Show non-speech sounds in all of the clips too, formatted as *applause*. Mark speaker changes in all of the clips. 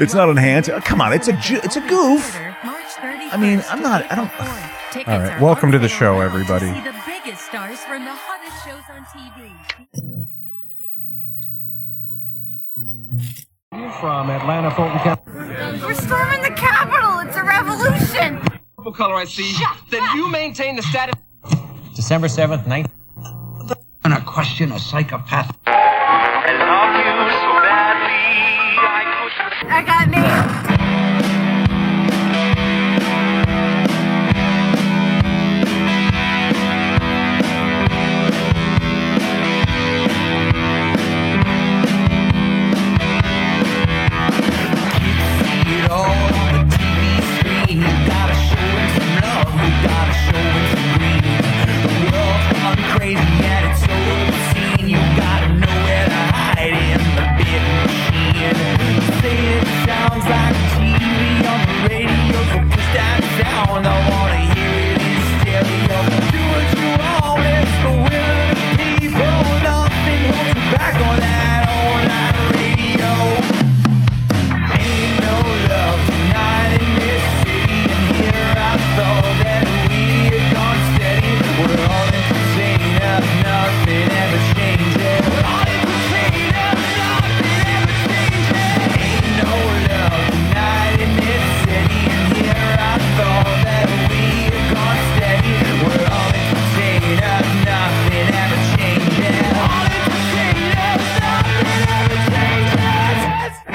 Speaker 1: It's not enhanced. Oh, come on, it's a ju- it's a goof.
Speaker 2: I
Speaker 1: I mean, I'm not- I don't-
Speaker 2: All
Speaker 3: right, welcome to the show, everybody.
Speaker 2: See the biggest stars from the hottest shows on TV.
Speaker 4: You from Atlanta, Fulton County?
Speaker 2: We're storming the Capitol. It's a revolution.
Speaker 4: Purple color, I see. Then you maintain the status.
Speaker 5: December 7th, 9th.
Speaker 4: I'm gonna question a psychopath.
Speaker 2: I got me.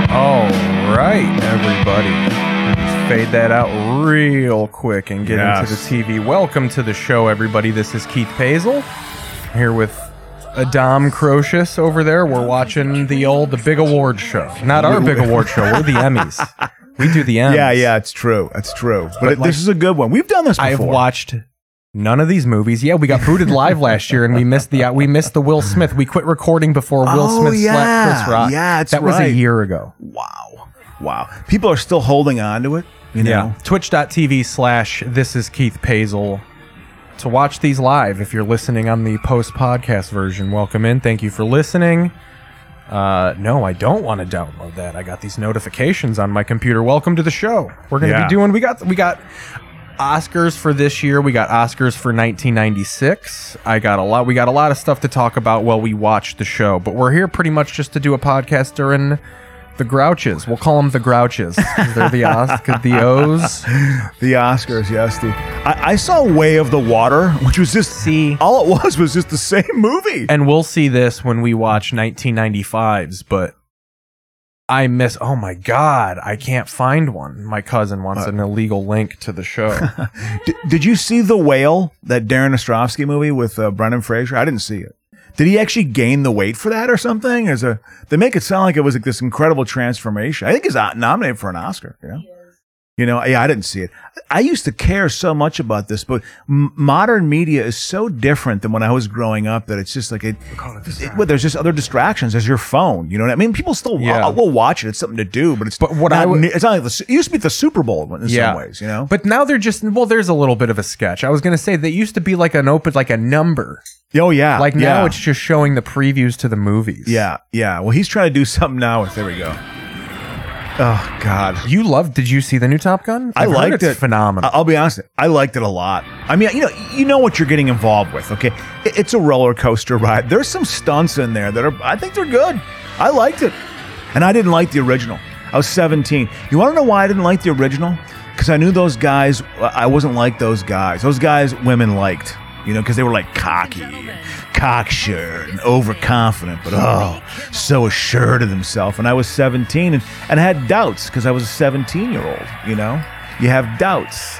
Speaker 3: All right, everybody. Let's fade that out real quick and get
Speaker 1: Yes.
Speaker 3: into the TV. Welcome to the show, everybody. This is Keith Pazel here with Adam Crocius over there. We're watching the old, the big award show. Not our big award show. We're the Emmys. We do the Emmys.
Speaker 1: *laughs* Yeah, yeah, it's true. It's true. But, it-
Speaker 3: like-
Speaker 1: this is a good one. We've done this before.
Speaker 3: I've watched none of these movies. Yeah, we got booted live last year, and we missed the we missed the Will Smith. We quit recording before Will
Speaker 1: Oh,
Speaker 3: Smith
Speaker 1: yeah.
Speaker 3: slapped Chris Rock.
Speaker 1: Yeah, it's
Speaker 3: that was a
Speaker 1: right.
Speaker 3: year ago.
Speaker 1: Wow, wow. People are still holding on to it. You know.
Speaker 3: Yeah, twitch.tv slash this is Keith Pazel. To watch these live, if you're listening on the post podcast version, welcome in. Thank you for listening. Uh, no, I don't want to download that. I got these notifications on my computer. Welcome to the show. We're gonna
Speaker 1: Yeah.
Speaker 3: be doing. We got we got Oscars for this year. We got Oscars for 1996. I got a lot. We got a lot of stuff to talk about while we watch the show. But we're here pretty much just to do a podcast during the Grouches. We'll call them the Grouches. 'cause They're the Oscars, *laughs* the O's.
Speaker 1: *laughs* The Oscars, yes. The I, I saw Way of the Water, which was just
Speaker 3: See.
Speaker 1: all it was was just the same movie.
Speaker 3: And we'll see this when we watch 1995s. But I miss. Oh my God! I can't find one. My cousin wants an illegal link to the show.
Speaker 1: *laughs* D- did you see The Whale, that Darren Ostrovsky movie with uh, Brendan Fraser? I didn't see it. Did he actually gain the weight for that or something? Is a they make it sound like it was like this incredible transformation. I think he's uh, nominated for an Oscar. You know, you know. Yeah, I didn't see it. I used to care so much about this, but m- modern media is so different than when I was growing up that it's just like it. it- well, there's just other distractions. There's your phone. You know what I mean? People still
Speaker 3: Yeah.
Speaker 1: yeah. will watch it. It's something to do, but it's
Speaker 3: But what
Speaker 1: not
Speaker 3: I would-
Speaker 1: ne- it's not like the, Su- it used to be the Super Bowl in some ways. You know.
Speaker 3: But now they're just well, there's a little bit of a sketch. I was gonna say they used to be like an open like a number.
Speaker 1: oh yeah.
Speaker 3: Like now
Speaker 1: yeah.
Speaker 3: it's just showing the previews to the movies.
Speaker 1: Yeah, yeah. Well, he's trying to do something now with. There we go. Oh God,
Speaker 3: You loved did you see the new Top Gun?
Speaker 1: I
Speaker 3: I've heard
Speaker 1: liked
Speaker 3: it's
Speaker 1: it.
Speaker 3: Phenomenal.
Speaker 1: I- I'll be honest, I liked it a lot. I mean, you know, you know what you're getting involved with. Okay, I- it's a roller coaster ride. There's some stunts in there that are. I think they're good. I liked it, and I didn't like the original. I was 17. You want to know why I didn't like the original? Because I knew those guys. I wasn't like those guys. Those guys, women liked. You know, because they were like cocky, and cocksure, and overconfident, but oh, so assured of themselves. And I was 17, and, and I had doubts because I was a 17 year old. You know, you have doubts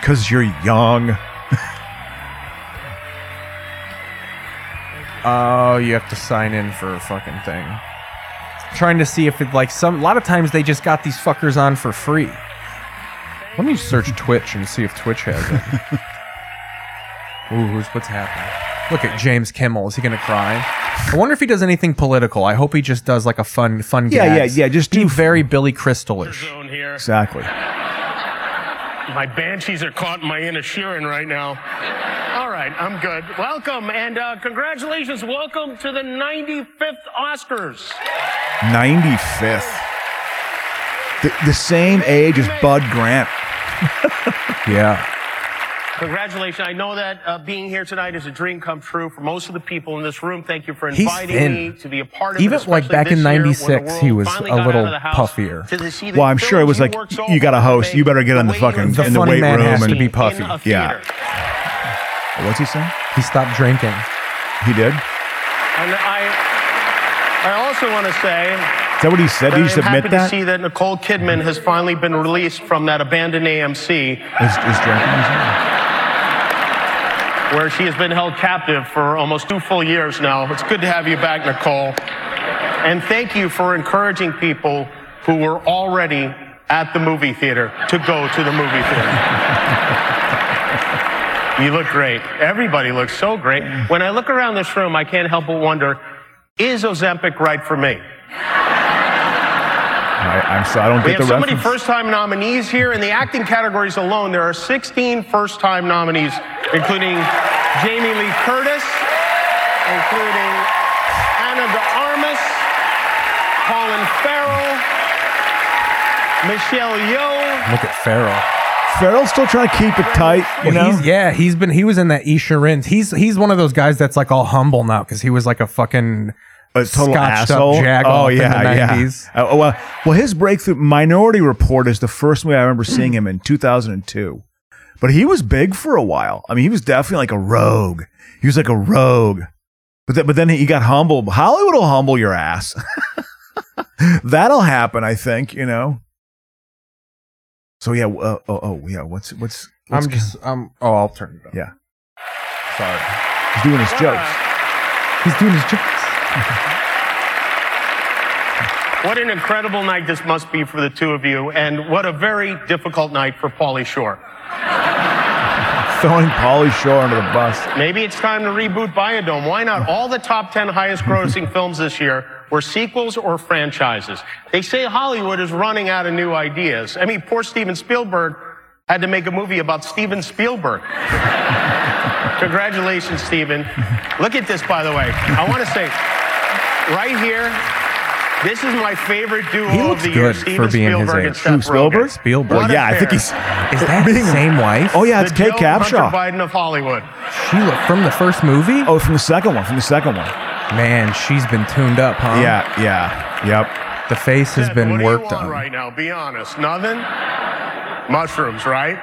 Speaker 1: because you're young.
Speaker 3: oh, you have to sign in for a fucking thing. Trying to see if it like some a lot of times they just got these fuckers on for free. Let me search Twitch and see if Twitch has
Speaker 1: *laughs*
Speaker 3: it. Ooh, who's what's happening? Look at James Kimmel. Is he gonna cry? I wonder if he does anything political. I hope he just does like a fun, fun.
Speaker 1: Yeah, yeah,
Speaker 3: gags.
Speaker 1: yeah, just
Speaker 3: be
Speaker 1: do-
Speaker 3: very Billy Crystalish.
Speaker 6: zone here.
Speaker 1: Exactly.
Speaker 6: My banshees are caught in my inner Sheeran right now. All right, I'm good. Welcome and uh, congratulations. Welcome to the 95th Oscars.
Speaker 1: 95th. The, the same age as Bud Grant. *laughs*
Speaker 3: Yeah.
Speaker 6: Congratulations. I know that uh, being here tonight is a dream come true for most of the people in this room. Thank you for
Speaker 3: He's
Speaker 6: inviting
Speaker 3: thin.
Speaker 6: me to be a part of
Speaker 3: Even,
Speaker 6: it.
Speaker 3: like,
Speaker 6: especially
Speaker 3: back in
Speaker 6: this year when the
Speaker 3: 96, he
Speaker 6: world
Speaker 3: was
Speaker 6: finally
Speaker 3: a
Speaker 6: got out
Speaker 3: little
Speaker 6: of the house
Speaker 3: puffier.
Speaker 6: to see the
Speaker 1: Well, I'm sure it
Speaker 6: films
Speaker 1: was
Speaker 6: you
Speaker 1: like,
Speaker 6: worked so
Speaker 1: you got a
Speaker 6: hard to
Speaker 1: host,
Speaker 6: make,
Speaker 1: you better get in the
Speaker 6: way
Speaker 1: fucking-
Speaker 6: you
Speaker 1: in the
Speaker 3: funny
Speaker 1: weight
Speaker 3: man
Speaker 1: room.
Speaker 3: has to
Speaker 1: and-
Speaker 3: be
Speaker 6: in
Speaker 3: puffy.
Speaker 6: a
Speaker 1: Yeah.
Speaker 6: theater.
Speaker 1: What's he saying?
Speaker 3: He stopped drinking.
Speaker 1: He did? Is
Speaker 6: And I, I also want to say
Speaker 1: that what he
Speaker 6: that
Speaker 1: said? Did
Speaker 6: I'm
Speaker 1: you just
Speaker 6: happy
Speaker 1: admit that?
Speaker 6: to see that Nicole Kidman has finally been released from that abandoned AMC
Speaker 1: Is- is drinking-
Speaker 6: where she has been held captive for almost two full years now. It's good to have you back, Nicole. And thank you for encouraging people who were already at the movie theater to go to the movie theater. *laughs* you look great. Everybody looks so great. When I look around this room, I can't help but wonder is Ozempic right for me?
Speaker 1: I, am so, I don't
Speaker 6: We
Speaker 1: get
Speaker 6: have
Speaker 1: the
Speaker 6: so many
Speaker 1: reference.
Speaker 6: first time nominees here. In the acting categories alone, there are 16 first time nominees, including Jamie Lee Curtis, including Anna de Armas, Colin Farrell, Michelle Yeoh.
Speaker 3: Look at Farrell.
Speaker 1: Farrell's still trying to keep it tight,
Speaker 3: Well,
Speaker 1: you know?
Speaker 3: he's, yeah, he's been he was in that Isha Rins. He's he's one of those guys that's like all humble now because he was like a fucking
Speaker 1: a total
Speaker 3: scotched
Speaker 1: asshole.
Speaker 3: up jag
Speaker 1: oh
Speaker 3: off in the
Speaker 1: yeah, yeah.
Speaker 3: 90s.
Speaker 1: Uh, oh, well, well, his breakthrough Minority Report is the first movie I remember seeing him in 2002. But he was big for a while. I mean, he was definitely like a rogue. He was like a rogue. But then, but then he got humble. Hollywood will humble your ass. *laughs* That'll happen, I think. You know. So yeah. Uh, oh, oh yeah. What's what's? what's
Speaker 3: I'm just I'm oh I'll turn it up.
Speaker 1: yeah.
Speaker 3: Sorry.
Speaker 1: He's doing his jokes.
Speaker 3: He's doing his jokes.
Speaker 6: What an incredible night this must be for the two of you, and what a very difficult night for Pauly Shore.
Speaker 1: Throwing Polly Shore under the bus.
Speaker 6: Maybe it's time to reboot Biodome. Why not? All the top 10 highest grossing films this year were sequels or franchises. They say Hollywood is running out of new ideas. I mean, poor Steven Spielberg had to make a movie about Steven
Speaker 3: *laughs*
Speaker 6: Spielberg. Congratulations, Steven. Look at this, by the way. I want to say, right here, this is my favorite duo
Speaker 3: He
Speaker 6: of
Speaker 3: looks
Speaker 6: the year,
Speaker 3: good
Speaker 6: Steven
Speaker 3: for being his
Speaker 6: Spielberg and
Speaker 3: age.
Speaker 6: Seth
Speaker 1: Steven Spielberg?
Speaker 6: Rogen.
Speaker 3: Spielberg.
Speaker 6: What
Speaker 1: Well,
Speaker 6: a
Speaker 1: yeah, I think
Speaker 6: pair.
Speaker 1: he's.
Speaker 3: Is that the same wife?
Speaker 1: Oh yeah,
Speaker 6: the
Speaker 1: it's Kate
Speaker 6: Joe Hunter
Speaker 1: Capshaw.
Speaker 6: Biden of Hollywood.
Speaker 3: She looked from the first movie.
Speaker 1: Oh, from the second one. From the second one.
Speaker 3: man, she's been tuned up, huh?
Speaker 1: Yeah, yeah, yep.
Speaker 3: the face has
Speaker 6: Seth,
Speaker 3: been
Speaker 6: what do
Speaker 3: worked
Speaker 6: you want
Speaker 3: on.
Speaker 6: right now. Be honest, nothing. Mushrooms, right?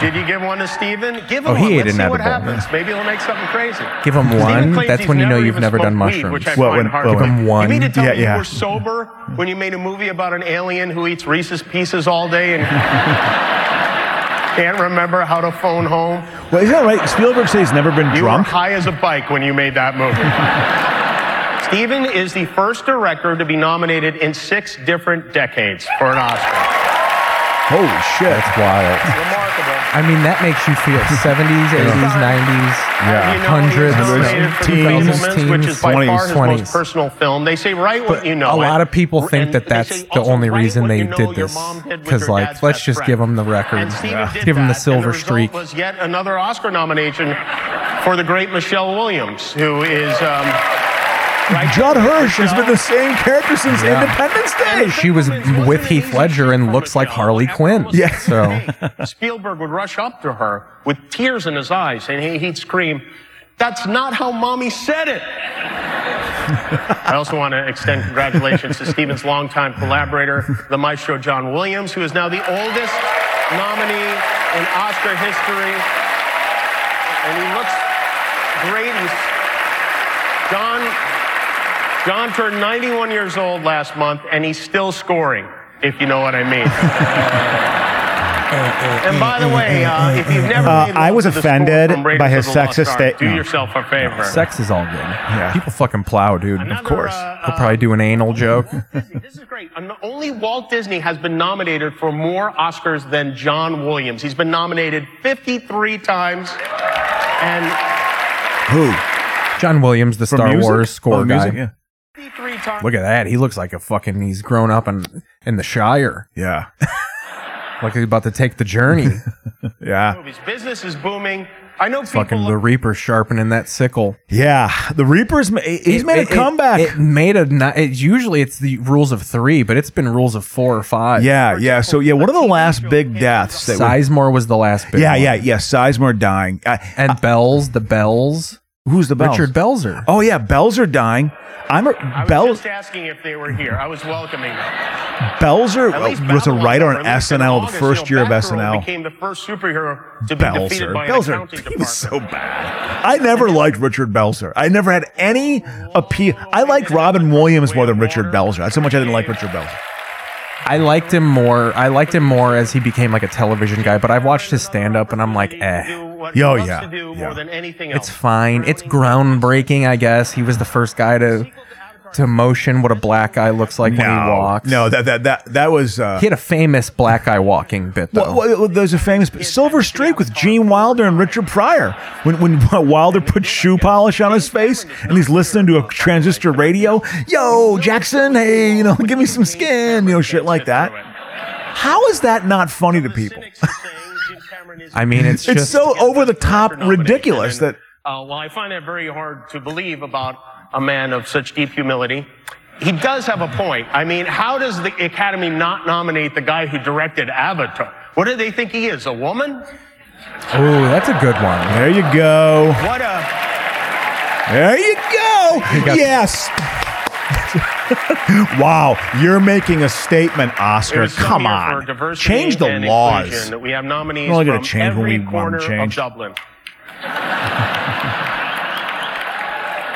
Speaker 6: Did you give one to Steven? Give him
Speaker 3: Oh, he
Speaker 6: one.
Speaker 3: ate
Speaker 6: Let's
Speaker 3: an
Speaker 6: see what
Speaker 3: edible,
Speaker 6: happens. Maybe he'll make something crazy.
Speaker 3: Give him
Speaker 6: Stephen
Speaker 3: one?
Speaker 6: claims
Speaker 3: That's
Speaker 6: he's
Speaker 3: when you know you've
Speaker 6: even
Speaker 3: never done
Speaker 6: smoked weed,
Speaker 3: mushrooms.
Speaker 6: which I
Speaker 1: Well,
Speaker 6: find
Speaker 1: when-
Speaker 6: hard
Speaker 1: well,
Speaker 6: to
Speaker 1: when-
Speaker 6: believe.
Speaker 3: one.
Speaker 6: You mean to tell
Speaker 1: Yeah,
Speaker 6: me
Speaker 1: yeah.
Speaker 6: you were sober when you made a movie about an alien who eats Reese's Pieces all day
Speaker 3: *laughs*
Speaker 6: and can't remember how to phone home?
Speaker 1: Well, is that right? Spielberg said he's never been
Speaker 6: You
Speaker 1: drunk.
Speaker 6: were high as a bike when you made that movie. Steven is the first director to be nominated in six different decades for an Oscar.
Speaker 1: Holy shit!
Speaker 3: That's wild.
Speaker 6: Remarkable.
Speaker 3: I mean, that makes you
Speaker 1: *laughs*
Speaker 3: feel 70s, 80s, 90s.
Speaker 6: You know, he was
Speaker 3: Hundreds,
Speaker 6: nominated for The
Speaker 1: teens,
Speaker 6: Fablemans, which is by far his
Speaker 3: 20s.
Speaker 6: most personal film. They say write what
Speaker 3: But
Speaker 6: you know.
Speaker 3: a lot
Speaker 6: it.
Speaker 3: of people
Speaker 6: And
Speaker 3: think that
Speaker 6: they
Speaker 3: that's
Speaker 6: say
Speaker 3: the
Speaker 6: also
Speaker 3: only
Speaker 6: write
Speaker 3: reason
Speaker 6: what
Speaker 3: they
Speaker 6: you know
Speaker 3: did
Speaker 6: your
Speaker 3: this.
Speaker 6: mom did with
Speaker 3: 'Cause,
Speaker 6: your
Speaker 3: like,
Speaker 6: dad's
Speaker 3: let's
Speaker 6: best
Speaker 3: just
Speaker 6: friend.
Speaker 3: give 'em the record.
Speaker 6: And Steven
Speaker 3: Yeah.
Speaker 6: did
Speaker 3: Give 'em the
Speaker 6: that, and
Speaker 3: silver
Speaker 6: result
Speaker 3: streak.
Speaker 6: Was yet another Oscar nomination for the great Michelle Williams, who is. Um, right
Speaker 1: Judd
Speaker 6: now-
Speaker 1: Hirsch has been the same character since
Speaker 3: Yeah.
Speaker 1: Independence Day.
Speaker 3: She was with Heath Ledger and looks like Harley Quinn.
Speaker 1: Yeah.
Speaker 3: So
Speaker 6: *laughs* Spielberg would rush up to her with tears in his eyes and he- he'd scream, That's not how mommy said it. *laughs* I also want to extend congratulations to Steven's longtime collaborator, the maestro John Williams, who is now the oldest nominee in Oscar history. And he looks great. He's John, John turned 91 years old last month, and he's still scoring, if you know what I
Speaker 1: *laughs*
Speaker 6: mean. And by the way, uh,
Speaker 1: Mm-hmm.
Speaker 6: if you've never,
Speaker 7: Uh,
Speaker 6: made
Speaker 7: I
Speaker 6: love
Speaker 7: was
Speaker 6: to the
Speaker 7: offended
Speaker 6: score from Raiders
Speaker 7: by
Speaker 6: of
Speaker 7: his
Speaker 6: the Lost
Speaker 7: sexist
Speaker 6: Ark,
Speaker 7: state-
Speaker 6: Do
Speaker 7: no.
Speaker 6: yourself a favor.
Speaker 3: sex is all good. Yeah. People fucking plow, dude.
Speaker 6: Another,
Speaker 3: of course.
Speaker 6: uh,
Speaker 3: He'll probably do
Speaker 6: *laughs*
Speaker 3: an anal joke.
Speaker 6: Disney, This is great. And Only Walt Disney has been nominated for more Oscars than John Williams. He's been nominated 53 times, and
Speaker 1: Who?
Speaker 3: John Williams, the
Speaker 1: For
Speaker 3: Star
Speaker 1: music?
Speaker 3: Wars score
Speaker 1: Oh,
Speaker 3: guy.
Speaker 1: music, Yeah.
Speaker 6: 53 times.
Speaker 3: Look at that. He looks like a fucking. He's grown up in in the Shire. *laughs*
Speaker 1: Yeah.
Speaker 3: Like he's about to take the journey.
Speaker 1: *laughs* Yeah.
Speaker 6: movies. Business is booming. I know people.
Speaker 3: Fucking the Reaper sharpening that sickle.
Speaker 1: Yeah, the Reapers. ma- He's
Speaker 3: It-
Speaker 1: made
Speaker 3: it-
Speaker 1: a comeback.
Speaker 3: It, it made a. ni- It, usually it's the rules of three, but it's been rules of four or five.
Speaker 1: yeah, yeah. So yeah, one of the last big deaths. That were,
Speaker 3: Sizemore was the last big.
Speaker 1: yeah,
Speaker 3: one.
Speaker 1: yeah, yeah. Sizemore dying. Uh,
Speaker 3: And Bells, the Bells,
Speaker 1: who's the Bells?
Speaker 3: Richard Belzer.
Speaker 1: Oh yeah, Bells are dying. I'm
Speaker 6: I
Speaker 1: a,
Speaker 6: was
Speaker 1: Bells.
Speaker 6: just asking if they were here. I was welcoming them.
Speaker 1: Belzer
Speaker 6: At least
Speaker 1: was a
Speaker 6: Babylon
Speaker 1: writer on
Speaker 6: got released in
Speaker 1: SNL, the
Speaker 6: August,
Speaker 1: first
Speaker 6: you
Speaker 1: year
Speaker 6: know,
Speaker 1: of
Speaker 6: Batgirl
Speaker 1: SNL.
Speaker 6: became the first superhero to be defeated
Speaker 1: Belzer.
Speaker 6: by an accounting
Speaker 1: Belzer. He
Speaker 6: department.
Speaker 1: was so bad. I never liked Richard Belzer. I never had any appeal. I liked Robin Williams more than Richard Belzer. That's how much I didn't like Richard Belzer.
Speaker 3: I liked him more. I liked him more as he became like a television guy. But I've watched his stand up, and I'm like, eh.
Speaker 1: Yo,
Speaker 6: Yo,
Speaker 1: yeah,
Speaker 6: yeah. To do
Speaker 1: yeah.
Speaker 6: More than anything
Speaker 3: It's
Speaker 6: else.
Speaker 3: fine. It's groundbreaking, I guess. He was the first guy to to motion what a black guy looks like when he
Speaker 1: No,
Speaker 3: walks.
Speaker 1: no, that that that that was. Uh,
Speaker 3: he had a famous black guy walking bit though.
Speaker 1: Well, well, there's a famous Silver Streak with Gene Wilder and Richard Pryor. When when *laughs* Wilder puts shoe polish on his face and he's listening to a transistor radio, yo Jackson, hey, you know, *laughs* give me some skin, you know, shit like that. How is that not funny to people? *laughs*
Speaker 3: I mean, it's
Speaker 1: It's
Speaker 3: just
Speaker 1: so over the top, ridiculous that
Speaker 6: Uh, well, I find that very hard to believe about a man of such deep humility. He does have a point. I mean, how does the Academy not nominate the guy who directed Avatar? What do they think he is? A woman?
Speaker 3: Ooh, that's a good one.
Speaker 1: there you go,
Speaker 6: What a
Speaker 1: there *laughs* you go,
Speaker 3: got-
Speaker 1: yes. wow, you're making a statement,
Speaker 6: There
Speaker 1: Oscar.
Speaker 6: is some
Speaker 1: Come
Speaker 6: here for
Speaker 1: on,
Speaker 6: diversity
Speaker 1: change the
Speaker 6: and
Speaker 1: laws.
Speaker 6: inclusion. We have nominees
Speaker 1: We're only gonna
Speaker 6: from
Speaker 1: change when
Speaker 6: every
Speaker 1: we want
Speaker 6: corner
Speaker 1: to change.
Speaker 6: of Dublin.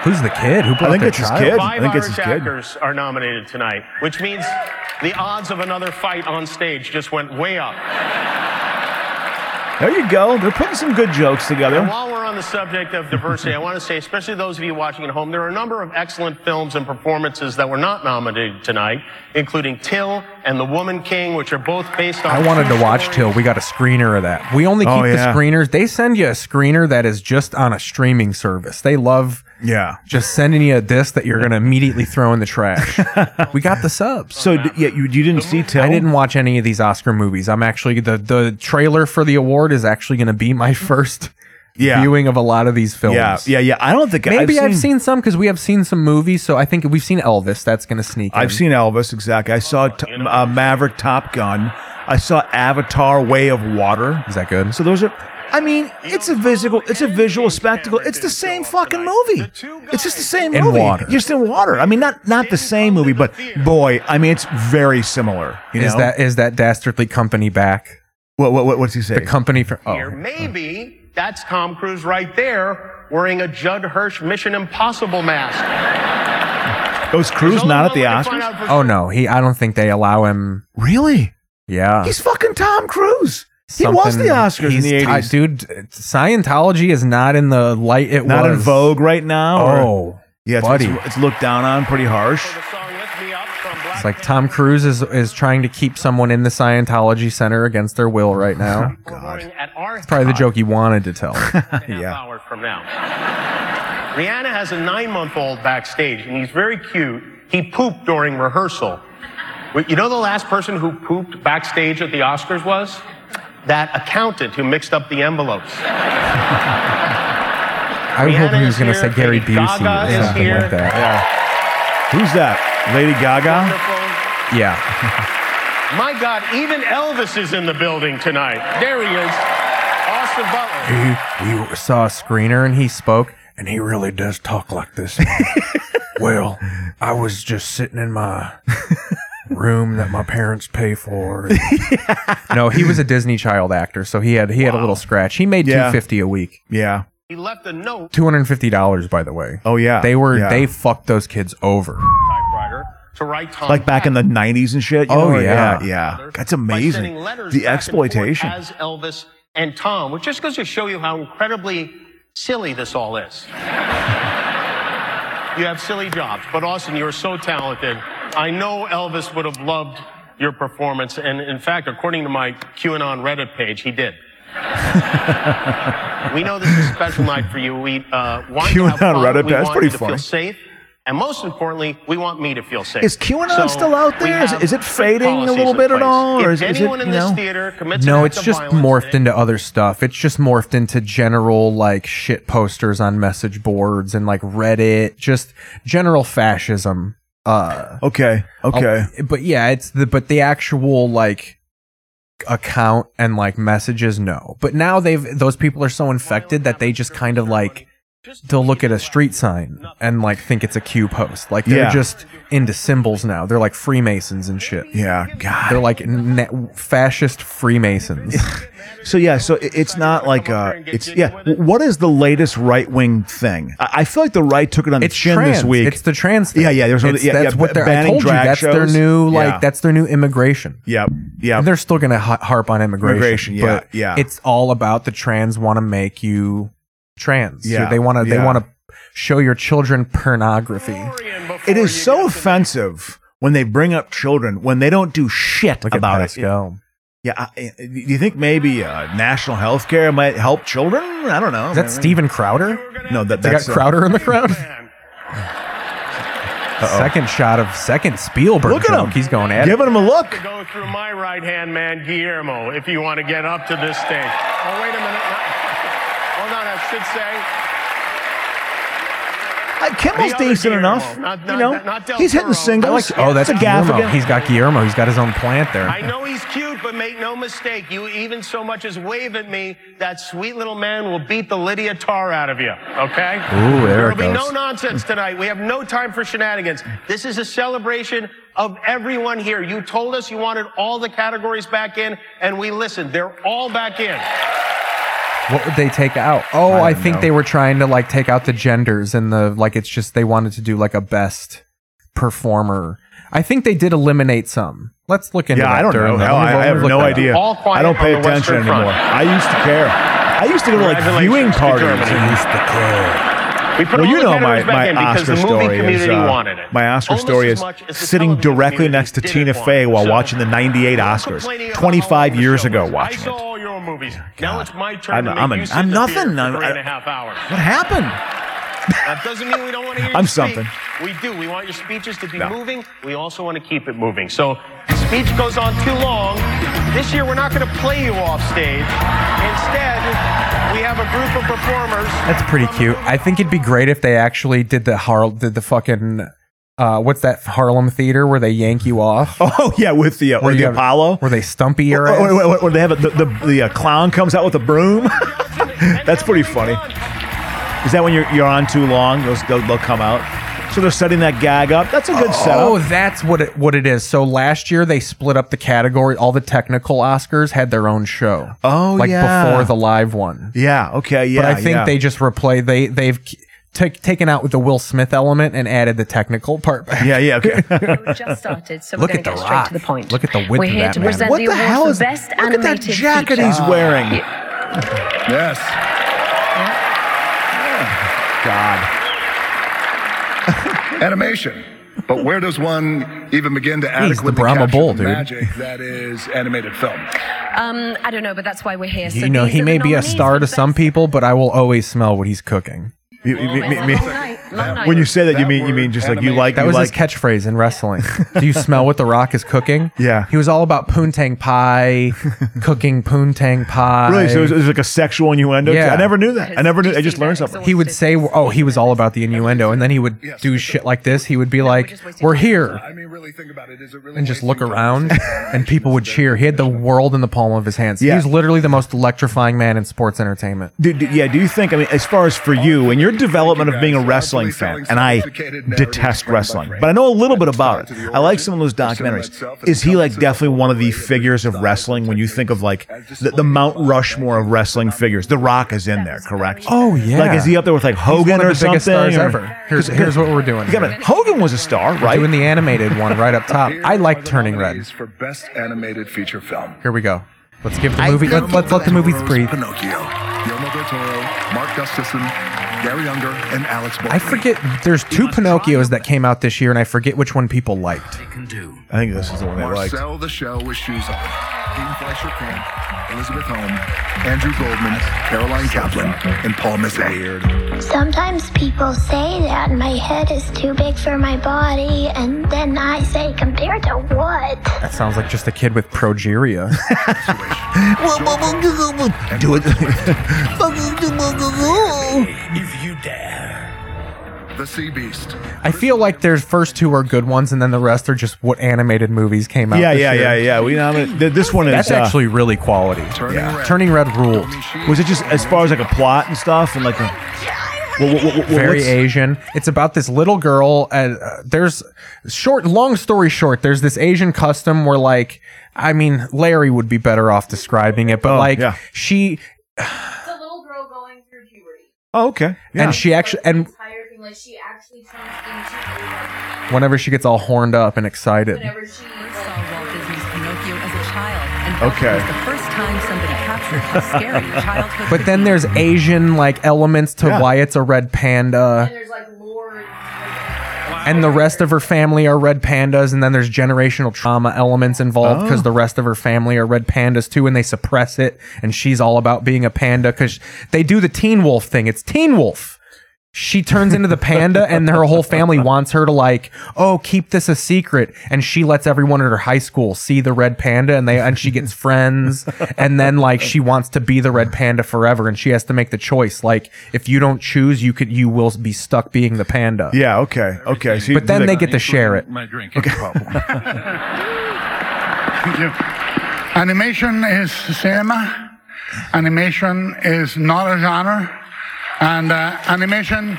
Speaker 3: Who's the kid? Who brought
Speaker 1: think
Speaker 3: the
Speaker 1: it's his
Speaker 3: child?
Speaker 1: kid. I
Speaker 6: Five
Speaker 1: think it's
Speaker 6: Irish
Speaker 1: his kid.
Speaker 6: actors are nominated tonight, which means the odds of another fight on stage just went way up.
Speaker 1: There you go. They're putting some good jokes together.
Speaker 6: And while we're on the subject of diversity, I want to say, especially those of you watching at home, there are a number of excellent films and performances that were not nominated tonight, including Till and The Woman King, which are both based on.
Speaker 3: I wanted to watch
Speaker 6: true
Speaker 3: till we got a screener of that. We only keep
Speaker 1: Oh, yeah.
Speaker 3: the screeners. They send you a screener that is just on a streaming service. They love
Speaker 1: Yeah.
Speaker 3: just sending you a disc that you're going to immediately throw in the trash. we got the subs.
Speaker 1: So d- yeah, you, you didn't see Till.
Speaker 3: I didn't watch any of these Oscar movies. I'm actually the the trailer for the award is actually going to be my *laughs* first
Speaker 1: yeah.
Speaker 3: viewing of a lot of these films.
Speaker 1: Yeah, yeah, yeah. I don't think
Speaker 3: Maybe I've, seen, some because we have seen some movies. So I think we've seen Elvis. That's going to sneak.
Speaker 1: I've
Speaker 3: in.
Speaker 1: seen Elvis. Exactly. I saw t- uh, Maverick, Top Gun. I saw Avatar: Way of Water.
Speaker 3: Is that good?
Speaker 1: So those are. I mean, it's a visual. It's a visual spectacle. It's the same fucking movie. It's just the same
Speaker 3: In
Speaker 1: movie.
Speaker 3: water.
Speaker 1: Just in water. I mean, not not the same movie, but boy, I mean, it's very similar. You know?
Speaker 3: Is that is that dastardly company back?
Speaker 1: what, what, what what's he saying?
Speaker 3: The company for
Speaker 6: Here.
Speaker 3: oh
Speaker 6: Maybe that's Tom Cruise right there wearing a Judd Hirsch Mission Impossible mask.
Speaker 1: Was Cruz
Speaker 6: There's only
Speaker 1: not at
Speaker 6: one
Speaker 1: the
Speaker 6: way to find
Speaker 1: Oscars?
Speaker 6: out for
Speaker 3: oh no he I don't think they allow him.
Speaker 1: Really?
Speaker 3: Yeah,
Speaker 1: He's fucking Tom Cruise. He was the
Speaker 3: something-
Speaker 1: Oscars in
Speaker 3: he's
Speaker 1: the
Speaker 3: ti-
Speaker 1: eighties.
Speaker 3: dude. Scientology is not in the light it
Speaker 1: not
Speaker 3: was.
Speaker 1: in vogue right now. or-
Speaker 3: Oh.
Speaker 1: yeah, it's,
Speaker 3: buddy.
Speaker 1: It's, it's looked down on, pretty harsh.
Speaker 6: the song Lift Me Up from Black
Speaker 3: It's like Tom Cruise is is trying to keep someone in the Scientology center against their will
Speaker 1: *laughs*
Speaker 3: right
Speaker 1: Oh,
Speaker 3: now.
Speaker 6: God. At our it's
Speaker 3: Probably the joke he wanted to tell.
Speaker 1: Yeah.
Speaker 6: hours from now. Rihanna has a nine-month-old backstage, and he's very cute. He pooped during rehearsal. Wait, You know the last person who pooped backstage at the Oscars was? That accountant who mixed up the envelopes.
Speaker 3: I was hoping he was going to
Speaker 6: is
Speaker 3: say
Speaker 6: here,
Speaker 3: Gary
Speaker 6: Lady
Speaker 3: Busey or
Speaker 6: Gaga
Speaker 3: something
Speaker 6: is here.
Speaker 3: like that.
Speaker 1: Who's that? Lady Gaga?
Speaker 6: Wonderful.
Speaker 3: Yeah.
Speaker 6: My God, even Elvis is in the building tonight. There he is. Austin Butler.
Speaker 3: We, we saw a screener and he spoke, and he really does talk like this.
Speaker 1: *laughs*
Speaker 3: well, I was just sitting in my room that my parents pay for. and- No, he was a Disney child actor, so he had he had a little scratch. He made
Speaker 1: Yeah.
Speaker 3: two fifty a week,
Speaker 1: Yeah.
Speaker 6: He left a note
Speaker 3: two hundred and fifty dollars, by the way.
Speaker 1: Oh yeah.
Speaker 3: They were
Speaker 1: Yeah.
Speaker 3: they fucked those kids over.
Speaker 6: typewriter to write Tom
Speaker 1: like back in the nineties and shit. you
Speaker 3: Oh,
Speaker 1: know, or-
Speaker 3: yeah.
Speaker 1: yeah, yeah.
Speaker 6: other
Speaker 1: That's
Speaker 6: By
Speaker 1: amazing.
Speaker 6: sending letters
Speaker 1: The
Speaker 6: back and forth
Speaker 1: exploitation.
Speaker 6: as Elvis and Tom, which just goes to show you how incredibly silly this all is. you have silly jobs, but Austin, you're so talented. I know Elvis would have loved your performance, and in fact, according to my QAnon Reddit page, he did. we know this is a special night for you. We uh, want you to have
Speaker 1: QAnon
Speaker 6: fun.
Speaker 1: Reddit
Speaker 6: we
Speaker 1: page,
Speaker 6: want
Speaker 1: pretty
Speaker 6: you to
Speaker 1: funny.
Speaker 6: feel safe. And most importantly, we want me to feel safe.
Speaker 1: Is QAnon still out
Speaker 6: we
Speaker 1: there? Is-
Speaker 6: have
Speaker 1: is it fading a
Speaker 6: policies
Speaker 1: little
Speaker 6: in
Speaker 1: bit at
Speaker 6: place.
Speaker 1: all, or
Speaker 6: If
Speaker 1: is it- is it,
Speaker 6: anyone in
Speaker 1: you
Speaker 6: this
Speaker 1: know-
Speaker 6: theater commits an
Speaker 3: No,
Speaker 6: act
Speaker 3: it's
Speaker 6: of
Speaker 3: just
Speaker 6: violence,
Speaker 3: morphed into other stuff. It's just morphed into general like shit posters on message boards and like Reddit, just general fascism. Uh Oh,
Speaker 1: Okay. Okay.
Speaker 3: but yeah, it's the but the actual like account and like messages no. But now they've those people are so infected that they just kind of like they'll look at a street sign and like think it's a Q post. Like they're
Speaker 1: Yeah.
Speaker 3: just into symbols now. They're like Freemasons and shit.
Speaker 1: yeah. God.
Speaker 3: They're like na- fascist Freemasons.
Speaker 1: *laughs* So yeah, so it- it's not like uh, it's yeah. What is the latest right wing thing? I, I feel like the right took it on the
Speaker 3: it's
Speaker 1: chin
Speaker 3: trans.
Speaker 1: this week.
Speaker 3: It's the trans. Thing.
Speaker 1: Yeah, yeah, there's no-
Speaker 3: It's-
Speaker 1: yeah,
Speaker 3: that's
Speaker 1: yeah,
Speaker 3: what they're. I
Speaker 1: banning
Speaker 3: told you.
Speaker 1: drag
Speaker 3: That's their
Speaker 1: shows.
Speaker 3: new like.
Speaker 1: Yeah.
Speaker 3: That's their new immigration.
Speaker 1: yep, yep.
Speaker 3: And they're still going to ha- harp on immigration.
Speaker 1: Immigration, yeah,
Speaker 3: but
Speaker 1: yeah.
Speaker 3: It's all about the trans want to make you trans. So
Speaker 1: Yeah,
Speaker 3: they want to. They
Speaker 1: yeah.
Speaker 3: want to show your children pornography.
Speaker 1: It is so offensive when they bring up children when they don't do shit
Speaker 3: Look
Speaker 1: about
Speaker 3: at
Speaker 1: it.
Speaker 3: Pascal.
Speaker 1: Yeah, I, I- do you think maybe uh, national health care might help children? I don't know.
Speaker 3: Is that Steven Crowder?
Speaker 1: No, that,
Speaker 3: They got
Speaker 1: that's uh,
Speaker 3: Crowder
Speaker 1: *laughs*
Speaker 3: in the crowd. Second shot of second Spielberg.
Speaker 1: Look at
Speaker 3: joke.
Speaker 1: him.
Speaker 3: He's going at it.
Speaker 1: Giving him a look.
Speaker 6: Go through my right hand man, Guillermo, if you want to get up to this stage. Oh, wait a minute. *laughs* No. Hold on, I should say.
Speaker 1: Uh, Kimmel's
Speaker 6: The other
Speaker 1: decent
Speaker 6: Guillermo,
Speaker 1: enough.
Speaker 6: not-
Speaker 1: you
Speaker 6: not-
Speaker 1: know,
Speaker 6: not- not Del
Speaker 1: he's hitting
Speaker 6: Toro.
Speaker 3: I
Speaker 1: singles.
Speaker 3: like. Oh, that's
Speaker 1: it's a gaff
Speaker 3: Guillermo.
Speaker 1: again.
Speaker 3: He's got Guillermo. He's got his own plant there.
Speaker 6: I know he's cute, but make no mistake, you even so much as wave at me, that sweet little man will beat the Lydia Tar out of you, okay?
Speaker 3: Ooh, there
Speaker 6: There will
Speaker 3: it
Speaker 6: be
Speaker 3: goes.
Speaker 6: no nonsense tonight. We have no time for shenanigans. This is a celebration of everyone here. You told us you wanted all the categories back in, and we listened. They're all back in.
Speaker 3: What would they take out? Oh, I, think they were trying to like take out the genders and the like. It's just they wanted to do like a best performer. I think they did eliminate some. Let's look into
Speaker 1: Yeah,
Speaker 3: that.
Speaker 1: I don't
Speaker 3: during
Speaker 1: know.
Speaker 3: the-
Speaker 1: Hell,
Speaker 3: let me-
Speaker 1: I,
Speaker 3: let
Speaker 1: I
Speaker 3: me
Speaker 1: have
Speaker 3: look
Speaker 1: no
Speaker 3: that up.
Speaker 1: idea.
Speaker 6: All quiet
Speaker 1: I don't pay
Speaker 6: on the
Speaker 1: attention
Speaker 6: Western Front.
Speaker 1: anymore. I used to care. I used to go to like
Speaker 6: Congratulations
Speaker 1: viewing
Speaker 6: to
Speaker 1: parties.
Speaker 6: Germany.
Speaker 1: and used to care.
Speaker 6: We put
Speaker 1: Well,
Speaker 6: all
Speaker 1: you
Speaker 6: the
Speaker 1: know my,
Speaker 6: categories back
Speaker 1: my
Speaker 6: in because
Speaker 1: Oscar
Speaker 6: the movie
Speaker 1: story is
Speaker 6: community
Speaker 1: uh,
Speaker 6: wanted it.
Speaker 1: my Oscar
Speaker 6: Almost
Speaker 1: story
Speaker 6: as
Speaker 1: is
Speaker 6: much as the
Speaker 1: sitting
Speaker 6: television
Speaker 1: directly
Speaker 6: community
Speaker 1: next to
Speaker 6: didn't
Speaker 1: Tina
Speaker 6: want
Speaker 1: Fey
Speaker 6: it.
Speaker 1: while
Speaker 6: So,
Speaker 1: watching the '98
Speaker 6: I'm complaining
Speaker 1: Oscars.
Speaker 6: about
Speaker 1: Twenty-five
Speaker 6: all the
Speaker 1: years
Speaker 6: shows.
Speaker 1: ago,
Speaker 6: I
Speaker 1: watching
Speaker 6: saw
Speaker 1: it.
Speaker 6: all your movies. Now it's my turn
Speaker 1: I'm-
Speaker 6: to make
Speaker 1: I'm
Speaker 6: you
Speaker 1: an-
Speaker 6: sit
Speaker 1: I'm
Speaker 6: in the
Speaker 1: nothing.
Speaker 6: theater for
Speaker 1: I'm-
Speaker 6: three and
Speaker 1: I-
Speaker 6: a half hours.
Speaker 1: What happened?
Speaker 6: That doesn't mean we don't want to hear
Speaker 1: I'm
Speaker 6: you speak.
Speaker 1: something.
Speaker 6: We do. We want your speeches to be
Speaker 1: No.
Speaker 6: moving. We also want to keep it moving. So speech goes on too long. This year we're not going to play you off stage. Instead, we have a group of performers.
Speaker 1: *laughs*
Speaker 3: That's pretty
Speaker 6: from the
Speaker 3: cute.
Speaker 6: movie
Speaker 3: I think it'd be great if they actually did the Harl did the fucking uh, what's that Harlem theater where they yank you off?
Speaker 1: *laughs* Oh yeah, with the uh,
Speaker 3: Where
Speaker 1: or
Speaker 3: you
Speaker 1: the Oh,
Speaker 3: have-
Speaker 1: Apollo.
Speaker 3: Where they stumpy your
Speaker 1: Or,
Speaker 3: ass?
Speaker 1: or, or- or they have a, the the, the uh, clown comes out with a broom. *laughs* That's pretty funny. Is that when you're you're on too long? Those they'll, they'll come out. So they're setting that gag up. That's a good
Speaker 3: Oh,
Speaker 1: setup.
Speaker 3: that's what it what it is. So last year they split up the category. All the technical Oscars had their own show.
Speaker 1: Oh,
Speaker 3: like
Speaker 1: yeah.
Speaker 3: before the live one.
Speaker 1: Yeah. Okay. Yeah.
Speaker 3: but I think
Speaker 1: yeah.
Speaker 3: they just replay. They they've k- tak- taken out the Will Smith element and added the technical part. back.
Speaker 1: Yeah. Yeah.
Speaker 3: *laughs*
Speaker 1: Okay.
Speaker 7: We've just started, so
Speaker 3: Look
Speaker 7: we're going
Speaker 3: at
Speaker 7: to
Speaker 3: The
Speaker 7: get
Speaker 3: Rock.
Speaker 7: straight to the point.
Speaker 3: Look at the width
Speaker 7: We're
Speaker 3: of
Speaker 7: here
Speaker 3: that
Speaker 7: to
Speaker 3: man.
Speaker 7: present
Speaker 1: what
Speaker 7: the
Speaker 1: the
Speaker 7: award
Speaker 1: hell
Speaker 7: for
Speaker 1: is
Speaker 7: best
Speaker 1: Look at that
Speaker 7: animated
Speaker 1: jacket
Speaker 7: feature.
Speaker 1: he's wearing.
Speaker 8: Yes.
Speaker 1: *laughs* God.
Speaker 8: Animation. But where does one even begin to
Speaker 3: He's the
Speaker 8: adequately
Speaker 3: Brahma
Speaker 8: capture
Speaker 3: Bull,
Speaker 8: the
Speaker 3: dude.
Speaker 8: magic that is animated film?
Speaker 7: Um, I don't know, but that's why we're here. So
Speaker 3: You know,
Speaker 7: these
Speaker 3: he
Speaker 7: are
Speaker 3: may
Speaker 7: the
Speaker 3: be a
Speaker 7: nominees
Speaker 3: star
Speaker 7: for
Speaker 3: to some
Speaker 7: best-
Speaker 3: people, but I will always smell what he's cooking.
Speaker 1: You- you- me- me-
Speaker 7: Long
Speaker 1: me-
Speaker 7: night, long night.
Speaker 1: when you say that, you
Speaker 8: That
Speaker 1: mean you
Speaker 8: word,
Speaker 1: mean just like you
Speaker 8: animation.
Speaker 1: like
Speaker 3: That
Speaker 1: you
Speaker 3: was
Speaker 1: like
Speaker 3: his catchphrase in
Speaker 1: *laughs*
Speaker 3: wrestling. Do you smell what The Rock is cooking?
Speaker 1: Yeah.
Speaker 3: He was all about poontang
Speaker 1: *laughs*
Speaker 3: pie, cooking poontang pie.
Speaker 1: really. So it was, it was like a sexual innuendo.
Speaker 3: Yeah.
Speaker 1: I never knew that. I never knew.
Speaker 7: Did
Speaker 1: I
Speaker 7: you
Speaker 1: just
Speaker 7: see
Speaker 1: learned
Speaker 7: that?
Speaker 1: something.
Speaker 7: So-
Speaker 3: he would say, "Oh, he was all about the innuendo," and then he would do shit like this. He would be like, "We're here,"
Speaker 8: I mean, really think about it. Is it really
Speaker 3: and just
Speaker 8: wasting
Speaker 3: look
Speaker 8: time?
Speaker 3: around,
Speaker 1: *laughs*
Speaker 3: and people would cheer. He had the world in the palm of his hands. He
Speaker 1: Yeah.
Speaker 3: was literally the most electrifying man in sports entertainment.
Speaker 1: Do, do- yeah, do you think? I mean, as far as for you and your development of being a wrestling fan, and I detest wrestling, but I know a little bit about it. I like some of those documentaries. Is he like definitely one of the figures of wrestling when you think of like the, the Mount Rushmore of wrestling figures? The Rock is in there, correct?
Speaker 3: Oh yeah,
Speaker 1: Like, is he up there with like Hogan
Speaker 3: one of
Speaker 1: or
Speaker 3: the biggest
Speaker 1: something?
Speaker 3: stars
Speaker 1: or-
Speaker 3: ever. Here's- here's what we're doing
Speaker 1: You got
Speaker 3: here.
Speaker 1: it. Hogan was a star, right?
Speaker 3: doing the animated one right up top?
Speaker 8: Here
Speaker 3: I
Speaker 8: are
Speaker 3: like
Speaker 8: the
Speaker 3: Turning Red.
Speaker 8: nominees For best animated feature film.
Speaker 3: Here we go. Let's give the movie. Let, let, let the
Speaker 8: Guillermo del
Speaker 3: movies
Speaker 8: Toro's
Speaker 3: breathe.
Speaker 8: Pinocchio. Guillermo del Toro, Mark Gustafson, Gary Younger, and Alex. Baldwin.
Speaker 3: I forget. There's two Pinocchios that came out this year, and I forget which one people liked.
Speaker 1: I think this is the one they liked.
Speaker 8: Marcel the Shell with shoes on. King Fleischer Camp, Elizabeth Home, Andrew Goldman, Caroline Kaplan, and Paul Missy.
Speaker 9: Sometimes people say that my head is too big for my body, and then I say, compared to what?
Speaker 3: That sounds like just a kid with progeria.
Speaker 1: *laughs* Do it.
Speaker 10: If you dare.
Speaker 8: The Sea Beast.
Speaker 3: *laughs* I feel like their first two are good ones, and then the rest are just what animated movies came out.
Speaker 1: yeah,
Speaker 3: this
Speaker 1: yeah,
Speaker 3: year.
Speaker 1: yeah, yeah. We nominated th- this one is
Speaker 3: That's
Speaker 1: uh,
Speaker 3: actually really quality.
Speaker 8: Turning Red.
Speaker 3: Turning Red ruled.
Speaker 1: Was it just as far as like a plot and stuff and like a Well, what- what- what-
Speaker 3: Very
Speaker 1: what's-
Speaker 3: Asian. It's about this little girl. And, uh, there's short, long story short, there's this Asian custom where, like, I mean, Larry would be better off describing it, but
Speaker 1: Oh,
Speaker 3: like,
Speaker 1: yeah.
Speaker 3: she *sighs*
Speaker 2: It's a little girl going through puberty.
Speaker 1: Oh, okay. Yeah.
Speaker 3: and she actually and
Speaker 2: Entire thing, like she actually turns into like,
Speaker 3: whenever she gets all horned up and excited,
Speaker 2: whenever she
Speaker 11: saw Walt Disney's Pinocchio as a child, and felt
Speaker 1: Okay.
Speaker 11: it was the first time somebody captured
Speaker 3: *laughs*
Speaker 11: how scary childhood.
Speaker 3: but
Speaker 11: could
Speaker 3: then
Speaker 11: be.
Speaker 3: there's Asian like elements to
Speaker 1: Yeah.
Speaker 3: why it's a red panda.
Speaker 2: and there's like lore.
Speaker 3: and the rest of her family are red pandas and then there's generational trauma elements involved because the rest of her family are red pandas too and they suppress it and she's all about being a panda because they do the teen wolf thing it's teen wolf she turns into the panda and her whole family wants her to like oh keep this a secret and she lets everyone at her high school see the red panda and they and she gets friends and then like she wants to be the red panda forever and she has to make the choice like if you don't choose you could you will be stuck being the panda
Speaker 1: Yeah, okay. Okay. So you-
Speaker 3: But then
Speaker 1: like-
Speaker 3: they get to share it. *laughs*
Speaker 10: My drink is problem.
Speaker 12: Thank you. Animation is cinema. Animation is not a genre. And uh, animation.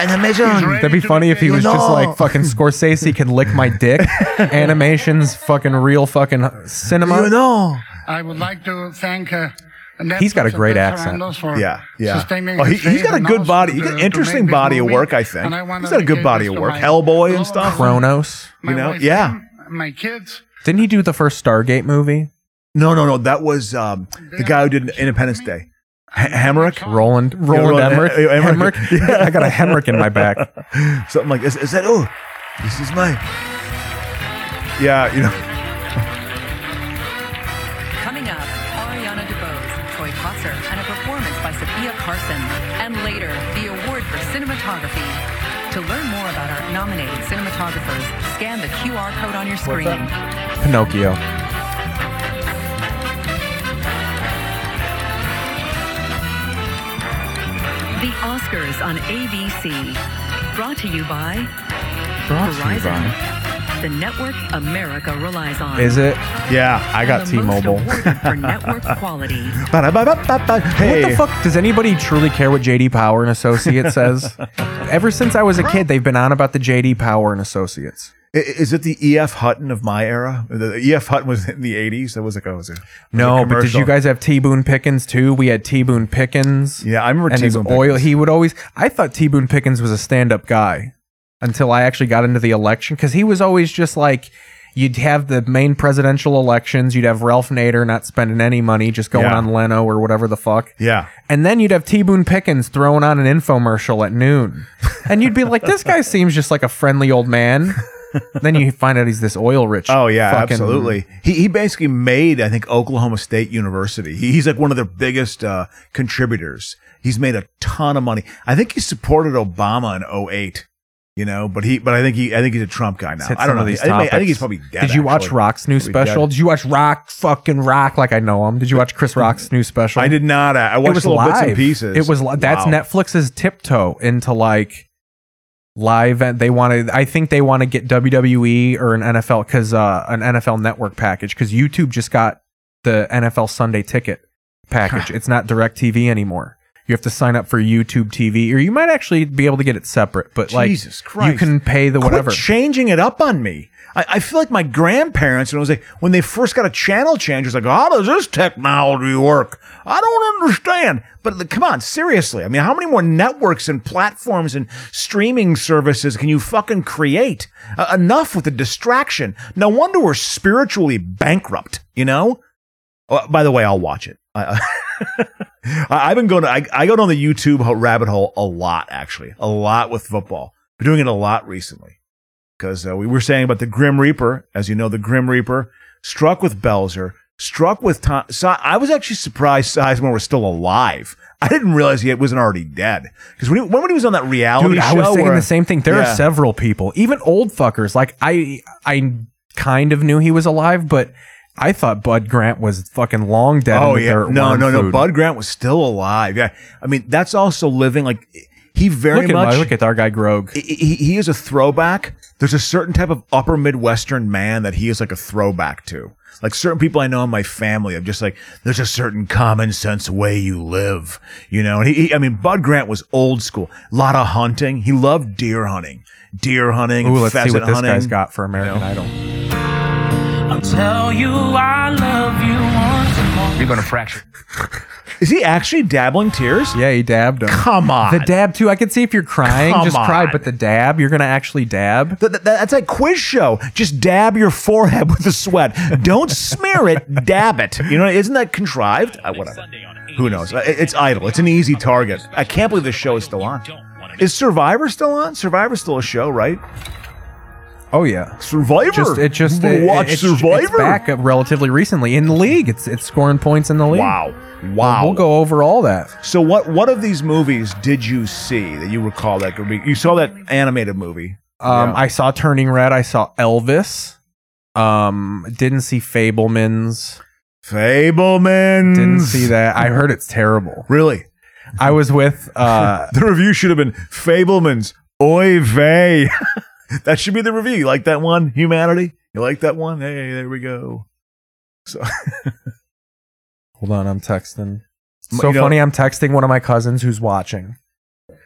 Speaker 12: Animation.
Speaker 3: That'd be funny if he was just like fucking Scorsese can lick my
Speaker 1: *laughs*
Speaker 3: dick. Animations, fucking real fucking cinema.
Speaker 1: know.
Speaker 12: I would like to thank. Uh,
Speaker 3: He's got
Speaker 12: Netflix
Speaker 3: a
Speaker 12: and
Speaker 3: great
Speaker 12: Ted
Speaker 3: accent.
Speaker 12: Sarandos For
Speaker 1: Yeah, yeah.
Speaker 12: sustaining
Speaker 1: Oh, he-
Speaker 12: his faith
Speaker 1: he's got a
Speaker 12: and
Speaker 1: good
Speaker 12: us
Speaker 1: body. He's
Speaker 12: to-
Speaker 1: got an
Speaker 12: to
Speaker 1: interesting
Speaker 12: make this
Speaker 1: body of
Speaker 12: movie.
Speaker 1: work, I think.
Speaker 12: And wanna
Speaker 1: He's got a good
Speaker 12: dedicate
Speaker 1: body
Speaker 12: this
Speaker 1: of
Speaker 12: to
Speaker 1: work.
Speaker 12: my
Speaker 1: Hellboy and
Speaker 12: loved
Speaker 1: stuff.
Speaker 12: ones,
Speaker 3: Kronos.
Speaker 12: my
Speaker 1: you know?
Speaker 12: wife,
Speaker 1: Yeah.
Speaker 12: My kids.
Speaker 3: Didn't he do the first Stargate movie?
Speaker 1: No, no, no. That was um, the guy who did Independence Day. H- Hamrick?
Speaker 3: Roland, Roland
Speaker 1: Roland
Speaker 3: Emmerich.
Speaker 1: Em- Em- Emmerich. *laughs*
Speaker 3: Emmerich. I got a Hemrick in my back.
Speaker 1: Something like this. Is that, oh, this is my. Yeah, you know.
Speaker 11: coming up, Ariana DeBose, Troy Kotzer, and a performance by Sophia Carson, and later the award for cinematography. To learn more about our nominated cinematographers, scan the QR code on your screen.
Speaker 3: Pinocchio.
Speaker 11: The Oscars on ABC. Brought to you by
Speaker 3: Brought to you
Speaker 11: Verizon,
Speaker 3: by-
Speaker 11: the network America relies on.
Speaker 3: Is it?
Speaker 1: Yeah. I,
Speaker 3: I got
Speaker 11: The most
Speaker 3: T-Mobile.
Speaker 1: *laughs*
Speaker 11: awarded for network quality.
Speaker 1: ba-da-ba-ba-ba-ba. hey.
Speaker 3: What the fuck? Does anybody truly care what JD Power and Associates
Speaker 1: *laughs*
Speaker 3: says? Ever since I was a kid, they've been on about the JD Power and Associates.
Speaker 1: I- Is it the E.F. Hutton of my era? The E.F. Hutton was in the 80s. That was like, oh, was it? was a
Speaker 3: No, but did
Speaker 1: commercial.
Speaker 3: you guys have T Boone Pickens too? We had T Boone Pickens.
Speaker 1: Yeah, I remember
Speaker 3: and his
Speaker 1: T-Boone
Speaker 3: oil.
Speaker 1: Pickens.
Speaker 3: He would always. I thought T Boone Pickens was a stand-up guy until I actually got into the election because he was always just like. You'd have the main presidential elections. You'd have Ralph Nader not spending any money, just going
Speaker 1: Yeah.
Speaker 3: on Leno or whatever the fuck.
Speaker 1: Yeah.
Speaker 3: And then you'd have T Boone Pickens throwing on an infomercial at
Speaker 1: *laughs*
Speaker 3: noon. And you'd be like, this guy seems just like a friendly old
Speaker 1: *laughs*
Speaker 3: man. then you find out he's this oil rich.
Speaker 1: Oh yeah,
Speaker 3: fucking-
Speaker 1: absolutely. He he basically made I think Oklahoma State University. He, he's like one of their biggest uh, contributors. He's made a ton of money. I think he supported Obama in 08, you know, but he but I think he I think he's a Trump guy now.
Speaker 3: Hit
Speaker 1: I don't
Speaker 3: some
Speaker 1: know.
Speaker 3: of these
Speaker 1: I, think- I
Speaker 3: topics.
Speaker 1: think he's probably dead.
Speaker 3: Did you watch
Speaker 1: actually.
Speaker 3: Rock's new
Speaker 1: Probably dead.
Speaker 3: special? Did you watch Rock fucking Rock like I know him? Did you watch
Speaker 1: *laughs*
Speaker 3: Chris Rock's new special?
Speaker 1: I did not. I I
Speaker 3: It
Speaker 1: watched
Speaker 3: was
Speaker 1: little
Speaker 3: live.
Speaker 1: bits and pieces.
Speaker 3: It was li- that's
Speaker 1: Wow.
Speaker 3: Netflix's tiptoe into like live. And they want to. I think they want to get WWE or an NFL because uh, an NFL Network package because YouTube just got the NFL Sunday Ticket package. it's not Directv anymore. You have to sign up for YouTube TV, or you might actually be able to get it separate. But like,
Speaker 1: Jesus Christ.
Speaker 3: you can pay the whatever.
Speaker 1: Quit changing it up on me. I, I feel like my grandparents, when, it was like, when they first got a channel change, it was like, how does this technology work? I don't understand. But like, come on, seriously. I mean, how many more networks and platforms and streaming services can you fucking create? Uh, enough with the distraction. No wonder we're spiritually bankrupt, you know? Uh, by the way, I'll watch it. *laughs* I, uh, I, I've been going to, I, I go down the YouTube ho- rabbit hole a lot, actually, a lot with football. Been doing it a lot recently because uh, we were saying about the Grim Reaper. As you know, the Grim Reaper struck with Belzer Struck with time. Si- I was actually surprised Sizemore was still alive. I didn't realize he wasn't already dead. Because when, he- when he was on that reality
Speaker 3: Dude,
Speaker 1: show,
Speaker 3: I was thinking
Speaker 1: where-
Speaker 3: the same thing. There
Speaker 1: Yeah.
Speaker 3: are several people, even old fuckers. Like I, I kind of knew he was alive, but I thought Bud Grant was fucking long dead.
Speaker 1: Oh
Speaker 3: in the
Speaker 1: yeah,
Speaker 3: dirt
Speaker 1: no,
Speaker 3: worm
Speaker 1: no, no.
Speaker 3: food.
Speaker 1: Bud Grant was still alive. Yeah, I mean that's also living. Like he very
Speaker 3: Look at
Speaker 1: much
Speaker 3: my- look at our guy Grog.
Speaker 1: He, he- he is a throwback. There's a certain type of upper Midwestern man that he is like a throwback to. Like certain people I know in my family, I'm just like, there's a certain common sense way you live, you know. And he, he- I mean, Bud Grant was old school. A lot of hunting. He loved deer hunting, deer hunting,
Speaker 3: Ooh,
Speaker 1: and
Speaker 3: let's see
Speaker 1: pheasant
Speaker 3: what this
Speaker 1: hunting.
Speaker 3: guy's got for American Idol.
Speaker 10: I'll tell you I love you once more. You're gonna fracture.
Speaker 1: Is he actually dabbling tears?
Speaker 3: Yeah, he dabbed him.
Speaker 1: Come on.
Speaker 3: The dab too. I can see if you're crying,
Speaker 1: Come
Speaker 3: just cry.
Speaker 1: on.
Speaker 3: But the dab, you're gonna actually dab.
Speaker 1: Th- th- that's like quiz show. Just dab your forehead with the sweat. Don't smear it. Dab it. You know, isn't that contrived? Uh, whatever. Who knows? Uh, it- It's idle. It's an easy target. I can't believe this show is still on. Is Survivor still on? Survivor's still a show, right?
Speaker 3: Oh yeah,
Speaker 1: Survivor.
Speaker 3: Just, it just
Speaker 1: We'll
Speaker 3: it-
Speaker 1: watch
Speaker 3: it's,
Speaker 1: Survivor.
Speaker 3: It's back up relatively recently in the league. It's it's scoring points in the league.
Speaker 1: Wow. Wow.
Speaker 3: We'll go over all that.
Speaker 1: So what what of these movies did you see that you recall that could be? You saw that animated movie.
Speaker 3: Um,
Speaker 1: Yeah.
Speaker 3: I saw Turning Red. I saw Elvis. Um, didn't see Fablemans.
Speaker 1: Fablemans.
Speaker 3: Didn't see that. I heard it's terrible.
Speaker 1: Really?
Speaker 3: I was with uh
Speaker 1: *laughs* the review should have been Fableman's Oy vey. *laughs* that should be the review. You like that one, humanity? You like that one? Hey, there we go. So *laughs*
Speaker 3: Hold on, I'm texting.
Speaker 1: M-
Speaker 3: So
Speaker 1: you know-
Speaker 3: funny, I'm texting one of my cousins who's watching.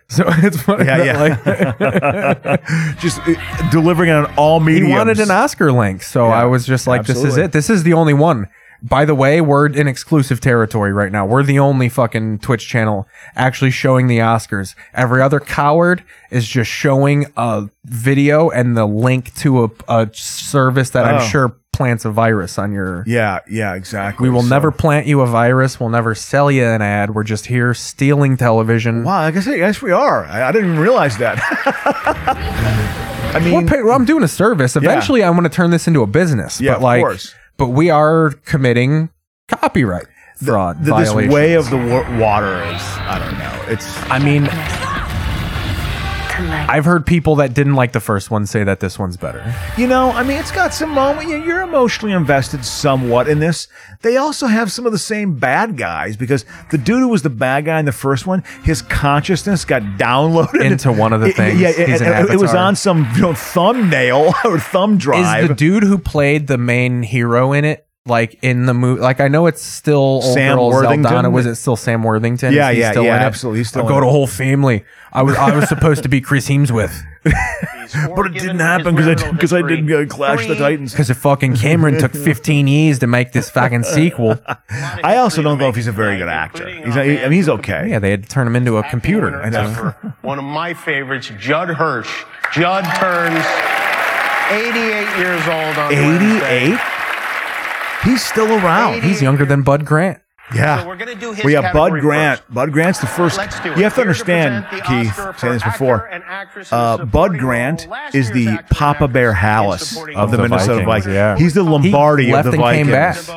Speaker 3: So *laughs* it's funny.
Speaker 1: yeah,
Speaker 3: that,
Speaker 1: yeah.
Speaker 3: like-
Speaker 1: *laughs* Just uh, delivering on all
Speaker 3: he
Speaker 1: media.
Speaker 3: wanted an Oscar link, so I was just like, "This is
Speaker 1: absolutely.
Speaker 3: it. This is the only one." By the way, we're in exclusive territory right now. We're the only fucking Twitch channel actually showing the Oscars. Every other coward is just showing a video and the link to a, a service that
Speaker 1: Oh.
Speaker 3: I'm sure plants a virus on your.
Speaker 1: Yeah, yeah, exactly.
Speaker 3: We will
Speaker 1: So-
Speaker 3: never plant you a virus. We'll never sell you an ad. We're just here stealing television.
Speaker 1: Wow, like I said, yes, we are. I, I didn't even realize that. *laughs* I
Speaker 3: We're
Speaker 1: mean,
Speaker 3: pay- well, I'm doing a service. Eventually, I'm going to turn this into a business.
Speaker 1: Yeah,
Speaker 3: but
Speaker 1: of
Speaker 3: like,
Speaker 1: course.
Speaker 3: but we are committing copyright fraud
Speaker 1: th- this
Speaker 3: violation.
Speaker 1: way of the wa- water is, I don't know. It's,
Speaker 3: I mean, I've heard people that didn't like the first one say that this one's better.
Speaker 1: You know, I mean, it's got some moment. You you're emotionally invested somewhat in this. They also have some of the same bad guys because the dude who was the bad guy in the first one, his consciousness got downloaded
Speaker 3: Into one of the
Speaker 1: It-
Speaker 3: things.
Speaker 1: Yeah, it,
Speaker 3: He's an
Speaker 1: it- it was
Speaker 3: avatar.
Speaker 1: on some you know, thumbnail *laughs* or thumb drive.
Speaker 3: Is the dude who played the main hero in it? Like in the movie, like I know it's still old
Speaker 1: Sam
Speaker 3: girl
Speaker 1: Worthington?
Speaker 3: Zeldana. Was it still Sam Worthington?
Speaker 1: Yeah,
Speaker 3: Is he
Speaker 1: yeah,
Speaker 3: still
Speaker 1: yeah,
Speaker 3: in it?
Speaker 1: absolutely. He's still
Speaker 3: I
Speaker 1: in
Speaker 3: got
Speaker 1: it.
Speaker 3: a whole family. I was I was supposed to be Chris Hemsworth.
Speaker 1: but it didn't happen because I because I didn't uh, clash the Titans.
Speaker 3: Because if fucking Cameron
Speaker 1: *laughs*
Speaker 3: took 15 years to make this fucking sequel.
Speaker 1: I also don't know if he's a very good actor. He's not, I mean, he's okay.
Speaker 3: Yeah, they had to turn him into a computer.
Speaker 6: Ever. One of my favorites, Judd Hirsch. Judd turns 88 years old on Wednesday.
Speaker 1: 88. He's still around.
Speaker 3: He's younger than Bud Grant.
Speaker 1: Yeah.
Speaker 6: So we're gonna do his
Speaker 1: we have Bud
Speaker 6: category
Speaker 1: Grant. Bud Grant's the first.
Speaker 6: Let's do it.
Speaker 1: You have to
Speaker 6: Here to
Speaker 1: understand,
Speaker 6: present the
Speaker 1: Keith,
Speaker 6: Oscar for
Speaker 1: saying this
Speaker 6: actor
Speaker 1: before.
Speaker 6: and actress in
Speaker 1: Uh,
Speaker 6: supporting
Speaker 1: Bud Grant
Speaker 6: role. Last
Speaker 1: is
Speaker 6: year's
Speaker 1: the
Speaker 6: actor and
Speaker 1: Papa Bear Hallis
Speaker 6: supporting
Speaker 1: of the
Speaker 3: role. Of the
Speaker 1: Minnesota
Speaker 3: Vikings,
Speaker 1: Vikings.
Speaker 3: yeah.
Speaker 1: He's the Lombardi
Speaker 3: He
Speaker 1: of
Speaker 3: left
Speaker 1: the
Speaker 3: and came
Speaker 1: Vikings.
Speaker 3: back.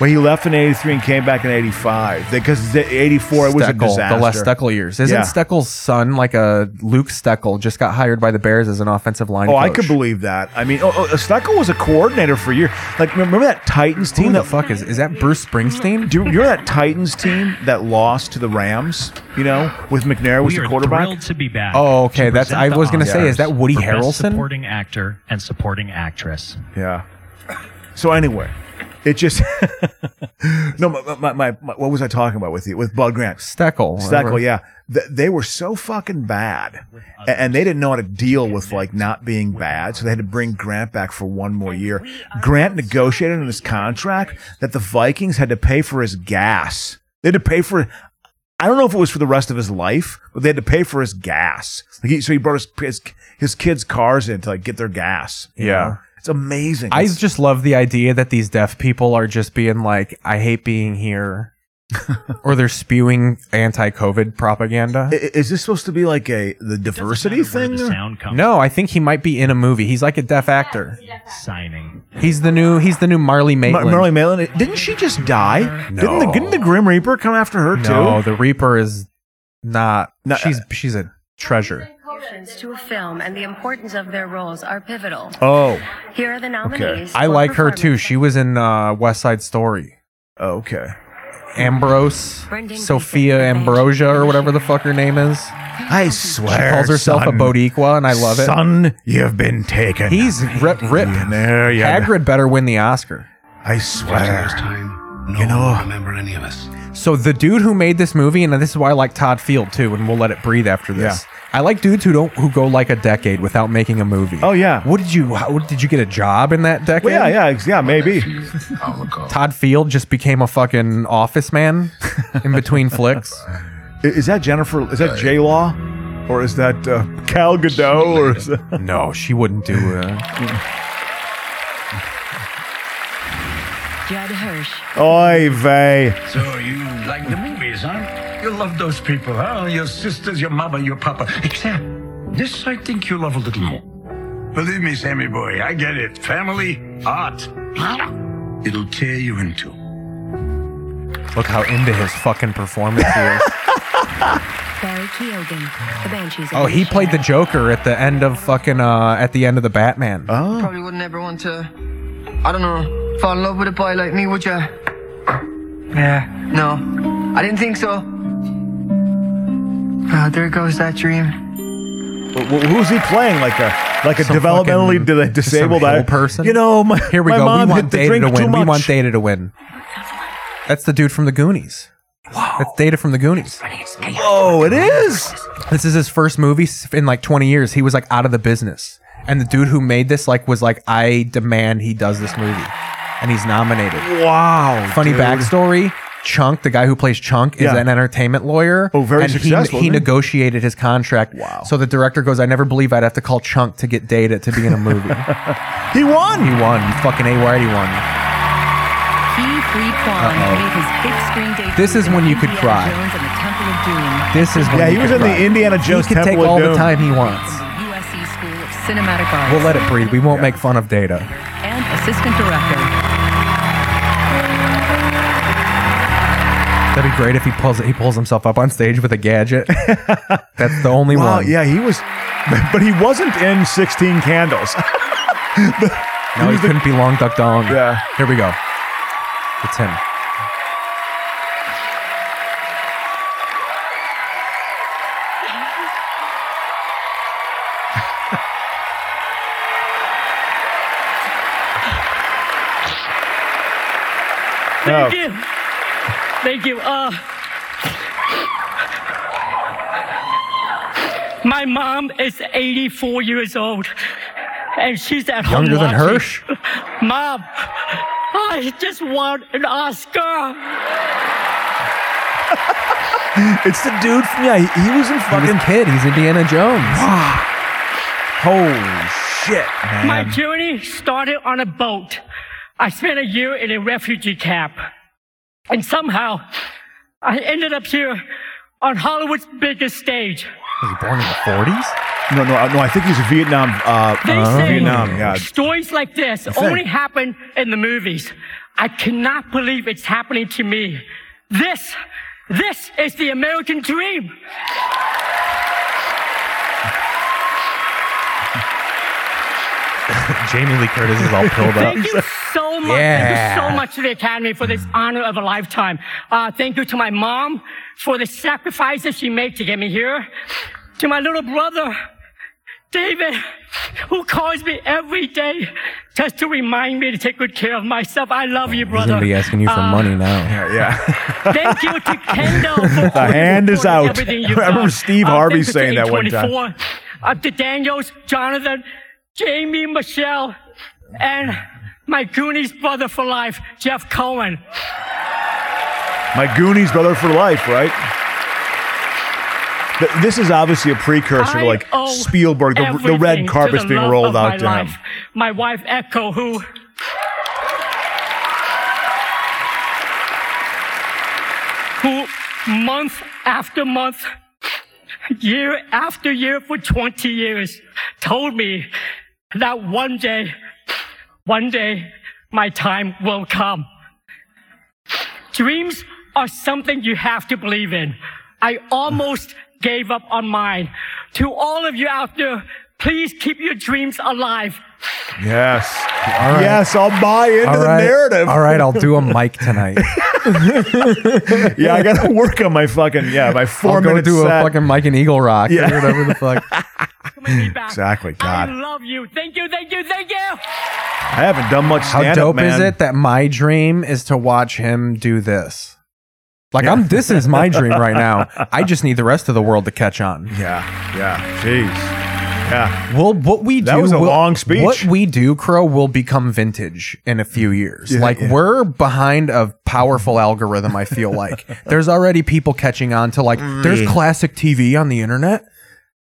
Speaker 1: Well, he left in '83 and came back in '85 because '84 it was a
Speaker 3: Steckel,
Speaker 1: disaster.
Speaker 3: the Les Steckel years. Isn't
Speaker 1: Yeah.
Speaker 3: Steckel's son like a Luke Steckel just got hired by the Bears as an offensive line
Speaker 1: Oh,
Speaker 3: coach?
Speaker 1: I could believe that. I mean, oh, oh, Steckel was a coordinator for a year. Like, remember that Titans team?
Speaker 3: Who the
Speaker 1: that
Speaker 3: fuck is is that Bruce Springsteen?
Speaker 1: Do you remember that Titans team that lost to the Rams? You know, with McNair was
Speaker 13: we
Speaker 1: the
Speaker 13: are
Speaker 1: quarterback.
Speaker 13: thrilled to be back.
Speaker 3: Oh, okay,
Speaker 13: to
Speaker 3: that's-
Speaker 13: present
Speaker 3: I
Speaker 13: the
Speaker 3: was gonna say,
Speaker 13: Oscars
Speaker 3: is that Woody
Speaker 13: for best
Speaker 3: Harrelson?
Speaker 13: supporting actor and supporting actress.
Speaker 1: Yeah. So anyway, it just *laughs* no. My, my, my, my- what was I talking about with you with Bud Grant?
Speaker 3: Steckel.
Speaker 1: Steckel, yeah. Th- they were so fucking bad, A- and they didn't know how to deal with like not being bad, so they had to bring Grant back for one more year. Grant negotiated in his contract that the Vikings had to pay for his gas. They had to pay for. I don't know if it was for the rest of his life, but they had to pay for his gas. Like he, so he brought his, his his kids' cars in to like get their gas. you
Speaker 3: Yeah.
Speaker 1: know? it's amazing.
Speaker 3: I
Speaker 1: It's- *laughs*
Speaker 3: just love the idea that these deaf people are just being like, I hate being here. or they're spewing anti-COVID propaganda.
Speaker 1: I- Is this supposed to be like a the diversity thing?
Speaker 3: No, I think he might be in a movie. He's like a deaf actor. Signing. He's the new. He's the new Marley Maitland.
Speaker 1: Marley Maitland. Didn't she just die? Didn't the, didn't the Grim Reaper come after her too?
Speaker 3: No, the Reaper is not. she's she's a treasure.
Speaker 7: Contributions to a film and the importance of their roles are pivotal.
Speaker 3: Oh.
Speaker 7: Here are the nominees.
Speaker 3: I
Speaker 7: for
Speaker 3: like her
Speaker 7: performance.
Speaker 3: too. She was in uh, West Side Story.
Speaker 1: Oh, Okay.
Speaker 3: Ambrose,
Speaker 7: Brendan
Speaker 3: Sophia Ambrosia, or whatever the fuck her name is.
Speaker 1: I swear,
Speaker 3: she calls herself
Speaker 1: son.
Speaker 3: a Bodiqua, and I love it.
Speaker 1: Son, you've been taken.
Speaker 3: He's rip. rip.
Speaker 1: There you
Speaker 3: Hagrid better win the Oscar.
Speaker 1: I swear. you know, remember any of us.
Speaker 3: So the dude who made this movie, and this is why I like Todd Field too, and we'll let it breathe after this. I like dudes who don't who go like a decade without making a movie. Oh
Speaker 1: yeah.
Speaker 3: What did you? How, what, did you get a job in that decade?
Speaker 1: Well, yeah, yeah, yeah, maybe.
Speaker 3: Todd Field just became a fucking office man in between flicks.
Speaker 1: Is that Jennifer? Is that J Law, or is that uh, Cal Gadot? Or is that...
Speaker 3: No, she wouldn't do it.
Speaker 10: Judd Hirsch.
Speaker 1: *laughs* Oy vey.
Speaker 10: So you like the movies, huh? You love those people, huh? Your sisters, your mama, your papa. Except this, I think you love a little more. Believe me, Sammy boy, I get it. Family, art. It'll tear you in two.
Speaker 3: Look how into his fucking performance he is.
Speaker 2: Barry Keoghan, the Banshees.
Speaker 3: Oh, he played the Joker at the end of fucking uh at the end of the Batman. Oh.
Speaker 14: Probably wouldn't ever want to, I don't know, fall in love with a boy like me, would ya? Yeah. No, I didn't think so. Ah, there goes that dream.
Speaker 1: Wh- wh- Who's he playing? Like a like a developmentally di- disabled
Speaker 3: some hill
Speaker 1: act-
Speaker 3: person.
Speaker 1: You know, my,
Speaker 3: Here we
Speaker 1: my
Speaker 3: go.
Speaker 1: Mom
Speaker 3: we
Speaker 1: hit
Speaker 3: want
Speaker 1: the
Speaker 3: Data
Speaker 1: drink
Speaker 3: to
Speaker 1: too
Speaker 3: win. We
Speaker 1: much.
Speaker 3: want Data to win. That's the dude from the Goonies. Wow. That's Data from the Goonies.
Speaker 1: Whoa, it is.
Speaker 3: This is his first movie s- in like 20 years. He was like out of the business. And the dude who made this like was like, I demand he does this movie. And he's nominated.
Speaker 1: Wow.
Speaker 3: Funny
Speaker 1: dude.
Speaker 3: backstory. Chunk, the guy who plays Chunk, is
Speaker 1: Yeah.
Speaker 3: an entertainment lawyer. Oh,
Speaker 1: very
Speaker 3: and he-
Speaker 1: successful,
Speaker 3: He,
Speaker 1: isn't he?
Speaker 3: negotiated his contract. Wow. So the director goes, I never believe I'd have to call Chunk to get data to be in a movie.
Speaker 1: *laughs* he won.
Speaker 3: He won. You fucking A He won.
Speaker 11: He Free Kwan
Speaker 3: Uh-oh.
Speaker 11: made his big screen debut.
Speaker 3: This is
Speaker 11: in
Speaker 3: when you could
Speaker 11: Indiana
Speaker 3: cry.
Speaker 11: Jones and the Temple of Doom.
Speaker 3: This is when
Speaker 1: Yeah,
Speaker 3: you
Speaker 1: he was
Speaker 3: could
Speaker 1: in the
Speaker 3: ride.
Speaker 1: Indiana Jones
Speaker 3: He can take
Speaker 1: Temple of
Speaker 3: all the
Speaker 1: Doom.
Speaker 3: time he wants.
Speaker 11: USC School of Cinematic Arts.
Speaker 3: We'll let it breathe. We won't make fun of data.
Speaker 11: And assistant director.
Speaker 3: That'd be great if he pulls he pulls himself up on stage with a
Speaker 1: *laughs*
Speaker 3: gadget. That's the only
Speaker 1: Wow,
Speaker 3: one.
Speaker 1: yeah, he was, *laughs* but he wasn't in Sixteen Candles. *laughs*
Speaker 3: No, he
Speaker 1: was the-
Speaker 3: couldn't be long duck dong.
Speaker 1: Yeah.
Speaker 3: Here we go. It's him.
Speaker 10: Thank
Speaker 1: Oh.
Speaker 10: you. Thank you. Uh, my mom is 84 years old, and she's at home.
Speaker 3: Younger than
Speaker 10: watching.
Speaker 3: Hirsch?
Speaker 10: Mom, I just won an Oscar.
Speaker 1: it's the dude from yeah. He, he was
Speaker 3: He
Speaker 1: in
Speaker 3: was
Speaker 1: fucking
Speaker 3: a kid. He's Indiana Jones. Holy
Speaker 1: shit,
Speaker 10: My
Speaker 1: man.
Speaker 10: journey started on a boat. I spent a year in a refugee camp. And somehow, I ended up here on Hollywood's biggest stage.
Speaker 3: Was he born in the forties?
Speaker 1: No, uh, no, no. I think he's Vietnam. Uh,
Speaker 10: They say
Speaker 1: Vietnam. Yeah.
Speaker 10: stories like this
Speaker 1: think.
Speaker 10: only happen in the movies. I cannot believe it's happening to me. This, this is the American dream.
Speaker 3: *laughs* Jamie Lee Curtis is all pilled up.
Speaker 10: Thank you so much.
Speaker 3: Yeah.
Speaker 10: Thank you so much to the Academy for this honor of a lifetime. Uh, thank you to my mom for the sacrifices she made to get me here. To my little brother, David, who calls me every day just to remind me to take good care of myself. I love you,
Speaker 3: He's
Speaker 10: brother.
Speaker 3: gonna be asking you for
Speaker 10: Uh,
Speaker 3: money now.
Speaker 1: Yeah.
Speaker 10: Thank you to
Speaker 3: *laughs*
Speaker 10: Kendall. For
Speaker 1: The hand is out.
Speaker 10: Everything you've
Speaker 1: *laughs* I remember
Speaker 10: done.
Speaker 1: Steve
Speaker 10: Uh,
Speaker 1: Harvey
Speaker 10: thank you to
Speaker 1: saying that one time.
Speaker 10: 824, Up to Daniels, Jonathan, Jamie, Michelle, and my Goonies brother for life, Jeff Cohen.
Speaker 1: My Goonies brother for life, right? Th- This is obviously a precursor to like
Speaker 10: I owe
Speaker 1: Spielberg, the, the
Speaker 10: Oh, everything
Speaker 1: red
Speaker 10: to
Speaker 1: carpet's
Speaker 10: the
Speaker 1: being
Speaker 10: love
Speaker 1: rolled
Speaker 10: of
Speaker 1: out
Speaker 10: my
Speaker 1: to
Speaker 10: life.
Speaker 1: him.
Speaker 10: My wife Echo, who. who month after month, year after year for 20 years told me that one day, one day my time will come. Dreams are something you have to believe in. I almost gave up on mine. To all of you out there, please keep your dreams alive.
Speaker 1: Yes. Yes, I'll buy into
Speaker 3: All
Speaker 1: the
Speaker 3: right.
Speaker 1: narrative.
Speaker 3: All right, I'll
Speaker 1: *laughs*
Speaker 3: do a mic tonight.
Speaker 1: yeah, I got to work on my fucking yeah, my four
Speaker 3: I'll go
Speaker 1: minute
Speaker 3: do
Speaker 1: set.
Speaker 3: a fucking Mike and Eagle Rock
Speaker 1: Yeah.
Speaker 3: or whatever the
Speaker 1: *laughs*
Speaker 3: fuck.
Speaker 1: exactly. God, I
Speaker 10: love you. Thank you, thank you, thank you.
Speaker 1: I haven't done much
Speaker 3: How
Speaker 1: stand
Speaker 3: dope is it that my dream is to watch him do this? Like I'm this is my dream right *laughs* now. I just need the rest of the world to catch on.
Speaker 1: Yeah, yeah. Jeez. Yeah.
Speaker 3: Well, what we do
Speaker 1: That was a
Speaker 3: will-
Speaker 1: long speech.
Speaker 3: What we do, Crow, will become vintage in a few years.
Speaker 1: Yeah,
Speaker 3: like
Speaker 1: yeah.
Speaker 3: we're behind a powerful algorithm. I feel
Speaker 1: *laughs*
Speaker 3: like there's already people catching on to like there's
Speaker 1: Mm.
Speaker 3: classic TV on the internet.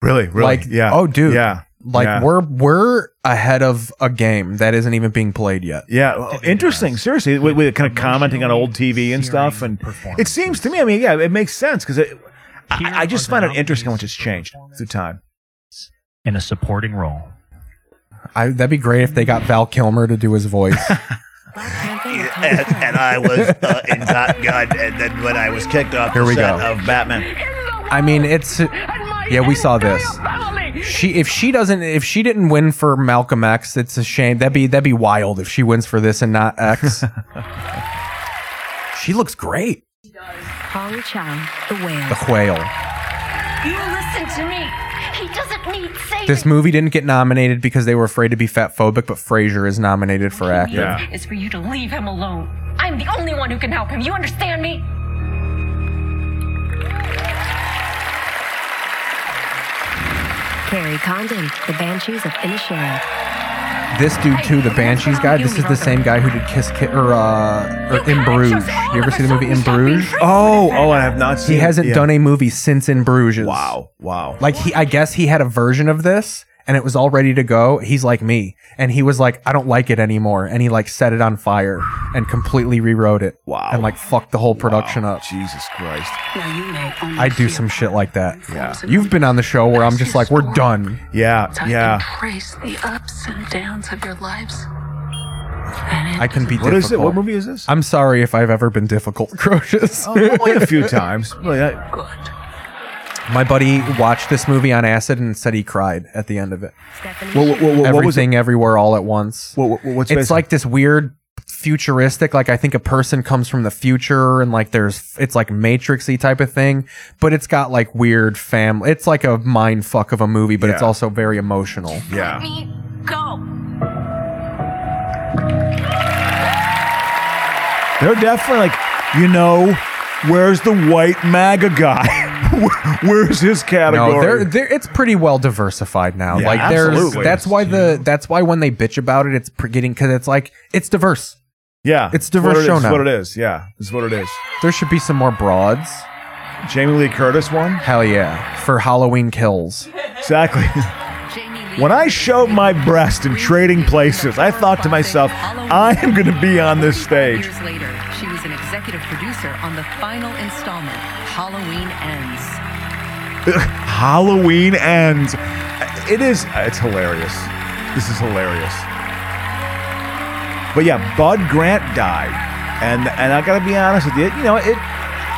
Speaker 1: Really, really.
Speaker 3: Like
Speaker 1: yeah.
Speaker 3: Oh, dude.
Speaker 1: Yeah.
Speaker 3: Like
Speaker 1: yeah.
Speaker 3: we're we're ahead of a game that isn't even being played yet.
Speaker 1: Yeah, well, interesting. Seriously, with, with kind of commenting on old TV and stuff, and it seems to me, I mean, yeah, it makes sense because I, I just find it interesting how much it's changed through time.
Speaker 13: in a supporting role.
Speaker 3: I, that'd be great if they got Val Kilmer to do his voice.
Speaker 15: *laughs*
Speaker 1: *laughs*
Speaker 15: and, and I was uh, in Top Gun, and then when I was kicked off
Speaker 3: Here
Speaker 15: the
Speaker 3: we
Speaker 15: set
Speaker 3: go.
Speaker 15: of Batman,
Speaker 3: I mean, it's yeah, we saw this. She if she doesn't if she didn't win for Malcolm X, it's a shame. That'd be that'd be wild if she wins for this and not X. she looks great.
Speaker 7: Holly Chow, the whale.
Speaker 3: The whale.
Speaker 2: You listen to me. He doesn't need saving.
Speaker 3: This movie didn't get nominated because they were afraid to be fat phobic, but Frasier is nominated for actor.
Speaker 2: Is for you to leave him alone. I'm the only one who can help him. You understand me?
Speaker 7: Carrie Condon, the Banshees of Inisherin.
Speaker 3: This dude too, the Banshees guy. This is the same guy who did Kiss Ki or uh, or In Bruges. You ever see the movie In Bruges?
Speaker 1: Oh, oh, I have not seen.
Speaker 3: He hasn't
Speaker 1: yeah.
Speaker 3: done a movie since In Bruges.
Speaker 1: Wow, wow.
Speaker 3: Like he, I guess he had a version of this, and it was all ready to go. He's like me, and he was like, I don't like it anymore, and he like set it on fire and completely rewrote it. Wow. And like fucked the whole production up.
Speaker 1: Jesus Christ.
Speaker 7: Now
Speaker 1: *laughs*
Speaker 7: you may only
Speaker 3: I do some shit like that.
Speaker 1: Yeah.
Speaker 3: You've been on the show where I'm just like, we're done.
Speaker 1: Yeah, yeah.
Speaker 16: Trace the ups and downs of your lives.
Speaker 3: I can be
Speaker 1: What
Speaker 3: difficult.
Speaker 1: is it? What movie is this?
Speaker 3: I'm sorry if I've ever been difficult, *laughs* Crocious.
Speaker 1: Oh, only a few
Speaker 3: *laughs*
Speaker 1: times. Really, I-
Speaker 3: My buddy watched this movie on acid and said he cried at the end of it.
Speaker 7: Stephanie
Speaker 1: Wha- wha- wha- what was it?
Speaker 3: Everything, everywhere, all at once.
Speaker 1: what's
Speaker 3: it's
Speaker 1: based-
Speaker 3: like this weird futuristic. Like I think a person comes from the future and like there's it's like Matrixy type of thing, but it's got like weird family. It's like a mind fuck of a movie, but it's
Speaker 2: Yeah.
Speaker 3: also very emotional.
Speaker 2: Let me go.
Speaker 1: They're definitely like, you know, where's the white MAGA guy? *laughs* Where- where's his category?
Speaker 3: No, they're, they're, it's pretty well diversified now.
Speaker 1: Yeah,
Speaker 3: like there's
Speaker 1: absolutely.
Speaker 3: that's why the that's why when they bitch about it, it's pre- getting because it's like it's diverse.
Speaker 1: yeah,
Speaker 3: it's diverse
Speaker 1: what it
Speaker 3: show
Speaker 1: is,
Speaker 3: now.
Speaker 1: What it is? Yeah, it's what it is.
Speaker 3: There should be some more broads.
Speaker 1: Jamie Lee Curtis one?
Speaker 3: Hell yeah. For Halloween kills.
Speaker 1: Exactly. *laughs* When I showed my breast in Trading Places, I thought to myself, I am going to be on this stage.
Speaker 11: Years later, she was an executive producer on the final installment, Halloween Ends.
Speaker 1: *laughs* Halloween ends. It is. It's hilarious. This is hilarious. But yeah, Bud Grant died, and and I gotta be honest with you. You know, it.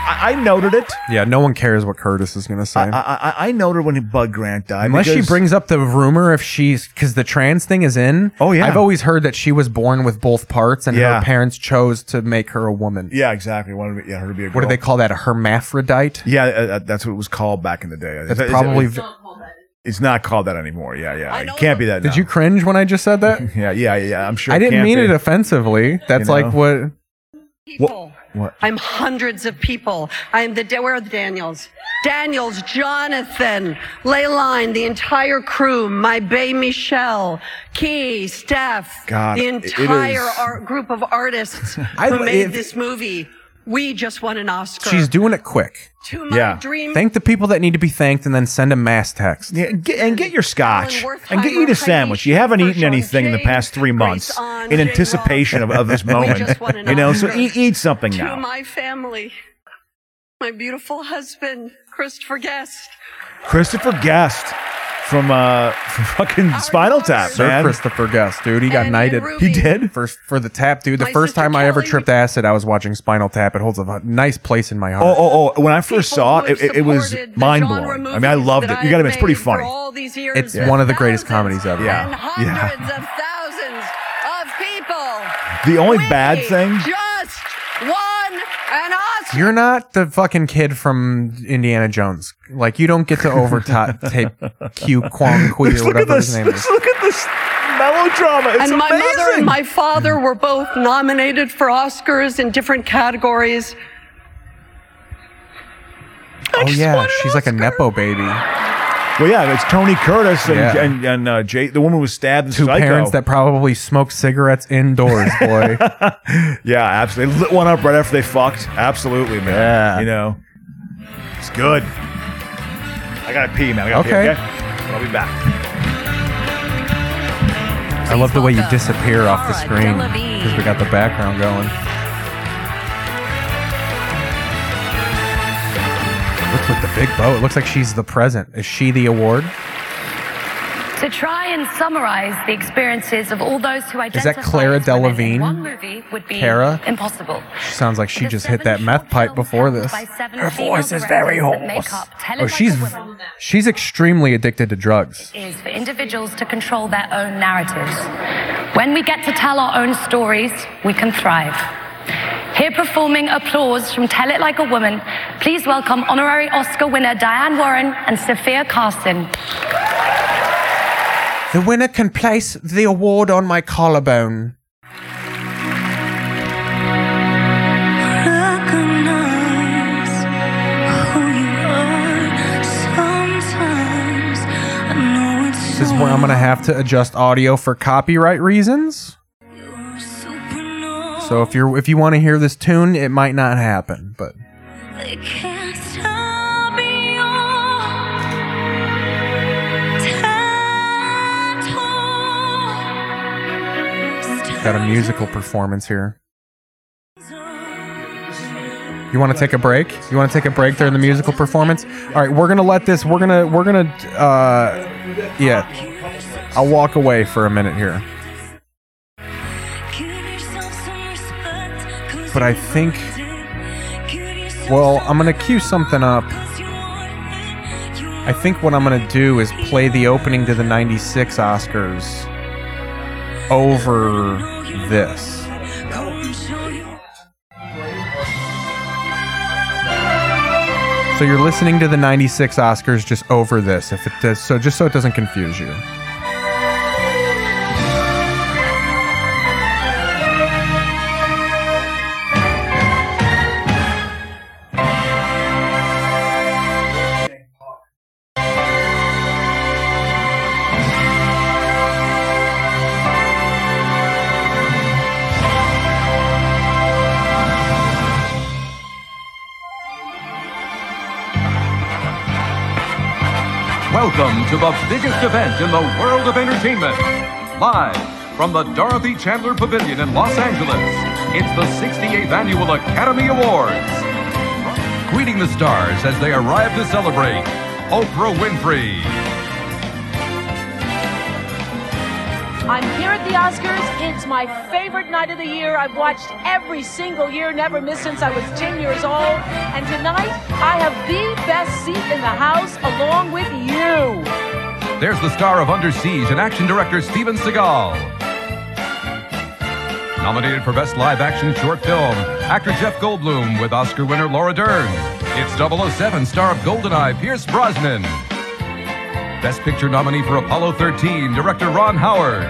Speaker 1: I, I noted it.
Speaker 3: Yeah, no one cares what Curtis is going to say.
Speaker 1: I, I I noted when Bud Grant died.
Speaker 3: Unless she
Speaker 1: because-
Speaker 3: brings up the rumor if she's because the trans thing is in. Oh
Speaker 1: yeah.
Speaker 3: I've always heard that she was born with both parts, and
Speaker 1: Yeah.
Speaker 3: her parents chose to make her a woman.
Speaker 1: Yeah, exactly. Wanted to be, yeah, her to be a girl.
Speaker 3: What do they call that? A hermaphrodite?
Speaker 1: Yeah, uh, uh, that's what it was called back in the day.
Speaker 3: That's probably v-
Speaker 1: it's not called that anymore. Yeah, yeah. It can't be that.
Speaker 3: Did
Speaker 1: now.
Speaker 3: you cringe when I just said
Speaker 1: *laughs*
Speaker 3: that?
Speaker 1: Yeah, yeah, yeah. I'm sure.
Speaker 3: I
Speaker 1: it
Speaker 3: didn't
Speaker 1: can't
Speaker 3: mean
Speaker 1: be.
Speaker 3: it offensively. That's
Speaker 1: You know?
Speaker 3: like what.
Speaker 1: What? What?
Speaker 17: I'm hundreds of people. I'm the, Da- where are the Daniels? Daniels, Jonathan, Leyline, the entire crew, my bae Michelle, Key, Steph,
Speaker 3: God,
Speaker 17: the
Speaker 3: it- it is-
Speaker 17: entire art, group of artists
Speaker 3: *laughs* I-
Speaker 17: who made
Speaker 3: if-
Speaker 17: this movie. We just won an Oscar.
Speaker 3: She's doing it quick.
Speaker 17: To my
Speaker 3: yeah.
Speaker 17: dream-
Speaker 3: Thank the people that need to be thanked, and then send a mass text.
Speaker 1: Yeah, and get, and get your scotch and get eat a sandwich. You haven't eaten anything in the past three months in anticipation of, of this
Speaker 17: *laughs*
Speaker 9: Oh,
Speaker 17: We
Speaker 1: moment.
Speaker 15: *laughs*
Speaker 17: just won an
Speaker 1: You know, so
Speaker 17: Oscar.
Speaker 1: eat, eat something
Speaker 17: to
Speaker 1: now.
Speaker 17: my family.
Speaker 9: my beautiful husband, Christopher Guest.
Speaker 1: Christopher Guest from uh *laughs* from fucking Spinal Tap,
Speaker 3: Sir
Speaker 1: man.
Speaker 3: Christopher Guest, dude. He got
Speaker 1: And-
Speaker 3: knighted.
Speaker 1: and Ruby. He did?
Speaker 3: for for the tap, dude. The
Speaker 1: My
Speaker 3: first
Speaker 1: sister
Speaker 3: time I ever
Speaker 1: Kelly-
Speaker 3: tripped acid, I was watching Spinal Tap. It holds a nice place in my heart.
Speaker 1: Oh, oh, oh! When I first saw it, it, it was mind blowing. I mean, I loved it. You got to admit, it's pretty funny.
Speaker 3: It's one of the greatest comedies ever.
Speaker 1: Yeah, *laughs* yeah.
Speaker 9: Thousands of people.
Speaker 3: The only
Speaker 1: Oh, bad thing-
Speaker 9: Just one and us.
Speaker 3: You're not the fucking kid from Indiana Jones. Like you don't get to overtop
Speaker 1: *laughs*
Speaker 3: tape Q Kwong Kui
Speaker 1: Just
Speaker 3: or
Speaker 1: look at
Speaker 3: whatever his
Speaker 1: this-
Speaker 3: name
Speaker 1: *laughs*
Speaker 3: is.
Speaker 1: Look at this melodrama. It's
Speaker 9: and my mother
Speaker 1: amazing.
Speaker 9: and my father were both nominated for Oscars in different categories.
Speaker 3: Oh yeah, she's like a nepo baby.
Speaker 1: Well, yeah, it's Tony Curtis and
Speaker 3: Yeah.
Speaker 1: and, and uh, Jay, the woman was stabbed. in
Speaker 3: Two
Speaker 1: Psycho.
Speaker 3: parents that probably smoke cigarettes indoors,
Speaker 1: *laughs*
Speaker 3: boy.
Speaker 1: yeah, absolutely. They lit one up right after they fucked. Absolutely, man. Yeah. You know, it's good. I gotta pee, man. I gotta
Speaker 3: Okay.
Speaker 1: pee. Okay. I'll be back.
Speaker 3: I love the way you disappear off the screen because we got the background going. What's with the big bow? It looks like she's the present. Is she the award?
Speaker 14: To try and summarize the experiences of all those who
Speaker 3: Is
Speaker 14: identify
Speaker 3: that Clara
Speaker 14: as women in
Speaker 3: Delevingne?
Speaker 14: one movie would be
Speaker 3: Kara?
Speaker 14: impossible.
Speaker 3: She sounds like she just hit that meth pipe before this.
Speaker 14: by seven
Speaker 3: Her
Speaker 14: female
Speaker 3: voice is very
Speaker 14: directors that make
Speaker 3: hoarse.
Speaker 14: up
Speaker 3: Oh,
Speaker 14: television
Speaker 3: she's
Speaker 14: women.
Speaker 3: she's extremely addicted to drugs.
Speaker 14: is for individuals to control their own narratives. When we get to tell our own stories, we can thrive. Here performing applause from Tell It Like a Woman, please welcome honorary Oscar winner Diane Warren and Sophia Carson.
Speaker 3: The winner can place the award on my collarbone.
Speaker 15: Recognize who you are sometimes. I know it's
Speaker 3: This is where I'm gonna have to adjust audio for copyright reasons. So if you're if you want to hear this tune, it might not happen, but
Speaker 15: They can't tell me all.
Speaker 3: got a musical performance here. You want to take a break? You want to take a break during the musical performance? All right, we're gonna let this. We're gonna we're gonna uh, yeah. I'll walk away for a minute here. But I think, well, I'm gonna cue something up. I think what I'm gonna do is play the opening to the '96 Oscars over this. So you're listening to the 96 Oscars just over this if it does so just so it doesn't confuse you. *laughs*
Speaker 18: Welcome to the biggest event in the world of entertainment. Live from the Dorothy Chandler Pavilion in Los Angeles, it's the 68th Annual Academy Awards. Greeting the stars as they arrive to celebrate, Oprah Winfrey,
Speaker 11: I'm here at the Oscars. It's my favorite night of the year. I've watched every single year, never missed since I was 10 years old. And tonight, I have the best seat in the house along with you.
Speaker 18: there's the star of Under Siege and action director Steven Seagal. Nominated for Best Live Action Short Film, actor Jeff Goldblum with Oscar winner Laura Dern. It's 007 star of Goldeneye, Pierce Brosnan. Best Picture nominee for Apollo 13, director Ron Howard.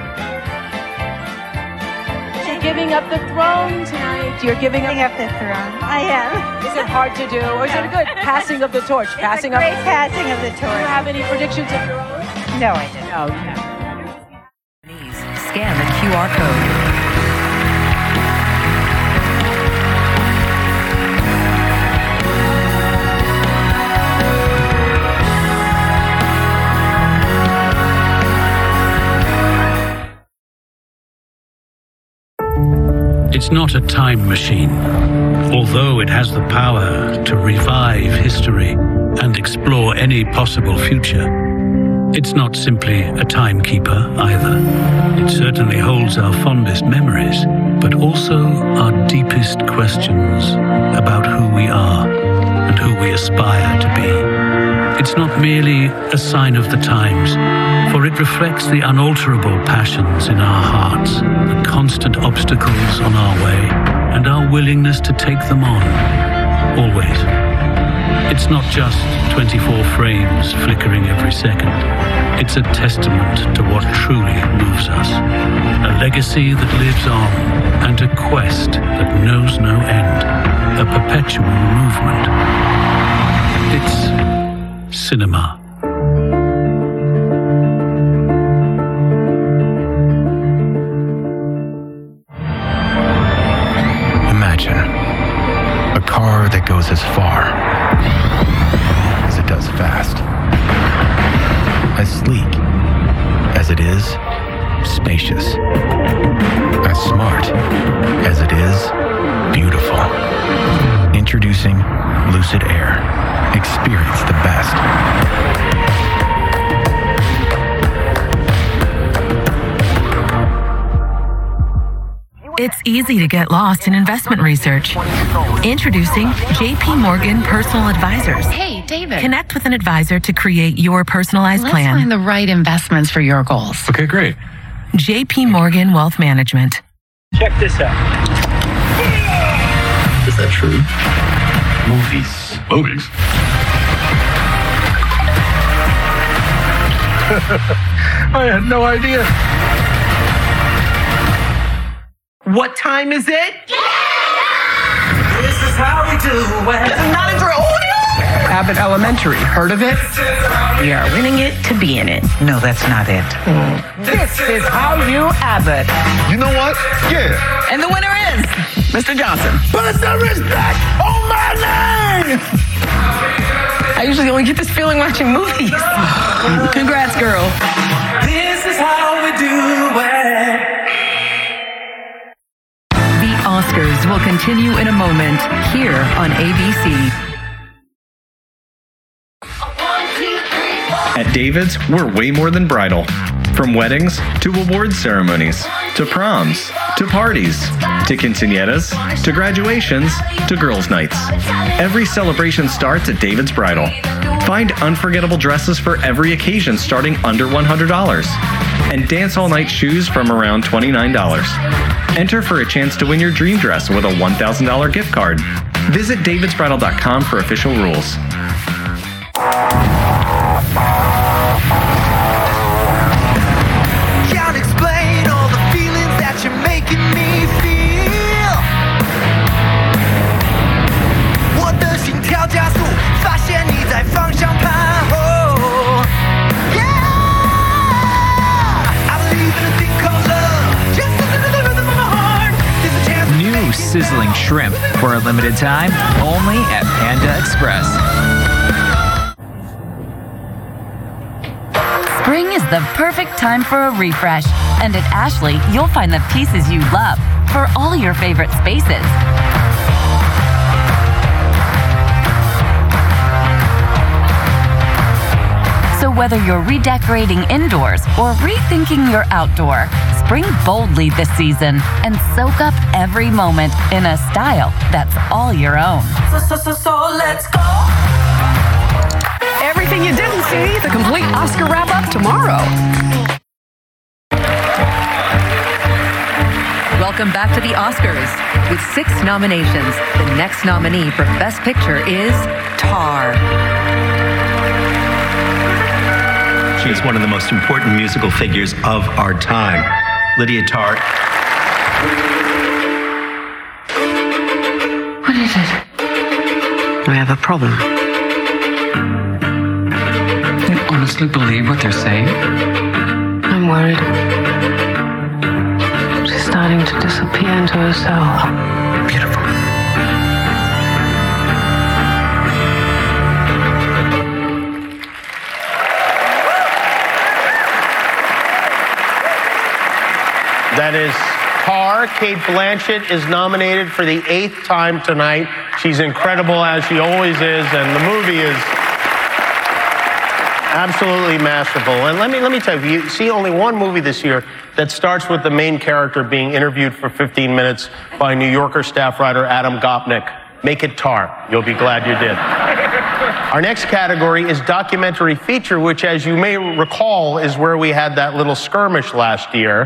Speaker 11: You're giving up the throne tonight. You're giving up, the throne. I am. Is it hard to do, or is it a good passing of the torch? passing
Speaker 19: great
Speaker 11: of
Speaker 19: passing of the
Speaker 11: Do you
Speaker 19: torch.
Speaker 11: have any predictions of your own?
Speaker 19: No, I didn't.
Speaker 9: Oh,
Speaker 11: No, no.
Speaker 20: Scan the QR code. It's not a time machine, although it has the power to revive history and explore any possible future. It's not simply a timekeeper either. It certainly holds our fondest memories, but also our deepest questions about who we are and who we aspire to be. It's not merely a sign of the times, for it reflects the unalterable passions in our hearts, the constant obstacles on our way, and our willingness to take them on, always. It's not just 24 frames flickering every second. It's a testament to what truly moves us. A legacy that lives on, and a quest that knows no end. A perpetual movement. It's cinema.
Speaker 15: Imagine a car that goes as far as it does fast, as sleek as it is spacious, as smart as it is beautiful. Introducing Lucid Air. Experience the best.
Speaker 21: It's easy to get lost in investment research. Introducing JP Morgan Personal Advisors.
Speaker 5: Hey, David.
Speaker 21: Connect with an advisor to create your personalized
Speaker 5: Let's
Speaker 21: plan.
Speaker 5: find the right investments for your goals.
Speaker 21: Okay, great. JP Morgan Wealth Management.
Speaker 11: Check this out.
Speaker 21: Is that true?
Speaker 15: Movies. Movies?
Speaker 11: *laughs* I had no idea. What time is it? This is how we do it. Not a girl.
Speaker 22: Abbott Elementary. Heard of it? We are winning it to be in it. No, that's not it.
Speaker 11: This is how you Abbott. You know what? Yeah. And the winner is Mr. Johnson. Put the respect on my name. I usually only get this feeling watching movies. *sighs* Congrats, girl. This is how we do it.
Speaker 23: The Oscars will continue in a moment here on ABC.
Speaker 24: At David's, we're way more than bridal. From weddings to award ceremonies, to proms, to parties, to quinceañeras, to graduations, to girls' nights. Every celebration starts at David's Bridal. Find unforgettable dresses for every occasion starting under $100 and dance all night shoes from around $29. Enter for a chance to win your dream dress with a $1,000 gift card. Visit davidsbridal.com for official rules.
Speaker 11: Can't explain all the feelings that you're making me feel.
Speaker 8: New sizzling shrimp for a limited time only at Panda Express.
Speaker 25: Spring is the perfect time for a refresh, and at Ashley, you'll find the pieces you love for all your favorite spaces. So, whether you're redecorating indoors or rethinking your outdoor, spring boldly this season and soak up every moment in a style that's all your own.
Speaker 11: So, so, so, so let's go.
Speaker 13: Everything you didn't see, the complete Oscar wrap up tomorrow.
Speaker 23: Welcome back to the Oscars. With six nominations, the next nominee for Best Picture is Tar.
Speaker 26: She is one of the most important musical figures of our time. Lydia Tarr.
Speaker 11: What is it?
Speaker 10: I have a problem. You honestly believe what they're saying?
Speaker 13: I'm worried. She's starting to disappear into herself.
Speaker 6: That is Tar, Kate Blanchett is nominated for the eighth time tonight. She's incredible as she always is, and the movie is absolutely masterful. And let me let me tell you, you see only one movie this year that starts with the main character being interviewed for 15 minutes by New Yorker staff writer Adam Gopnik. Make it Tar. You'll be glad you did. Our next category is documentary feature, which, as you may recall, is where we had that little skirmish last year.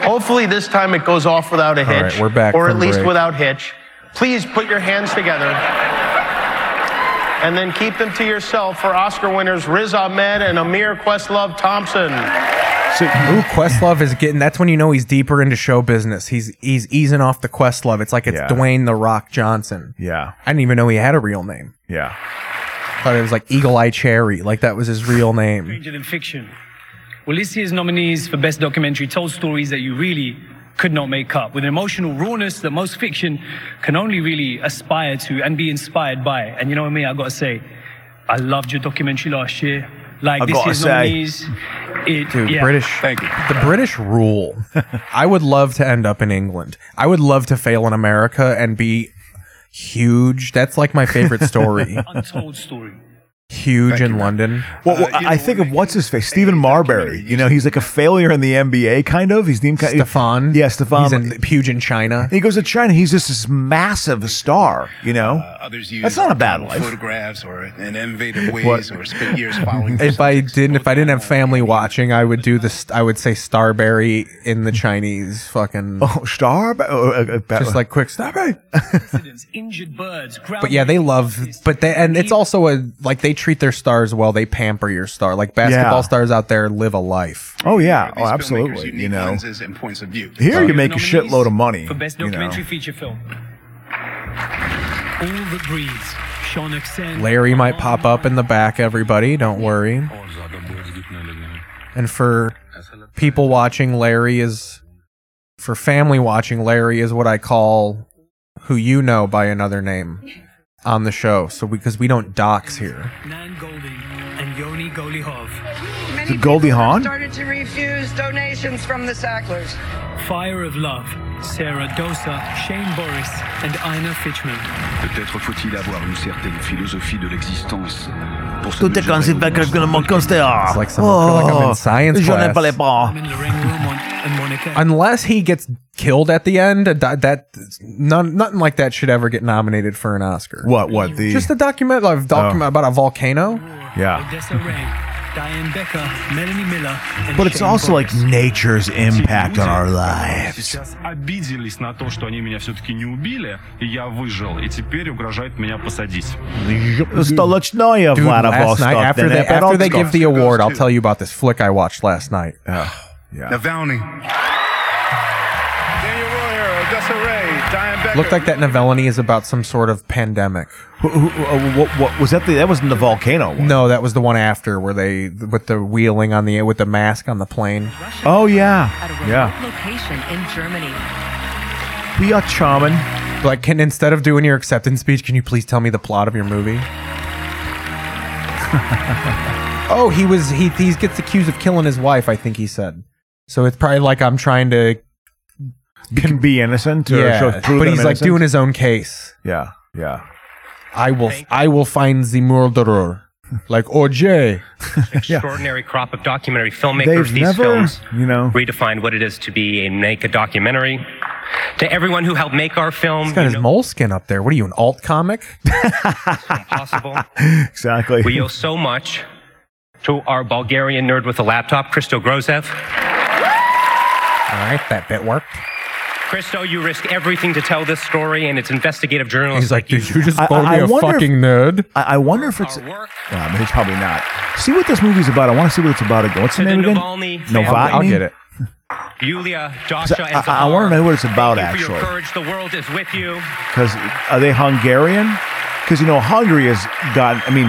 Speaker 6: Hopefully, this time it goes off without a
Speaker 3: All
Speaker 6: hitch,
Speaker 3: right, we're back
Speaker 6: or at
Speaker 3: from
Speaker 6: least
Speaker 3: break.
Speaker 6: without hitch. Please put your hands together and then keep them to yourself for Oscar winners Riz Ahmed and Amir Questlove Thompson.
Speaker 3: Ooh, Questlove is getting. That's when you know he's deeper into show business. He's he's easing off the Questlove. It's like it's Dwayne the Rock Johnson.
Speaker 1: Yeah.
Speaker 3: I didn't even know he had a real name.
Speaker 1: Yeah.
Speaker 3: Thought it was like Eagle Eye Cherry. Like that was his real name.
Speaker 2: Stranger Than Fiction. Well, this year's nominees for Best Documentary told stories that you really could not make up, with an emotional rawness that most fiction can only really aspire to and be inspired by. And you know what I mean? I gotta say, I loved your documentary last year. Like
Speaker 3: I
Speaker 2: this
Speaker 3: gotta
Speaker 2: year's
Speaker 3: say.
Speaker 2: nominees, it,
Speaker 3: Dude,
Speaker 2: yeah.
Speaker 3: British. The British rule. I would love to end up in England. I would love to fail in America and be huge. That's like my favorite *laughs*
Speaker 1: *laughs*
Speaker 3: story.
Speaker 2: Untold story.
Speaker 3: huge in London.
Speaker 1: Well, well, I I think of what's his face, Stephen Marbury. You know, he's like a failure in the NBA, kind of. He's named
Speaker 3: Stefan.
Speaker 1: Yeah, Stefan.
Speaker 3: He's in- huge in China.
Speaker 1: He goes to China. He's just this massive star. You know,
Speaker 4: Others use
Speaker 1: that's not a bad
Speaker 4: viral
Speaker 1: life.
Speaker 4: Photographs or in innovative
Speaker 1: What?
Speaker 4: ways or spend years following.
Speaker 3: If I didn't, if I didn't have family watching, I would do this. I would say Starberry in the Chinese fucking.
Speaker 1: Oh, Starberry. uh,
Speaker 3: Just like quick Starberry.
Speaker 2: Injured birds, ground
Speaker 3: But yeah, they love. But they and it's also a like they treat their stars well. They pamper your star. Like basketball
Speaker 1: Yeah.
Speaker 3: stars out there live a life.
Speaker 1: Oh yeah, oh absolutely. You know,
Speaker 4: lenses and points of view.
Speaker 1: here you
Speaker 2: Some
Speaker 1: make a
Speaker 2: nominees
Speaker 1: shitload of money.
Speaker 2: For best
Speaker 1: You know,
Speaker 2: documentary feature film. All that breathes. Sean Accent.
Speaker 3: Larry might pop up in the back. Everybody, don't worry. And for people watching, Larry is for family watching. Larry is what I call who you know by another name on the show. So because we don't dox here.
Speaker 2: Nan Golding and Yoni Golihov.
Speaker 5: Many
Speaker 3: Is it Goldie
Speaker 5: people have
Speaker 3: Hawn?
Speaker 5: started to refuse donations from the Sacklers.
Speaker 2: Fire of Love. Sarah Dosa, Shane Boris, and Ina Fitchman.
Speaker 8: Peut-être faut-il avoir une certaine philosophie de l'existence pour se
Speaker 1: Tout est
Speaker 8: mesurer au
Speaker 1: considéré comme un
Speaker 8: It's
Speaker 1: monster.
Speaker 8: like some- I feel like I'm in
Speaker 3: science
Speaker 1: Oh, je n'ai
Speaker 3: class.
Speaker 1: pas les bras.
Speaker 3: Unless he gets killed at the end, uh, that, that none, nothing like that should ever get nominated for an Oscar.
Speaker 1: What? What? The Oh.
Speaker 3: Just a document, like, document about a volcano.
Speaker 1: yeah.
Speaker 2: Odessa Ray, Diane Becker, Melanie Miller, and
Speaker 1: But it's
Speaker 2: Shane
Speaker 1: also
Speaker 2: Boris.
Speaker 1: like nature's impact on our lives.
Speaker 9: Сейчас обиделись на то, что они меня все-таки не убили, и я выжил, и теперь угрожают меня посадить.
Speaker 1: Stolochnaya
Speaker 3: Dude, last night,
Speaker 1: Vladivostok.
Speaker 3: after they, after they give the award, I'll tell you about this flick I watched last night.
Speaker 4: Navalny. Daniel Royer, Odessa Ray, Diane Becker.
Speaker 3: Looked like that Novellany is about some sort of pandemic.
Speaker 1: uh, What, was that? The, that wasn't the volcano one.
Speaker 3: No, that was the one after where they with the wheeling on the with the mask on the plane.
Speaker 1: Oh yeah,
Speaker 11: At a remote location in Germany.
Speaker 1: We are charming.
Speaker 3: Like, can instead of doing your acceptance speech, can you please tell me the plot of your movie? oh, he was he he gets accused of killing his wife. I think he said. So it's probably like I'm trying to
Speaker 1: can be innocent. Or
Speaker 3: yeah,
Speaker 1: show, prove
Speaker 3: but
Speaker 1: that
Speaker 3: he's
Speaker 1: I'm
Speaker 3: like
Speaker 1: innocent.
Speaker 3: doing his own case.
Speaker 1: Yeah, yeah.
Speaker 3: I will I will find the murderer, like
Speaker 1: *laughs*
Speaker 3: OJ.
Speaker 10: extraordinary crop of documentary filmmakers.
Speaker 3: They've
Speaker 10: These
Speaker 3: never,
Speaker 10: films
Speaker 1: you know,
Speaker 10: redefined what it is to be a make a documentary. To everyone who helped make our film, *laughs*
Speaker 3: He's got his moleskin up there. What are you, an alt comic?
Speaker 10: impossible.
Speaker 1: *laughs* exactly.
Speaker 10: we owe so much to our Bulgarian nerd with a laptop, Christo Grozev.
Speaker 3: All right, that bit worked.
Speaker 10: Christo, you risk everything to tell this story, and it's investigative journalism.
Speaker 3: He's like, did you just
Speaker 10: I-
Speaker 3: call me
Speaker 10: I- I
Speaker 3: a
Speaker 10: wonder if-
Speaker 3: fucking nerd?
Speaker 1: I, I wonder if it's. Nah, but it's probably not. See what this movie's about. I want to see what it's about again. What's the
Speaker 10: To the
Speaker 1: name again?
Speaker 10: Navalny family. I'll get it.
Speaker 1: *laughs*
Speaker 10: Yulia, Dasha,
Speaker 1: I,
Speaker 10: and Zahar.
Speaker 1: want to know what it's about
Speaker 10: Thank you for
Speaker 1: actually.
Speaker 10: your courage. The world is with you.
Speaker 1: Because are they Hungarian? Because you know Hungary has gotten. I mean,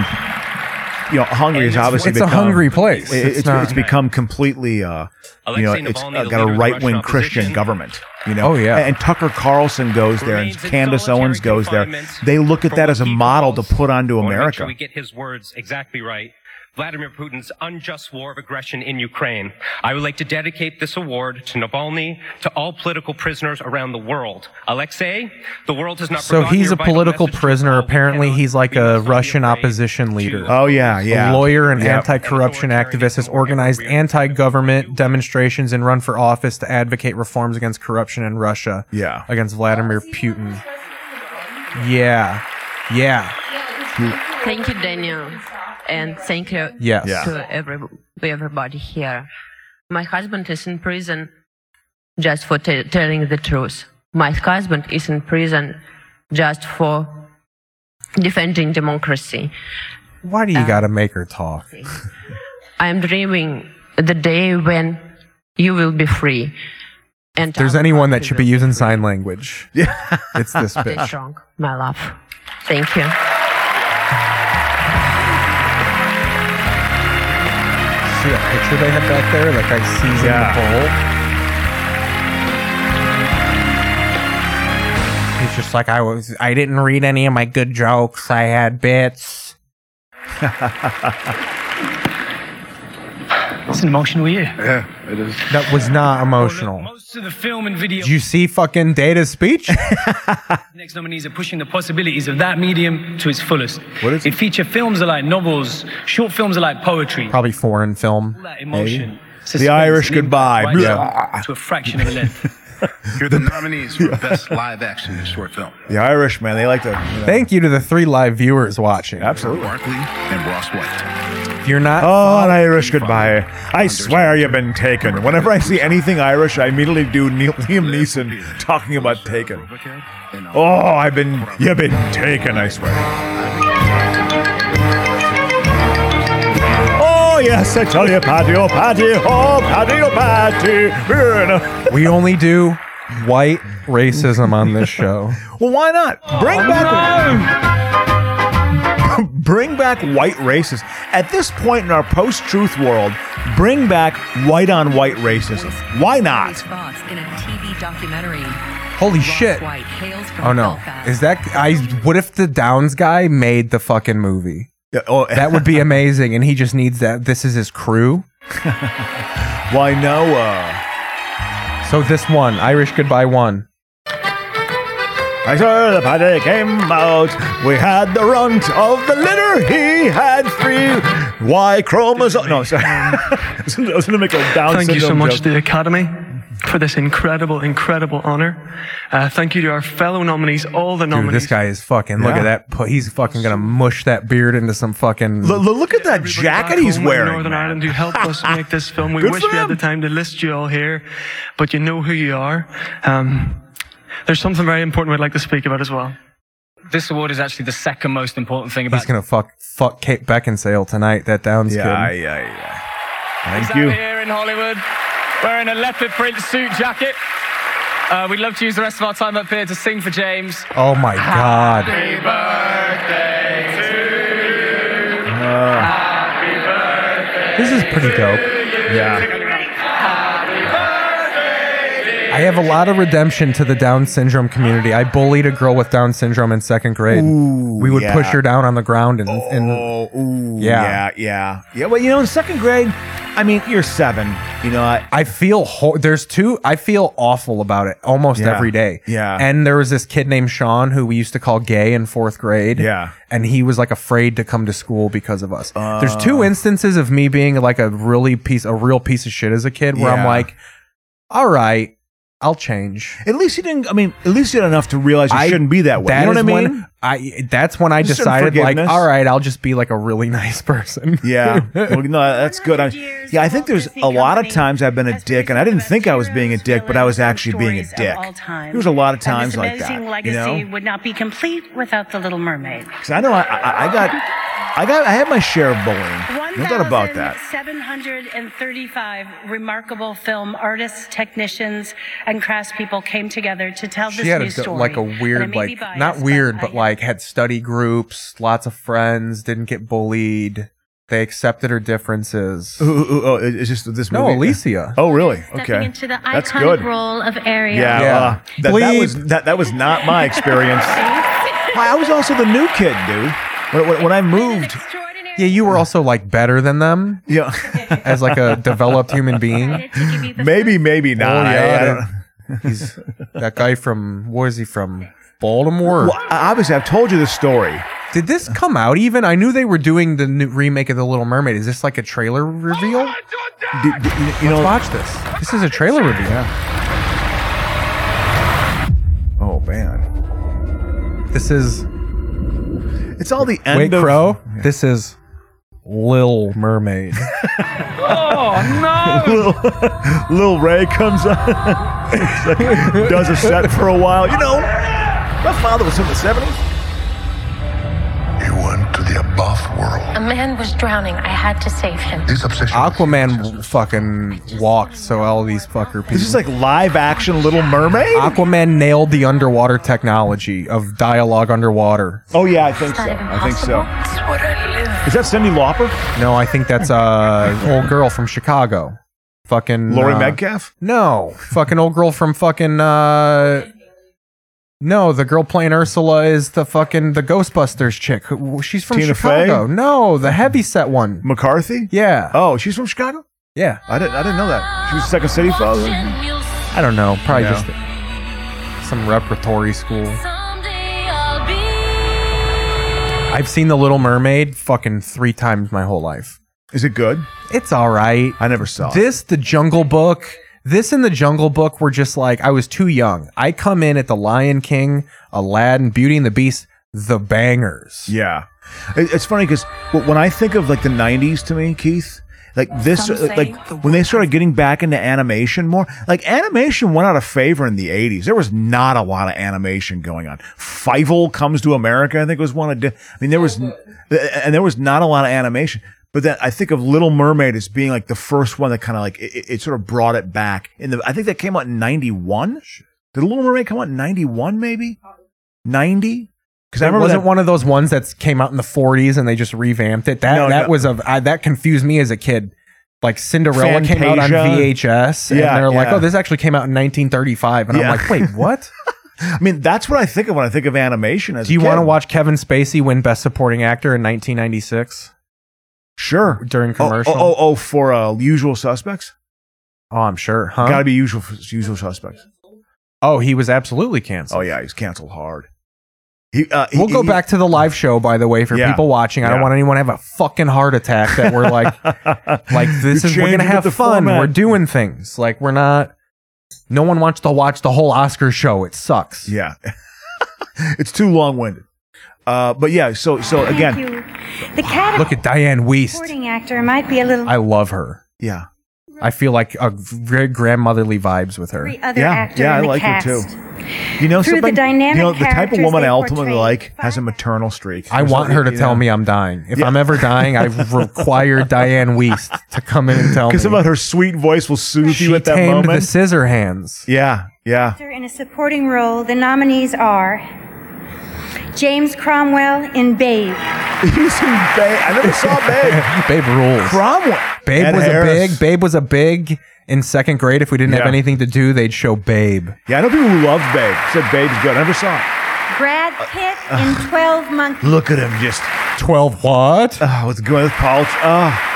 Speaker 1: you know Hungary has
Speaker 10: it's-
Speaker 1: obviously
Speaker 10: it's a
Speaker 1: become,
Speaker 10: hungry place.
Speaker 1: It-
Speaker 10: It's
Speaker 1: it's, it's,
Speaker 10: not-
Speaker 1: become completely. Uh, you know,
Speaker 10: Alexei
Speaker 1: it's
Speaker 10: Navalny,
Speaker 1: uh,
Speaker 10: the
Speaker 1: got a
Speaker 10: leader of the
Speaker 1: right wing
Speaker 10: Russian
Speaker 1: Christian
Speaker 10: opposition.
Speaker 1: government. You know.
Speaker 3: Oh, yeah.
Speaker 1: And, and Tucker Carlson goes there, and Candace Owens goes there. They look at that as a model to put onto
Speaker 10: I wanna make
Speaker 1: America.
Speaker 10: sure we get his words exactly right.
Speaker 13: Vladimir Putin's unjust war of aggression in Ukraine. I would like to dedicate this award to Navalny, to all political prisoners around the world. Alexei, the world has not
Speaker 3: So
Speaker 13: forgotten
Speaker 3: he's
Speaker 13: your
Speaker 3: a
Speaker 13: vital
Speaker 3: political prisoner. Apparently, he's like a Russian opposition leader.
Speaker 1: Oh, yeah, yeah.
Speaker 3: A lawyer and
Speaker 1: Yep.
Speaker 3: anti-corruption activist has organized anti-government demonstrations and run for office to advocate reforms against corruption in Russia.
Speaker 1: Yeah.
Speaker 3: Against Vladimir Putin. Yeah. Yeah.
Speaker 27: Thank you, Daniel, and thank you
Speaker 3: Yes. Yeah.
Speaker 27: to every, everybody here. My husband is in prison just for t- telling the truth. My husband is in prison just for defending democracy. Uh,
Speaker 3: Why do you got to make her talk?
Speaker 27: I am dreaming the day when you will be free. And
Speaker 3: If there's
Speaker 27: I will
Speaker 3: anyone that should be using sign language, yeah. it's
Speaker 27: *laughs*
Speaker 3: this
Speaker 27: stay
Speaker 3: bitch.
Speaker 27: strong, my love. Thank you.
Speaker 3: See that picture they had back there? That guy sees in the bowl. He's just like I was. I didn't read any of my good jokes. I had
Speaker 1: *laughs*
Speaker 3: bits.
Speaker 28: It's an emotional year. Yeah,
Speaker 3: it is. That was not emotional.
Speaker 28: Most of the film and video
Speaker 3: Did you see fucking
Speaker 28: *laughs*
Speaker 3: Data's speech?
Speaker 28: Next nominees are pushing the possibilities of that medium to its fullest. What is it? It feature films alike novels, short films alike poetry,
Speaker 3: Probably foreign film.
Speaker 28: that emotion.
Speaker 1: The Irish goodbye.
Speaker 28: right
Speaker 1: Yeah.
Speaker 28: down To a fraction of a length.
Speaker 4: *laughs* You're the nominees for best live action in short film.
Speaker 1: The Irish man, they like to.
Speaker 3: Thank you to the three live viewers watching.
Speaker 1: Absolutely.
Speaker 4: Barkley and Ross White.
Speaker 3: If you're not.
Speaker 1: Oh, an Irish goodbye. I swear you've been taken. Whenever I see anything Irish, I immediately do Neil, Liam Neeson talking about taken. Oh, I've been. You've been taken, I swear. Oh, yes, I tell you, Paddy, oh, Paddy, oh, Paddy, oh, Paddy. We're in a-
Speaker 3: *laughs* We only do white racism on this show.
Speaker 1: Well, why not? Bring back. *laughs* Bring back white racism. At this point in our post truth world, bring back white on white racism. Why not?
Speaker 29: Fox in a TV documentary.
Speaker 3: *laughs* Holy shit.
Speaker 29: White hails from
Speaker 3: Oh no. Is that I what if the Downs guy made the fucking movie?
Speaker 1: oh, *laughs*
Speaker 3: that would be amazing and he just needs that this is his crew.
Speaker 1: Why Noah?
Speaker 3: So this one, Irish Goodbye one.
Speaker 1: I saw the paddy came out. We had the runt of the litter. He had three Y chromosomes. No, sorry. *laughs* I was going to make a Down
Speaker 15: Thank you so
Speaker 1: syndrome
Speaker 15: much
Speaker 1: joke.
Speaker 15: to the Academy for this incredible, incredible honour. Uh, thank you to our fellow nominees, all the
Speaker 3: Dude,
Speaker 15: nominees.
Speaker 3: this guy is fucking look
Speaker 15: Yeah.
Speaker 3: at that pu- he's fucking gonna mush that beard into some fucking
Speaker 1: Look, look at that
Speaker 15: back
Speaker 1: jacket
Speaker 15: home
Speaker 1: he's
Speaker 15: in
Speaker 1: wearing.
Speaker 15: Northern Ireland, who helped us
Speaker 1: *laughs*
Speaker 15: make this film. We
Speaker 1: Good
Speaker 15: wish
Speaker 1: for
Speaker 15: we had the time to list you all here, but you know who you are. Um, there's something very important we'd like to speak about as
Speaker 1: *laughs*
Speaker 15: well.
Speaker 2: This award is actually the second most important thing
Speaker 3: He's
Speaker 2: about
Speaker 3: gonna fuck fuck Kate Beckinsale tonight, that Downs
Speaker 2: Yeah,
Speaker 3: kid.
Speaker 1: yeah, yeah.
Speaker 2: He's
Speaker 3: Thank
Speaker 2: out
Speaker 3: you.
Speaker 2: here in Hollywood, wearing a leopard print suit jacket. Uh, we'd love to use the rest of our time up here to sing for James.
Speaker 3: Oh my god. Uh, This is pretty dope.
Speaker 1: Yeah.
Speaker 3: I have a lot of redemption to the Down syndrome community. I bullied a girl with Down syndrome in second grade.
Speaker 1: Ooh,
Speaker 3: we would
Speaker 1: yeah. Oh.
Speaker 3: push her down on the ground and, and
Speaker 1: yeah, yeah, yeah. Well, you know, in second grade, I mean, you're seven. You know, I,
Speaker 3: I feel hor- there's two. I feel awful about it almost
Speaker 1: Yeah.
Speaker 3: every day.
Speaker 1: Yeah.
Speaker 3: And there was this kid named Sean who we used to call gay in fourth grade.
Speaker 1: Yeah.
Speaker 3: And he was like afraid to come to school because of us. there's
Speaker 1: Uh.
Speaker 3: two instances of me being like a really piece, a real piece of shit as a kid where I'm
Speaker 1: Yeah.
Speaker 3: like, all right, I'll change.
Speaker 1: At least you didn't. I mean, at least you did enough to realize you
Speaker 3: I-
Speaker 1: shouldn't be that way.
Speaker 3: that
Speaker 1: you know what I
Speaker 3: is
Speaker 1: mean?
Speaker 3: when I that's when I
Speaker 1: Just some
Speaker 3: decided like,
Speaker 1: forgiveness.
Speaker 3: all right, I'll just be like a really nice person. *laughs*
Speaker 1: Yeah. Well, no, that's good. I, yeah, I think there's a lot of times I've been a dick, and I didn't think I was being a dick, but I was actually being a dick.
Speaker 11: all time.
Speaker 1: There was a lot of
Speaker 11: And
Speaker 1: times
Speaker 11: this
Speaker 1: like
Speaker 11: amazing
Speaker 1: that. You
Speaker 11: legacy
Speaker 1: know,
Speaker 11: would not be complete without the Little Mermaid.
Speaker 1: because I know I, I, I got, I got, I had my share of bullying. No doubt about that.
Speaker 11: 735 remarkable film artists, technicians, and craftspeople came together to tell
Speaker 3: She
Speaker 11: this
Speaker 3: had
Speaker 11: new
Speaker 3: a, go-
Speaker 11: story.
Speaker 3: like a
Speaker 11: And I
Speaker 3: weird
Speaker 11: may be
Speaker 3: like
Speaker 11: biased,
Speaker 3: not
Speaker 11: but
Speaker 3: weird
Speaker 11: I
Speaker 3: but like had study groups, lots of friends, didn't get bullied. They accepted her differences.
Speaker 1: Ooh, ooh, ooh, oh, it's just this
Speaker 3: No,
Speaker 1: movie?
Speaker 3: Alicia.
Speaker 1: Oh, really?
Speaker 30: stepping
Speaker 1: Okay,
Speaker 30: into the
Speaker 1: that's
Speaker 30: iconic
Speaker 1: good.
Speaker 30: role of Ariel.
Speaker 1: Yeah, uh, that, that was that, that was not my experience. I I was also the new kid, dude. When, when, when I moved,
Speaker 3: Yeah, you were also like better than them.
Speaker 1: Yeah,
Speaker 3: as like a developed human being.
Speaker 1: Maybe, maybe
Speaker 3: Oh,
Speaker 1: not. I- I
Speaker 3: yeah,
Speaker 1: don't- *laughs*
Speaker 3: that- he's that guy from where is he from? Baltimore.
Speaker 1: Well, I- obviously, I've told you the story.
Speaker 3: Did this come out even? I knew they were doing the new remake of The Little Mermaid. Is this like a trailer reveal?
Speaker 1: you know,
Speaker 3: Let's watch this. This is a trailer reveal.
Speaker 1: Oh man,
Speaker 3: This is
Speaker 1: it's all the end
Speaker 3: Wait
Speaker 1: of
Speaker 3: Crow. This is Lil
Speaker 1: *laughs*
Speaker 3: Mermaid.
Speaker 1: Oh no! *laughs* Lil, Lil Ray comes on, *laughs* It's like, does a set for a while. You know, my father was from the seventies.
Speaker 15: He went to the above world.
Speaker 16: A man was drowning. I had to save him.
Speaker 15: This obsession.
Speaker 3: Aquaman fucking walked, so all these fucker people. This is
Speaker 1: like live action Little Mermaid.
Speaker 3: Aquaman nailed the underwater technology of dialogue underwater.
Speaker 1: Oh yeah, I think so. I think so. Is that Cindy Lauper?
Speaker 3: No, I think that's uh old girl from Chicago. Fucking
Speaker 1: Lori
Speaker 3: uh,
Speaker 1: *laughs* Metcalf?
Speaker 3: No, fucking old girl from fucking uh. No, the girl playing Ursula is the fucking the Ghostbusters chick. Who- She's from
Speaker 1: Tina Fey?
Speaker 3: Chicago. No, Oh, the heavy set one.
Speaker 1: McCarthy?
Speaker 3: Yeah.
Speaker 1: Oh, she's from Chicago.
Speaker 3: Yeah.
Speaker 1: I didn't. I didn't know that. She was Second City father.
Speaker 3: I don't know. Probably
Speaker 1: Yeah.
Speaker 3: just some repertory school. I've seen The Little Mermaid fucking three times my whole life.
Speaker 1: Is it good?
Speaker 3: It's all right.
Speaker 1: I never saw it.
Speaker 3: This, The Jungle Book, this and The Jungle Book were just like, I was too young. I come in at The Lion King, Aladdin, Beauty and the Beast, the bangers.
Speaker 1: Yeah, It- it's funny because when I think of like the '90s to me, Keith, like this,
Speaker 17: Some
Speaker 1: uh,
Speaker 17: say
Speaker 1: like
Speaker 17: the
Speaker 1: when they started getting back into animation more, like animation went out of favor in the '80s. There was not a lot of animation going on. Fievel comes to America, I think was one of. the- I mean, there was, n- and there was not a lot of animation. But then I think of Little Mermaid as being like the first one that kind of like it- it, it sort of brought it back. In the I think that came out in '91. Did Little Mermaid come out in '91? Maybe '90. Because I remember
Speaker 3: wasn't
Speaker 1: that-
Speaker 3: one of those ones that came out in the 40s and they just revamped it. That
Speaker 1: No,
Speaker 3: that
Speaker 1: no.
Speaker 3: was a I, that confused me as a kid. Like Cinderella came out on
Speaker 1: Fantasia.
Speaker 3: VHS,
Speaker 1: Yeah,
Speaker 3: and they're like,
Speaker 1: yeah.
Speaker 3: "Oh, this actually came out in 1935," and
Speaker 1: Yeah.
Speaker 3: I'm like,
Speaker 1: *laughs*
Speaker 3: "Wait, what?"
Speaker 1: I mean, that's what I think of when I think of animation. As
Speaker 3: Do you
Speaker 1: want to
Speaker 3: watch Kevin Spacey win Best Supporting Actor in 1996?
Speaker 1: Sure.
Speaker 3: During
Speaker 1: Oh,
Speaker 3: commercial.
Speaker 1: oh, oh, oh, for uh, Usual Suspects.
Speaker 3: Oh, I'm sure. Huh?
Speaker 1: Got to be Usual Usual Suspects.
Speaker 3: Oh, he was absolutely canceled.
Speaker 1: Oh yeah, he's canceled hard. *laughs* He, uh, he-
Speaker 3: we'll go
Speaker 1: he-
Speaker 3: back to the live show, by the way, for
Speaker 1: Yeah.
Speaker 3: people watching. I don't
Speaker 1: Yeah.
Speaker 3: want anyone to have a fucking heart attack that we're
Speaker 1: *laughs*
Speaker 3: like, like this
Speaker 1: You're
Speaker 3: is we're
Speaker 1: changing
Speaker 3: gonna
Speaker 1: up
Speaker 3: have
Speaker 1: the
Speaker 3: fun.
Speaker 1: format.
Speaker 3: We're doing things like we're not. No one wants to watch the whole Oscar show. It sucks.
Speaker 1: Yeah, it's too long winded. Uh, but yeah, so so
Speaker 17: Thank
Speaker 1: again,
Speaker 17: you. The cat
Speaker 3: Look at Diane Weist.
Speaker 17: supporting actor might be a
Speaker 3: *laughs*
Speaker 17: little
Speaker 3: I love her.
Speaker 1: Yeah.
Speaker 3: I feel like a very grandmotherly vibes with her.
Speaker 17: Every other
Speaker 1: yeah,
Speaker 17: actor
Speaker 1: yeah,
Speaker 17: in
Speaker 1: I
Speaker 17: the
Speaker 1: like
Speaker 17: cast.
Speaker 1: her too. You know,
Speaker 17: Through the
Speaker 1: something-
Speaker 17: dynamic
Speaker 1: you know, the type of
Speaker 17: characters
Speaker 1: woman
Speaker 17: they
Speaker 1: I ultimately
Speaker 17: portray,
Speaker 1: like has a maternal streak.
Speaker 3: I
Speaker 1: There's
Speaker 3: want
Speaker 1: something-
Speaker 3: her to
Speaker 1: you
Speaker 3: tell
Speaker 1: know.
Speaker 3: me I'm dying. If
Speaker 1: Yeah.
Speaker 3: I'm ever dying, I
Speaker 1: *laughs*
Speaker 3: require Diane Weist to come in and tell me.
Speaker 1: Because about her sweet voice will soothe
Speaker 3: she
Speaker 1: you at that
Speaker 3: tamed
Speaker 1: moment.
Speaker 3: the scissor hands.
Speaker 1: Yeah, yeah.
Speaker 17: Actor in a supporting role, the nominees are James Cromwell in Babe.
Speaker 1: *laughs* He's in Babe. I never saw Babe.
Speaker 3: *laughs* Babe rules.
Speaker 1: Cromwell.
Speaker 3: Babe
Speaker 1: Ed
Speaker 3: was a
Speaker 1: Harris.
Speaker 3: big. Babe was a big in second grade. If we didn't have
Speaker 1: Yeah.
Speaker 3: anything to do, they'd show Babe.
Speaker 1: Yeah, I know people who love Babe. Said Babe's good. I never saw it.
Speaker 17: Brad
Speaker 1: Uh, *laughs*
Speaker 17: Pitt in 12 Monkeys.
Speaker 1: Look at him just.
Speaker 3: 12 what?
Speaker 1: Oh, what's going with Paul? Oh.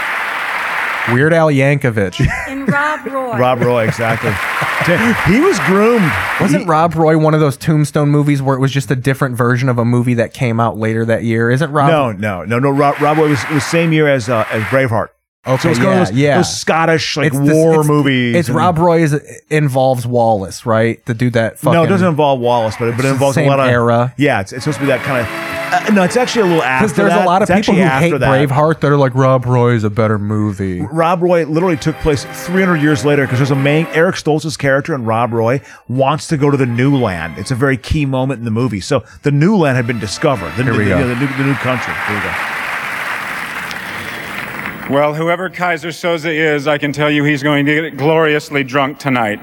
Speaker 3: Weird Al Yankovic.
Speaker 17: And Rob
Speaker 1: *laughs*
Speaker 17: Roy.
Speaker 1: Rob Roy, exactly. he was groomed.
Speaker 3: Wasn't Rob Roy one of those Tombstone movies where it was just a different version of a movie that came out later that year? Isn't Rob?
Speaker 1: No, no, no, no. Rob, Rob Roy was it was same year as uh, as Braveheart.
Speaker 3: Okay,
Speaker 1: so it's kind
Speaker 3: yeah,
Speaker 1: of those,
Speaker 3: yeah.
Speaker 1: those Scottish like
Speaker 3: It's this-
Speaker 1: war
Speaker 3: it's-
Speaker 1: movies.
Speaker 3: It's
Speaker 1: and-
Speaker 3: Rob Roy is involves Wallace, right? The dude that fucking
Speaker 1: no, it doesn't involve Wallace, but it, but
Speaker 3: It's
Speaker 1: it
Speaker 3: the
Speaker 1: involves
Speaker 3: same
Speaker 1: a lot of
Speaker 3: era.
Speaker 1: Yeah, it's, it's supposed to be that kind of. Uh, no, it's actually a little after
Speaker 3: because there's
Speaker 1: that.
Speaker 3: a lot of
Speaker 1: It's
Speaker 3: people
Speaker 1: actually
Speaker 3: who
Speaker 1: after
Speaker 3: hate
Speaker 1: that.
Speaker 3: Braveheart that are like Rob Roy is a better movie.
Speaker 1: Rob Roy literally took place 300 years later because there's a main Eric Stoltz's character in Rob Roy wants to go to the new land. It's a very key moment in the movie. So the new land had been discovered. The,
Speaker 18: Here we
Speaker 1: the-
Speaker 18: go.
Speaker 1: the new, the new country. Here we go.
Speaker 18: Well, whoever Kaiser Soze is, I can tell you he's going to get gloriously drunk tonight.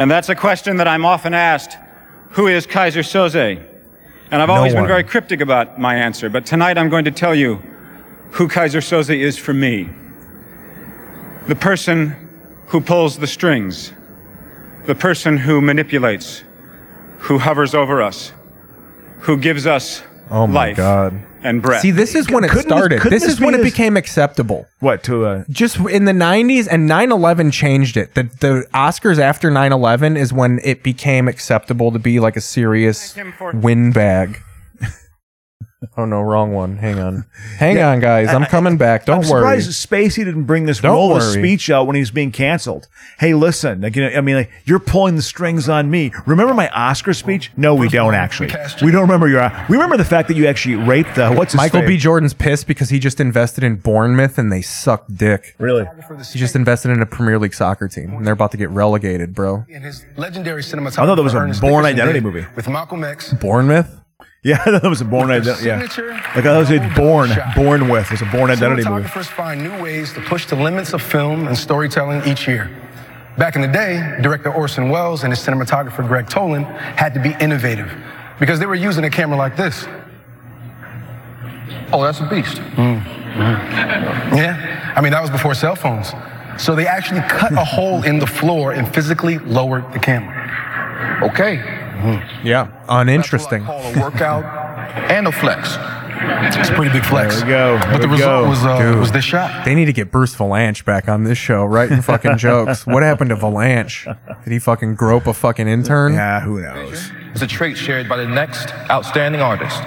Speaker 18: and that's a question that I'm often asked Who is Kaiser Soze? And I've
Speaker 3: No
Speaker 18: always
Speaker 3: one.
Speaker 18: been very cryptic about my answer, but tonight I'm going to tell you who Kaiser Soze is for me the person who pulls the strings, the person who manipulates, who hovers over us, who gives us
Speaker 1: Oh my
Speaker 18: life
Speaker 1: God.
Speaker 18: and breath.
Speaker 3: See, this is when it
Speaker 1: Couldn't this-
Speaker 3: started.
Speaker 1: couldn't
Speaker 3: This,
Speaker 1: this
Speaker 3: is when
Speaker 1: be
Speaker 3: it *laughs*
Speaker 1: his-
Speaker 3: became acceptable.
Speaker 1: What to uh,
Speaker 3: Just in the 90s and 9/11 changed it. The the Oscars after 9/11 is when it became acceptable to be like a serious windbag. *laughs* oh no, wrong one. Hang on. Hang
Speaker 1: Yeah,
Speaker 3: on guys. I'm
Speaker 1: I-
Speaker 3: coming back. Don't
Speaker 1: I'm
Speaker 3: worry.
Speaker 1: surprised Spacey didn't bring this
Speaker 3: Don't
Speaker 1: role of
Speaker 3: worry.
Speaker 1: speech out when he was being canceled. Hey, listen, like, you know, I mean, like, you're pulling the strings on me. Remember my Oscar speech? No, we don't actually. We don't remember your. We remember the fact that you actually raped the Uh, what's his
Speaker 3: Michael
Speaker 1: face?
Speaker 3: B. Jordan's pissed because he just invested in Bournemouth and they suck dick.
Speaker 1: Really?
Speaker 3: He just invested in a Premier League soccer team and they're about to get relegated, bro.
Speaker 31: In his legendary cinematography.
Speaker 1: I thought that was a
Speaker 31: Ernest
Speaker 1: Born
Speaker 31: Dickerson
Speaker 1: Identity
Speaker 31: did
Speaker 1: movie.
Speaker 31: With Malcolm X.
Speaker 3: Bournemouth?
Speaker 1: Yeah, *laughs* that was a born
Speaker 31: With the
Speaker 1: identity. Yeah,
Speaker 31: signature
Speaker 1: like I was a born, born with. It's a born identity movie.
Speaker 31: Cinematographers find new ways to push the limits of film and storytelling each year. Back in the day, director Orson Welles and his cinematographer Greg Tolan had to be innovative because they were using a camera like this. Oh, that's a beast. Yeah. I mean, that was before cell phones. So they actually cut a hole in the floor and physically lowered the camera. Okay. Hmm.
Speaker 3: Yeah, uninteresting.
Speaker 31: A workout and a flex. It's a pretty big flex.
Speaker 3: There we go.
Speaker 31: But the
Speaker 3: There we
Speaker 31: result
Speaker 3: go.
Speaker 31: was uh,
Speaker 3: Dude.
Speaker 31: was this shot.
Speaker 3: They need to get Bruce Valanche back on this show,
Speaker 1: *laughs*
Speaker 3: writing fucking jokes. What happened to Valanche? Did he fucking grope a fucking intern?
Speaker 1: Yeah, who knows?
Speaker 20: is a trait shared by the next outstanding artist.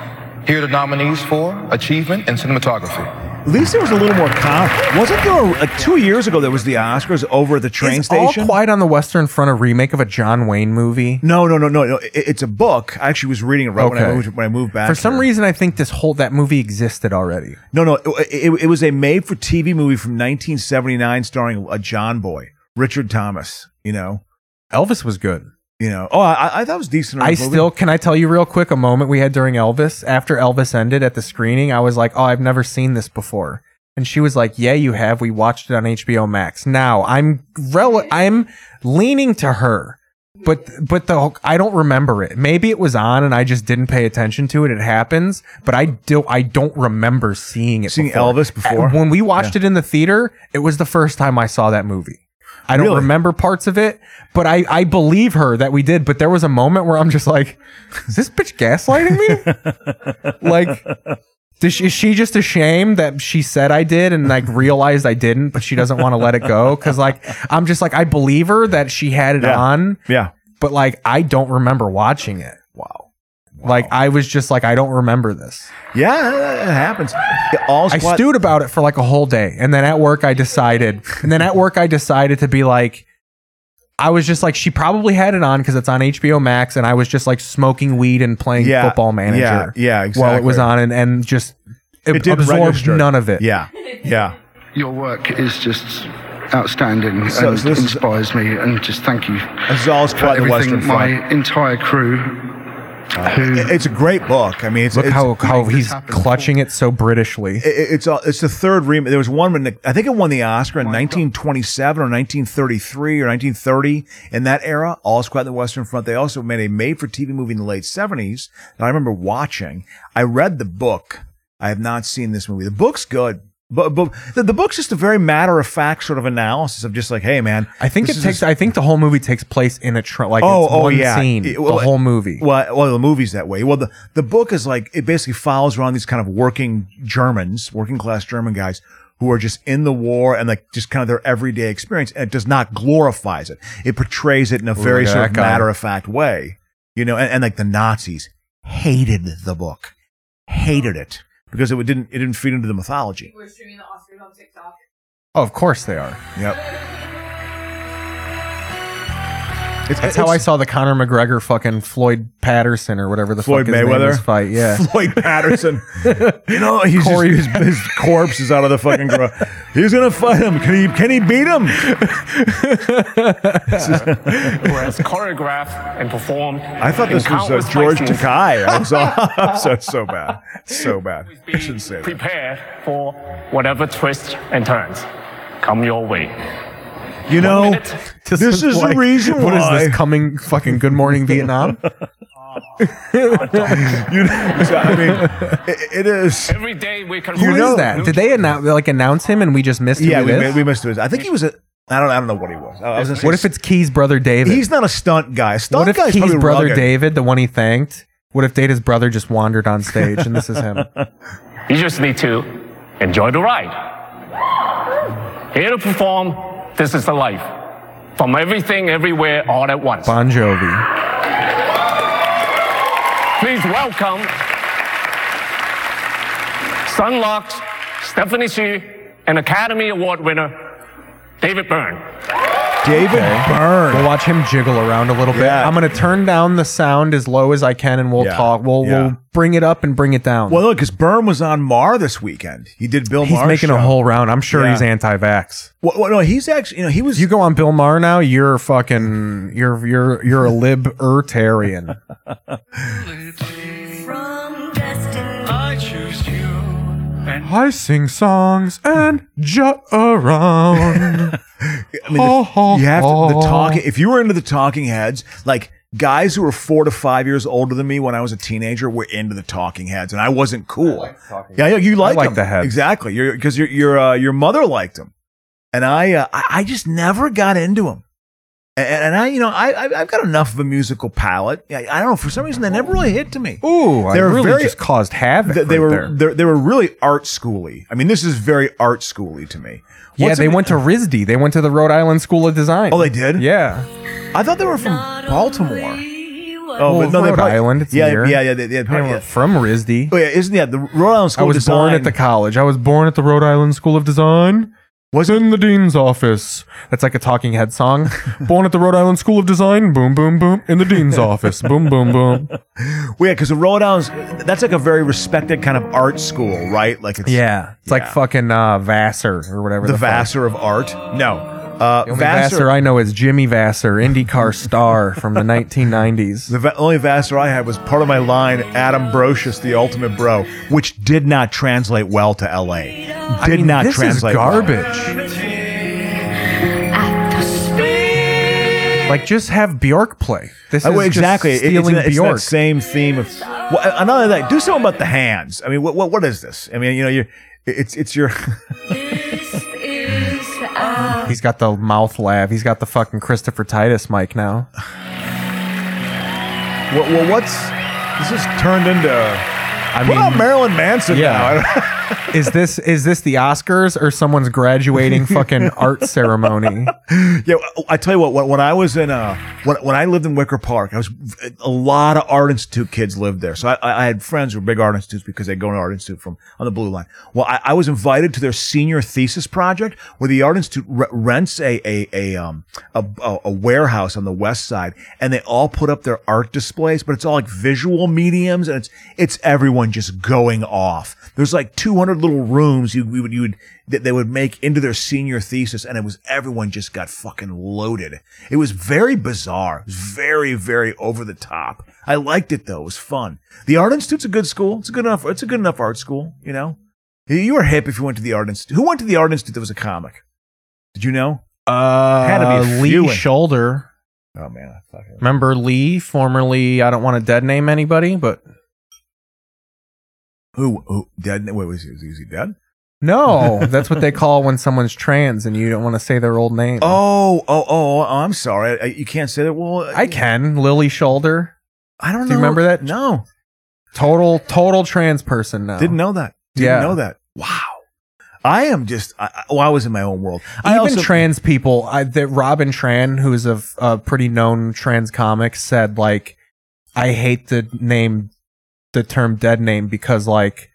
Speaker 20: Here are the nominees for Achievement in Cinematography.
Speaker 1: At least there was a little more calm. Wasn't there a, like two years ago there was the Oscars over at the train
Speaker 3: Is
Speaker 1: station?
Speaker 3: All Quiet on the Western Front a remake of a John Wayne movie?
Speaker 1: no, no, no, no, no. It- it's a book. I actually was reading it right when I
Speaker 3: Okay.
Speaker 1: moved when I moved back.
Speaker 3: For some
Speaker 1: here.
Speaker 3: reason, I think this whole that movie existed already.
Speaker 1: No, no, it, it, it was a made-for-TV movie from 1979 starring a John Boy, Richard Thomas. You know,
Speaker 3: Elvis was good.
Speaker 1: You know, oh, I, I thought it was decent.
Speaker 3: I
Speaker 1: movie.
Speaker 3: still can I tell you real quick a moment we had during Elvis after Elvis ended at the screening. I was like, "Oh, I've never seen this before," and she was like, "Yeah, you have. We watched it on HBO Max." Now I'm rel- I'm leaning to her, but but the I don't remember it. Maybe it was on and I just didn't pay attention to it. It happens, but I do I don't remember seeing it.
Speaker 1: Seeing
Speaker 3: before.
Speaker 1: Elvis before?
Speaker 3: when we watched
Speaker 1: Yeah.
Speaker 3: it in the theater. It was the first time I saw that movie. I don't
Speaker 1: Really?
Speaker 3: remember parts of it, but I, I believe her that we did. But there was a moment where I'm just like, is this bitch gaslighting me?
Speaker 1: *laughs*
Speaker 3: like, does she, is she just ashamed that she said I did and like realized I didn't, but she doesn't want to let it go? Cause like, I'm just like, I believe her that she had it
Speaker 1: Yeah.
Speaker 3: on.
Speaker 1: Yeah.
Speaker 3: But like, I don't remember watching it. Wow. Like, I was just like, I don't remember this.
Speaker 1: Yeah, it happens. It all
Speaker 3: I
Speaker 1: squat-
Speaker 3: stewed about it for like a whole day, and then at work I decided, and then at work I decided to be like, I was just like, she probably had it on because it's on HBO Max, and I was just like smoking weed and playing
Speaker 1: Yeah,
Speaker 3: Football Manager.
Speaker 1: yeah, yeah,
Speaker 3: While it was
Speaker 1: exactly.
Speaker 3: on, and, and just it
Speaker 1: It did
Speaker 3: absorbed
Speaker 1: register.
Speaker 3: none of it.
Speaker 1: Yeah, yeah.
Speaker 31: Your work is just outstanding
Speaker 1: So
Speaker 31: and
Speaker 1: this is-
Speaker 31: inspires me. And just thank you
Speaker 1: This is all
Speaker 31: for
Speaker 1: Squad the
Speaker 31: everything.
Speaker 1: Western
Speaker 31: my
Speaker 1: Front. Uh,
Speaker 31: entire crew. Who
Speaker 1: It's a great book. I mean, it's
Speaker 3: Look
Speaker 1: it's,
Speaker 3: how how he's clutching it so Britishly.
Speaker 1: It- it- it's all, it's the third remake. There was one when the- I think it won the Oscar in 1927 or 1933 or 1930 in that era. All Squad on the Western Front. They also made a made-for-TV movie in the late 70s that I remember watching. I read the book. I have not seen this movie. The book's good. But, but the, the book's just a very matter of fact sort of analysis of just like, hey man,
Speaker 3: I think
Speaker 1: this
Speaker 3: it
Speaker 1: is Oh,
Speaker 3: takes. I think the whole movie takes place in a tra- like it's one scene,
Speaker 1: It-
Speaker 3: the whole movie.
Speaker 1: Well, well, the movie's that way. Well, the, the book is like it basically follows around these kind of working Germans, working class German guys who are just in the war and like just kind of their everyday experience. And it does not glorifies it. It portrays it in a very
Speaker 3: look at
Speaker 1: sort of
Speaker 3: that guy.
Speaker 1: matter of fact way, you know. And, and like the Nazis hated the book, hated it because it didn't it didn't feed into the mythology.
Speaker 3: Oh, of course they are.
Speaker 1: Yep. It's,
Speaker 3: That's how I saw the Conor McGregor fucking Floyd Patterson or whatever the
Speaker 1: Floyd
Speaker 3: fuck his name
Speaker 1: Mayweather
Speaker 3: is fight. Yeah,
Speaker 1: *laughs* Floyd Patterson. you know, he's just-
Speaker 3: Corey- *laughs*
Speaker 1: his, his corpse is out of the fucking garage. He's gonna fight him. Can he? Can he beat him? *laughs* This is-
Speaker 6: where it's choreographed and performed.
Speaker 1: I thought
Speaker 6: in
Speaker 1: this was uh,
Speaker 6: countless
Speaker 1: George
Speaker 6: places. *laughs*
Speaker 1: Takai. I was all upset so bad, so bad. I shouldn't say that.
Speaker 6: Prepared for whatever twists and turns come your way.
Speaker 1: You know,
Speaker 6: minute.
Speaker 1: this, is
Speaker 3: like-
Speaker 1: the reason
Speaker 3: What is
Speaker 1: why.
Speaker 3: this coming? Fucking Good Morning
Speaker 1: *laughs*
Speaker 3: Vietnam.
Speaker 1: You know, so, I mean, *laughs* it, it is.
Speaker 6: Every day we can.
Speaker 3: Who is that? Did they announce like announce him and we just missed?
Speaker 1: Yeah,
Speaker 3: who
Speaker 1: we,
Speaker 3: it
Speaker 1: mi-
Speaker 3: is?
Speaker 1: we missed it. I think he was a. I don't. I don't know what he was. Oh, I, I was gonna say
Speaker 3: What if it's Key's brother David?
Speaker 1: He's not a stunt guy. Stunt
Speaker 3: what if
Speaker 1: guy's
Speaker 3: Key's
Speaker 1: probably
Speaker 3: brother
Speaker 1: rugged.
Speaker 3: David, the one he thanked, What if Data's brother just wandered on stage and this is
Speaker 1: *laughs*
Speaker 3: him?
Speaker 21: *laughs* You just need to enjoy the ride. Here to perform, this is the life. From everything, everywhere, all at once.
Speaker 3: Bon Jovi.
Speaker 21: Please welcome Sunlocks, Stephanie Hsu, and Academy Award winner, David Byrne.
Speaker 1: David Byrne.
Speaker 3: We'll watch him jiggle around a little bit. I'm gonna turn down the sound as low as I can, and we'll talk. We'll we'll bring it up and bring it down.
Speaker 1: Well, look, because Byrne was on Mar this weekend. He did Bill
Speaker 3: he's
Speaker 1: Maher's
Speaker 3: making
Speaker 1: show.
Speaker 3: a whole round. I'm sure
Speaker 1: Yeah.
Speaker 3: he's anti-vax.
Speaker 1: Well, well, no, he's actually, you know, he was.
Speaker 3: You go on Bill Maher now. You're fucking. You're you're you're a libertarian.
Speaker 25: I choose you.
Speaker 3: I sing songs and jut around.
Speaker 1: *laughs* I mean, the- you have to, the talking. If you were into the Talking Heads, like guys who were four to five years older than me when I was a teenager were into the Talking Heads, and I wasn't cool. yeah, yeah, you like
Speaker 3: like
Speaker 1: them.
Speaker 3: the Heads.
Speaker 1: exactly. Because your your uh, your mother liked them, and I uh, I, I just never got into them. And, and I, you know, I I- I've got enough of a musical palate. I, I don't know for some reason they never really hit to me.
Speaker 3: Ooh, I
Speaker 1: They were
Speaker 3: really
Speaker 1: very-
Speaker 3: just caused havoc.
Speaker 1: They, they
Speaker 3: right
Speaker 1: were
Speaker 3: there.
Speaker 1: they they were really art schooly. I mean, this is very art schooly to me.
Speaker 3: yeah,
Speaker 1: What's
Speaker 3: they
Speaker 1: an-
Speaker 3: went to RISD. They went to the Rhode Island School of Design.
Speaker 1: Oh, they did.
Speaker 3: Yeah.
Speaker 1: I thought they were from Baltimore. Oh,
Speaker 3: Well,
Speaker 1: but no, they
Speaker 3: Rhode
Speaker 1: probably-
Speaker 3: Island. It's
Speaker 1: yeah,
Speaker 3: near.
Speaker 1: yeah, yeah, they- they-
Speaker 3: They
Speaker 1: probably-
Speaker 3: weren't from RISD.
Speaker 1: Oh yeah, isn't yeah the Rhode Island School
Speaker 3: I was
Speaker 1: of Design?
Speaker 3: born at the college. I was born at the Rhode Island School of Design.
Speaker 1: Was
Speaker 3: in the dean's office. That's like a Talking Head song.
Speaker 1: *laughs*
Speaker 3: born at the Rhode Island School of Design. Boom, boom, boom. In the dean's office. Boom, boom, boom.
Speaker 1: Well, yeah, because the Rhode Island that's like a very respected kind of art school, right? Like it's
Speaker 3: Yeah, it's like fucking uh, Vassar or whatever.
Speaker 1: the,
Speaker 3: fuck.
Speaker 1: Vassar of art. No, uh,
Speaker 3: The only Vassar, I know is Jimmy Vassar,
Speaker 1: *laughs*
Speaker 3: IndyCar star from the 1990s.
Speaker 1: The va- only Vassar I had was part of my line, Adam Brocious, the ultimate bro, which did not translate well to L.A. Did
Speaker 3: mean,
Speaker 1: not
Speaker 3: this is
Speaker 1: translate.
Speaker 3: garbage. Like, just have Bjork play. This
Speaker 1: Well.
Speaker 3: is
Speaker 1: Oh, exactly.
Speaker 3: Just
Speaker 1: It- it's,
Speaker 3: stealing
Speaker 1: that- it's
Speaker 3: Bjork.
Speaker 1: that same theme of well, another thing. Do something about the hands. I mean, what what, what is this? I mean, you know, you it's it's your. *laughs*
Speaker 3: He's got the mouth lav. He's got the fucking Christopher Titus mic now.
Speaker 1: Well, well what's this is turned into? I what
Speaker 3: mean-
Speaker 1: about Marilyn Manson
Speaker 3: Yeah.
Speaker 1: now?
Speaker 3: is this is this the Oscars or someone's
Speaker 1: *laughs*
Speaker 3: graduating fucking art ceremony?
Speaker 1: yeah, I tell you what. When, when I was in uh, when when I lived in Wicker Park, I was a lot of art institute kids lived there. So I- I, I had friends who were big art institutes because they go to art institute from on the blue line. Well, I, I was invited to their senior thesis project where the art institute re- rents a a a um a, a- a warehouse on the west side, and they all put up their art displays, but it's all like visual mediums, and it's it's everyone just going off. There's like 200 little rooms you we would you would that they would make into their senior thesis, and it was everyone just got fucking loaded. It was very bizarre, It was very very over the top. I liked it though; it was fun. The Art Institute's a good school. It's a good enough. It's a good enough art school. You know, you were hip if you went to the Art Institute. Who went to the Art Institute that was a comic? Did you know?
Speaker 3: Uh,
Speaker 1: Had to be a few
Speaker 3: Lee
Speaker 1: in-
Speaker 3: Shoulder.
Speaker 1: Oh man, I fucking
Speaker 3: Remember Lee, formerly I don't want to dead name anybody, but
Speaker 1: who who dead? Wait, was he, was he dead?
Speaker 3: no, *laughs* that's what they call when someone's trans and you don't want to say their old name.
Speaker 1: Oh, oh, oh, oh, I'm sorry. I, you can't say that. Well,
Speaker 3: I can Lily Shoulder.
Speaker 1: I don't
Speaker 3: Do you
Speaker 1: know.
Speaker 3: remember that?
Speaker 1: No.
Speaker 3: Total total trans person now.
Speaker 1: Didn't know that. Didn't
Speaker 3: Yeah.
Speaker 1: know that. Wow. I am just. I, I- well, I was in my own world. I
Speaker 3: Even
Speaker 1: also-
Speaker 3: trans people, I, that Robin Tran, who's a, f- a pretty known trans comic, said like, "I hate the name, the term dead name because like,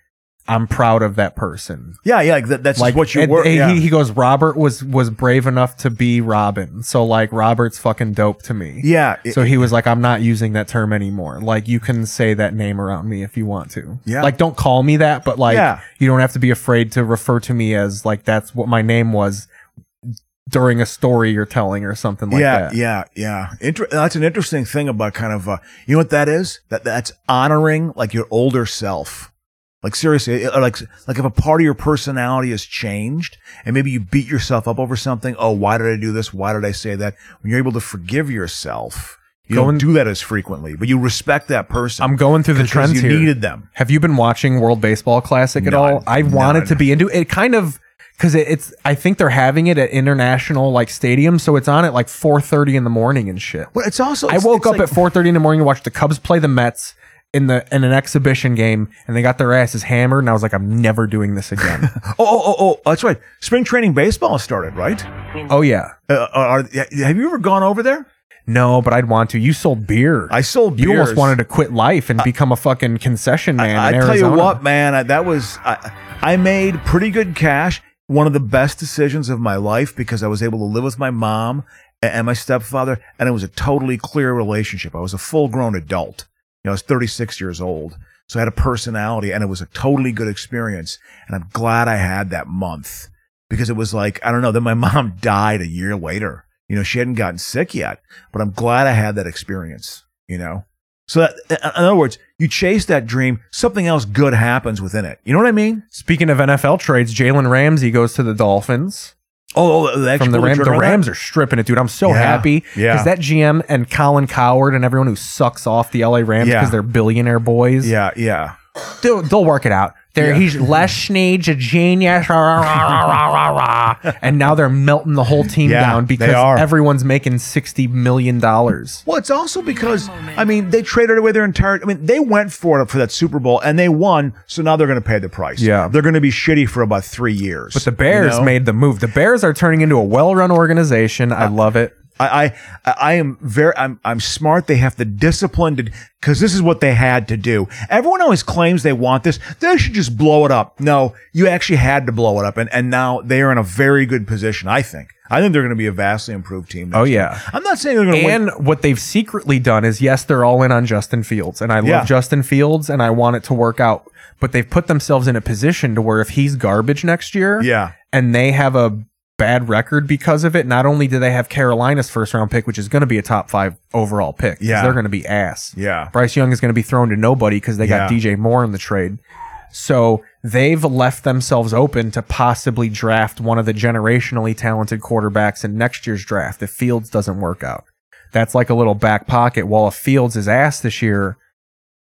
Speaker 3: I'm proud of that person.
Speaker 1: Yeah, yeah. Like that, that's
Speaker 3: like
Speaker 1: what you
Speaker 3: and-
Speaker 1: were.
Speaker 3: and
Speaker 1: yeah.
Speaker 3: He, he goes, Robert was was brave enough to be Robin, so like Robert's fucking dope to me.
Speaker 1: Yeah, it-
Speaker 3: so he was like, I'm not using that term anymore. Like you can say that name around me if you want to.
Speaker 1: Yeah.
Speaker 3: like don't call me that, but like
Speaker 1: Yeah.
Speaker 3: you don't have to be afraid to refer to me as like that's what my name was during a story you're telling or something like
Speaker 1: yeah,
Speaker 3: that.
Speaker 1: yeah, yeah. Inter- that's an interesting thing about kind of uh, you know what that is? That that's honoring like your older self. Like seriously, it- like like if a part of your personality has changed, and maybe you beat yourself up over something. Oh, why did I do this? Why did I say that? When you're able to forgive yourself, you
Speaker 3: Going-
Speaker 1: don't do that as frequently, but you respect that person.
Speaker 3: I'm going through the
Speaker 1: 'Cause
Speaker 3: trends
Speaker 1: you
Speaker 3: here.
Speaker 1: needed them.
Speaker 3: Have you been watching World Baseball Classic at all? I wanted to be into it. Kind of because it, it's. I think they're having it at international like stadiums, so it's on at like 4:30 in the morning and shit.
Speaker 1: Well, it's also
Speaker 3: I
Speaker 1: it's-
Speaker 3: woke
Speaker 1: it's
Speaker 3: up at
Speaker 1: like-
Speaker 3: 4:30 in the morning and watched the Cubs play the Mets. in the in an exhibition game and they got their asses hammered and I was like I'm never doing this
Speaker 1: *laughs*
Speaker 3: again.
Speaker 1: oh, oh, oh, oh, that's right. Spring training baseball started, right?
Speaker 3: Oh yeah.
Speaker 1: Uh, are, have you ever gone over there?
Speaker 3: No, but I'd want to. You sold beer.
Speaker 1: I sold.
Speaker 3: You almost
Speaker 1: beers.
Speaker 3: wanted to quit life and become a fucking concession man.
Speaker 1: I
Speaker 3: in
Speaker 1: tell you
Speaker 3: Arizona.
Speaker 1: what, man, I, that was I, I made pretty good cash. One of the best decisions of my life because I was able to live with my mom a- and my stepfather, and it was a totally clear relationship. I was a full-grown adult. You know, I was 36 years old, so I had a personality, and it was a totally good experience. And I'm glad I had that month because it was like I don't know. Then my *laughs* mom died a year later. You know, she hadn't gotten sick yet, but I'm glad I had that experience. You know. So, that, in other words, you chase that dream, something else good happens within it. You know what I mean?
Speaker 3: Speaking of NFL trades, Jalen Ramsey goes to the Dolphins.
Speaker 1: Oh, oh, they
Speaker 3: from the
Speaker 1: actually
Speaker 3: Rams.
Speaker 1: pulled
Speaker 3: The
Speaker 1: trigger on
Speaker 3: Rams
Speaker 1: that?
Speaker 3: are stripping it, dude. I'm so
Speaker 1: Yeah,
Speaker 3: happy because
Speaker 1: yeah.
Speaker 3: that GM and Colin Coward and everyone who sucks off the LA Rams
Speaker 1: Yeah.
Speaker 3: because they're billionaire boys.
Speaker 1: Yeah, yeah.
Speaker 3: They'll, they'll work it out. They're,
Speaker 1: Yeah.
Speaker 3: He's less Schneid, a genius, rah, rah, rah, rah, rah, rah, rah. and now they're melting the whole team
Speaker 1: Yeah,
Speaker 3: down
Speaker 1: they
Speaker 3: because
Speaker 1: are.
Speaker 3: everyone's making sixty million dollars.
Speaker 1: Well, it's also because I mean they traded away their entire. I mean they went for it for that Super Bowl and they won, so now they're going to pay the price.
Speaker 3: Yeah.
Speaker 1: they're going to be shitty for about three years.
Speaker 3: But the Bears
Speaker 1: you know?
Speaker 3: made the move. The Bears are turning into a well-run organization. I love it.
Speaker 1: I, I I am very I'm I'm smart. They have the discipline to because this is what they had to do. Everyone always claims they want this. They should just blow it up. No, you actually had to blow it up, and and now they are in a very good position. I think. I think they're going to be a vastly improved team. Next
Speaker 3: Oh,
Speaker 1: year.
Speaker 3: yeah.
Speaker 1: I'm not saying they're going to win.
Speaker 3: And what they've secretly done is, yes, they're all in on Justin Fields, and I love
Speaker 1: Yeah.
Speaker 3: Justin Fields, and I want it to work out. But they've put themselves in a position to where if he's garbage next year,
Speaker 1: Yeah.
Speaker 3: and they have a bad record because of it, not only do they have Carolina's first round pick, which is going to be a top five overall pick, 'cause
Speaker 1: Yeah.
Speaker 3: they're going to be ass.
Speaker 1: Yeah.
Speaker 3: Bryce Young is going to be thrown to nobody because they got
Speaker 1: Yeah.
Speaker 3: DJ Moore in the trade. So they've left themselves open to possibly draft one of the generationally talented quarterbacks in next year's draft if Fields doesn't work out. That's like a little back pocket. While if Fields is ass this year,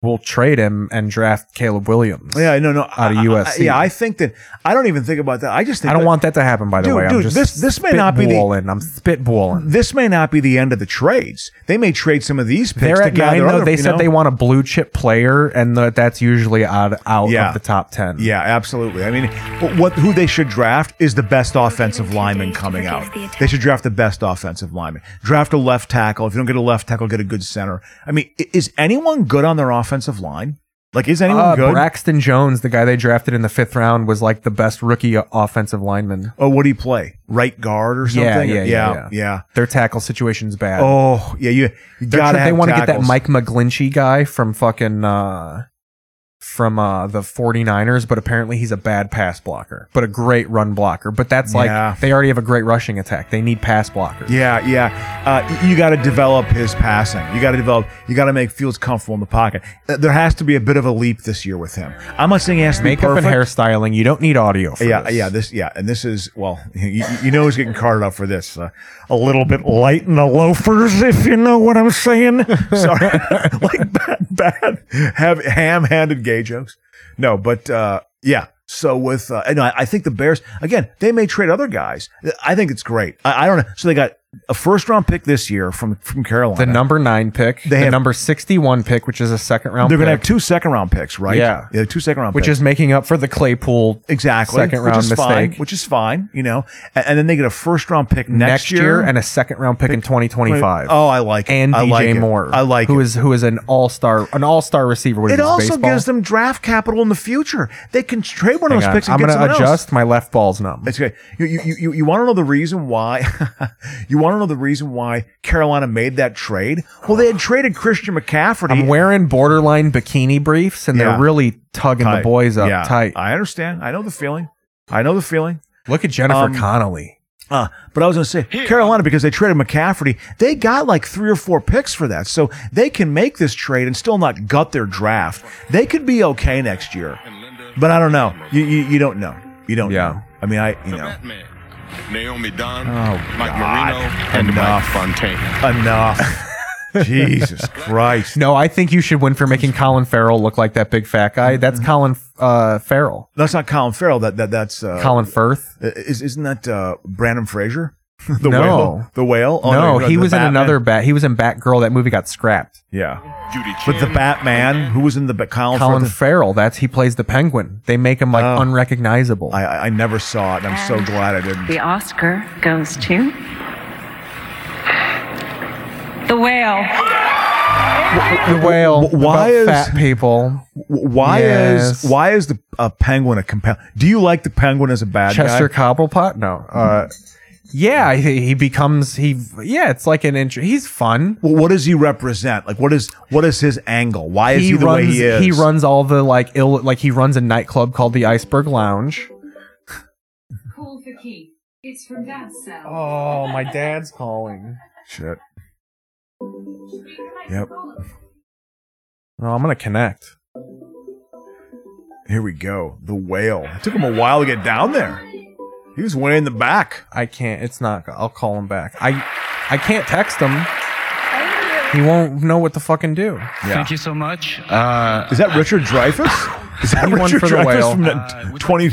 Speaker 3: we'll trade him and draft Caleb Williams.
Speaker 1: Yeah, no, no.
Speaker 3: Out of
Speaker 1: I- I-
Speaker 3: USC.
Speaker 1: yeah, I think that I don't even think about that. I just think
Speaker 3: I don't
Speaker 1: that-
Speaker 3: want that to happen. By the
Speaker 1: Dude,
Speaker 3: way, I'm
Speaker 1: dude,
Speaker 3: just
Speaker 1: this- this may not be the-
Speaker 3: spitballing. I'm spitballing.
Speaker 1: This may not be the end of the trades. They may trade some of these picks.
Speaker 3: They're
Speaker 1: to
Speaker 3: at nine
Speaker 1: gather
Speaker 3: though.
Speaker 1: other-
Speaker 3: They
Speaker 1: you
Speaker 3: said
Speaker 1: know?
Speaker 3: they want a blue chip player, and that that's usually out out
Speaker 1: Yeah.
Speaker 3: of the top ten.
Speaker 1: Yeah, absolutely. I mean, wh- what who they should draft is the best offensive lineman coming out. They should draft the best offensive lineman. Draft a left tackle. If you don't get a left tackle, get a good center. I mean, i- is anyone good on their offensive line? Like, is anyone
Speaker 3: Uh,
Speaker 1: good?
Speaker 3: Braxton Jones, the guy they drafted in the fifth round, was like the best rookie offensive lineman.
Speaker 1: or Oh, what do you play? Right guard or something?
Speaker 3: Yeah, yeah, yeah, yeah.
Speaker 1: yeah.
Speaker 3: Their tackle situation's bad.
Speaker 1: Oh, yeah. You, you
Speaker 3: They're
Speaker 1: gotta
Speaker 3: tr- they
Speaker 1: have
Speaker 3: want to get that
Speaker 1: tackles.
Speaker 3: Mike McGlinchey guy from fucking uh, from uh, the 49ers, but apparently he's a bad pass blocker, but a great run blocker. But that's like
Speaker 1: Yeah.
Speaker 3: they already have a great rushing attack. They need pass blockers.
Speaker 1: Yeah, yeah. Uh, y- you got to develop his passing. You got to develop. You got to make Fields comfortable in the pocket. Uh, There has to be a bit of a leap this year with him. I'm not saying he has to
Speaker 3: Makeup
Speaker 1: be
Speaker 3: and
Speaker 1: perfect.
Speaker 3: hairstyling, you don't need audio for
Speaker 1: yeah,
Speaker 3: this.
Speaker 1: yeah. This, yeah, and this is well. *laughs* You, you know, he's getting carded out for this. Uh, a little bit light in the loafers, if you know what I'm saying. *laughs* Sorry, like bad, bad, *laughs* have ham-handed gay jokes. No, but uh, yeah. So with uh, no, I I think the Bears again. They may trade other guys. I think it's great. I, I don't know. So they got a first-round pick this year from from Carolina.
Speaker 3: The number nine pick,
Speaker 1: They
Speaker 3: the
Speaker 1: have-
Speaker 3: number sixty-one pick, which is a second round.
Speaker 1: They're going to have
Speaker 3: pick,
Speaker 1: two second-round picks, right?
Speaker 3: Yeah.
Speaker 1: yeah, two second-round,
Speaker 3: which
Speaker 1: picks.
Speaker 3: is making up for the Claypool
Speaker 1: Exactly.
Speaker 3: second round
Speaker 1: which is
Speaker 3: mistake
Speaker 1: Fine, which is fine, you know. And, and then they get a first round pick
Speaker 3: next,
Speaker 1: next,
Speaker 3: year, and a second round pick in twenty twenty-five.
Speaker 1: Oh, I like it.
Speaker 3: and
Speaker 1: I
Speaker 3: DJ
Speaker 1: like it.
Speaker 3: Moore.
Speaker 1: I like
Speaker 3: who
Speaker 1: it.
Speaker 3: is who is an all star an all star receiver. What is
Speaker 1: It
Speaker 3: this,
Speaker 1: also
Speaker 3: baseball?
Speaker 1: gives them draft capital in the future. They can trade one
Speaker 3: Hang
Speaker 1: of those
Speaker 3: on,
Speaker 1: picks and
Speaker 3: I'm
Speaker 1: get
Speaker 3: gonna
Speaker 1: someone else.
Speaker 3: adjust my left ball's numb.
Speaker 1: It's okay. You you you, you want to know the reason why? *laughs* you want to know the reason why Carolina made that trade? Well, they had traded Christian McCaffrey.
Speaker 3: I'm wearing borderline bikini briefs, and
Speaker 1: Yeah.
Speaker 3: they're really tugging the
Speaker 1: Tight.
Speaker 3: boys up
Speaker 1: Yeah,
Speaker 3: tight.
Speaker 1: I understand. I know the feeling. I know the feeling.
Speaker 3: Look at Jennifer
Speaker 1: Um,
Speaker 3: Connolly.
Speaker 1: Uh, but I was going to say Carolina because they traded McCaffrey. They got like three or four picks for that, so they can make this trade and still not gut their draft. They could be okay next year, but I don't know. You you, you don't know. You don't. Yeah. Know. I mean, I you know.
Speaker 5: Naomi Don,
Speaker 1: Oh,
Speaker 5: Mike
Speaker 1: God.
Speaker 5: Marino, and
Speaker 3: uh,
Speaker 5: Mike
Speaker 1: Enough.
Speaker 5: Fontaine.
Speaker 3: *laughs*
Speaker 1: Enough. Jesus Christ.
Speaker 3: No, I think you should win for making Colin Farrell look like that big fat guy.
Speaker 5: Mm-hmm.
Speaker 1: Mm-hmm.
Speaker 3: That's Colin uh, Farrell.
Speaker 1: That's not Colin Farrell. That that that's uh,
Speaker 3: Colin Firth.
Speaker 1: Is, isn't that uh, Brandon Fraser? *laughs* *laughs* the
Speaker 3: no.
Speaker 1: whale. The whale. Oh,
Speaker 3: no,
Speaker 1: you're-
Speaker 3: he
Speaker 1: the
Speaker 3: was in
Speaker 1: Batman.
Speaker 3: another bat. He was in Batgirl. That movie got scrapped.
Speaker 1: Yeah. But the Batman, who was in the Ba- Colin,
Speaker 3: Colin
Speaker 1: Firth-
Speaker 3: Farrell. That's he plays the Penguin. They make him like unrecognizable.
Speaker 1: I, I I never saw it. and I'm so glad I didn't.
Speaker 8: The Oscar goes to
Speaker 14: The whale.
Speaker 3: the whale.
Speaker 1: Why is
Speaker 3: about fat people?
Speaker 1: Why
Speaker 3: Yes.
Speaker 1: is why is the a penguin a compel? Do you like the penguin as a bad
Speaker 3: Chester
Speaker 1: guy?
Speaker 3: Cobblepot? No. Uh, yeah, he, he becomes he. Yeah, it's like an intro. He's fun.
Speaker 1: Well, what does he represent? Like, what is what is his angle? Why is he, the
Speaker 3: runs,
Speaker 1: way he is?
Speaker 3: runs all the like ill. Like he runs a nightclub called the Iceberg Lounge.
Speaker 9: Call for key. It's from that cell.
Speaker 3: Oh, my dad's calling.
Speaker 1: Shit. Yep.
Speaker 3: No, I'm gonna connect.
Speaker 1: Here we go. The whale. It took him a while to get down there. He was way in the back.
Speaker 3: I can't. It's not. I'll call him back. I I can't text him. He won't know what to fucking do.
Speaker 32: Thank you so much.
Speaker 1: is that Richard Dreyfus?
Speaker 3: *laughs*
Speaker 1: Is that
Speaker 3: He won
Speaker 1: Richard
Speaker 3: Uh, for the
Speaker 1: Dreyfus
Speaker 3: whale.
Speaker 1: from the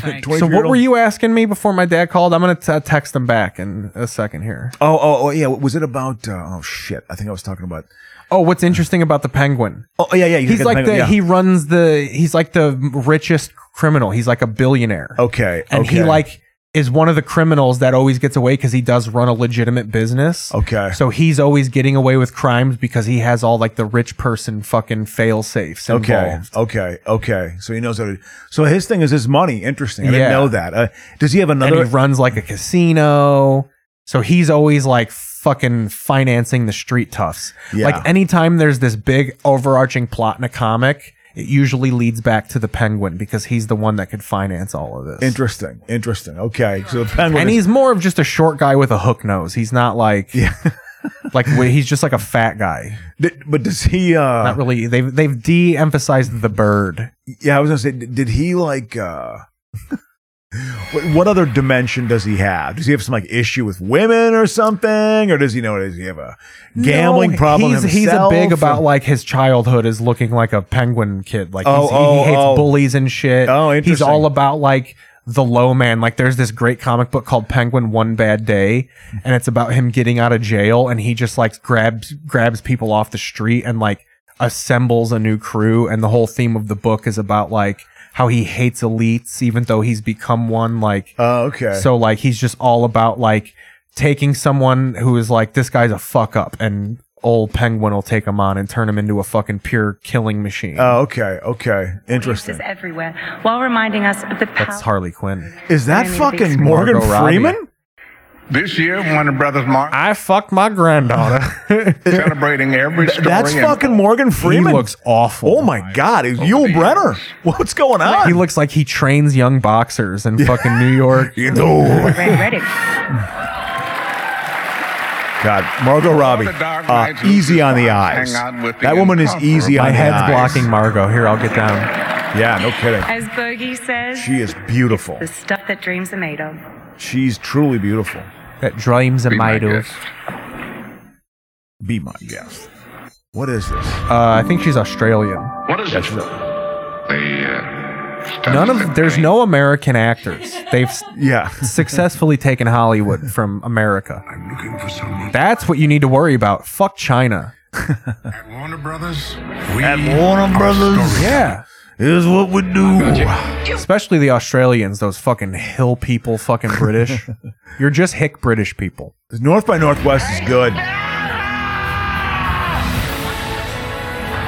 Speaker 32: Uh,
Speaker 1: 20,
Speaker 3: So what were you asking me before my dad called? I'm gonna t- text him back in a second here.
Speaker 1: Oh, oh, oh, yeah. Was it about? Uh, oh shit! I think I was talking about.
Speaker 3: Oh, what's interesting about the penguin?
Speaker 1: Oh yeah, yeah. you
Speaker 3: he's
Speaker 1: got
Speaker 3: like the,
Speaker 1: penguin, yeah.
Speaker 3: he runs the he's like the richest criminal. He's like a billionaire.
Speaker 1: Okay,
Speaker 3: and he
Speaker 1: okay.
Speaker 3: like is one of the criminals that always gets away because he does run a legitimate business.
Speaker 1: Okay.
Speaker 3: So he's always getting away with crimes because he has all like the rich person fucking fail safes involved.
Speaker 1: Okay. Okay. Okay. So he knows how to. So his thing is his money. Interesting. I
Speaker 3: Yeah.
Speaker 1: didn't know that. Uh, does he have another?
Speaker 3: And he runs like a casino. So he's always like fucking financing the street toughs.
Speaker 1: Yeah.
Speaker 3: Like anytime there's this big overarching plot in a comic, it usually leads back to the penguin because he's the one that could finance all of this.
Speaker 1: interesting. Interesting. Okay. So the penguin.
Speaker 3: And
Speaker 1: is-
Speaker 3: he's more of just a short guy with a hook nose. He's not like *laughs* like wh- he's just like a fat guy.
Speaker 1: But does he uh
Speaker 3: not really they've they've de-emphasized the bird.
Speaker 1: Yeah, I was gonna say, d- did he like? uh *laughs* What, what other dimension does he have? Does he have some like issue with women or something, or does he know? Does he have a gambling
Speaker 3: No,
Speaker 1: problem
Speaker 3: He's, he's a
Speaker 1: himself?
Speaker 3: big about
Speaker 1: or-
Speaker 3: like his childhood is looking like a penguin kid. Like
Speaker 1: Oh,
Speaker 3: he's, he,
Speaker 1: oh,
Speaker 3: he hates
Speaker 1: oh.
Speaker 3: bullies and shit.
Speaker 1: Oh,
Speaker 3: He's
Speaker 1: interesting.
Speaker 3: all about like the low man. Like there's this great comic book called Penguin One Bad Day, and it's about him getting out of jail, and he just like grabs grabs people off the street and like assembles a new crew. And the whole theme of the book is about like how he hates elites, even though he's become one. Like
Speaker 1: oh, okay.
Speaker 3: so like he's just all about like taking someone who is like this guy's a fuck up and old penguin will take him on and turn him into a fucking pure killing machine.
Speaker 1: Oh, okay, okay, interesting.
Speaker 9: Is everywhere while reminding us of the
Speaker 3: That's Harley Quinn.
Speaker 1: Is that
Speaker 9: Brandon Beeks.
Speaker 1: fucking Morgan
Speaker 3: Margot Robbie.
Speaker 1: Freeman?
Speaker 4: This year, Warner Brothers Mark
Speaker 3: I fucked my granddaughter.
Speaker 4: *laughs* celebrating every
Speaker 1: Th-
Speaker 4: story.
Speaker 1: That's
Speaker 4: and-
Speaker 1: fucking Morgan Freeman.
Speaker 3: looks awful.
Speaker 1: Oh my god, it's Yul Brenner. *laughs* What's going on?
Speaker 3: He looks like he trains young boxers in fucking New York.
Speaker 1: *laughs* you know.
Speaker 3: *laughs*
Speaker 1: God, Margot Robbie, uh, easy on the eyes.
Speaker 4: out with the
Speaker 1: That woman is easy
Speaker 3: My
Speaker 1: on the eyes.
Speaker 3: head's blocking Margot. Here, I'll get down.
Speaker 1: Yeah, no kidding.
Speaker 9: As Bogey says,
Speaker 1: She is beautiful.
Speaker 9: the stuff that dreams are made of.
Speaker 1: She's truly beautiful.
Speaker 3: That dreams are
Speaker 1: Be my
Speaker 3: made of.
Speaker 1: Be my guest. What is this?
Speaker 3: Uh, I think she's Australian.
Speaker 4: What is uh,
Speaker 1: That's
Speaker 3: None of there's no American actors. They've s-
Speaker 1: *laughs* yeah
Speaker 3: successfully taken Hollywood from America. I'm looking for someone. That's what you need to worry about. Fuck
Speaker 1: *laughs*
Speaker 3: China.
Speaker 4: Warner Brothers.
Speaker 1: At Warner Brothers.
Speaker 3: Yeah.
Speaker 1: Is what we do.
Speaker 3: Especially the Australians, those fucking hill people, fucking
Speaker 1: *laughs*
Speaker 3: British. You're just hick British people.
Speaker 1: North by Northwest is good.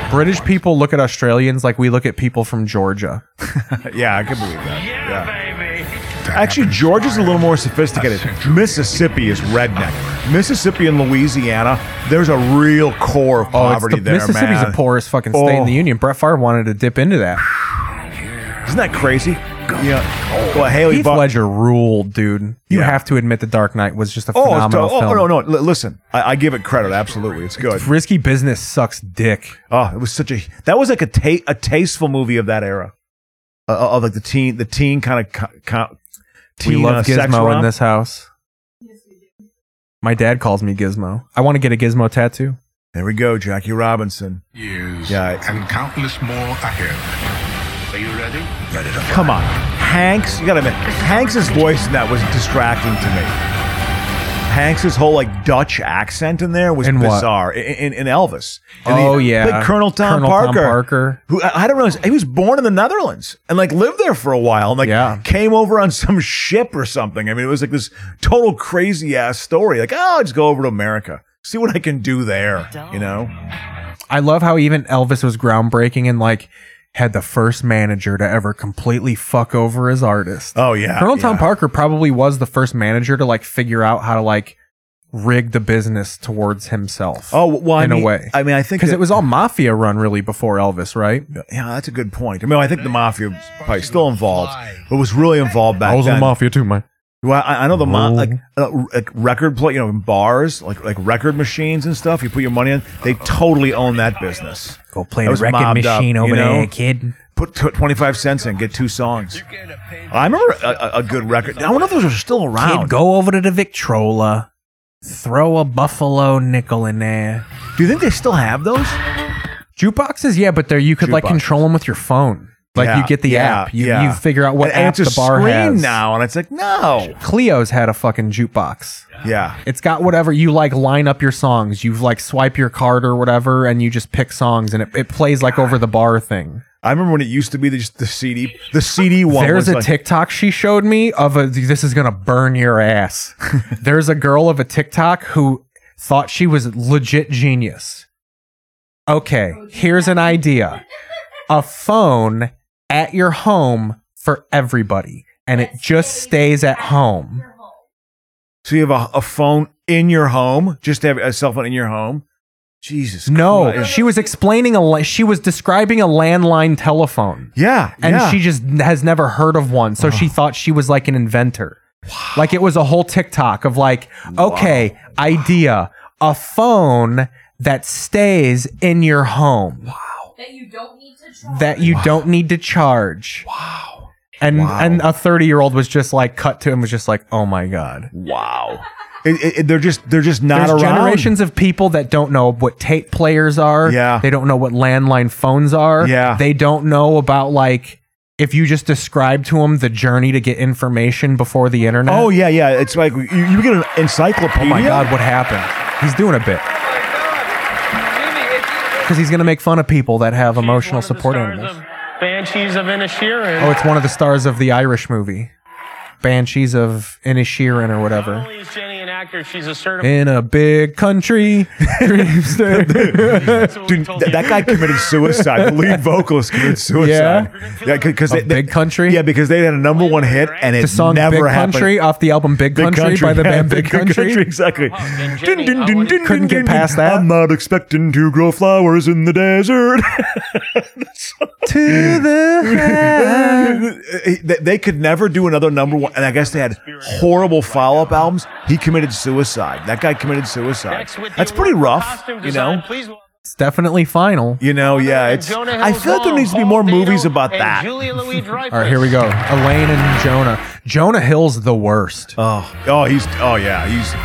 Speaker 3: British people look at Australians like we look at people from Georgia. *laughs*
Speaker 1: Uh, yeah, I can believe that. Yeah, Actually, Georgia's a little more sophisticated. Mississippi is redneck. Mississippi and Louisiana, there's a real core of
Speaker 3: Oh, it's
Speaker 1: poverty
Speaker 3: the-
Speaker 1: there,
Speaker 3: Mississippi's
Speaker 1: man.
Speaker 3: the poorest fucking state in the
Speaker 1: Oh.
Speaker 3: union. Brett Favre wanted to dip into that.
Speaker 1: Isn't that crazy? Yeah. Well, Haley
Speaker 3: Heath
Speaker 1: Buck-
Speaker 3: Ledger ruled, dude. You
Speaker 1: Yeah.
Speaker 3: have to admit, The Dark Knight was just a
Speaker 1: Oh, it's,
Speaker 3: phenomenal
Speaker 1: oh,
Speaker 3: film.
Speaker 1: oh, no, no. L- listen, I, I give it credit. Absolutely, it's good.
Speaker 3: Risky Business sucks dick.
Speaker 1: Oh, it was such a that was like a ta- a tasteful movie of that era, uh, of like the teen the teen kind of co- co-
Speaker 3: We
Speaker 1: teen uh,
Speaker 3: love
Speaker 1: sex
Speaker 3: Gizmo in
Speaker 1: romp.
Speaker 3: this house. My dad calls me Gizmo. I want to get a Gizmo tattoo.
Speaker 1: There we go, Jackie Robinson.
Speaker 4: Years
Speaker 1: Yeah,
Speaker 4: and countless more ahead. Are you ready? Ready to
Speaker 1: Come on, Hanks. You gotta admit, Hanks's voice in that was distracting to me. Hanks's whole like Dutch accent in there was
Speaker 3: In what?
Speaker 1: bizarre. In, in, in Elvis. In
Speaker 3: Oh,
Speaker 1: the-
Speaker 3: yeah.
Speaker 1: like Colonel Tom
Speaker 3: Colonel Tom
Speaker 1: Parker.
Speaker 3: Parker.
Speaker 1: Who I, I don't realize he was born in the Netherlands and like lived there for a while and like came over on some ship or something. I mean, it was like this total crazy ass story. Like, oh, I'll just go over to America, see what I can do there. You know.
Speaker 3: I love how even Elvis was groundbreaking and like had the first manager to ever completely fuck over his artist.
Speaker 1: Oh yeah,
Speaker 3: Colonel Tom
Speaker 1: yeah.
Speaker 3: Parker probably was the first manager to like figure out how to like rig the business towards himself.
Speaker 1: Oh well, I
Speaker 3: in
Speaker 1: mean-
Speaker 3: a way.
Speaker 1: I mean, I think
Speaker 3: because
Speaker 1: that-
Speaker 3: it was all mafia run really before Elvis, right?
Speaker 1: Yeah, that's a good point. I mean, I think the mafia was probably still involved, but was really involved back then.
Speaker 3: I was in the mafia too, man.
Speaker 1: Well, I, I know the mo-
Speaker 3: Roll.
Speaker 1: like, uh, r- like record play, you know, bars like like record machines and stuff. You put your money in, they totally own that business.
Speaker 3: Go play
Speaker 1: That
Speaker 3: the
Speaker 1: was
Speaker 3: record
Speaker 1: mobbed up,
Speaker 3: machine
Speaker 1: you
Speaker 3: over
Speaker 1: know?
Speaker 3: there, kid.
Speaker 1: Put tw twenty five cents in, get two songs. I remember a, a, a good record. I don't know if those are still around.
Speaker 3: Kid, go over to the Victrola, Uh, throw a buffalo nickel in there.
Speaker 1: Do you think they still have those?
Speaker 3: Jukeboxes, yeah, but there you could like
Speaker 1: Jukeboxes.
Speaker 3: control them with your phone. Like
Speaker 1: Yeah,
Speaker 3: you get the
Speaker 1: yeah,
Speaker 3: app, you,
Speaker 1: yeah.
Speaker 3: you figure out what
Speaker 1: And- and
Speaker 3: app
Speaker 1: it's
Speaker 3: the
Speaker 1: a
Speaker 3: bar
Speaker 1: screen
Speaker 3: has
Speaker 1: now, and it's like no,
Speaker 3: Cleo's had a fucking jukebox.
Speaker 1: yeah,
Speaker 3: It's got whatever you like. Line up your songs. You've like swipe your card or whatever, and you just pick songs, and it, it plays like over the bar thing.
Speaker 1: I remember when it used to be the, just the CD, the CD one.
Speaker 3: There's
Speaker 1: was
Speaker 3: a
Speaker 1: like,
Speaker 3: TikTok she showed me of a this is gonna burn your
Speaker 1: *laughs*
Speaker 3: ass. There's a girl of a TikTok who thought she was legit genius. Okay, here's an idea. A phone at your home for everybody. And it just stays at home.
Speaker 1: So you have a, a phone in your home, just to have a cell phone in your home. Jesus.
Speaker 3: No,
Speaker 1: Christ.
Speaker 3: she was explaining a la- she was describing a landline telephone.
Speaker 1: Yeah,
Speaker 3: and
Speaker 1: yeah.
Speaker 3: she just n- has never heard of one, so she thought she was like an inventor. Like it was a whole TikTok of like, okay, idea, a phone that stays in your home. Wow. That you don't need to charge. Wow. And and a 30-year-old was just like cut to him was just like, "Oh my god."
Speaker 1: Wow. It- it- it- they're just they're just not
Speaker 3: There's
Speaker 1: around.
Speaker 3: generations of people that don't know what tape players are.
Speaker 1: Yeah.
Speaker 3: They don't know what landline phones are.
Speaker 1: Yeah.
Speaker 3: They don't know about like if you just describe to them the journey to get information before the internet.
Speaker 1: Oh yeah, yeah. It's like you, you get an
Speaker 3: Oh
Speaker 1: encyclopedia.
Speaker 3: my God, what happened? He's doing a bit.
Speaker 6: Oh
Speaker 3: Because he's going to make fun of people that have emotional support animals.
Speaker 6: Banshees of Inisherin.
Speaker 3: Oh, it's one of the stars of the Irish movie. Banshees of Inishirin or whatever.
Speaker 6: She's Jenny an actor. She's a certified.
Speaker 3: In a big
Speaker 1: *laughs*
Speaker 3: country, dreams
Speaker 1: Dude, th- that guy committed suicide. The lead vocalist
Speaker 3: *laughs*
Speaker 1: committed suicide. Yeah, because
Speaker 3: Of Big Country.
Speaker 1: Yeah, because they had a number one hit and it
Speaker 3: the song
Speaker 1: never
Speaker 3: Big
Speaker 1: happened.
Speaker 3: Country off the album Big,
Speaker 1: Big
Speaker 3: Country, by the
Speaker 1: yeah,
Speaker 3: band Big, Country.
Speaker 1: exactly. Dun, dun, dun, dun,
Speaker 3: Couldn't
Speaker 1: dun,
Speaker 3: get
Speaker 1: dun.
Speaker 3: past that.
Speaker 1: I'm not expecting to grow flowers in the desert. *laughs*
Speaker 3: to the
Speaker 1: They- they could never do another number one, and I guess they had horrible follow-up albums. He committed suicide. That guy committed suicide. That's pretty rough, you know.
Speaker 3: It's definitely final.
Speaker 1: You know, yeah. It's. I feel like there needs to be more movies about that.
Speaker 3: All right, here we go. Elaine and Jonah. Jonah Hill's the worst.
Speaker 1: Oh, oh, he's. Oh yeah, he's.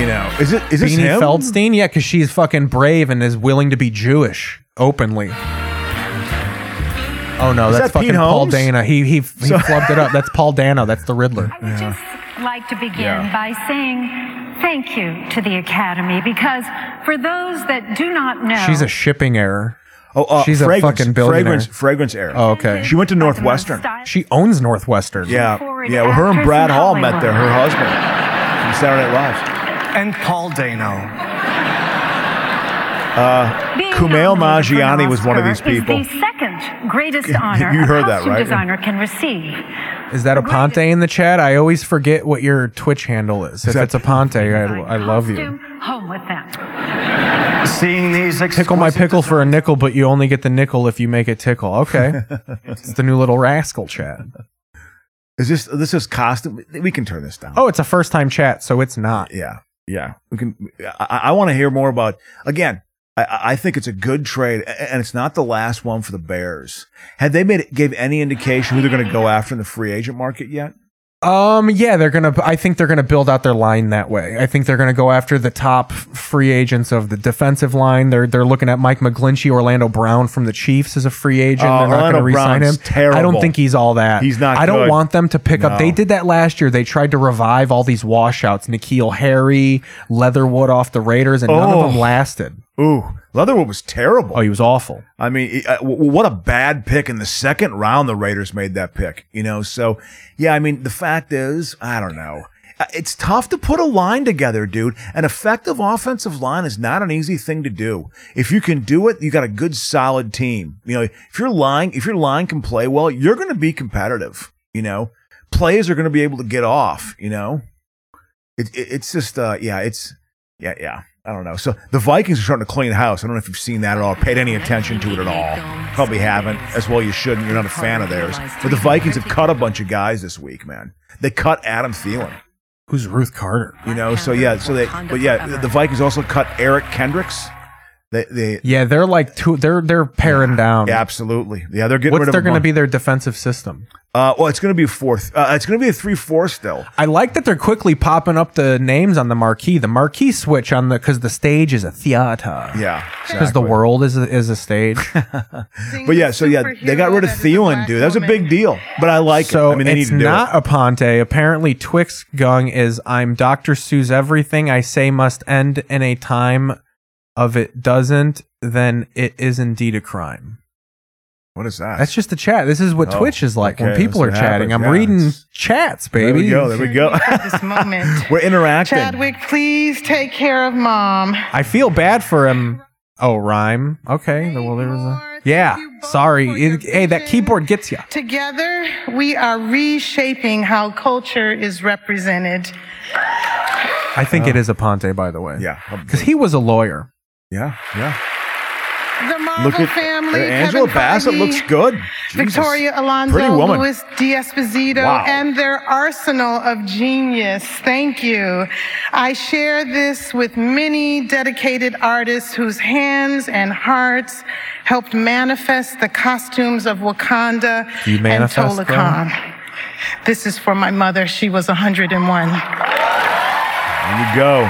Speaker 1: You know, is it is this
Speaker 3: Beanie
Speaker 1: him?
Speaker 3: Feldstein? Yeah, because she's fucking brave and is willing to be Jewish openly. Oh no,
Speaker 1: Is
Speaker 3: that's
Speaker 1: that Pete
Speaker 3: fucking Paul
Speaker 1: Holmes?
Speaker 3: Dana. He he, he
Speaker 1: So-
Speaker 3: flubbed it up. That's Paul Dano. That's the Riddler.
Speaker 7: like to begin
Speaker 3: Yeah.
Speaker 7: by saying thank you to the Academy because for those that do not know,
Speaker 3: She's a shipping error.
Speaker 1: Oh, uh,
Speaker 3: she's a
Speaker 1: fragrance,
Speaker 3: fucking billionaire.
Speaker 1: Fragrance, fragrance era.
Speaker 3: Oh, okay.
Speaker 1: She went to Northwestern.
Speaker 3: She owns Northwestern.
Speaker 1: Yeah, yeah. Well, her and Brad Hall met there. Her husband from Saturday Night Live.
Speaker 10: And Paul Dano.
Speaker 1: Uh,
Speaker 7: being
Speaker 1: Kumail
Speaker 7: nominated for an
Speaker 1: Nanjiani was one of these
Speaker 7: Oscar
Speaker 1: people.
Speaker 7: Is the
Speaker 1: *laughs*
Speaker 7: second greatest honor
Speaker 3: You heard
Speaker 7: a
Speaker 3: that,
Speaker 7: costume
Speaker 3: right?
Speaker 7: designer can receive.
Speaker 3: Is that a Ponte in the chat? I always forget what your Twitch handle is. If it's a Ponte, I, I love you.
Speaker 7: Home with them.
Speaker 10: Seeing these
Speaker 3: Pickle my pickle for a nickel, but you only get the nickel if you make it tickle.
Speaker 1: *laughs*
Speaker 3: Okay. it's the new little rascal chat.
Speaker 1: Is this this is costume? We can turn this down.
Speaker 3: Oh, it's a first time chat, so it's not.
Speaker 1: Yeah. Yeah, we can. I, I want to hear more about. Again, I, I think it's a good trade, a- and it's not the last one for the Bears. Have they made gave any indication who they're going to go after in the free agent market yet?
Speaker 3: Um, yeah, they're gonna. I think they're gonna build out their line that way. I think they're gonna go after the top free agents of the defensive line. They're they're looking at Mike McGlinchey, Orlando Brown from the Chiefs as a free agent.
Speaker 1: Oh,
Speaker 3: they're not
Speaker 1: Orlando
Speaker 3: gonna resign
Speaker 1: Brown's
Speaker 3: him. I
Speaker 1: terrible.
Speaker 3: don't think he's all that.
Speaker 1: He's not
Speaker 3: I don't
Speaker 1: good.
Speaker 3: want them to pick
Speaker 1: No.
Speaker 3: up. They did that last year. They tried to revive all these washouts: Nikhil Harry, Leatherwood off the Raiders, and none
Speaker 1: Oh.
Speaker 3: of them lasted.
Speaker 1: Ooh, Leatherwood was terrible. Oh,
Speaker 3: he was awful.
Speaker 1: I mean, he- uh, w- what a bad pick in the second round. The Raiders made that pick, you know. So, yeah, I mean, the fact is, I don't know. Uh, It's tough to put a line together, dude. An effective offensive line is not an easy thing to do. If you can do it, you got a good, solid team. You know, if your line, if your line can play well, you're going to be competitive. You know, plays are going to be able to get off. You know, it, it, it's just uh yeah it's yeah yeah i don't know so the vikings are starting to clean house i don't know if you've seen that at all paid any attention to it at all probably haven't as well you shouldn't you're not a fan of theirs but the vikings have cut a bunch of guys this week man they cut adam Thielen.
Speaker 3: Who's Ruth Carter?
Speaker 1: You know, so yeah, so they, but yeah, the Vikings also cut Eric Kendricks. They, they,
Speaker 3: Yeah, they're like two. They're they're paring down.
Speaker 1: absolutely. Yeah, they're getting
Speaker 3: What's
Speaker 1: rid of.
Speaker 3: there going
Speaker 1: to
Speaker 3: to be their defensive system?
Speaker 1: Uh, well, it's going to be a fourth. Uh, it's going to be a three-four still.
Speaker 3: I like that they're quickly popping up the names on the marquee. The marquee switch on the because the stage is a theater.
Speaker 1: Yeah,
Speaker 3: because the
Speaker 1: exactly.
Speaker 3: world is a, is a stage.
Speaker 1: But yeah, so yeah, they got rid of Thielen, dude. That was a big deal. But I *laughs* like
Speaker 3: so
Speaker 1: it. I mean, they
Speaker 3: it's
Speaker 1: need to do
Speaker 3: not
Speaker 1: it.
Speaker 3: a Ponte. Apparently, Twix Gung is I'm Doctor Seuss. Everything I say must end in a time of it doesn't. Then it is indeed a crime.
Speaker 1: What is that?
Speaker 3: That's just the chat. This is what
Speaker 1: Oh,
Speaker 3: Twitch is like when
Speaker 1: okay,
Speaker 3: people are
Speaker 1: that's what
Speaker 3: chatting. I'm
Speaker 1: happens, yeah.
Speaker 3: reading chats, baby.
Speaker 1: There we go. There we go.
Speaker 22: this moment.
Speaker 1: *laughs* We're interacting.
Speaker 22: *laughs* Chadwick, please take care of mom.
Speaker 3: I feel bad for him. Oh, rhyme. Okay. Well, there was a. Yeah. Sorry. It- hey, that keyboard gets you.
Speaker 22: Together, we are reshaping how culture is represented.
Speaker 3: I think it is a Ponte, by the way.
Speaker 1: Uh, Yeah.
Speaker 3: Because he was a lawyer.
Speaker 1: Yeah. Yeah.
Speaker 22: The Marvel
Speaker 3: Look at-
Speaker 22: family,
Speaker 1: Angela
Speaker 22: Kevin
Speaker 1: Bassett
Speaker 22: Feige,
Speaker 1: looks good. Jesus.
Speaker 22: Victoria
Speaker 1: Pretty
Speaker 22: Alonso,
Speaker 1: woman.
Speaker 22: Luis D'Esposito,
Speaker 1: Wow.
Speaker 22: and their arsenal of genius. Thank you. I share this with many dedicated artists whose hands and hearts helped manifest the costumes of Wakanda
Speaker 3: Do you
Speaker 22: and
Speaker 3: manifest them?
Speaker 22: Tolakan. This is for my mother. She was 101.
Speaker 1: There you go.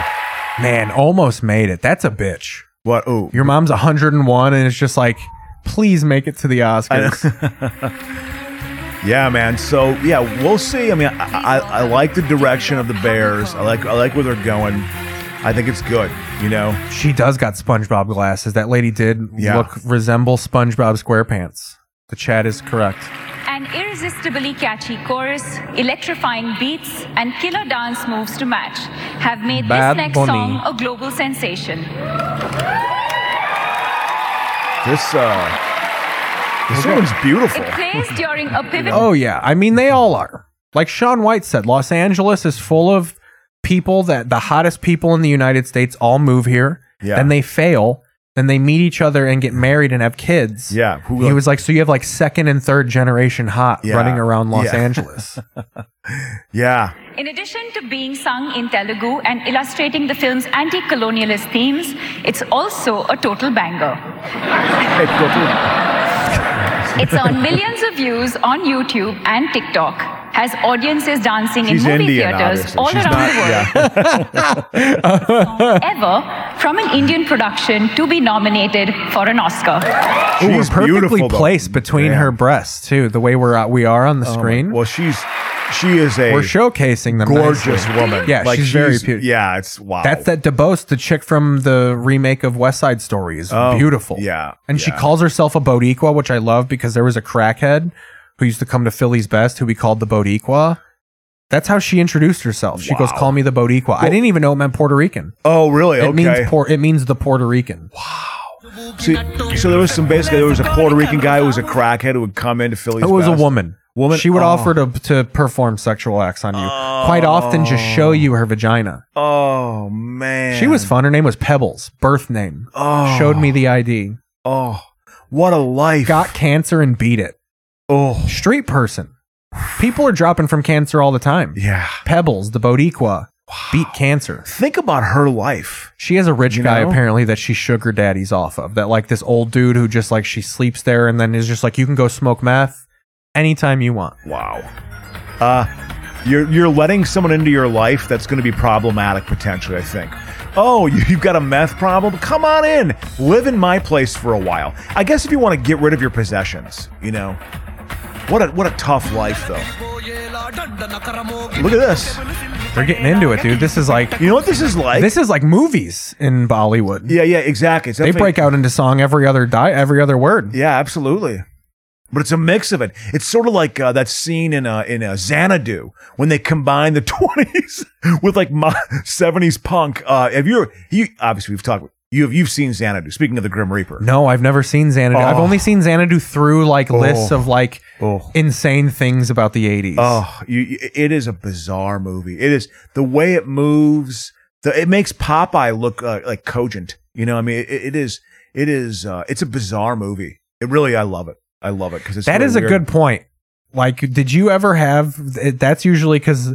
Speaker 3: Man, almost made it. That's a bitch.
Speaker 1: What? Ooh.
Speaker 3: Your mom's 101, and it's just like, please make it to the
Speaker 1: *laughs*
Speaker 3: Oscars.
Speaker 1: Yeah, man. So yeah, we'll see. I mean, I, I, I like the direction of the Bears. I like I like where they're going. I think it's good. You know.
Speaker 3: she does got SpongeBob glasses. That lady did
Speaker 1: Yeah.
Speaker 3: look resemble SpongeBob SquarePants. The chat is correct.
Speaker 33: An irresistibly catchy chorus, electrifying beats, and killer dance moves to match have made
Speaker 3: Bad
Speaker 33: this next
Speaker 3: Bunny.
Speaker 33: song a global sensation.
Speaker 1: This uh, *laughs* this one's beautiful.
Speaker 33: It plays during a pivotal
Speaker 3: Oh yeah, I mean they all are. Like Sean White said, Los Angeles is full of people that the hottest people in the United States all move here.
Speaker 1: Yeah.
Speaker 3: Then they fail. Then they meet each other and get married and have kids.
Speaker 1: Yeah.
Speaker 3: he was like, so you have like second and third generation hot
Speaker 1: Yeah.
Speaker 3: running around Los
Speaker 1: Yeah. *laughs*
Speaker 33: *laughs*
Speaker 3: Angeles. *laughs*
Speaker 1: Yeah.
Speaker 33: In addition to being sung in Telugu and illustrating the film's anti colonialist themes, it's also a total banger.
Speaker 1: *laughs*
Speaker 33: It's earned millions of views on YouTube and TikTok, has audiences dancing
Speaker 1: She's
Speaker 33: in movie
Speaker 1: Indian,
Speaker 33: theaters
Speaker 1: obviously.
Speaker 33: all
Speaker 1: She's
Speaker 33: around
Speaker 1: not.
Speaker 33: the world.
Speaker 1: Yeah. *laughs*
Speaker 33: Ever from an Indian production to be nominated for an Oscar.
Speaker 3: Ooh, we're
Speaker 1: She's
Speaker 3: perfectly
Speaker 1: beautiful, though.
Speaker 3: placed between
Speaker 1: Yeah.
Speaker 3: her breasts too. The way we're uh, we are on the
Speaker 1: Oh, my-
Speaker 3: screen,
Speaker 1: well, she's she is a
Speaker 3: we're showcasing them.
Speaker 1: gorgeous
Speaker 3: nicely.
Speaker 1: woman.
Speaker 3: Yeah,
Speaker 1: Like,
Speaker 3: she's, very beautiful.
Speaker 1: Yeah, it's wow.
Speaker 3: That's that DeBose, the chick from the remake of West Side Story, is
Speaker 1: Oh,
Speaker 3: beautiful.
Speaker 1: yeah,
Speaker 3: and she
Speaker 1: yeah.
Speaker 3: calls herself a Bodiqua, which I love because there was a crackhead who used to come to Philly's Best, who we called the Bodiqua. That's how she introduced herself. She goes,
Speaker 1: Wow.
Speaker 3: "Call me the Bodiqua." I didn't even know it meant Puerto Rican.
Speaker 1: Oh, really?
Speaker 3: It
Speaker 1: okay.
Speaker 3: means por- It means the Puerto Rican.
Speaker 1: See, so there was some basically there was a Puerto Rican guy who was a crackhead who would come into Philly's.
Speaker 3: It was
Speaker 1: Best.
Speaker 3: a woman.
Speaker 1: Woman.
Speaker 3: She would
Speaker 1: Oh.
Speaker 3: offer to to perform sexual acts on you. Quite often, just show you her vagina.
Speaker 1: Oh man.
Speaker 3: She was fun. Her name was Pebbles. Birth name.
Speaker 1: Oh.
Speaker 3: Showed me the ID.
Speaker 1: Oh, what a life.
Speaker 3: Got cancer and beat it.
Speaker 1: Oh.
Speaker 3: Street person. People are dropping from cancer all the time.
Speaker 1: Yeah.
Speaker 3: Pebbles, the Bodiqua, beat cancer.
Speaker 1: Think about her life.
Speaker 3: She has a rich
Speaker 1: You
Speaker 3: guy
Speaker 1: know?
Speaker 3: apparently that she sugar daddies off of. That like this old dude who just like she sleeps there and then is just like you can go smoke meth anytime you want.
Speaker 1: Wow. Uh, You're you're letting someone into your life that's going to be problematic potentially. I think. Oh, *laughs* you- you've got a meth problem? Come on in. Live in my place for a while. I guess if you want to get rid of your possessions, you know. What a what a tough life though. Look at this.
Speaker 3: They're getting into it, dude. This is like
Speaker 1: you know what this is like.
Speaker 3: This is like movies in Bollywood.
Speaker 1: Yeah, yeah, exactly. It's
Speaker 3: They
Speaker 1: definitely-
Speaker 3: break out into song every other di- every other word.
Speaker 1: Yeah, absolutely. But it's a mix of it. It's sort of like uh, that scene in uh, in uh, Xanadu when they combine the *laughs* twenties with like my seventies punk. Uh, have you? You obviously we've talked. You've you've seen Xanadu. Speaking of the Grim Reaper,
Speaker 3: No, I've never seen Xanadu. I've
Speaker 1: Oh.
Speaker 3: only seen Xanadu through like
Speaker 1: Oh.
Speaker 3: lists of like insane things about the 80s.
Speaker 1: Oh, you, you- it is a bizarre movie. It is the way it moves. The, it makes Popeye look uh, like cogent. You know, what I mean, it, it is. It is. Uh, it's a bizarre movie. It really. I love it. I love it because it's
Speaker 3: That
Speaker 1: really
Speaker 3: is
Speaker 1: weird.
Speaker 3: a good point. Like, did you ever have? That's usually because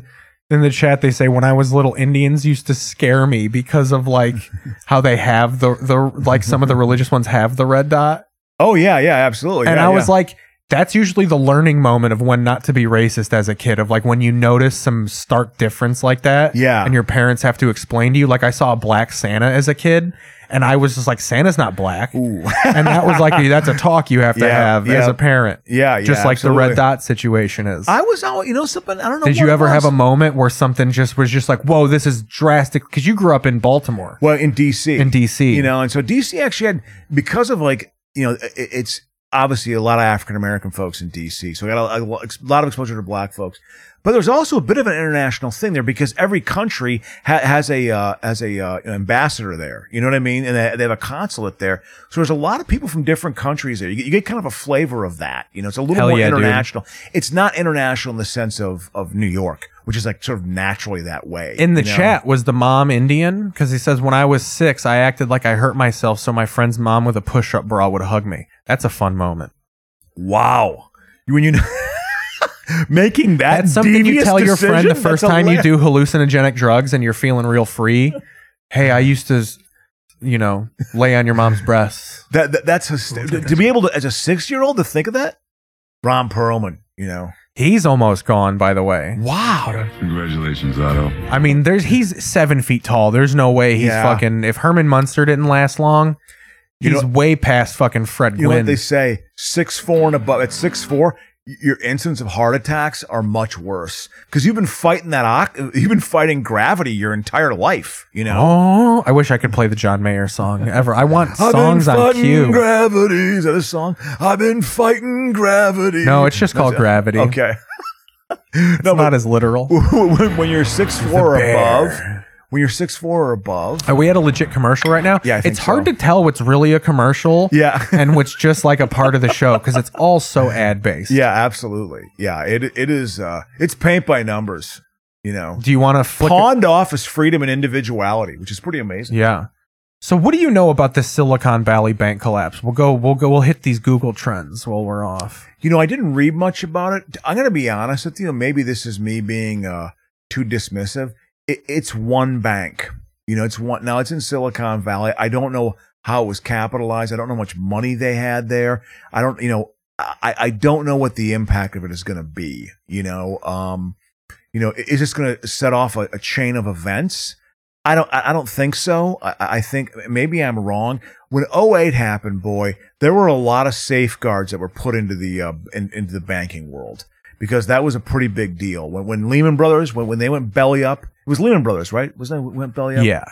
Speaker 3: in the chat they say when I was little, Indians used to scare me because of like
Speaker 1: *laughs*
Speaker 3: how they have the the like some of the religious ones have the red dot,
Speaker 1: Oh yeah, yeah, absolutely.
Speaker 3: and
Speaker 1: Yeah,
Speaker 3: I was
Speaker 1: yeah.
Speaker 3: like. That's usually the learning moment of when not to be racist as a kid, of like when you notice some stark difference like that.
Speaker 1: Yeah.
Speaker 3: And your parents have to explain to you. Like, I saw a black Santa as a kid, and I was just like, Santa's not black. *laughs* and that was like, that's a talk you have to
Speaker 1: Yeah,
Speaker 3: have as
Speaker 1: yeah.
Speaker 3: a parent.
Speaker 1: Yeah,
Speaker 3: Just
Speaker 1: yeah,
Speaker 3: like the
Speaker 1: absolutely.
Speaker 3: red dot situation is.
Speaker 1: I was always, you know, something. I don't know.
Speaker 3: Did
Speaker 1: what
Speaker 3: you
Speaker 1: it
Speaker 3: ever have a
Speaker 1: was.
Speaker 3: moment where something just was just like, whoa, this is drastic? Because you grew up in Baltimore.
Speaker 1: Well, in DC,
Speaker 3: In DC.
Speaker 1: you know, and so DC actually had because of like you know it, it's obviously a lot of African American folks in DC, so we got a, a lot of exposure to black folks. But there's also a bit of an international thing there because every country ha- has a uh, has a uh, an ambassador there. You know what I mean? And they, they have a consulate there, so there's a lot of people from different countries there. You get, you get kind of a flavor of that. You know, it's a little
Speaker 3: Hell
Speaker 1: more
Speaker 3: yeah, dude.
Speaker 1: international. It's not international in the sense of of New York, which is like sort of naturally that way.
Speaker 3: In the
Speaker 1: you know?
Speaker 3: chat, was the mom Indian? Because he says, when I was six, I acted like I hurt myself so my friend's mom with a push up bra would hug me. That's a fun moment.
Speaker 1: Wow. You- When you *laughs* making that
Speaker 3: That's something you
Speaker 1: devious
Speaker 3: tell your
Speaker 1: decision?
Speaker 3: friend the
Speaker 1: That's
Speaker 3: first time you
Speaker 1: hilarious.
Speaker 3: do hallucinogenic drugs and you're feeling real free. hey, I used to, you know, lay on your mom's breasts.
Speaker 1: That, that- that's hyster- to be able to as a six year old to think of that. Ron Perlman, you know.
Speaker 3: He's almost gone, by the way.
Speaker 1: Wow.
Speaker 5: Congratulations, Otto.
Speaker 3: I mean, there's he's seven feet tall. There's no way he's
Speaker 1: Yeah.
Speaker 3: fucking. If Herman Munster didn't last long,
Speaker 1: You
Speaker 3: he's
Speaker 1: know-
Speaker 3: way past fucking Fred
Speaker 1: You know what
Speaker 3: Gwynn.
Speaker 1: they say? Six four and above. At six four, your incidence of heart attacks are much worse because you've been fighting that. oc- You've been fighting gravity your entire life. You know.
Speaker 3: oh, I wish I could play the John Mayer
Speaker 1: *laughs*
Speaker 3: song ever. I want songs
Speaker 1: I've been
Speaker 3: on
Speaker 1: fighting
Speaker 3: cue.
Speaker 1: Gravity is that a song? I've been fighting gravity.
Speaker 3: No, it's just called Gravity.
Speaker 1: Okay. *laughs*
Speaker 3: it's not as literal.
Speaker 1: when when you're six four or
Speaker 3: bear.
Speaker 1: above, when you're six four or above,
Speaker 3: Are Uh, we at a legit commercial right now?
Speaker 1: Yeah, I think
Speaker 3: it's hard
Speaker 1: so.
Speaker 3: to tell what's really a commercial,
Speaker 1: Yeah. *laughs*
Speaker 3: and what's just like a part of the show because it's all so ad based.
Speaker 1: yeah, absolutely, yeah. It it is uh, it's paint by numbers, you know.
Speaker 3: Do you want to flick?
Speaker 1: Pawned off as freedom and individuality, which is pretty amazing.
Speaker 3: Yeah. So what do you know about the Silicon Valley bank collapse? We'll go. We'll go. We'll hit these Google trends while we're off.
Speaker 1: You know, I didn't read much about it. I'm gonna be honest with you. Maybe this is me being uh, too dismissive. It, it's one bank. You know, it's one. Now it's in Silicon Valley. I don't know how it was capitalized. I don't know how much money they had there. I don't. You know, I I don't know what the impact of it is gonna be. You know, um, you know, i- is this gonna set off a, a chain of events? I don't. I I don't think so. I, I think maybe I'm wrong. When 08 happened, boy, there were a lot of safeguards that were put into the uh, in, into the banking world because that was a pretty big deal. When when Lehman Brothers when when they went belly up, it was Lehman Brothers, right? Was that what went belly up?
Speaker 3: Yeah.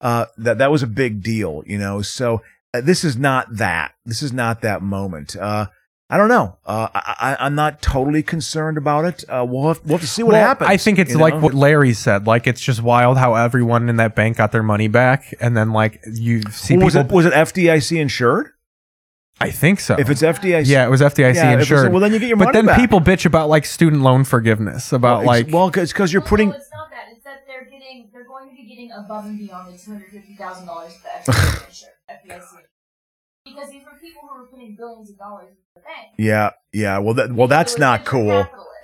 Speaker 1: Uh, that that was a big deal, you know. So uh, this is not that. This is not that moment. Uh, I don't know. Uh, I, I, I'm not totally concerned about it. Uh, we'll have, we'll have to see what
Speaker 3: Well,
Speaker 1: happens.
Speaker 3: I think it's
Speaker 1: you
Speaker 3: like
Speaker 1: know?
Speaker 3: what Larry said. Like it's just wild how everyone in that bank got their money back, and then like you see
Speaker 1: was
Speaker 3: people.
Speaker 1: it was it FDIC insured?
Speaker 3: I think so.
Speaker 1: If it's FDIC,
Speaker 3: yeah, it was FDIC
Speaker 1: Yeah, if it's-
Speaker 3: insured.
Speaker 1: well, then you get your
Speaker 3: but
Speaker 1: money
Speaker 3: then
Speaker 1: back.
Speaker 3: people bitch about like student loan forgiveness, about
Speaker 1: Well,
Speaker 3: like
Speaker 1: it's, well, it's because you're putting.
Speaker 12: No, it's not that. It's that they're getting, they're going to be getting above and beyond the two hundred fifty thousand dollars for FDIC insurance, FDIC. Because these were people who were putting billions of dollars into the bank.
Speaker 1: Yeah, yeah. Well, that well, that's not cool.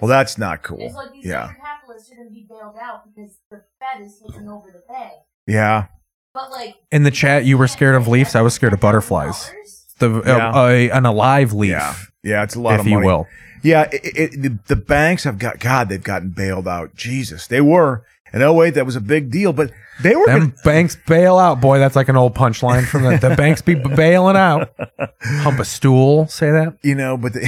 Speaker 1: Well, that's not cool.
Speaker 12: It's like these
Speaker 1: Yeah,
Speaker 12: venture capitalists are going to be bailed out because the Fed is taking over the bank.
Speaker 1: yeah.
Speaker 12: But like,
Speaker 3: in the chat, you were scared of leaves. I was scared of butterflies. the a-
Speaker 1: Yeah.
Speaker 3: a- an alive leaf.
Speaker 1: Yeah, yeah, it's a lot
Speaker 3: if
Speaker 1: of money.
Speaker 3: you will.
Speaker 1: Yeah, it, it, the, the banks have got God. They've gotten bailed out. Jesus, they were. And oh wait, that was a big deal, but they were.
Speaker 3: Them banks bail out, boy. That's like an old punchline from the, the banks
Speaker 1: *laughs*
Speaker 3: be bailing out. Hump a stool, say that.
Speaker 1: you know, but they,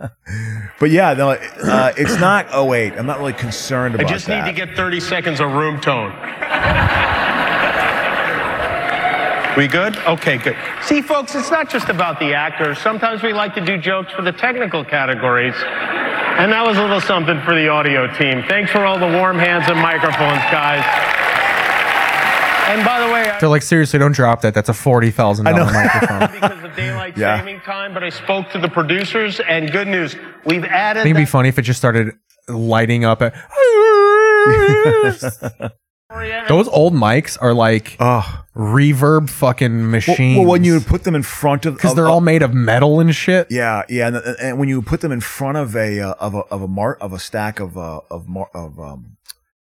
Speaker 1: *laughs* but yeah, no, uh, it's not 08. I'm not really concerned
Speaker 6: I
Speaker 1: about
Speaker 6: just
Speaker 1: that.
Speaker 6: need to get 30 seconds of room tone. we good? Okay, good. See, folks, it's not just about the actors. Sometimes we like to do jokes for the technical categories. And that was a little something for the audio team. Thanks for all the warm hands and microphones, guys. And by the way, I
Speaker 3: They're like, seriously, don't drop that. That's a forty thousand dollar
Speaker 1: *laughs*
Speaker 3: microphone.
Speaker 6: because of daylight saving time, but I spoke to the producers, and good news, we've
Speaker 3: I
Speaker 6: added.
Speaker 3: think it'd be
Speaker 6: that-
Speaker 3: funny if it just started lighting up. At, Those old mics are like reverb fucking
Speaker 1: Well,
Speaker 3: machines.
Speaker 1: well, when you put them in front of
Speaker 3: because
Speaker 1: of-
Speaker 3: they're all
Speaker 1: of-
Speaker 3: made of metal and shit.
Speaker 1: Yeah, yeah, and, and when you put them in front of a uh, of a of a mar- of a stack of uh, of mar- of um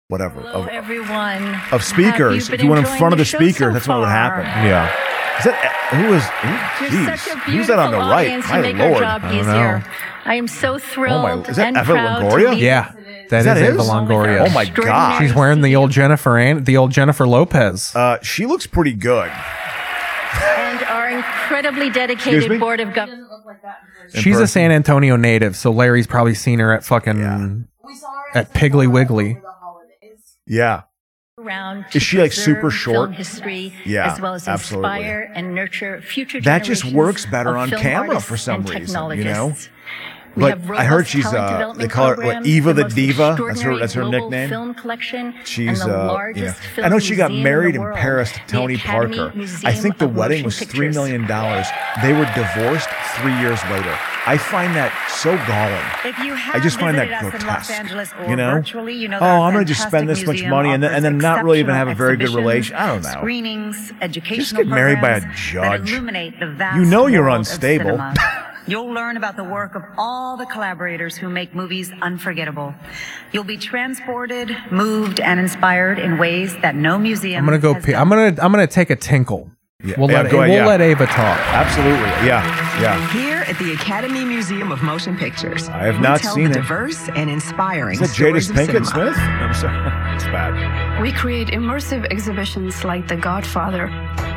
Speaker 1: whatever
Speaker 17: Hello,
Speaker 1: of,
Speaker 17: everyone.
Speaker 1: of speakers,
Speaker 17: Have
Speaker 1: if
Speaker 17: been
Speaker 1: you went in
Speaker 17: enjoying
Speaker 1: front of the
Speaker 17: show
Speaker 1: speaker,
Speaker 17: so
Speaker 1: that's what would happen.
Speaker 17: far?
Speaker 1: Yeah. Is that who was?
Speaker 17: You're
Speaker 1: Who,
Speaker 17: such
Speaker 1: geez,
Speaker 17: a beautiful
Speaker 1: who's that on the right?
Speaker 17: audience. You
Speaker 1: My
Speaker 17: make
Speaker 1: lord,
Speaker 17: our job easier. I am so thrilled
Speaker 1: Oh is that
Speaker 17: and
Speaker 1: Eva
Speaker 11: Oh,
Speaker 17: proud to
Speaker 1: Longoria?
Speaker 17: be
Speaker 3: Yeah,
Speaker 1: Is
Speaker 3: that
Speaker 1: that
Speaker 3: is, Eva
Speaker 1: his?
Speaker 3: Longoria.
Speaker 1: Oh my God.
Speaker 3: she's wearing the old Jennifer and the old Jennifer Lopez.
Speaker 1: Uh, she looks pretty good.
Speaker 17: and our incredibly
Speaker 1: me?
Speaker 17: dedicated board of governors.
Speaker 3: She's a San Antonio native, so Larry's probably seen her at fucking at Piggly Wiggly.
Speaker 1: Yeah.
Speaker 17: Around
Speaker 1: Is she, like,
Speaker 17: to
Speaker 1: super
Speaker 17: preserve
Speaker 1: short?
Speaker 17: Film history,
Speaker 1: Yeah,
Speaker 17: as well as
Speaker 1: absolutely.
Speaker 17: inspire and nurture future.
Speaker 1: That just
Speaker 17: generations
Speaker 1: works better
Speaker 17: of
Speaker 1: on
Speaker 17: film
Speaker 1: camera
Speaker 17: artists
Speaker 1: for some
Speaker 17: and
Speaker 1: reason, you know.
Speaker 17: technologists. We
Speaker 1: But
Speaker 17: have
Speaker 1: I heard
Speaker 17: robust
Speaker 1: she's
Speaker 17: talent
Speaker 1: uh, they
Speaker 17: development
Speaker 1: call her what,
Speaker 17: programs,
Speaker 1: Eva the
Speaker 17: most
Speaker 1: Diva. That's her.
Speaker 17: extraordinary
Speaker 1: That's her
Speaker 17: global
Speaker 1: nickname.
Speaker 17: Film collection
Speaker 1: She's
Speaker 17: and the
Speaker 1: uh, you know,
Speaker 17: largest
Speaker 1: I
Speaker 17: film
Speaker 1: know she got
Speaker 17: museum
Speaker 1: married
Speaker 17: in,
Speaker 1: in
Speaker 17: the world,
Speaker 1: Paris to
Speaker 17: the
Speaker 1: Tony
Speaker 17: Academy
Speaker 1: Parker. I
Speaker 17: Museum
Speaker 1: think the
Speaker 17: of
Speaker 1: wedding
Speaker 17: Motion
Speaker 1: was three
Speaker 17: Pictures.
Speaker 1: million dollars. They were divorced three years later. I find that so galling.
Speaker 11: If you have
Speaker 1: I just find
Speaker 11: visited
Speaker 1: that
Speaker 11: us in Los
Speaker 1: grotesque.
Speaker 11: Angeles or
Speaker 1: you know,
Speaker 11: virtually, you know that
Speaker 1: oh,
Speaker 11: our
Speaker 1: I'm gonna just spend this
Speaker 11: fantastic
Speaker 1: much
Speaker 11: museum
Speaker 1: money and then, and then
Speaker 11: offers
Speaker 1: not really even have
Speaker 11: exceptional
Speaker 1: a very good
Speaker 11: exhibitions,
Speaker 1: relation. I don't know.
Speaker 11: Screenings, educational
Speaker 1: Just get married by a
Speaker 11: programs
Speaker 1: judge.
Speaker 11: That illuminate the vast
Speaker 1: You know you're
Speaker 11: world of
Speaker 1: unstable.
Speaker 11: cinema. *laughs* You'll learn about the work of all the collaborators who make movies unforgettable. You'll be transported, moved, and inspired in ways that no museum.
Speaker 3: I'm gonna go. Pee. I'm gonna. I'm gonna take a tinkle. We'll
Speaker 1: Yeah,
Speaker 3: let.
Speaker 1: go ahead,
Speaker 3: we'll
Speaker 1: yeah.
Speaker 3: let Ava talk.
Speaker 1: Absolutely. Yeah. Yeah.
Speaker 34: Here at the Academy Museum of Motion Pictures,
Speaker 1: I have
Speaker 34: we
Speaker 1: not
Speaker 34: tell
Speaker 1: seen
Speaker 34: the
Speaker 1: it.
Speaker 34: diverse and inspiring
Speaker 1: Is that Jada
Speaker 34: stories of
Speaker 1: Pinkett
Speaker 34: cinema.
Speaker 1: Smith? I'm sorry. It's bad.
Speaker 33: We create immersive exhibitions like The Godfather,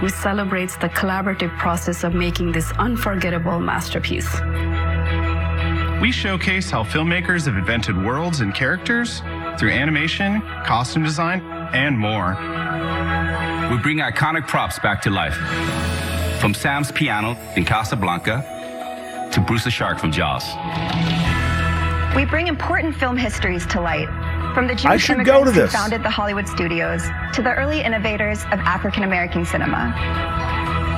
Speaker 33: which celebrates the collaborative process of making this unforgettable masterpiece.
Speaker 24: We showcase how filmmakers have invented worlds and characters through animation, costume design, and more.
Speaker 15: We bring iconic props back to life. From Sam's piano in Casablanca to Bruce the Shark from Jaws.
Speaker 9: We bring important film histories to light. From the
Speaker 15: I
Speaker 9: Jewish
Speaker 15: should go to
Speaker 9: immigrants who
Speaker 15: this.
Speaker 9: founded the Hollywood studios to the early innovators of African American cinema.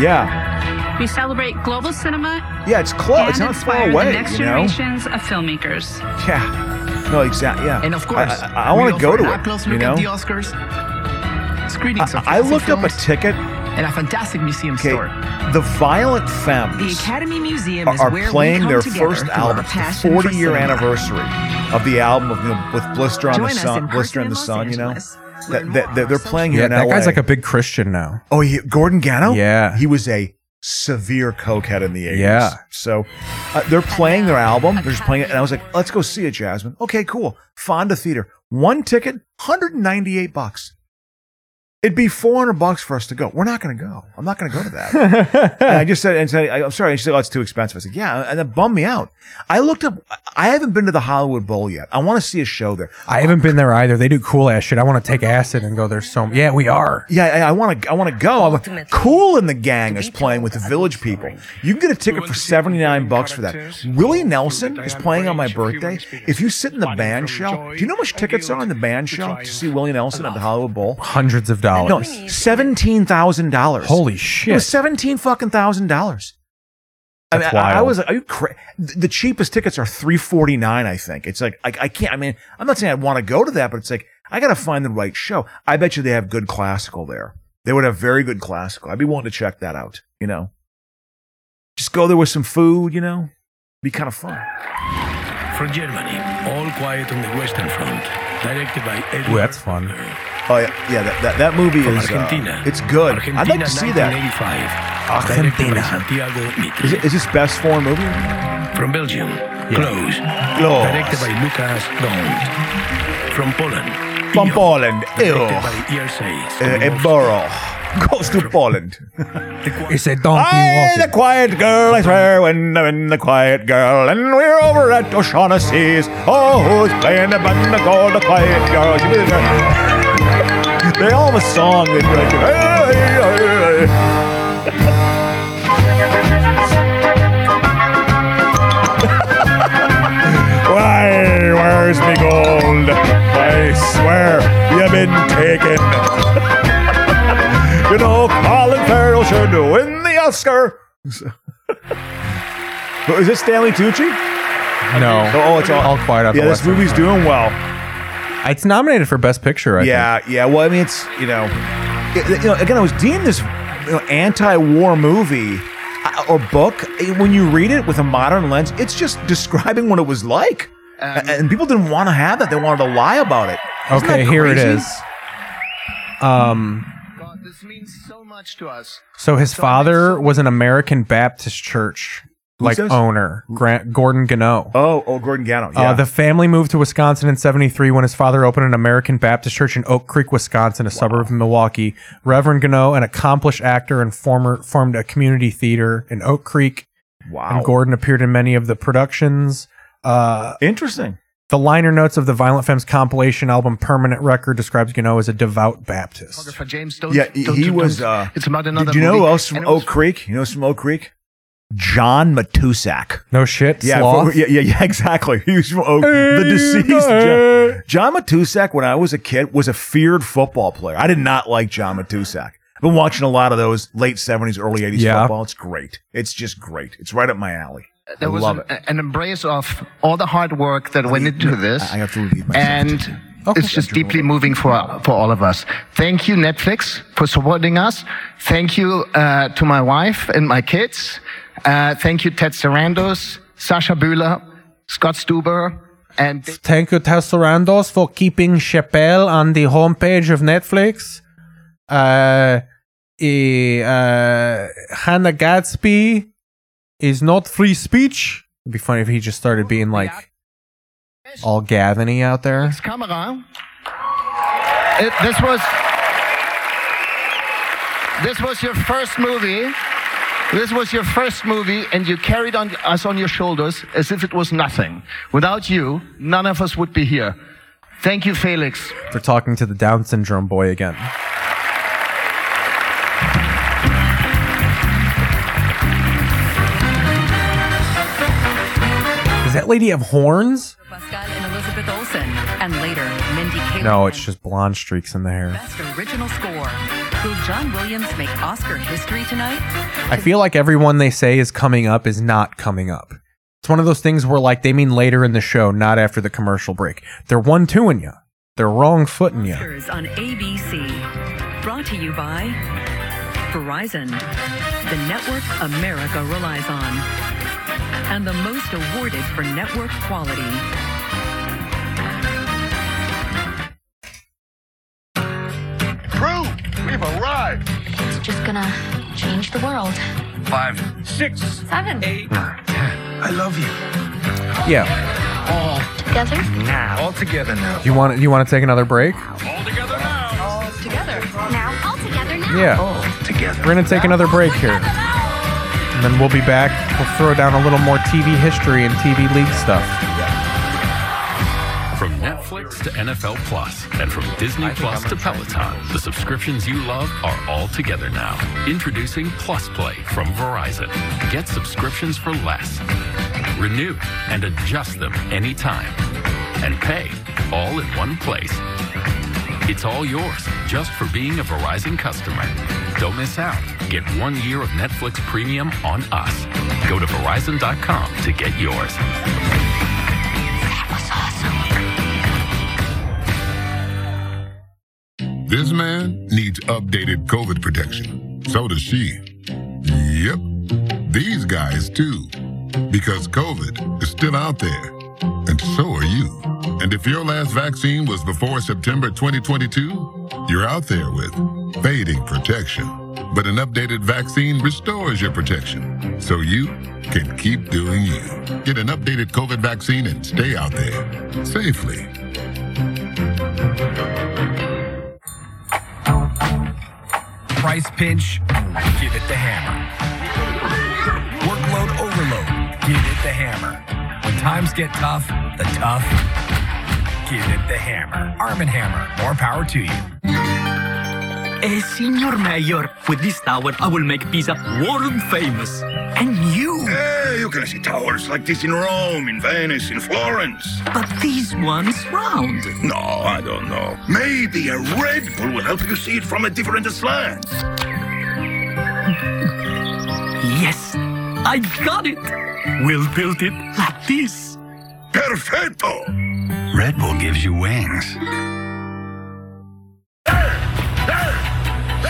Speaker 1: Yeah.
Speaker 5: We celebrate global cinema
Speaker 1: Yeah. It's close.
Speaker 5: and
Speaker 1: It's not far
Speaker 5: inspire
Speaker 1: away.
Speaker 5: the next
Speaker 1: you know.
Speaker 5: generations of filmmakers.
Speaker 1: Yeah. No, exactly. Yeah.
Speaker 5: And of course,
Speaker 1: I, I, I
Speaker 5: we
Speaker 1: want to go
Speaker 5: offer
Speaker 1: to
Speaker 5: an
Speaker 1: it.
Speaker 5: up-close
Speaker 1: you
Speaker 5: look
Speaker 1: know,
Speaker 5: at the
Speaker 24: Oscars.
Speaker 1: screenings. I, I looked up a ticket
Speaker 24: and a fantastic museum
Speaker 1: store. The Violent Femmes.
Speaker 34: The Academy Museum
Speaker 1: are,
Speaker 34: is
Speaker 1: are
Speaker 34: where we
Speaker 1: playing
Speaker 34: come
Speaker 1: their
Speaker 34: together
Speaker 1: first
Speaker 34: through our
Speaker 1: album, It's the
Speaker 34: passion for
Speaker 1: 40 year
Speaker 34: cinema.
Speaker 1: anniversary of the album of, you know, with Blister on
Speaker 34: Join
Speaker 1: the
Speaker 34: us
Speaker 1: Sun,
Speaker 34: in
Speaker 1: Blister
Speaker 34: person
Speaker 1: and the
Speaker 34: in Los
Speaker 1: Sun, you know.
Speaker 34: Angeles.
Speaker 1: That, that, that they're playing here
Speaker 3: Yeah,
Speaker 1: in
Speaker 3: that
Speaker 1: LA.
Speaker 3: guy's like a big Christian now.
Speaker 1: oh, he, Gordon Gano?
Speaker 3: Yeah.
Speaker 1: He was a severe cokehead in the 80s.
Speaker 3: Yeah.
Speaker 1: So uh, they're playing their album. They're just playing it. And I was like, let's go see it, Jasmine. Okay, cool. Fonda Theater. One ticket, 198 bucks. It'd be 400 bucks for us to go. We're not going to go. I'm *laughs* not going to go to that. and I just said, and said, I'm sorry. And she said, oh, it's too expensive. I said, yeah. And that bummed me out. I looked up, I haven't been to the Hollywood Bowl yet. I want to see a show there.
Speaker 3: I haven't been there either. They do cool ass shit. I want to take acid and go there. So yeah, we are.
Speaker 1: Yeah, I- I want to. I want to go. I'm like, cool in the gang is playing with the village people. You can get a ticket for seventy nine bucks for that. Willie Nelson is playing on my birthday. If you sit in the band shell, do you know how much tickets are in the band shell to see Willie Nelson at the Hollywood Bowl?
Speaker 3: Hundreds of dollars.
Speaker 1: No, seventeen thousand dollars.
Speaker 3: Holy
Speaker 1: It
Speaker 3: shit.
Speaker 1: was seventeen fucking thousand dollars. I mean,
Speaker 3: That's
Speaker 1: I, I
Speaker 3: wild.
Speaker 1: was like, are you cra- The the cheapest tickets are three forty nine. I think it's like I, I can't. I mean, I'm not saying I want to go to that, but it's like I got to find the right show. I bet you they have good classical there. They would have very good classical. I'd be willing to check that out. You know, just go there with some food. You know, be kind of fun.
Speaker 20: From Germany, All Quiet on the Western Front, directed by Edward
Speaker 3: Ooh, that's fun.
Speaker 1: Oh yeah, yeah. That, that, that movie
Speaker 20: From
Speaker 1: is uh,
Speaker 20: Argentina.
Speaker 1: it's good. I'd like to see that.
Speaker 20: 1985. Directed by
Speaker 1: Argentina.
Speaker 20: Santiago Mitre.
Speaker 1: Is, it, is this best foreign movie?
Speaker 20: From Belgium, Close.
Speaker 1: Close.
Speaker 20: Directed by Lucas Gond. From Poland,
Speaker 1: From Poland. Ew.
Speaker 20: directed by Jerzy
Speaker 1: Uh, a burrow goes to Poland.
Speaker 3: It's a
Speaker 1: I, the quiet girl, I swear, when I'm in the quiet girl, and we're over at O'Shaughnessy's. Oh, who's playing the button called the quiet girl? She be the- They all have a song that's like, hey, hey, hey, hey. Why, where's me gold? I swear, you've been taken. *laughs* You know, Colin Farrell should win the Oscar. *laughs* Is this Stanley Tucci?
Speaker 3: No.
Speaker 1: Oh, it's all,
Speaker 3: All Quiet on the
Speaker 1: Yeah, this
Speaker 3: Western
Speaker 1: movie's
Speaker 3: Front.
Speaker 1: doing well.
Speaker 3: It's nominated for Best Picture, I think.
Speaker 1: yeah, yeah. Well, I mean, it's you know, it- you know. Again, I was deemed this you know, anti-war movie uh, or book. When you read it with a modern lens, it's just describing what it was like, A- and people didn't want to have that. They wanted to lie about it. Isn't
Speaker 3: Okay,
Speaker 1: that
Speaker 3: here it
Speaker 1: crazy?
Speaker 3: is. Um,
Speaker 16: God, this means so much to us.
Speaker 3: so his father was an American Baptist church like
Speaker 1: says?
Speaker 3: owner, Grant, Gordon Gano.
Speaker 1: Oh, oh, Gordon Gano. Yeah.
Speaker 3: Uh, the family moved to Wisconsin in 73 when his father opened an American Baptist church in Oak Creek, Wisconsin, a suburb of Milwaukee. Reverend Gano, an accomplished actor and former, formed a community theater in Oak Creek.
Speaker 1: wow.
Speaker 3: And Gordon appeared in many of the productions. Uh,
Speaker 1: Interesting.
Speaker 3: the liner notes of the Violent Femmes compilation album Permanent Record describes Gano as a devout Baptist.
Speaker 16: For James, don't,
Speaker 1: Yeah, he-
Speaker 16: don't-
Speaker 1: he
Speaker 16: don't-
Speaker 1: was. Uh,
Speaker 16: It's about
Speaker 1: did
Speaker 16: another.
Speaker 1: you know
Speaker 16: movie,
Speaker 1: who else from
Speaker 16: and it was
Speaker 1: Oak Creek? You know who's from Oak Creek? John Matusak.
Speaker 3: No shit.
Speaker 1: Yeah,
Speaker 3: sloth?
Speaker 1: for- yeah, *laughs* yeah, yeah, exactly. He was from Oak, the deceased. John, John Matusak, when I was a kid, was a feared football player. I did not like John Matusak. I've been watching a lot of those late 70s, early 80s
Speaker 3: Yeah.
Speaker 1: football. It's great. It's just great. It's right up my alley.
Speaker 16: there
Speaker 1: I
Speaker 16: was
Speaker 1: love
Speaker 16: an,
Speaker 1: it.
Speaker 16: an embrace of all the hard work that went into this.
Speaker 1: I have to relieve myself.
Speaker 16: and it's just deeply moving for for all of us. Thank you, Netflix, for supporting us. Thank you uh, to my wife and my kids. Uh, thank you, Ted Sarandos, Sasha Bühler, Scott Stuber, and
Speaker 3: Thank you, Tessorandos, for keeping Chappelle on the homepage of Netflix. Uh, eh, uh, Hannah Gadsby is not free speech. It'd be funny if he just started being like all Gavin out there.
Speaker 16: Kamera. It, this was this was your first movie. This was your first movie, and you carried on us on your shoulders as if it was nothing. Without you, none of us would be here. Thank you, Felix.
Speaker 3: For talking to the Down syndrome boy again. Does that lady have horns?
Speaker 11: Pascal and Elizabeth Olsen, and later Mindy Kaling.
Speaker 3: No, it's just blonde streaks in the hair.
Speaker 11: Best original score. Will John Williams make Oscar history tonight?
Speaker 3: I feel like everyone they say is coming up is not coming up. It's one of those things where like they mean later in the show, not after the commercial break. They're one twoing you. They're wrong footing you.
Speaker 11: Oscars on ABC. Brought to you by Verizon, the network America relies on, and the most awarded for network quality.
Speaker 32: Crew, we've arrived.
Speaker 15: It's just gonna change the world.
Speaker 32: Five, six,
Speaker 15: Seven. Eight.
Speaker 32: I love you.
Speaker 3: Hmm. Yeah.
Speaker 15: All together.
Speaker 32: Now. All together now.
Speaker 3: Do you want do you want to take another break?
Speaker 15: All Oh, together. Now. All together now.
Speaker 3: Yeah. We're gonna take another break here. And then we'll be back. We'll throw down a little more TV history and TV league stuff.
Speaker 21: From Netflix to NFL Plus, and from Disney Plus to Peloton, the subscriptions you love are all together now. Introducing Plus Play from Verizon. Get subscriptions for less. Renew and adjust them anytime. And pay all in one place. It's all yours just for being a Verizon customer. Don't miss out. Get one year of Netflix Premium on us. Go to Verizon.com to get yours.
Speaker 23: This man needs updated COVID protection. So does she. Yep. These guys too. Because COVID is still out there. And so are you. And if your last vaccine was before September 2022, you're out there with fading protection. But an updated vaccine restores your protection so you can keep doing you. Get an updated COVID vaccine and stay out there safely.
Speaker 15: Price pinch, give it the hammer. Workload overload, give it the hammer. When times get tough, the tough, give it the hammer. Arm and Hammer, more power to you.
Speaker 2: Eh, Senior Mayor, with this tower, I will make Pisa world famous. And you.
Speaker 1: Hey, you can see towers like this in Rome, in Venice, in Florence.
Speaker 2: But these ones round.
Speaker 1: No, I don't know. Maybe a Red Bull will help you see it from a different slant.
Speaker 2: Yes, I got it. We'll build it like this.
Speaker 1: Perfecto!
Speaker 15: Red Bull gives you wings.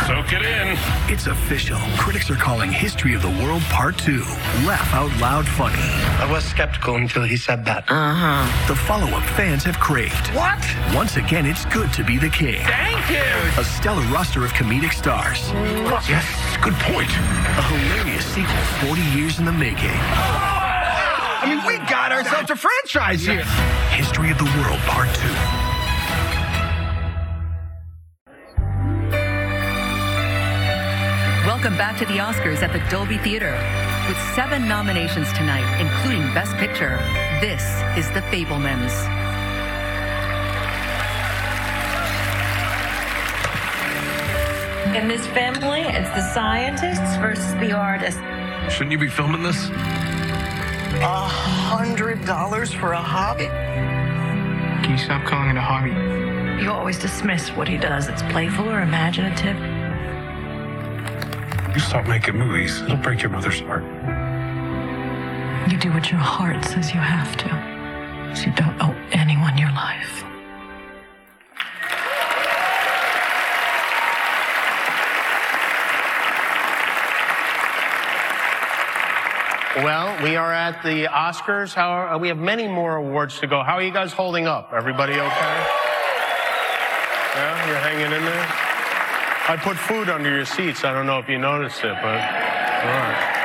Speaker 35: Soak it in.
Speaker 15: It's official. Critics are calling History of the World Part 2 laugh out loud funny. I was skeptical until he said that. Uh
Speaker 35: Uh-huh.
Speaker 15: huh. The follow up fans have craved. What? Once again, it's good to be the king.
Speaker 35: Thank you.
Speaker 15: A stellar roster of comedic stars.
Speaker 35: Yes,
Speaker 15: good point. A hilarious sequel 40 years in the making.
Speaker 35: I mean, we got ourselves a franchise here.
Speaker 15: History of the World Part 2.
Speaker 11: Welcome back to the Oscars at the Dolby Theater. With seven nominations tonight, including Best Picture, this is The Fablemans.
Speaker 36: In this family, it's the scientists versus the artists.
Speaker 18: Shouldn't you be filming this?
Speaker 14: A hundred dollars for a hobby?
Speaker 18: Can you stop calling it a hobby?
Speaker 14: You always dismiss what he does. It's playful or imaginative.
Speaker 18: You stop making movies. It'll break your mother's heart.
Speaker 14: You do what your heart says you have to. So you don't owe anyone your life.
Speaker 6: Well, we are at the Oscars. How are, we have many more awards to go. How are you guys holding up? Everybody okay? Yeah, you're hanging in there. I put food under your seats. I don't know if you noticed it, but all right.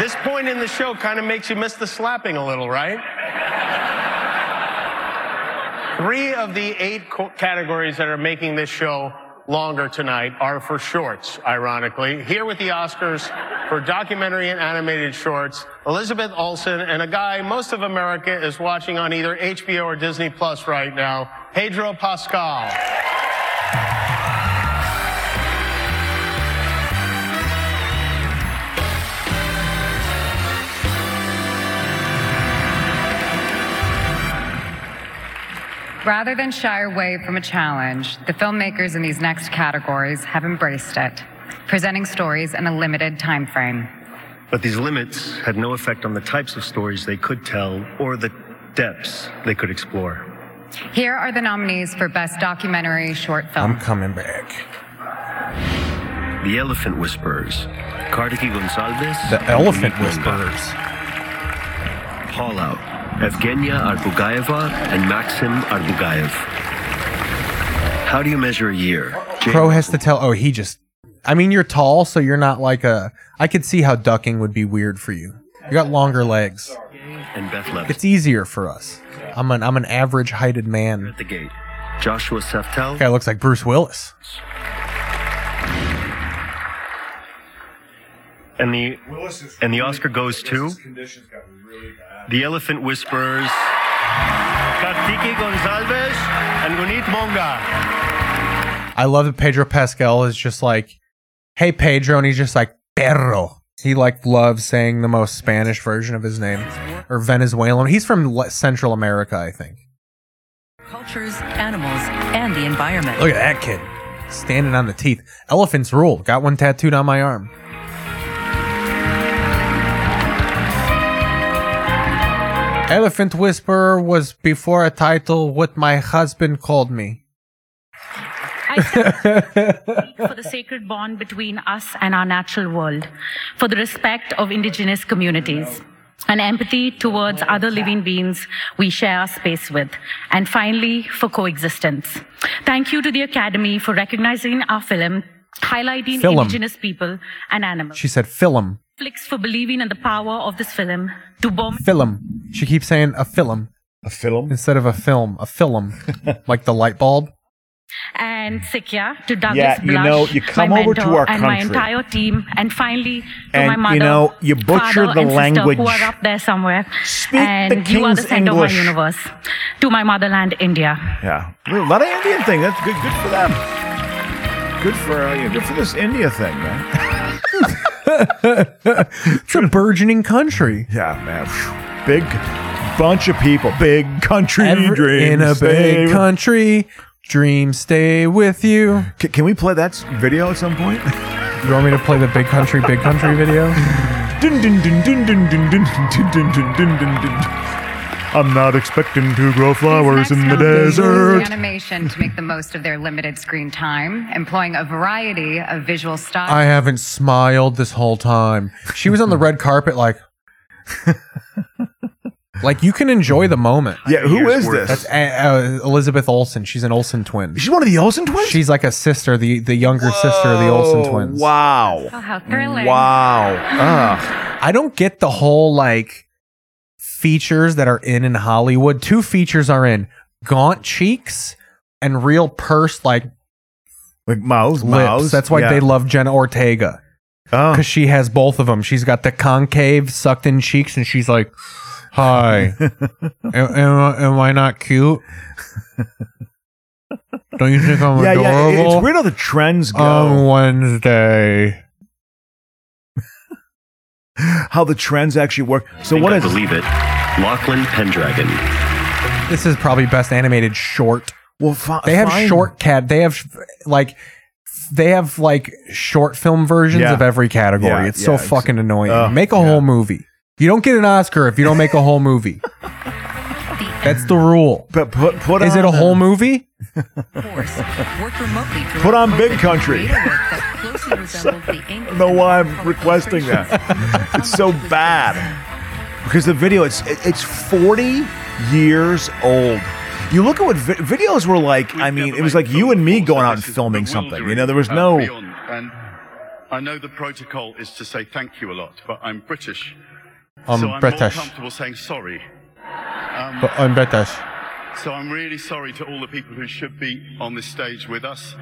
Speaker 6: This point in the show kind of makes you miss the slapping a little, right? Three of the eight co- categories that are making this show longer tonight are for shorts, ironically. Here with the Oscars for documentary and animated shorts, Elizabeth Olsen and a guy most of America is watching on either HBO or Disney Plus right now, Pedro Pascal.
Speaker 19: Rather than shy away from a challenge, the filmmakers in these next categories have embraced it, presenting stories in a limited time frame.
Speaker 37: But these limits had no effect on the types of stories they could tell or the depths they could explore.
Speaker 19: Here are the nominees for Best Documentary Short Film.
Speaker 3: I'm coming back.
Speaker 18: The Elephant Whisperers. Kartiki Gonsalves.
Speaker 3: The Elephant
Speaker 18: Whisperers. Call Out. Evgenia Arbugayeva and Maxim Arbugayev. How do you measure a year?
Speaker 3: Crow has to tell. Oh, he just. I mean, you're tall, so you're not like a. I could see how ducking would be weird for you. You got longer legs.
Speaker 18: And Bethlehem.
Speaker 3: It's easier for us. I'm an I'm an average heighted man.
Speaker 18: At the gate. Joshua Seftel.
Speaker 3: Guy looks like Bruce Willis.
Speaker 18: And the and the Oscar goes to the Elephant Whisperers. Kartiki Gonzalez and Gunit Monga.
Speaker 3: I love that Pedro Pascal is just like, hey Pedro, and he's just like perro. He like loves saying the most Spanish version of his name or Venezuelan. He's from Le- Central America, I think.
Speaker 11: Cultures, animals, and the environment.
Speaker 3: Look at that kid standing on the teeth. Elephants rule. Got one tattooed on my arm. Elephant Whisperer was before a title what my husband called me.
Speaker 34: I speak for the sacred bond between us and our natural world, for the respect of indigenous communities. and empathy towards other living beings we share our space with, and finally, for coexistence. Thank you to the Academy for recognizing our film, highlighting
Speaker 3: Film.
Speaker 34: indigenous people and animals.
Speaker 3: She said film.
Speaker 34: Netflix for believing in the power of this film to bomb
Speaker 3: Film. She keeps saying a film.
Speaker 1: A film?
Speaker 3: Instead of a film. A
Speaker 1: *laughs*
Speaker 3: film. like the light bulb.
Speaker 34: and Sikya to Douglas
Speaker 1: Yeah, you
Speaker 34: Blush,
Speaker 1: know, you come
Speaker 34: my
Speaker 1: over to
Speaker 34: mentor,
Speaker 1: our
Speaker 34: and my
Speaker 1: country.
Speaker 34: entire team, and finally to
Speaker 1: And,
Speaker 34: my
Speaker 1: you
Speaker 34: mother,
Speaker 1: know, you butcher
Speaker 34: father, and
Speaker 1: the
Speaker 34: sister who
Speaker 1: language.
Speaker 34: are up there somewhere,
Speaker 1: Speak
Speaker 34: and
Speaker 1: the
Speaker 34: you are the
Speaker 1: king's
Speaker 34: center
Speaker 1: English.
Speaker 34: of my universe. To my motherland, India.
Speaker 1: Yeah, a lot of Indian thing. That's good. Good for them. Good for uh, you. Good for this India thing, man. *laughs*
Speaker 3: It's a burgeoning country.
Speaker 1: Yeah, man. Phew. Big bunch of people. Big country dreams.
Speaker 3: in a big
Speaker 1: They-
Speaker 3: country, dreams stay with you.
Speaker 1: Can, can we play that s- video at some point? *laughs*
Speaker 3: You want me to play the big country, big country video?
Speaker 1: Dun, dun, dun, dun, dun, dun, dun, dun, dun, dun, dun, dun, dun. *laughs* I'm not expecting to grow flowers in the
Speaker 20: Used
Speaker 1: desert.
Speaker 20: animation to make the most of their limited screen time, employing a variety of visual styles.
Speaker 3: I haven't smiled this whole time. She was on the red carpet, like, *laughs* like you can enjoy the moment.
Speaker 1: Yeah, who is
Speaker 3: That's
Speaker 1: this?
Speaker 3: uh, uh, Elizabeth Olsen. She's an Olsen twin.
Speaker 1: She's one of the Olsen twins.
Speaker 3: She's like a sister, the the younger sister of the Olsen twins.
Speaker 1: Wow.
Speaker 20: Oh, how thrilling.
Speaker 1: Wow. Ah.
Speaker 3: Ugh. I don't get the whole like features that are in in Hollywood. Two features are in gaunt cheeks and real purse like
Speaker 1: like mouths,
Speaker 3: lips.
Speaker 1: mouths,
Speaker 3: That's why
Speaker 1: yeah. Oh.
Speaker 3: they love Jenna Ortega. Because she has both of them. She's got the concave sucked in cheeks, and she's like,
Speaker 1: *laughs*
Speaker 3: "Hi, am, am I- am I not cute? Don't you think I'm
Speaker 1: Yeah, yeah.
Speaker 3: adorable?"
Speaker 1: it- It's weird how the trends go.
Speaker 3: On Wednesday.
Speaker 1: how the trends actually work. So what
Speaker 21: I
Speaker 1: is?
Speaker 21: believe it. Lachlan Pendragon.
Speaker 3: This is probably best animated short.
Speaker 1: Well, fi-
Speaker 3: they have
Speaker 1: fine.
Speaker 3: short cat. They have like they have like short film versions
Speaker 1: Yeah.
Speaker 3: of every category.
Speaker 1: Yeah,
Speaker 3: it's
Speaker 1: yeah,
Speaker 3: so fucking annoying.
Speaker 1: Ugh,
Speaker 3: make a whole movie. You don't get an Oscar if you don't make a whole movie. That's the rule.
Speaker 1: But put, put
Speaker 3: is it
Speaker 1: on
Speaker 3: a
Speaker 1: the-
Speaker 3: whole movie?
Speaker 15: Work remotely through
Speaker 1: Put
Speaker 15: a
Speaker 1: on Big
Speaker 15: open
Speaker 1: Country.
Speaker 15: creative work that
Speaker 1: *laughs*
Speaker 15: closely resembled the English
Speaker 1: don't know why I'm requesting that. *laughs* It's so bad because the video it's it- it's 40 years old. You look at what vi- videos were like. I mean, it was like you and me going out and filming something. You know, there was
Speaker 11: uh,
Speaker 1: no.
Speaker 11: beyond. And I know the protocol is to say thank you a lot, but I'm British.
Speaker 3: I'm
Speaker 11: so I'm
Speaker 3: British.
Speaker 11: more comfortable saying sorry. Um,
Speaker 3: But on British.
Speaker 11: so I'm really sorry to all the people who should be on this stage with us.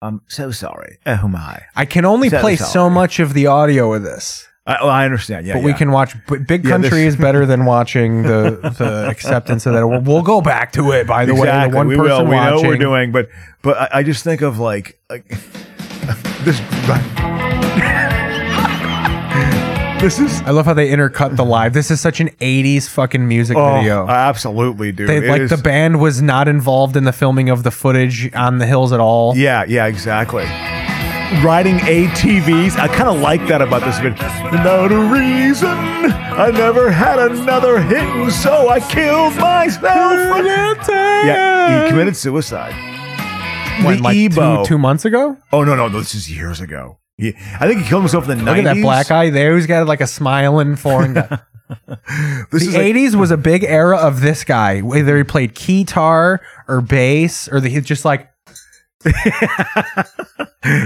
Speaker 1: I'm so sorry. Uh, who am I?
Speaker 3: I can only
Speaker 1: Set
Speaker 3: play
Speaker 1: this out.
Speaker 3: so much of the audio of this.
Speaker 1: I, oh, I understand. Yeah,
Speaker 3: but we
Speaker 1: yeah.
Speaker 3: can watch. But Big
Speaker 1: Yeah,
Speaker 3: Country
Speaker 1: *laughs*
Speaker 3: is
Speaker 1: this-
Speaker 3: better than watching the the acceptance of that. We'll, we'll go back to it. By the way, the
Speaker 1: Exactly.
Speaker 3: one
Speaker 1: we
Speaker 3: person
Speaker 1: will. We know
Speaker 3: watching.
Speaker 1: what we're doing, but but I, I just think of like, like *laughs* this. This is.
Speaker 3: I love how they intercut the live. This is such an '80s fucking music
Speaker 1: Oh,
Speaker 3: video.
Speaker 1: absolutely, dude.
Speaker 3: They,
Speaker 1: It
Speaker 3: like the
Speaker 1: is-
Speaker 3: band was not involved in the filming of the footage on the hills at all.
Speaker 1: Yeah, yeah, exactly. Riding ATVs. I kind of like that about this video. Without a reason, I never had another hit, and so I killed myself. Yeah, he committed suicide.
Speaker 3: When,
Speaker 1: the
Speaker 3: like, two-
Speaker 1: Ebo.
Speaker 3: two months ago?
Speaker 1: Oh no, no, this is years ago. Yeah, I think he killed himself in the
Speaker 3: Look
Speaker 1: 90s.
Speaker 3: at that black eye there. Who's got like a smiling foreign
Speaker 1: *laughs*
Speaker 3: guy.
Speaker 1: This
Speaker 3: the
Speaker 1: is like-
Speaker 3: '80s was a big era of this guy, whether he played guitar or bass, or the, he's just like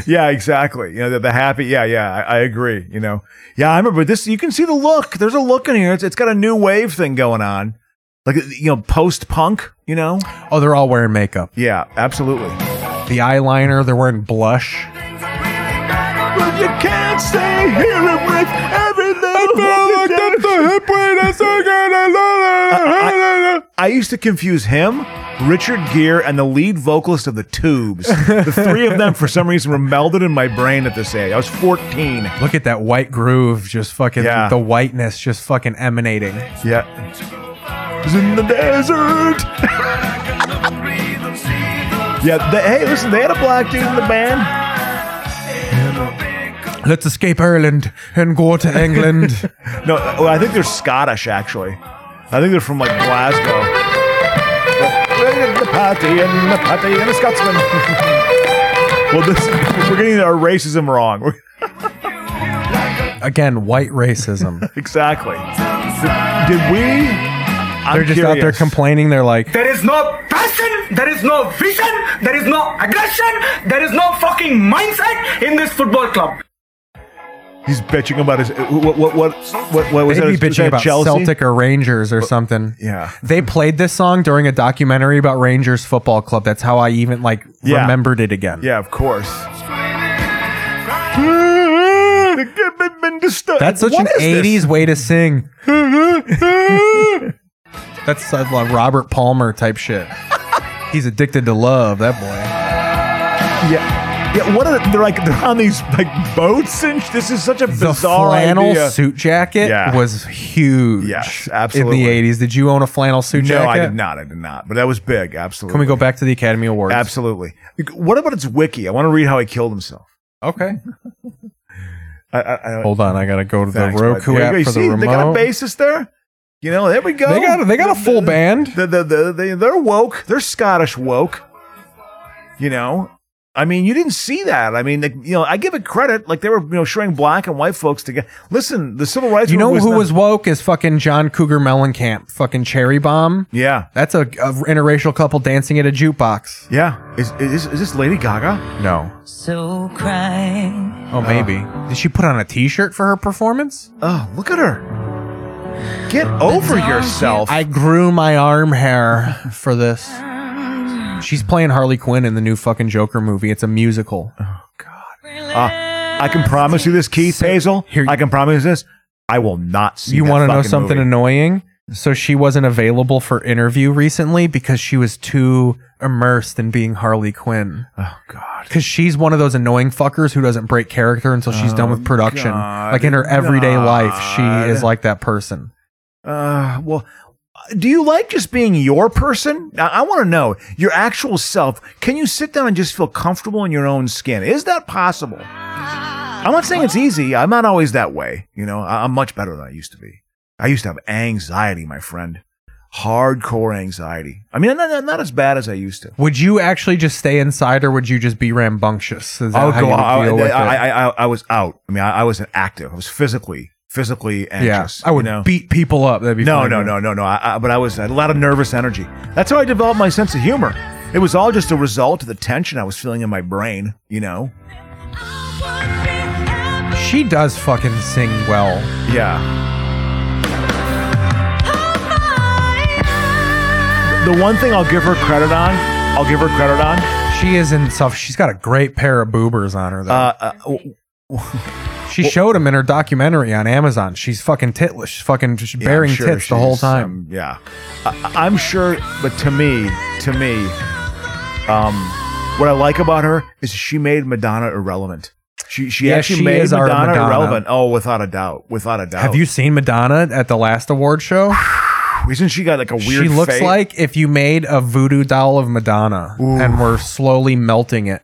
Speaker 1: yeah, exactly. You know, the, the happy. Yeah, yeah, I, I agree. You know, yeah, I remember this. You can see the look. There's a look in here. It's, it's got a new wave thing going on, like you know, post punk. You know.
Speaker 3: Oh, they're all wearing makeup.
Speaker 1: Yeah, absolutely.
Speaker 3: the eyeliner. They're wearing blush.
Speaker 1: But you can't stay here with everything. I feel like the hip I, I- I used to confuse him, Richard Gere, and the lead vocalist of the Tubes. The three of them, for some reason, were melded in my brain at this age. I was 14.
Speaker 3: Look at that white groove, just fucking
Speaker 1: Yeah.
Speaker 3: the *laughs* whiteness, just fucking emanating.
Speaker 1: Yeah. It's in the desert. yeah. They, hey, listen, they had a black dude in the band.
Speaker 3: Let's escape Ireland and go to
Speaker 1: *laughs*
Speaker 3: England.
Speaker 1: No, well, I think they're Scottish actually. I think they're from like Glasgow. The party and the party and the Scotsman.
Speaker 3: *laughs*
Speaker 1: *laughs* well, this we're getting our racism wrong. We're-
Speaker 3: Again, white racism.
Speaker 1: exactly. Did we? *laughs* I'm
Speaker 3: They're just out there
Speaker 1: curious.
Speaker 3: complaining. They're like,
Speaker 12: There is no passion, there is no vision, there is no aggression, there is no fucking mindset in this football
Speaker 1: *laughs*
Speaker 12: club.
Speaker 1: He's bitching about his uh, what what what what, what was
Speaker 3: They'd
Speaker 1: that?
Speaker 3: be
Speaker 1: Was
Speaker 3: bitching
Speaker 1: that
Speaker 3: about
Speaker 1: Chelsea?
Speaker 3: Celtic or Rangers or something.
Speaker 1: Yeah.
Speaker 3: They played this song during a documentary about Rangers Football Club. That's how I even like
Speaker 1: Yeah.
Speaker 3: remembered it again.
Speaker 1: Yeah, of course.
Speaker 3: That's such
Speaker 1: Uh, What
Speaker 3: an
Speaker 1: is this?
Speaker 3: '80s way to sing.
Speaker 1: *laughs*
Speaker 3: That's uh, like Robert Palmer type
Speaker 1: *laughs*
Speaker 3: shit. He's addicted to love. That boy.
Speaker 1: Yeah, yeah. What are they're like? They're on these like boats, and sh- this is such a
Speaker 3: The
Speaker 1: bizarre
Speaker 3: flannel
Speaker 1: idea.
Speaker 3: suit jacket
Speaker 1: Yeah.
Speaker 3: was huge.
Speaker 1: Yes, absolutely.
Speaker 3: In the '80s, did you own a flannel suit
Speaker 1: No,
Speaker 3: jacket?
Speaker 1: I did not. I did not. But that was big. Absolutely.
Speaker 3: Can we go back to the Academy Awards?
Speaker 1: Absolutely. What about its wiki? I want to read how he killed himself.
Speaker 3: Okay.
Speaker 1: *laughs* I, I, I,
Speaker 3: Hold on, I gotta go to
Speaker 1: Thanks,
Speaker 3: the
Speaker 1: bud.
Speaker 3: Roku
Speaker 1: There you
Speaker 3: app
Speaker 1: go.
Speaker 3: for
Speaker 1: You
Speaker 3: the
Speaker 1: see,
Speaker 3: remote.
Speaker 1: They got a bassist there. You know, there we go.
Speaker 3: They got a- they got a full band.
Speaker 1: The, the, the, they, they're woke. They're Scottish woke. You know, I mean, you didn't see that. I mean, they, you know, I give it credit. Like they were, you know, showing black and white folks together. Listen, the civil rights.
Speaker 3: you know
Speaker 1: movement
Speaker 3: who
Speaker 1: not-
Speaker 3: was woke is fucking John Cougar Mellencamp, fucking Cherry Bomb.
Speaker 1: Yeah,
Speaker 3: that's a, a interracial couple dancing at a jukebox.
Speaker 1: Yeah, is is, is this Lady Gaga?
Speaker 3: No.
Speaker 13: So crying.
Speaker 3: Oh, maybe. Did she put on a T-shirt for her performance?
Speaker 1: Uh. Oh, look at her. Get over yourself.
Speaker 3: I grew my arm hair for this. She's playing Harley Quinn in the new fucking Joker movie. It's a musical.
Speaker 1: Oh, Ah, I can promise you this, Keith Hazel. I can promise you this. I will not see.
Speaker 3: you
Speaker 1: that
Speaker 3: want to know
Speaker 1: fucking
Speaker 3: something
Speaker 1: movie.
Speaker 3: annoying? So she wasn't available for interview recently because she was too immersed in being Harley Quinn.
Speaker 1: Oh god.
Speaker 3: Because she's one of those annoying fuckers who doesn't break character until she's done with production.
Speaker 1: Oh, God.
Speaker 3: like in her everyday life, she is
Speaker 1: God.
Speaker 3: like that person.
Speaker 1: Uh, well, do you like just being your person? I, I want to know your actual self. Can you sit down and just feel comfortable in your own skin? Is that possible? I'm not saying it's easy. I'm not always that way. You know, I, I'm much better than I used to be. I used to have anxiety, my friend. Hardcore anxiety. I mean, not, not- not as bad as I used to.
Speaker 3: Would you actually just stay inside, or would you just be rambunctious? Is that how you
Speaker 1: I,
Speaker 3: would deal with
Speaker 1: I,
Speaker 3: it?
Speaker 1: I, I, I was out. I mean, I, I was active. I was physically, physically anxious.
Speaker 3: I would
Speaker 1: you know?
Speaker 3: beat people up. That'd be
Speaker 1: no,
Speaker 3: fun.
Speaker 1: no, no, no, no. I, I, but I was I had a lot of nervous energy. That's how I developed my sense of humor. It was all just a result of the tension I was feeling in my brain. You know?
Speaker 3: She does fucking sing well.
Speaker 1: Yeah. The one thing I'll give her credit on, I'll give her credit on.
Speaker 3: She is in stuff. She's got a great pair of boobers on her though.
Speaker 1: Uh, uh,
Speaker 3: she showed them in her documentary on Amazon. She's fucking titless. She's fucking just
Speaker 1: Yeah, I'm
Speaker 3: bearing
Speaker 1: sure
Speaker 3: tits the whole
Speaker 1: she's,
Speaker 3: time.
Speaker 1: um, yeah, I, I'm sure. But to me, to me, um, what I like about her is she made Madonna irrelevant. She she
Speaker 3: Yeah,
Speaker 1: actually
Speaker 3: she
Speaker 1: made
Speaker 3: is our
Speaker 1: Madonna,
Speaker 3: Madonna.
Speaker 1: irrelevant. Oh, without a doubt, without a doubt.
Speaker 3: Have you seen Madonna at the last award show?
Speaker 1: Isn't she got like *sighs* a weird?
Speaker 3: she looks
Speaker 1: face?
Speaker 3: like if you made a voodoo doll of Madonna and were slowly melting it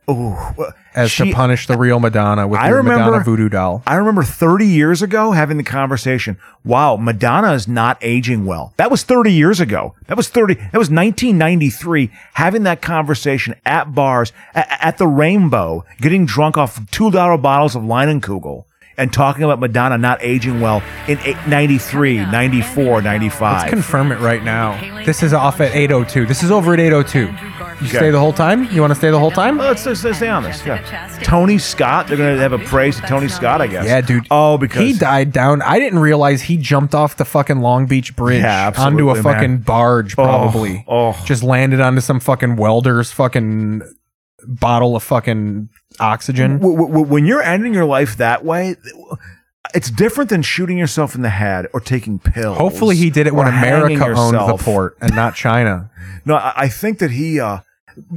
Speaker 3: as
Speaker 1: she-
Speaker 3: to punish the real Madonna with
Speaker 1: I
Speaker 3: your
Speaker 1: remember-
Speaker 3: Madonna voodoo doll.
Speaker 1: I remember 30 years ago having the conversation. Wow, Madonna is not aging well. That was 30 years ago. That was 30. That was 1993. Having that conversation at bars, at, at the Rainbow, getting drunk off two dollar bottles of Leinenkugel, and talking about Madonna not aging well in eight, 93, 94, 95.
Speaker 3: Let's confirm it right now. This is off at 8.02. This is over at 8.02. You stay the whole time? You want to stay the whole time?
Speaker 1: Let's, let's, let's stay on this. Yeah. Tony Scott. They're gonna have a praise to Tony Scott, I guess.
Speaker 3: Yeah, dude.
Speaker 1: Oh, because
Speaker 3: he died down. I didn't realize he jumped off the fucking Long Beach Bridge
Speaker 1: Yeah,
Speaker 3: onto
Speaker 1: absolutely,
Speaker 3: a fucking
Speaker 1: man.
Speaker 3: barge,
Speaker 1: Oh,
Speaker 3: probably.
Speaker 1: oh.
Speaker 3: Just landed onto some fucking welder's fucking bottle of fucking oxygen.
Speaker 1: W- w- w- when you're ending your life that way, it's different than shooting yourself in the head or taking pills.
Speaker 3: Hopefully, he did it when
Speaker 1: or hanging
Speaker 3: America owned the
Speaker 1: yourself.
Speaker 3: port and not China.
Speaker 1: *laughs* No, I, I think that he. Uh,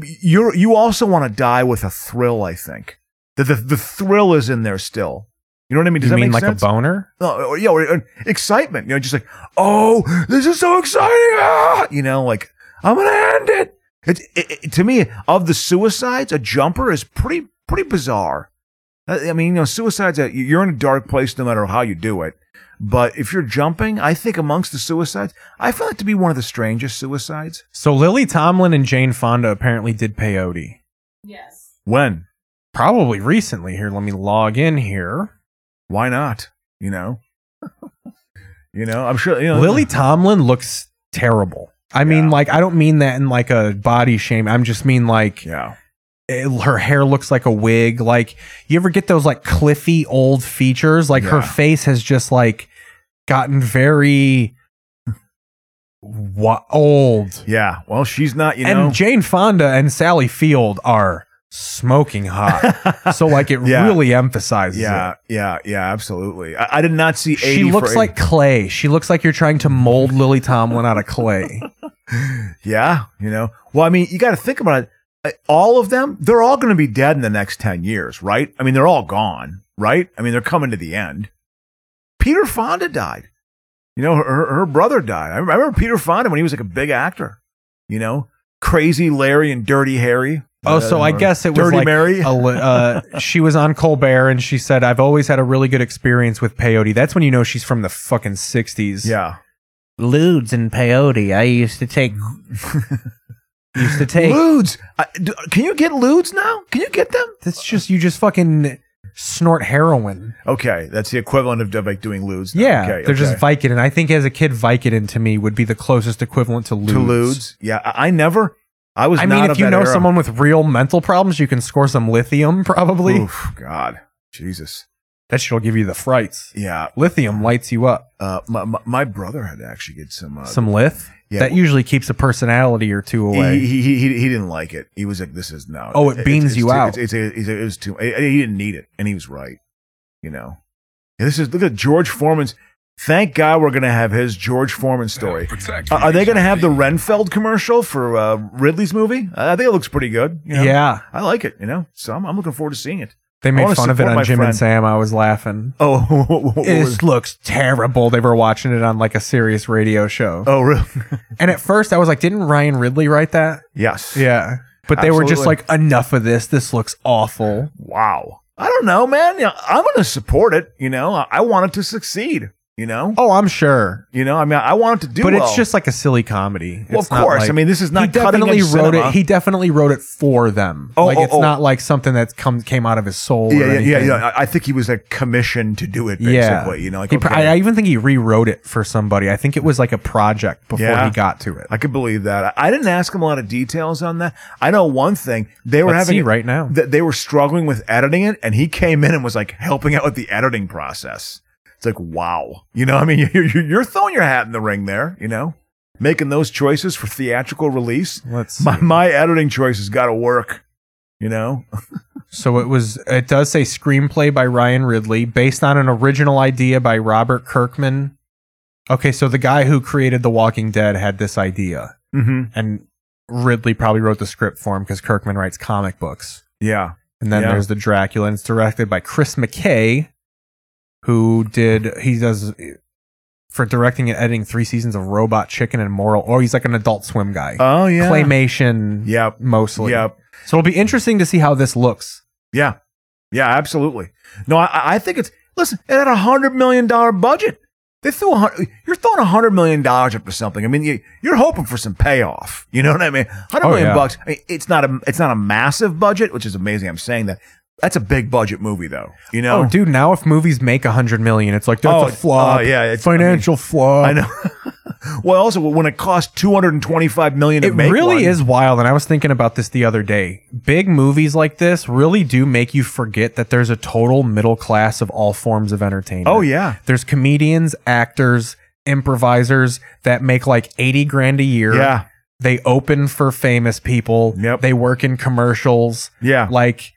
Speaker 1: you you also want to die with a thrill. I think the, the the thrill is in there still. You know what I mean? Does
Speaker 3: you
Speaker 1: that
Speaker 3: mean
Speaker 1: make
Speaker 3: like
Speaker 1: sense?
Speaker 3: a boner?
Speaker 1: No, or, Oh, yeah, or, or excitement. You know, just like, oh, this is so exciting. Ah! You know, like I'm gonna end it. It, it, it- To me, of the suicides, a jumper is pretty pretty bizarre. I I mean, you know, suicides. uh, you- You're in a dark place no matter how you do it. But if you're jumping, I think amongst the suicides, I feel it to be one of the strangest suicides.
Speaker 3: So Lily Tomlin and Jane Fonda apparently did peyote.
Speaker 1: When?
Speaker 3: Probably recently. Here, let me log in here.
Speaker 1: Why not? You know, you know. I'm sure. You know,
Speaker 3: Lily Tomlin looks terrible. I mean, like, I don't mean that in like a body shame. I'm just mean like,
Speaker 1: yeah.
Speaker 3: her hair looks like a wig. Like, you ever get those like cliffy old features? Like, her
Speaker 1: Yeah.
Speaker 3: face has just like gotten very wa- old.
Speaker 1: Yeah. Well, she's not. You
Speaker 3: and
Speaker 1: know.
Speaker 3: Jane Fonda and Sally Field are smoking
Speaker 1: *laughs*
Speaker 3: hot. so like, it
Speaker 1: Yeah.
Speaker 3: really emphasizes.
Speaker 1: yeah,
Speaker 3: it.
Speaker 1: yeah, yeah. Absolutely. I, I did not see. 80
Speaker 3: She looks
Speaker 1: for
Speaker 3: like clay. She looks like you're trying to mold Lily Tomlin out of
Speaker 1: *laughs*
Speaker 3: clay.
Speaker 1: Yeah, you know. Well, I mean, you got to think about it. Uh, All of them, they're all going to be dead in the next 10 years, right? I mean, they're all gone, right? I mean, they're coming to the end. Peter Fonda died. You know, her, her- her brother died. I remember Peter Fonda when he was like a big actor, you know, Crazy Larry and Dirty Harry.
Speaker 3: Oh, so I
Speaker 1: Uh,
Speaker 3: guess it was
Speaker 1: Dirty
Speaker 3: like
Speaker 1: Mary.
Speaker 3: a li- uh, she was on Colbert and she said, "I've always had a really good experience with peyote." That's when you know she's from the fucking '60s.
Speaker 1: Yeah,
Speaker 3: lewds and peyote. I used to take. *laughs* used to take.
Speaker 1: Ludes. I, do, can you get ludes now? Can you get them?
Speaker 3: That's just you just fucking snort heroin.
Speaker 1: Okay, that's the equivalent of like doing ludes. now.
Speaker 3: Yeah,
Speaker 1: okay,
Speaker 3: they're just
Speaker 1: okay.
Speaker 3: Vicodin. I think as a kid, Vicodin to me would be the closest equivalent to lewds.
Speaker 1: to ludes. Yeah, I, I never. I was.
Speaker 3: I mean,
Speaker 1: not
Speaker 3: if
Speaker 1: of
Speaker 3: you
Speaker 1: that
Speaker 3: know
Speaker 1: era.
Speaker 3: someone with real mental problems, you can score some lithium *laughs* probably.
Speaker 1: Oof, God, Jesus.
Speaker 3: That shit'll give you the frights.
Speaker 1: Yeah.
Speaker 3: Lithium lights you up.
Speaker 1: Uh, my, my, my brother had to actually get some uh,
Speaker 3: Some lith.
Speaker 1: Yeah.
Speaker 3: that usually keeps a personality or two
Speaker 1: He,
Speaker 3: away.
Speaker 1: he, he, he- he didn't like it. He was like, "This is no."
Speaker 3: Oh, it beans
Speaker 1: it's, it's
Speaker 3: you
Speaker 1: too,
Speaker 3: out.
Speaker 1: It's, it's, it's, it was too. He he didn't need it, and he was right. You know, And this is look at George Foreman's. Thank God we're gonna have his George Foreman story. Uh, are they gonna have the Renfeld commercial for uh, Ridley's movie? I think it looks pretty good. you know?
Speaker 3: Yeah.
Speaker 1: I like it. You know, so I'm, I'm looking forward to seeing it.
Speaker 3: they
Speaker 1: I
Speaker 3: made
Speaker 1: wanna
Speaker 3: fun of it
Speaker 1: support
Speaker 3: on
Speaker 1: my
Speaker 3: Jim and
Speaker 1: friend.
Speaker 3: Sam. I was laughing.
Speaker 1: *laughs* Oh, what- what- what was-
Speaker 3: this looks terrible. They were watching it on like a serious *laughs* radio show.
Speaker 1: Oh, really?
Speaker 3: *laughs* and at first, I was like, didn't Ryan Ridley write that?
Speaker 1: Yes.
Speaker 3: Yeah. But they were just
Speaker 1: Absolutely.
Speaker 3: like, enough of this. This looks awful.
Speaker 1: Wow. I don't know, man. You know, I'm going to support it. You know, I, I want it to succeed. You know,
Speaker 3: Oh, I'm sure.
Speaker 1: you know. I mean, I want it to do.
Speaker 3: but
Speaker 1: well.
Speaker 3: it's just like a silly comedy.
Speaker 1: Well,
Speaker 3: It's
Speaker 1: of
Speaker 3: not
Speaker 1: course.
Speaker 3: like-
Speaker 1: I mean, this is
Speaker 3: he
Speaker 1: not cutting
Speaker 3: definitely
Speaker 1: edge
Speaker 3: wrote
Speaker 1: cinema.
Speaker 3: it. He definitely wrote it for them.
Speaker 1: Oh,
Speaker 3: like
Speaker 1: oh,
Speaker 3: it's
Speaker 1: oh.
Speaker 3: not like something that's come came out of his soul.
Speaker 1: yeah,
Speaker 3: or
Speaker 1: yeah, yeah,
Speaker 3: anything.
Speaker 1: yeah. I- I think he was like commissioned to do it. Basically, you know, like
Speaker 3: He pr-
Speaker 1: okay.
Speaker 3: I, I even think he rewrote it for somebody. I think it was like a project before
Speaker 1: Yeah.
Speaker 3: he got to it.
Speaker 1: I could believe that. I I didn't ask him a lot of details on that. I know one thing they were
Speaker 3: Let's
Speaker 1: having
Speaker 3: see right now.
Speaker 1: that they were struggling with editing it, and he came in and was like helping out with the editing process. It's like wow, you know, I mean, *laughs* you're you're, you're throwing your hat in the ring there, you know, making those choices for theatrical release.
Speaker 3: Let's
Speaker 1: my
Speaker 3: see.
Speaker 1: my editing choices got to work, you know.
Speaker 3: So it was. It does say screenplay by Ryan Ridley, based on an original idea by Robert Kirkman. Okay, so the guy who created The Walking Dead had this idea,
Speaker 1: Mm-hmm.
Speaker 3: and Ridley probably wrote the script for him because Kirkman writes comic books.
Speaker 1: Yeah,
Speaker 3: And then
Speaker 1: Yeah.
Speaker 3: there's the Dracula, and it's directed by Chris McKay, who did he does for directing and editing three seasons of Robot Chicken and Moral. Oh, he's like an Adult Swim guy.
Speaker 1: Oh, yeah.
Speaker 3: claymation.
Speaker 1: Yep.
Speaker 3: mostly.
Speaker 1: Yep.
Speaker 3: So it'll be interesting to see how this looks.
Speaker 1: Yeah. Yeah, absolutely. No, I, I think it's listen, it had a hundred million dollar budget. They threw a hundred, you're throwing a hundred million dollars up to something. I mean, you, you're hoping for some payoff. You know what I mean? Hundred
Speaker 3: Oh,
Speaker 1: million
Speaker 3: yeah.
Speaker 1: bucks. I mean, it's not a it's not a massive budget, which is amazing. I'm saying that. That's a big budget movie, though. You know?
Speaker 3: Oh, dude! Now if movies make a hundred million, it's like that's
Speaker 1: Oh,
Speaker 3: a flop.
Speaker 1: oh, yeah, it's- I mean,
Speaker 3: financial flop.
Speaker 1: I know. *laughs* well, also when it costs two hundred and twenty five million, to
Speaker 3: It
Speaker 1: make
Speaker 3: really
Speaker 1: one-
Speaker 3: is wild, and I was thinking about this the other day. Big movies like this really do make you forget that there's a total middle class of all forms of entertainment.
Speaker 1: Oh, yeah.
Speaker 3: there's comedians, actors, improvisers that make like eighty grand a year.
Speaker 1: Yeah.
Speaker 3: they open for famous people. Yep. they work in commercials.
Speaker 1: Yeah.
Speaker 3: like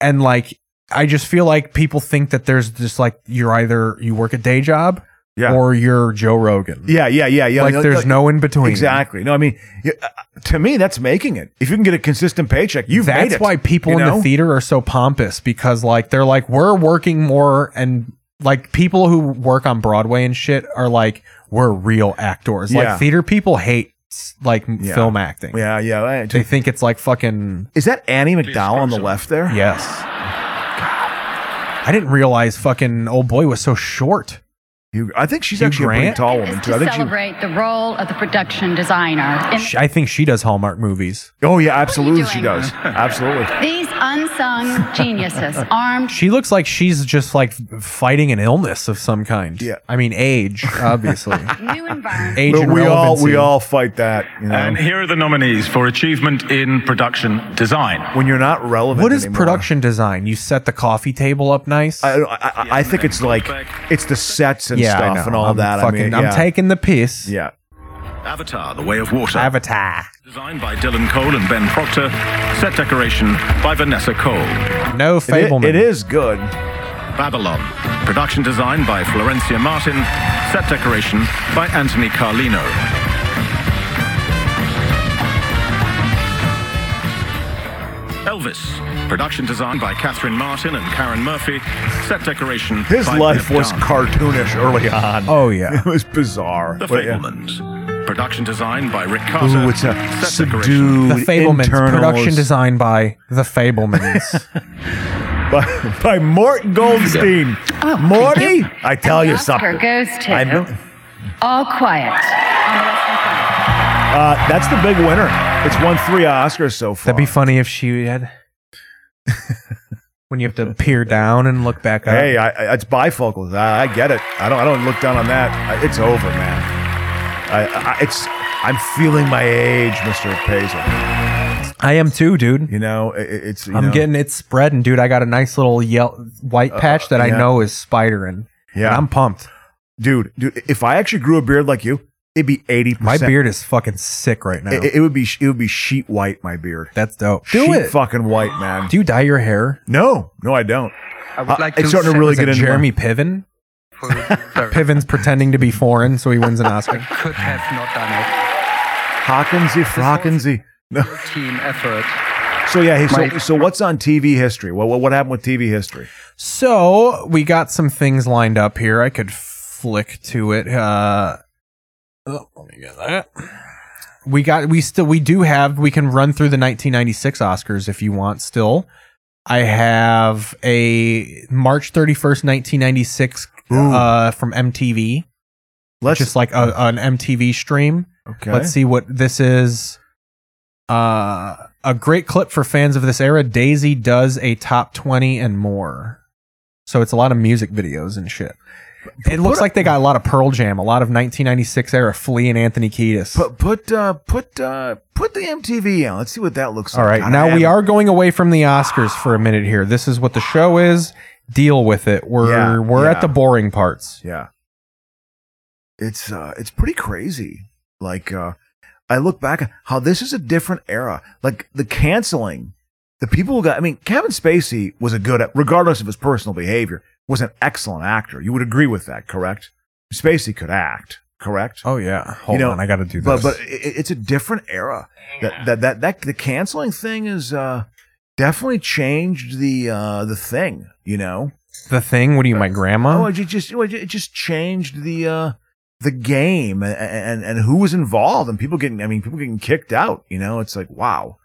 Speaker 3: and like I just feel like people think that there's just like you're either you work a day job
Speaker 1: Yeah.
Speaker 3: or you're Joe Rogan.
Speaker 1: Yeah, yeah, yeah, yeah.
Speaker 3: Like, there's no in between.
Speaker 1: Exactly. No, I mean, y- uh, to me, that's making it. If you can get a consistent paycheck, you've made
Speaker 3: That's
Speaker 1: it,
Speaker 3: why people
Speaker 1: you
Speaker 3: in
Speaker 1: know?
Speaker 3: the theater are so pompous because like they're like we're working more and like people who work on Broadway and shit are like we're real actors.
Speaker 1: Yeah.
Speaker 3: Like theater people hate like
Speaker 1: Yeah.
Speaker 3: film acting.
Speaker 1: Yeah, yeah. right.
Speaker 3: They think it's like fucking
Speaker 1: Is that Annie McDowell on the left there?
Speaker 3: yes. I didn't realize fucking old boy was so short.
Speaker 1: You, I think she's
Speaker 3: Hugh
Speaker 1: actually a
Speaker 3: Grant?
Speaker 1: pretty tall woman too.
Speaker 4: to
Speaker 1: I think she.
Speaker 4: celebrate the role of the production designer. In
Speaker 3: She- I think she does Hallmark movies.
Speaker 1: Oh yeah, absolutely she does. Absolutely.
Speaker 4: these uns unsung geniuses, armed.
Speaker 3: She looks like she's just like fighting an illness of some kind. Yeah. I mean, age, obviously.
Speaker 4: *laughs* New environment.
Speaker 1: But we all we all fight that. You know?
Speaker 16: And here are the nominees for achievement in production design.
Speaker 1: When you're not relevant.
Speaker 3: What is
Speaker 1: anymore.
Speaker 3: production design? You set the coffee table up nice.
Speaker 1: I, I, I- I think it's like it's the sets and
Speaker 3: I
Speaker 1: stuff
Speaker 3: know.
Speaker 1: and all
Speaker 3: I'm
Speaker 1: that.
Speaker 3: Fucking,
Speaker 1: I mean,
Speaker 3: I'm
Speaker 1: yeah.
Speaker 3: taking the piss.
Speaker 1: Yeah.
Speaker 16: Avatar, The Way of Water.
Speaker 3: Avatar.
Speaker 16: Designed by Dylan Cole and Ben Proctor. Set decoration by Vanessa Cole.
Speaker 3: No
Speaker 1: It i-
Speaker 3: Fableman.
Speaker 1: it is good.
Speaker 16: Babylon. Production design by Florencia Martin. Set decoration by Anthony Carlino. Elvis. Production design by Catherine Martin and Karen Murphy. Set decoration
Speaker 1: His
Speaker 16: by
Speaker 1: life
Speaker 16: Nev
Speaker 1: was
Speaker 16: Dunn.
Speaker 1: cartoonish early on.
Speaker 3: Oh yeah.
Speaker 1: *laughs* It was bizarre.
Speaker 16: The
Speaker 1: But, yeah.
Speaker 16: Fablemans. Production design by Rick Carter.
Speaker 1: Ooh, it's a
Speaker 16: Set decoration
Speaker 1: subdued
Speaker 3: The Fablemans.
Speaker 1: internals
Speaker 3: Production design by The
Speaker 1: *laughs*
Speaker 3: Fablemans.
Speaker 1: by, by Mort Goldstein.
Speaker 3: Oh,
Speaker 1: Morty, I tell you
Speaker 4: Oscar
Speaker 1: something.
Speaker 4: goes to
Speaker 1: I know-
Speaker 4: All Quiet.
Speaker 1: Uh, that's the big winner. It's won three Oscars so far.
Speaker 3: That'd be funny if she had. *laughs* when you have to peer down and look back up.
Speaker 1: Hey, I, I, it's bifocals. I, I get it. I don't. I don't look down on that. I, it's over, man. I, I, it's. I'm feeling my age, Mister Paisley.
Speaker 3: I am too, dude.
Speaker 1: You know, i- i- it's. you
Speaker 3: I'm
Speaker 1: know, Uh,
Speaker 3: getting it spreading, dude. I got a nice little yell- white patch that
Speaker 1: yeah.
Speaker 3: I know is spidering.
Speaker 1: Yeah.
Speaker 3: And I'm pumped.
Speaker 1: dude, dude. If I actually grew a beard like you, it'd be eighty. percent
Speaker 3: My beard is fucking sick right now.
Speaker 1: It, it would be. It would be sheet white. My beard.
Speaker 3: That's dope. Do
Speaker 1: sheet
Speaker 3: it.
Speaker 1: Fucking white, man.
Speaker 3: Do you dye your hair?
Speaker 1: No, no, I don't.
Speaker 17: I would like
Speaker 1: it's
Speaker 17: to
Speaker 1: starting to
Speaker 17: say-
Speaker 1: really
Speaker 3: Is it
Speaker 1: get into my-
Speaker 3: Jeremy Piven?
Speaker 1: *laughs*
Speaker 3: Piven's pretending to be foreign, so he wins an
Speaker 17: *laughs*
Speaker 3: Oscar.
Speaker 17: could have not done it.
Speaker 1: Hawkinsy, Frockinsy. No.
Speaker 17: Team effort.
Speaker 1: So yeah, hey, so
Speaker 17: My-
Speaker 1: so what's on TV history? What, what what happened with TV history?
Speaker 3: So we got some things lined up here. I could flick to it. Uh, oh, let me get that. We got. We still. We do have. We can run through the 1996 Oscars if you want. Still, I have a March 31st, 1996, uh, from MTV.
Speaker 1: Let's-
Speaker 3: just like a, an MTV stream.
Speaker 1: Okay.
Speaker 3: Let's see what this is. Uh, a great clip for fans of this era. Daisy does a top 20 and more. So it's a lot of music videos and shit. It looks like they got a lot of Pearl Jam, a lot of 1996 era Flea and Anthony Kiedis.
Speaker 1: Put put uh, put uh, put the MTV on. Let's see what that looks
Speaker 3: All right,
Speaker 1: like. God, I
Speaker 3: now we
Speaker 1: am-
Speaker 3: are going away from the Oscars for a minute here. This is what the show is. Deal with it. We're
Speaker 1: Yeah,
Speaker 3: we're
Speaker 1: yeah.
Speaker 3: at the boring parts.
Speaker 1: Yeah. It's uh it's pretty crazy. Like uh I look back at how this is a different era. Like the canceling, the people who got I mean, Kevin Spacey was a good regardless of his personal behavior, was an excellent actor. You would agree with that, correct? Spacey could act, correct?
Speaker 3: Oh yeah. Hold
Speaker 1: know,
Speaker 3: on, I got to do
Speaker 1: But
Speaker 3: this.
Speaker 1: but it, it's a different era. That, that that that the canceling thing is uh definitely changed the uh the thing, you know?
Speaker 3: the thing, what do you my grandma?
Speaker 1: Oh, it ju- just well, it just changed the uh, the game and, and and who was involved and people getting. I mean, people getting kicked out. You know, it's like wow,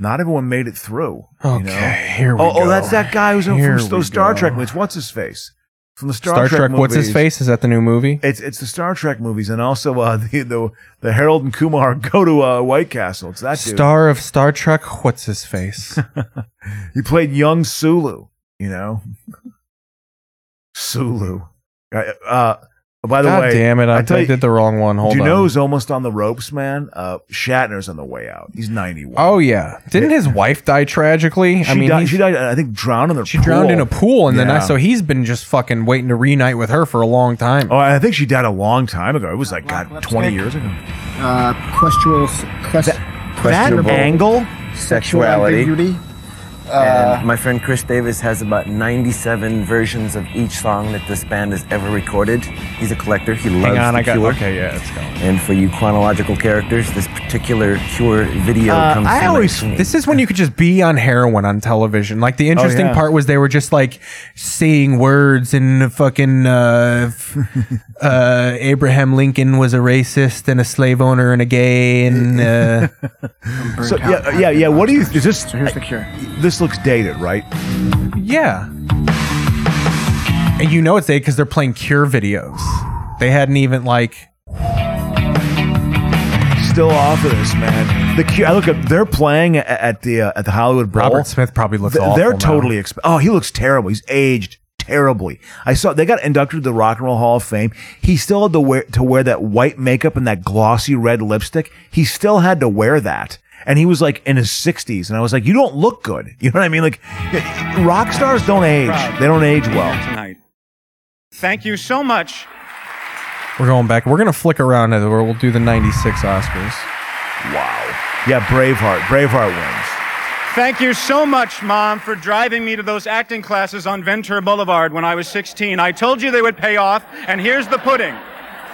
Speaker 1: not everyone made it through. you know?
Speaker 3: Okay, here we
Speaker 1: oh,
Speaker 3: go.
Speaker 1: Oh, that's that guy who's in-
Speaker 3: Here
Speaker 1: from
Speaker 3: we
Speaker 1: those Star
Speaker 3: go.
Speaker 1: Trek movies. What's his face from the Star,
Speaker 3: Star, Trek, what's his
Speaker 1: movies.
Speaker 3: face? Is that the new movie?
Speaker 1: It's it's the Star Trek movies and also uh, *laughs* the the the Harold and Kumar go to uh, White Castle. It's that dude.
Speaker 3: Star of Star Trek, what's his
Speaker 1: *laughs*
Speaker 3: face?
Speaker 1: He played young Sulu, you know. Sulu. Uh, uh, by the
Speaker 3: God
Speaker 1: way,
Speaker 3: damn it, I,
Speaker 1: tell
Speaker 3: I did the wrong one. Hold
Speaker 1: do you
Speaker 3: on.
Speaker 1: know who's almost on the ropes, man? Uh, Shatner's on the way out. He's 91.
Speaker 3: oh yeah. Didn't his wife die tragically?
Speaker 1: she,
Speaker 3: I mean,
Speaker 1: died,
Speaker 3: he's-
Speaker 1: she died, I think, drowned in the
Speaker 3: she drowned in a pool and then I,
Speaker 1: Yeah.
Speaker 3: so he's been just fucking waiting to reunite with her for a long time.
Speaker 1: Oh, I think she died a long time ago. It was like, God, 20 years ago.
Speaker 25: uh, questionable, quest, questionable
Speaker 1: angle?
Speaker 25: sexual
Speaker 32: Sexuality.
Speaker 25: ambiguity.
Speaker 1: Uh,
Speaker 32: And my friend Chris Davis has about 97 versions of each song that this band has ever recorded. He's a collector. He loves
Speaker 3: Hang on,
Speaker 32: the
Speaker 3: I got
Speaker 32: Cure.
Speaker 3: okay, yeah, it's going.
Speaker 32: And for you chronological characters, this particular Cure video
Speaker 1: Uh,
Speaker 32: comes. to mind.
Speaker 3: Uh, this is when you could just be on heroin on television. Like
Speaker 1: Oh,
Speaker 3: the interesting
Speaker 32: yeah.
Speaker 3: part was they were just like saying words and fucking uh, f- *laughs* uh, Abraham Lincoln was a racist and a slave owner and a gay and uh,
Speaker 1: So, yeah, yeah, yeah. What do you, is this? So here's the cure. *laughs* This looks dated, right?
Speaker 3: yeah. And you know it's they because they're playing Cure videos. They hadn't even like
Speaker 1: Still off of this, man. The Cure. I look up. They're playing a- at the uh, at the Hollywood Bowl.
Speaker 3: Robert Smith probably looks
Speaker 1: Th-
Speaker 3: awful
Speaker 1: They're
Speaker 3: now.
Speaker 1: totally. Exp- oh, he looks terrible. He's aged terribly. I saw they got inducted to the Rock and Roll Hall of Fame. He still had to wear to wear that white makeup and that glossy red lipstick. He still had to wear that. And he was like in his 60s, and I was like, "You don't look good." *laughs* You know what I mean? Like, rock stars don't age; they don't age well.
Speaker 2: Tonight. Thank you so much.
Speaker 3: We're going back. We're gonna flick around it, or we'll do the '96 Oscars.
Speaker 1: Wow. Yeah, Braveheart. Braveheart wins.
Speaker 2: Thank you so much, Mom, for driving me to those acting classes on Ventura Boulevard when I was 16. I told you they would pay off, and here's the pudding.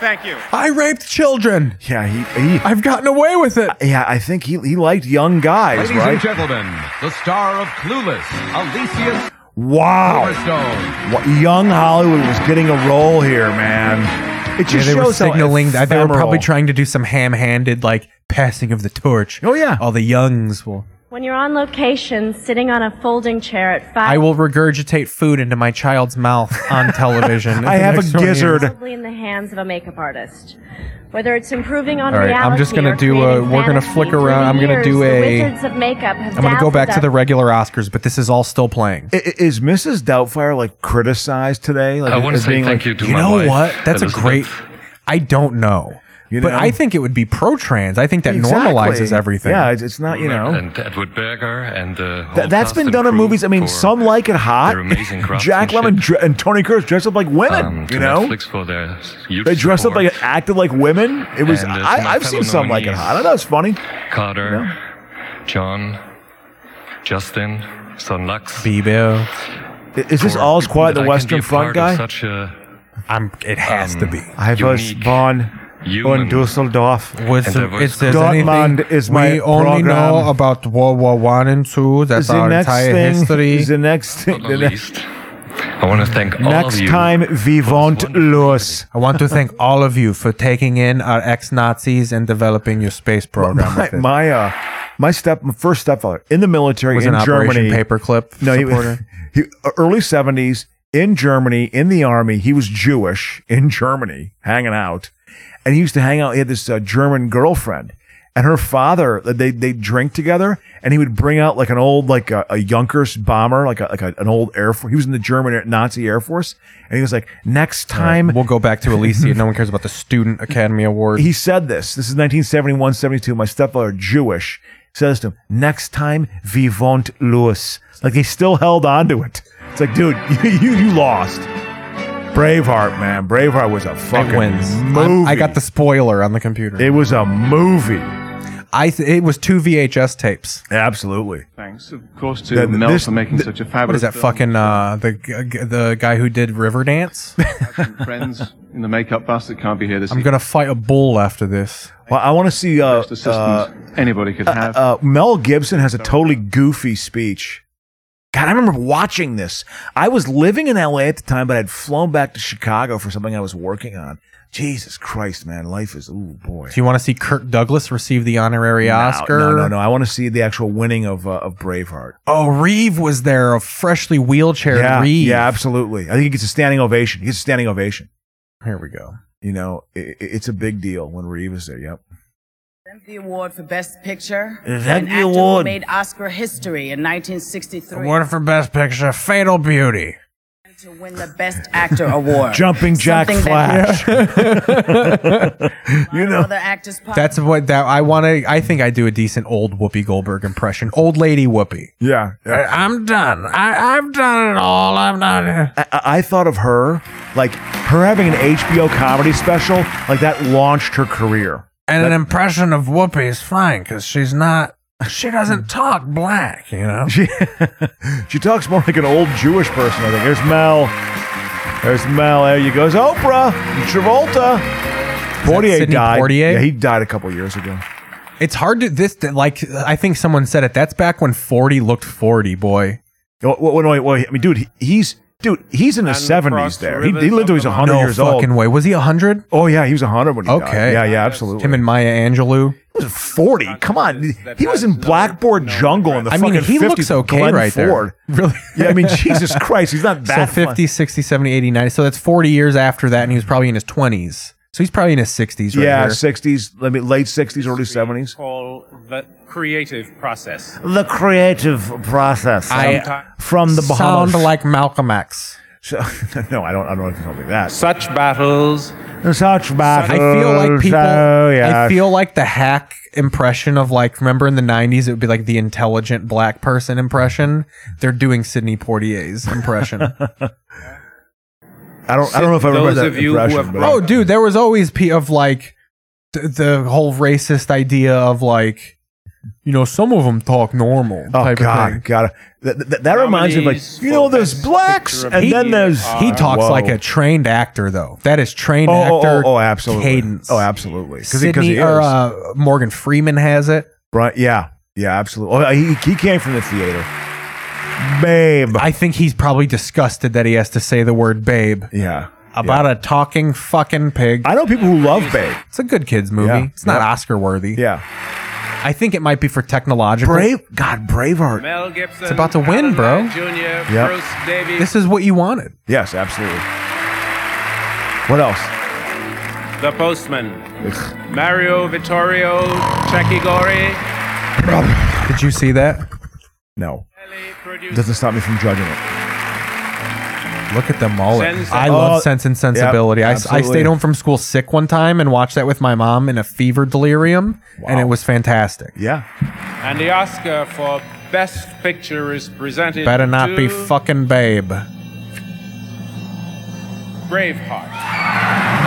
Speaker 2: Thank you.
Speaker 1: I raped children. Yeah, he. he I've gotten away with it. Yeah, I think he he liked young guys,
Speaker 7: Ladies
Speaker 1: right?
Speaker 7: and gentlemen, the star of Clueless, Alicia.
Speaker 1: Wow.
Speaker 7: Silverstone.
Speaker 1: What, young Hollywood was getting a role here, man. It
Speaker 3: Yeah,
Speaker 1: just
Speaker 3: they were
Speaker 1: shows
Speaker 3: signaling
Speaker 1: how
Speaker 3: that they were probably
Speaker 1: ephemeral.
Speaker 3: trying to do some ham-handed like passing of the torch.
Speaker 1: Oh yeah,
Speaker 3: all the youngs will.
Speaker 18: When you're on location, sitting on a folding chair at five.
Speaker 3: I will regurgitate food into my child's mouth
Speaker 1: *laughs*
Speaker 3: on television.
Speaker 18: I have a
Speaker 3: gizzard.
Speaker 18: Probably in the hands of a makeup artist. Whether it's improving on
Speaker 3: All right,
Speaker 18: reality
Speaker 3: I'm just gonna
Speaker 18: or
Speaker 3: do a.
Speaker 18: creating
Speaker 3: We're gonna
Speaker 18: fantasy,
Speaker 3: flick
Speaker 18: through the
Speaker 3: around. I'm gonna
Speaker 18: years,
Speaker 3: do
Speaker 18: the
Speaker 3: a.
Speaker 18: Wizards of makeup have
Speaker 3: I'm gonna go
Speaker 18: dazzled
Speaker 3: back to
Speaker 18: us
Speaker 3: the regular Oscars, but this is all still playing.
Speaker 1: I- I- Is Mrs. Doubtfire like criticized today? Like,
Speaker 3: I wanna
Speaker 1: as
Speaker 3: say
Speaker 1: being,
Speaker 3: thank
Speaker 1: like,
Speaker 3: you to You my know wife, what? That's a Elizabeth. great- I don't know. but
Speaker 1: know?
Speaker 3: I think it would be pro trans. I think that
Speaker 1: Exactly.
Speaker 3: normalizes everything.
Speaker 1: Yeah, it's, it's not you know.
Speaker 31: And Edward Berger and the whole
Speaker 1: Th- that's been
Speaker 31: cast
Speaker 1: done
Speaker 31: and
Speaker 1: in
Speaker 31: crew
Speaker 1: movies. I mean,
Speaker 31: for,
Speaker 1: some like it hot.
Speaker 31: their amazing
Speaker 1: Jack Lemmon dre- and Tony Curtis dressed up like women.
Speaker 31: um, to
Speaker 1: you know,
Speaker 31: Netflix for their huge
Speaker 1: they dressed
Speaker 31: support.
Speaker 1: up like acted like women. It was.
Speaker 31: And, uh, to
Speaker 1: I,
Speaker 31: my
Speaker 1: I've seen
Speaker 31: fellow
Speaker 1: some like it
Speaker 31: nominees.
Speaker 1: hot. I thought that was funny.
Speaker 31: Carter, John, Justin, Son Lux.
Speaker 3: Bebo.
Speaker 1: Is this All's Quiet on the Western Front guy?
Speaker 31: Such a, um,
Speaker 3: I'm. It has to be.
Speaker 1: I was
Speaker 31: unique
Speaker 1: born in
Speaker 31: human.
Speaker 1: Dusseldorf.
Speaker 31: Was- And I was-
Speaker 3: It's, it's
Speaker 1: Dortmund
Speaker 3: anything-
Speaker 1: is my
Speaker 3: We only
Speaker 1: program.
Speaker 3: know about World War One and Two. That's
Speaker 1: the
Speaker 3: our
Speaker 1: next
Speaker 3: entire
Speaker 1: thing,
Speaker 3: history.
Speaker 1: The next thing. The ne-
Speaker 31: I want to thank all of
Speaker 1: next
Speaker 31: you.
Speaker 1: time we won't lose.
Speaker 3: I want to thank all of you for taking in our ex Nazis and developing your space program.
Speaker 1: my
Speaker 3: with it.
Speaker 1: my, uh, my step my first stepfather in the military
Speaker 3: Was
Speaker 1: in
Speaker 3: an Operation
Speaker 1: Germany.
Speaker 3: Paperclip
Speaker 1: No,
Speaker 3: supporter?
Speaker 1: *laughs* he, he early seventies in Germany in the army. He was Jewish in Germany, hanging out, and he used to hang out. He had this uh, German girlfriend. And her father, uh, they they drink together, and he would bring out like an old like uh, a, a Junkers bomber, like a, like a, an old Air Force. He was in the German Air- Nazi Air Force, and he was like, "Next
Speaker 3: All right,
Speaker 1: time
Speaker 3: we'll go back to Elysia. no one cares about the Student Academy Award.
Speaker 1: he said this. This is 1971, 72. My stepfather, Jewish, says to him, next time we won't lose. Like they still held on to it. It's like, dude, *laughs* you, you, you lost. Braveheart, man. Braveheart was a fucking
Speaker 3: it wins.
Speaker 1: movie.
Speaker 3: I, I got the spoiler on the computer.
Speaker 1: It was a movie.
Speaker 3: I th- it was two VHS tapes.
Speaker 1: Absolutely.
Speaker 33: Thanks, of course, to
Speaker 3: That-
Speaker 33: Mel
Speaker 3: this-
Speaker 33: for making such a
Speaker 3: What
Speaker 33: fabulous
Speaker 3: is that
Speaker 33: film.
Speaker 3: fucking uh, the g- g- the guy who did
Speaker 1: *laughs*
Speaker 3: Riverdance?
Speaker 33: friends in the makeup bus that can't be here this
Speaker 3: I'm
Speaker 33: evening.
Speaker 3: gonna fight a bull after this.
Speaker 1: Well, I want to see uh, uh,
Speaker 33: anybody could
Speaker 1: uh,
Speaker 33: have.
Speaker 1: uh, Mel Gibson has a totally goofy speech. God, I remember watching this. I was living in LA at the time, but I'd flown back to Chicago for something I was working on. Jesus Christ, man, life is ooh boy.
Speaker 3: Do you want to see Kirk Douglas receive the honorary
Speaker 1: No,
Speaker 3: Oscar?
Speaker 1: No, no, no. I want to see the actual winning of uh, of Braveheart.
Speaker 3: Oh, Reeve was there, a freshly wheelchair
Speaker 1: yeah,
Speaker 3: Reeve.
Speaker 1: yeah, absolutely. I think he gets a standing ovation. He gets a standing ovation.
Speaker 3: Here we go.
Speaker 1: You know, i i- it's a big deal when Reeve is there. Yep.
Speaker 38: The award for Best Picture.
Speaker 1: Is
Speaker 38: for
Speaker 1: that
Speaker 38: an
Speaker 1: the
Speaker 38: actor who
Speaker 1: award?
Speaker 38: Made Oscar history in 1963
Speaker 3: Award for Best Picture, Fatal Beauty.
Speaker 38: to win the Best Actor
Speaker 1: *laughs*
Speaker 38: award.
Speaker 1: Jumping Jack
Speaker 38: Something
Speaker 1: Flash. *laughs*
Speaker 38: That, you know, other actors. pop-
Speaker 3: That's what that I want to. I think I do a decent old Whoopi Goldberg impression. Old lady Whoopi.
Speaker 1: Yeah.
Speaker 3: I, am done. I, I've done it all. I'm not.
Speaker 1: I, I- I thought of her like her having an HBO comedy special like that launched her career.
Speaker 3: And
Speaker 1: That-
Speaker 3: an impression of Whoopi is fine because she's not. She doesn't talk black,
Speaker 1: *laughs*
Speaker 3: you know.
Speaker 1: She, she talks more like an old Jewish person. I think. There's Mel. There's Mel. There you go. There's Oprah. Travolta. Portier
Speaker 3: Sidney
Speaker 1: died.
Speaker 3: Poitier?
Speaker 1: Yeah, he died a couple years ago.
Speaker 3: It's hard to this. Like I think someone said it. That's back when forty looked forty, boy.
Speaker 1: Well, well, well, well, I mean, dude, he- he's dude, he's in his seventies. There, he, he lived till he was hundred
Speaker 3: no
Speaker 1: years old.
Speaker 3: fucking way. Was he hundred?
Speaker 1: Oh yeah, he was hundred when he died.
Speaker 3: okay.
Speaker 1: Yeah, yeah, absolutely.
Speaker 3: Him and Maya Angelou.
Speaker 1: He was forty. Come on, he was in Blackboard Jungle in the
Speaker 3: I
Speaker 1: fucking
Speaker 3: mean, he
Speaker 1: 50s
Speaker 3: looks
Speaker 1: with
Speaker 3: okay
Speaker 1: Glenn
Speaker 3: right
Speaker 1: Ford.
Speaker 3: there. *laughs* Really?
Speaker 1: Yeah, I mean, Jesus Christ, he's not that
Speaker 3: so 50, 60, 70, 80, 90. So that's 40 years after that, and he was probably in his 20s. So he's probably in his 60s right
Speaker 1: yeah,
Speaker 3: here.
Speaker 1: 60s, let me- late 60s, early 70s.
Speaker 5: Call the creative process.
Speaker 1: The creative process
Speaker 13: uh,
Speaker 5: I-
Speaker 1: from the Bahamas.
Speaker 3: Sound like Malcolm X.
Speaker 1: So, *laughs* no, I don't. I don't like something like that.
Speaker 5: Such battles.
Speaker 1: Such
Speaker 3: I
Speaker 1: battles.
Speaker 3: feel like people.
Speaker 1: oh,
Speaker 3: I
Speaker 1: yes.
Speaker 3: feel like the hack impression of like remember in the '90s it would be like the intelligent black person impression. They're doing Sidney Portier's impression.
Speaker 1: *laughs* I don't. I don't know if I remember
Speaker 3: Those
Speaker 1: that
Speaker 3: of you who
Speaker 1: impression.
Speaker 3: have-
Speaker 1: but-
Speaker 3: oh, dude, there was always p of like th- the whole racist idea of like, you know, some of them talk normal. Oh type
Speaker 1: God,
Speaker 3: of thing.
Speaker 1: God, that, that, that reminds me of like you know there's blacks and
Speaker 3: he,
Speaker 1: then there's uh,
Speaker 3: he talks
Speaker 1: Whoa.
Speaker 3: like a trained actor though. That is trained
Speaker 1: Oh, oh,
Speaker 3: actor.
Speaker 1: oh, oh, absolutely.
Speaker 3: Cadence.
Speaker 1: Oh, absolutely. 'Cause he- 'cause
Speaker 3: Sidney
Speaker 1: he
Speaker 3: or
Speaker 1: is.
Speaker 3: uh, Morgan Freeman has it.
Speaker 1: Right? Yeah. Yeah. Absolutely. Oh, he, he came from the theater. Babe.
Speaker 3: I think he's probably disgusted that he has to say the word babe.
Speaker 1: Yeah.
Speaker 3: About a talking fucking pig.
Speaker 1: I know people who love babe.
Speaker 3: It's a good kids movie.
Speaker 1: Yeah.
Speaker 3: It's not Oscar worthy.
Speaker 1: Yeah.
Speaker 3: I think it might be for technological.
Speaker 1: Brave. God, Braveheart.
Speaker 5: Mel Gibson.
Speaker 3: It's about to win, bro.
Speaker 5: Junior.
Speaker 1: Yep.
Speaker 5: Bruce Davies.
Speaker 3: This is what you wanted.
Speaker 1: Yes, absolutely. What else?
Speaker 5: The Postman. Mario Vittorio Chakigori.
Speaker 3: Did you see that?
Speaker 1: No. Doesn't stop me from judging it.
Speaker 3: Look at them all.
Speaker 1: Sense-
Speaker 3: I love
Speaker 1: Oh,
Speaker 3: Sense and Sensibility.
Speaker 1: yep,
Speaker 3: I s I I,
Speaker 1: absolutely.
Speaker 3: stayed home from school sick one time and watched that with my mom in a fever delirium, and it was fantastic.
Speaker 1: Yeah.
Speaker 5: And the Oscar for Best Picture is presented
Speaker 3: Better not
Speaker 5: to
Speaker 3: be fucking babe.
Speaker 5: Braveheart.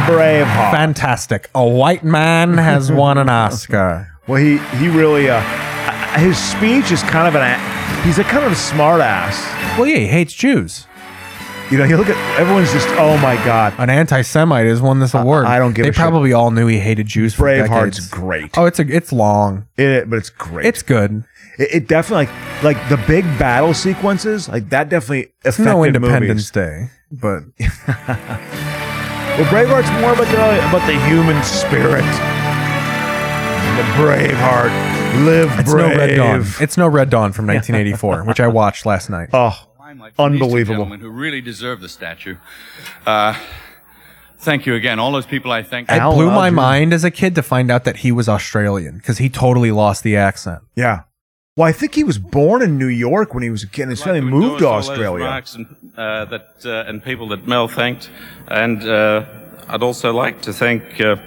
Speaker 1: Braveheart.
Speaker 3: Fantastic. A white man has won an Oscar.
Speaker 1: Well, he he really uh, his speech is kind of an a- he's a kind of a smart ass.
Speaker 3: Well, yeah, he hates Jews.
Speaker 1: You know, you look at everyone's just oh my god.
Speaker 3: An anti-Semite has won this award. I, don't
Speaker 1: give
Speaker 3: They
Speaker 1: a shit.
Speaker 3: probably all knew he hated Jews. For
Speaker 1: Braveheart's
Speaker 3: decades.
Speaker 1: great.
Speaker 3: Oh, it's a it's long.
Speaker 1: It, but it's great.
Speaker 3: It's good.
Speaker 1: It, it definitely like like the big battle sequences like that definitely
Speaker 3: It's
Speaker 1: affected
Speaker 3: no Independence Day,
Speaker 1: movies.
Speaker 3: but
Speaker 1: *laughs* Well, Braveheart's more about the about the human spirit. The Braveheart, live
Speaker 3: it's
Speaker 1: brave.
Speaker 3: no Red Dawn. It's no Red Dawn from 1984, which I watched last night.
Speaker 1: Oh,
Speaker 3: unbelievable!
Speaker 11: Gentlemen who really deserve the statue. Uh, thank you again. All those people I thank.
Speaker 3: It blew my mind as a kid to find out that he was Australian because he totally lost the accent.
Speaker 1: Yeah. Well, I think he was born in New York when he was a kid. and His family moved to Australia.
Speaker 6: Marks and, uh, that, uh, and people that Mel thanked, and uh, I'd also like to thank. Uh,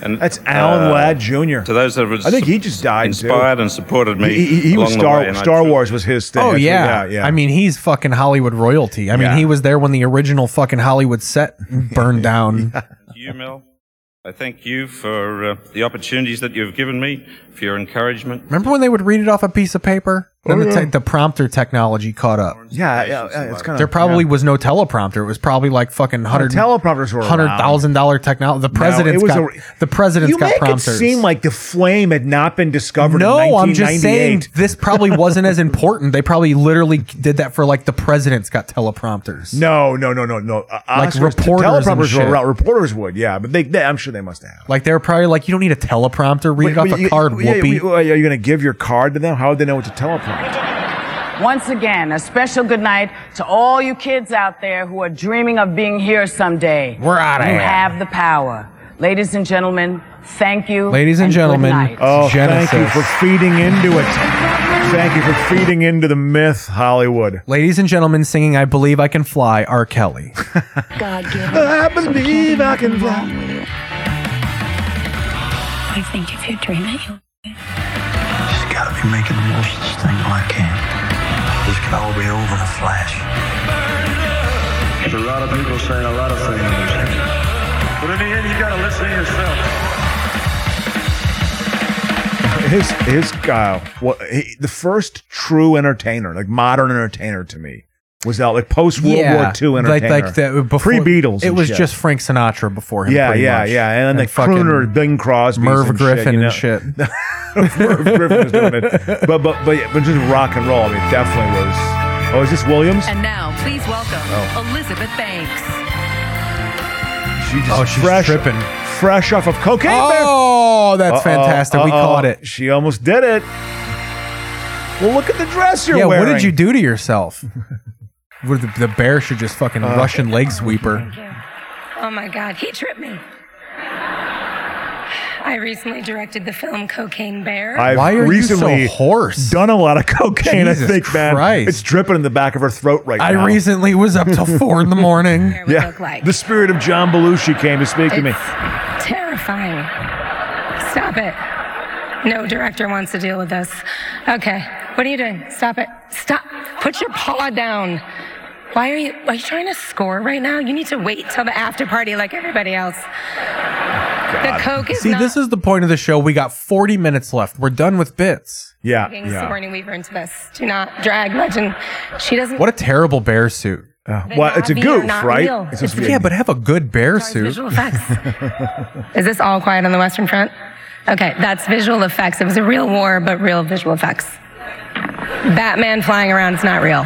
Speaker 6: and, That's
Speaker 1: Alan Ladd Jr.
Speaker 6: To those that have
Speaker 1: I think he just died. too.
Speaker 6: inspired and supported me.
Speaker 1: He, he- he
Speaker 6: along
Speaker 1: was
Speaker 6: the way,
Speaker 1: Star
Speaker 6: and I
Speaker 1: Star Wars was his thing.
Speaker 3: Oh
Speaker 1: That's what-
Speaker 3: yeah.
Speaker 1: yeah,
Speaker 3: I mean, he's fucking Hollywood royalty. I mean,
Speaker 1: Yeah.
Speaker 3: he was there when the original fucking Hollywood set
Speaker 1: *laughs*
Speaker 3: burned down.
Speaker 6: you, Mel. I thank you for uh, the opportunities that you've given me, for your encouragement.
Speaker 3: Remember when they would read it off a piece of paper? Then
Speaker 6: Oh,
Speaker 3: the, te-
Speaker 6: yeah.
Speaker 3: the prompter technology caught up.
Speaker 1: yeah, yeah, yeah, it's kind of
Speaker 3: There probably was no teleprompter. It was probably like fucking hundred
Speaker 1: teleprompters were
Speaker 3: hundred thousand dollar technology. The president's
Speaker 1: was
Speaker 3: got
Speaker 1: a-
Speaker 3: the president's
Speaker 1: You
Speaker 3: got
Speaker 1: make it
Speaker 3: prompters.
Speaker 1: seem like the flame had not been discovered. in
Speaker 3: no, I'm
Speaker 1: 1998.
Speaker 3: just saying this probably wasn't as important. They probably literally did that for like the president's got teleprompters.
Speaker 1: No, no, no, no, no. Uh,
Speaker 3: Like
Speaker 1: Oscars, t-
Speaker 3: reporters and
Speaker 1: teleprompters
Speaker 3: shit.
Speaker 1: were around. Reporters would, yeah, but they, they I'm sure they must have.
Speaker 3: Like they were probably like, you don't need a teleprompter. Read it
Speaker 1: But-
Speaker 3: off
Speaker 1: but
Speaker 3: a
Speaker 1: you-
Speaker 3: card,
Speaker 1: yeah,
Speaker 3: whoopee.
Speaker 1: we- Are you going to give your card to them? How would they know what to teleprompt?
Speaker 38: *laughs* Once again, a special good night to all you kids out there who are dreaming of being here someday.
Speaker 3: We're outta
Speaker 38: You
Speaker 3: here.
Speaker 38: have the power. Ladies and gentlemen, thank you.
Speaker 3: Ladies and gentlemen,
Speaker 38: good night.
Speaker 1: Oh, thank you
Speaker 3: Genesis.
Speaker 1: for feeding into it. Thank you for feeding into the myth, Hollywood.
Speaker 3: Ladies and gentlemen, singing "I Believe I Can Fly," R. Kelly.
Speaker 8: God given.
Speaker 1: *laughs* I believe I can fly.
Speaker 8: I think if you dream it, you'll.
Speaker 9: Just gotta be making the most of this thing while I can. This could all be over in a flash. There's a lot of people saying a lot of things. But in the end, you gotta listen to yourself.
Speaker 1: His his uh, what he, the first true entertainer, like modern entertainer to me, was out like post *laughs* World War II
Speaker 3: like
Speaker 1: entertainer,
Speaker 3: like the, before
Speaker 1: pre Beatles.
Speaker 3: It was just Frank Sinatra before him.
Speaker 1: yeah,
Speaker 3: pretty
Speaker 1: yeah,
Speaker 3: much.
Speaker 1: yeah, and, then the
Speaker 3: fucking
Speaker 1: crooner Bing Crosby,
Speaker 3: Merv Griffin and
Speaker 1: shit. you know? *laughs* Merv Griffin was doing it, but but but, yeah, but just rock and roll. I mean, it definitely was. Oh, is this Williams?
Speaker 15: And now, please welcome
Speaker 1: Oh.
Speaker 15: Elizabeth Banks.
Speaker 1: She just
Speaker 3: Oh, she's
Speaker 1: fresh,
Speaker 3: tripping.
Speaker 1: fresh off of cocaine.
Speaker 3: Oh, that's fantastic. We caught it.
Speaker 1: She almost did it. Well, look at the dress you're
Speaker 3: yeah,
Speaker 1: wearing.
Speaker 3: what did you do to yourself? *laughs* What, the, the bear should just fucking
Speaker 1: Uh,
Speaker 3: Russian leg sweeper.
Speaker 8: Oh my God, he tripped me.
Speaker 39: I recently directed the film Cocaine Bear.
Speaker 1: I've
Speaker 3: Why are you so
Speaker 1: recently
Speaker 3: hoarse?
Speaker 1: done a lot of cocaine. I
Speaker 3: Jesus
Speaker 1: think, man,
Speaker 3: Christ.
Speaker 1: it's dripping in the back of her throat right
Speaker 3: I
Speaker 1: now.
Speaker 3: recently was up till four
Speaker 1: *laughs*
Speaker 3: in the morning.
Speaker 1: yeah, the spirit of John Belushi came to speak to me.
Speaker 39: It's terrifying. Stop it. No director wants to deal with this. Okay, what are you doing? Stop it. Stop. Put your paw down. Why are you? Are you trying to score right now? You need to wait till the after party, like everybody else. The coke is
Speaker 3: See,
Speaker 39: not
Speaker 3: this is the point of the show. We got 40 minutes left. We're done with bits.
Speaker 1: Yeah.
Speaker 39: dragging Sigourney Weaver into this. Do not drag legend. She doesn't.
Speaker 3: What a terrible bear suit.
Speaker 1: Uh,
Speaker 39: They're well, it's a not real, goof, not right? real. It's supposed to be a-
Speaker 3: yeah, but have a good bear
Speaker 39: It's
Speaker 3: suit.
Speaker 39: visual effects. *laughs* is this all quiet on the Western Front? Okay, that's visual effects. It was a real war, but real visual effects. Batman flying around is not real.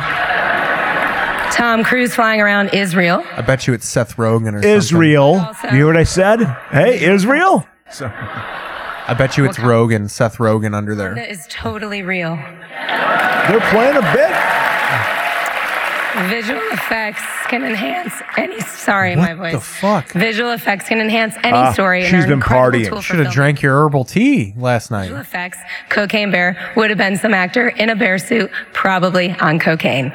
Speaker 39: Tom Cruise flying around is real.
Speaker 3: *laughs* I bet you it's Seth Rogen or
Speaker 1: Israel. You hear what I said? Hey, Israel. So,
Speaker 3: something. I bet you it's Rogan, Seth Rogen under there.
Speaker 39: That is totally real.
Speaker 1: They're playing a bit.
Speaker 39: Visual effects can enhance any. Sorry, my voice.
Speaker 3: The fuck?
Speaker 39: Visual effects can enhance any
Speaker 3: Ah,
Speaker 39: story. and
Speaker 3: she's
Speaker 39: are an
Speaker 3: been
Speaker 39: incredible tool
Speaker 3: partying.
Speaker 39: for
Speaker 3: Should have
Speaker 39: film.
Speaker 3: drank your herbal tea last
Speaker 39: Visual
Speaker 3: night.
Speaker 39: effects, cocaine bear would have been some actor in a bear suit, probably on cocaine.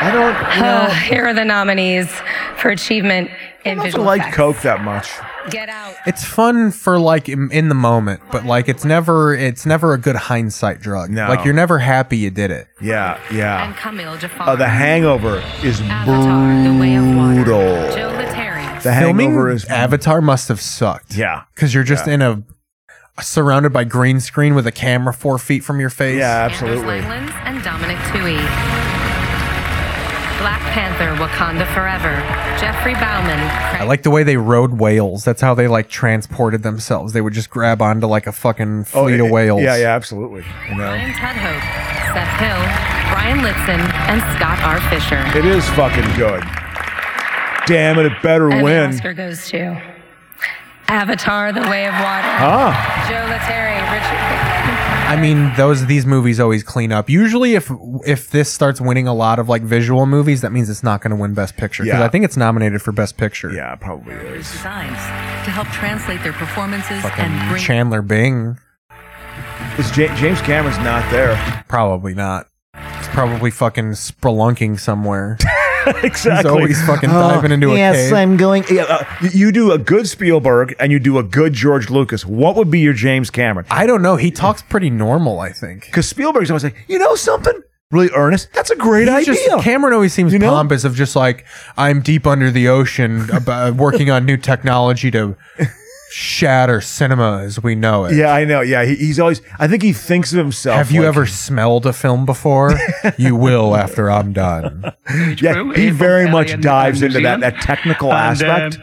Speaker 1: I
Speaker 39: *sighs*
Speaker 1: don't.
Speaker 39: Uh, here are the nominees for achievement in
Speaker 1: I don't
Speaker 39: visual
Speaker 1: like
Speaker 39: effects.
Speaker 1: Coke that much.
Speaker 39: Get out.
Speaker 3: It's fun for like in, in the moment, but like it's never it's never a good hindsight drug.
Speaker 1: No.
Speaker 3: Like you're never happy you did it.
Speaker 1: Yeah, yeah.
Speaker 39: Camille Jafar.
Speaker 1: Uh, the Hangover is brutal. The
Speaker 3: Filming
Speaker 1: Hangover is
Speaker 3: Avatar must have sucked.
Speaker 1: Yeah.
Speaker 3: Because you're just
Speaker 1: Yeah.
Speaker 3: in a surrounded by green screen with a camera four feet from your face.
Speaker 1: Yeah,
Speaker 39: Anders Langlands and Dominic Tui. Black Panther, Wakanda Forever. Jeffrey Bauman.
Speaker 3: I like the way they rode whales. That's how they like transported themselves. They would just grab onto like a fucking
Speaker 1: Oh,
Speaker 3: fleet
Speaker 1: it-
Speaker 3: of whales.
Speaker 1: Yeah, yeah, absolutely. You know,
Speaker 39: Brian Tudhope, Seth Hill, Brian Litson, and Scott R. Fisher.
Speaker 1: it is fucking good. Damn it, it better
Speaker 39: And the
Speaker 1: win.
Speaker 39: Oscar goes to Avatar, The Way of Water.
Speaker 1: Huh?
Speaker 39: Joe Letteri, Richard
Speaker 3: I mean, those these movies always clean up. Usually, if if this starts winning a lot of like visual movies, that means it's not going to win Best Picture because
Speaker 1: Yeah.
Speaker 3: I think it's nominated for Best Picture.
Speaker 1: Yeah, probably is.
Speaker 11: Designs to help translate their performances and
Speaker 3: Fucking
Speaker 11: bring
Speaker 3: Chandler Bing,
Speaker 1: Is Ja- James Cameron's not there.
Speaker 3: probably not. It's probably fucking spelunking somewhere.
Speaker 1: exactly. Oh,
Speaker 3: always fucking diving into a
Speaker 1: yes,
Speaker 3: cave.
Speaker 1: I'm going. Yeah, uh, y- you do a good Spielberg and you do a good George Lucas. What would be your James Cameron?
Speaker 3: I don't know. He talks pretty normal. I think
Speaker 1: Because Spielberg's always like, you know something really earnest? That's a *laughs* great
Speaker 3: He's
Speaker 1: idea.
Speaker 3: just- Cameron always seems pompous of just like I'm deep under the ocean, about working on new technology
Speaker 1: *laughs*
Speaker 3: to shatter cinema as we know it.
Speaker 1: yeah, I know. Yeah, he, he's always. I think he thinks of himself.
Speaker 3: Have you
Speaker 1: like-
Speaker 3: ever smelled a film
Speaker 6: *laughs*
Speaker 3: before? you will after I'm done.
Speaker 1: Yeah, he very much dives into that that technical
Speaker 6: And, uh,
Speaker 1: aspect.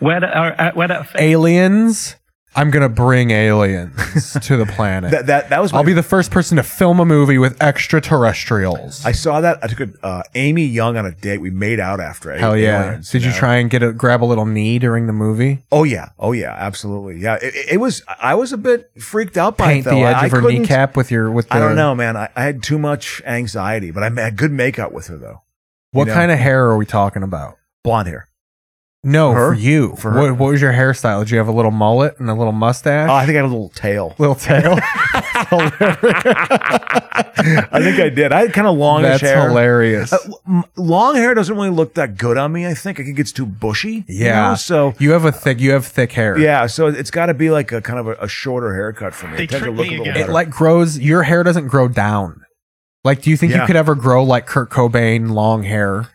Speaker 6: Where the, or, uh, where the,
Speaker 3: Aliens. I'm gonna bring
Speaker 6: *laughs*
Speaker 3: aliens to the planet.
Speaker 1: That- that- that was my-
Speaker 3: I'll be the first person to film a movie with extraterrestrials.
Speaker 1: I saw that. I took a, uh, Amy Young on a date. We made out after. A-
Speaker 3: Hell yeah!
Speaker 1: Aliens,
Speaker 3: Did you
Speaker 1: know?
Speaker 3: try and get a grab a little knee during the movie?
Speaker 1: Oh yeah. Oh yeah. Absolutely. Yeah. It, it- it was. I was a bit freaked out by
Speaker 3: Paint
Speaker 1: it,
Speaker 3: the
Speaker 1: though. I-
Speaker 3: edge
Speaker 1: I
Speaker 3: of her
Speaker 1: couldn't-
Speaker 3: kneecap with your with. The,
Speaker 1: I don't know, man. I, I had too much anxiety, but I had good makeup with her though.
Speaker 3: What
Speaker 1: You know?
Speaker 3: kind of hair are we talking about?
Speaker 1: Blonde hair.
Speaker 3: No, for
Speaker 1: Her?
Speaker 3: you.
Speaker 1: For her.
Speaker 3: What, what was your hairstyle? Did you have a little mullet and a little mustache?
Speaker 1: Oh, I think I had a little tail.
Speaker 3: little tail.
Speaker 1: *laughs* I think I did. I had kind of longish
Speaker 3: That's
Speaker 1: hair.
Speaker 3: hilarious.
Speaker 1: Uh, w- m- long hair doesn't really look that good on me. I think I think it gets too bushy. *laughs* you
Speaker 3: yeah.
Speaker 1: know? So
Speaker 3: you have a thick. You have thick hair.
Speaker 1: yeah. So it's got to be like a kind of a, a shorter haircut for me.
Speaker 6: They
Speaker 1: It tends to
Speaker 6: tricked
Speaker 1: look
Speaker 6: me
Speaker 1: a little
Speaker 6: again.
Speaker 1: better.
Speaker 3: It like grows. Your hair doesn't grow down. Like, do you think
Speaker 1: Yeah.
Speaker 3: you could ever grow like Kurt Cobain long hair,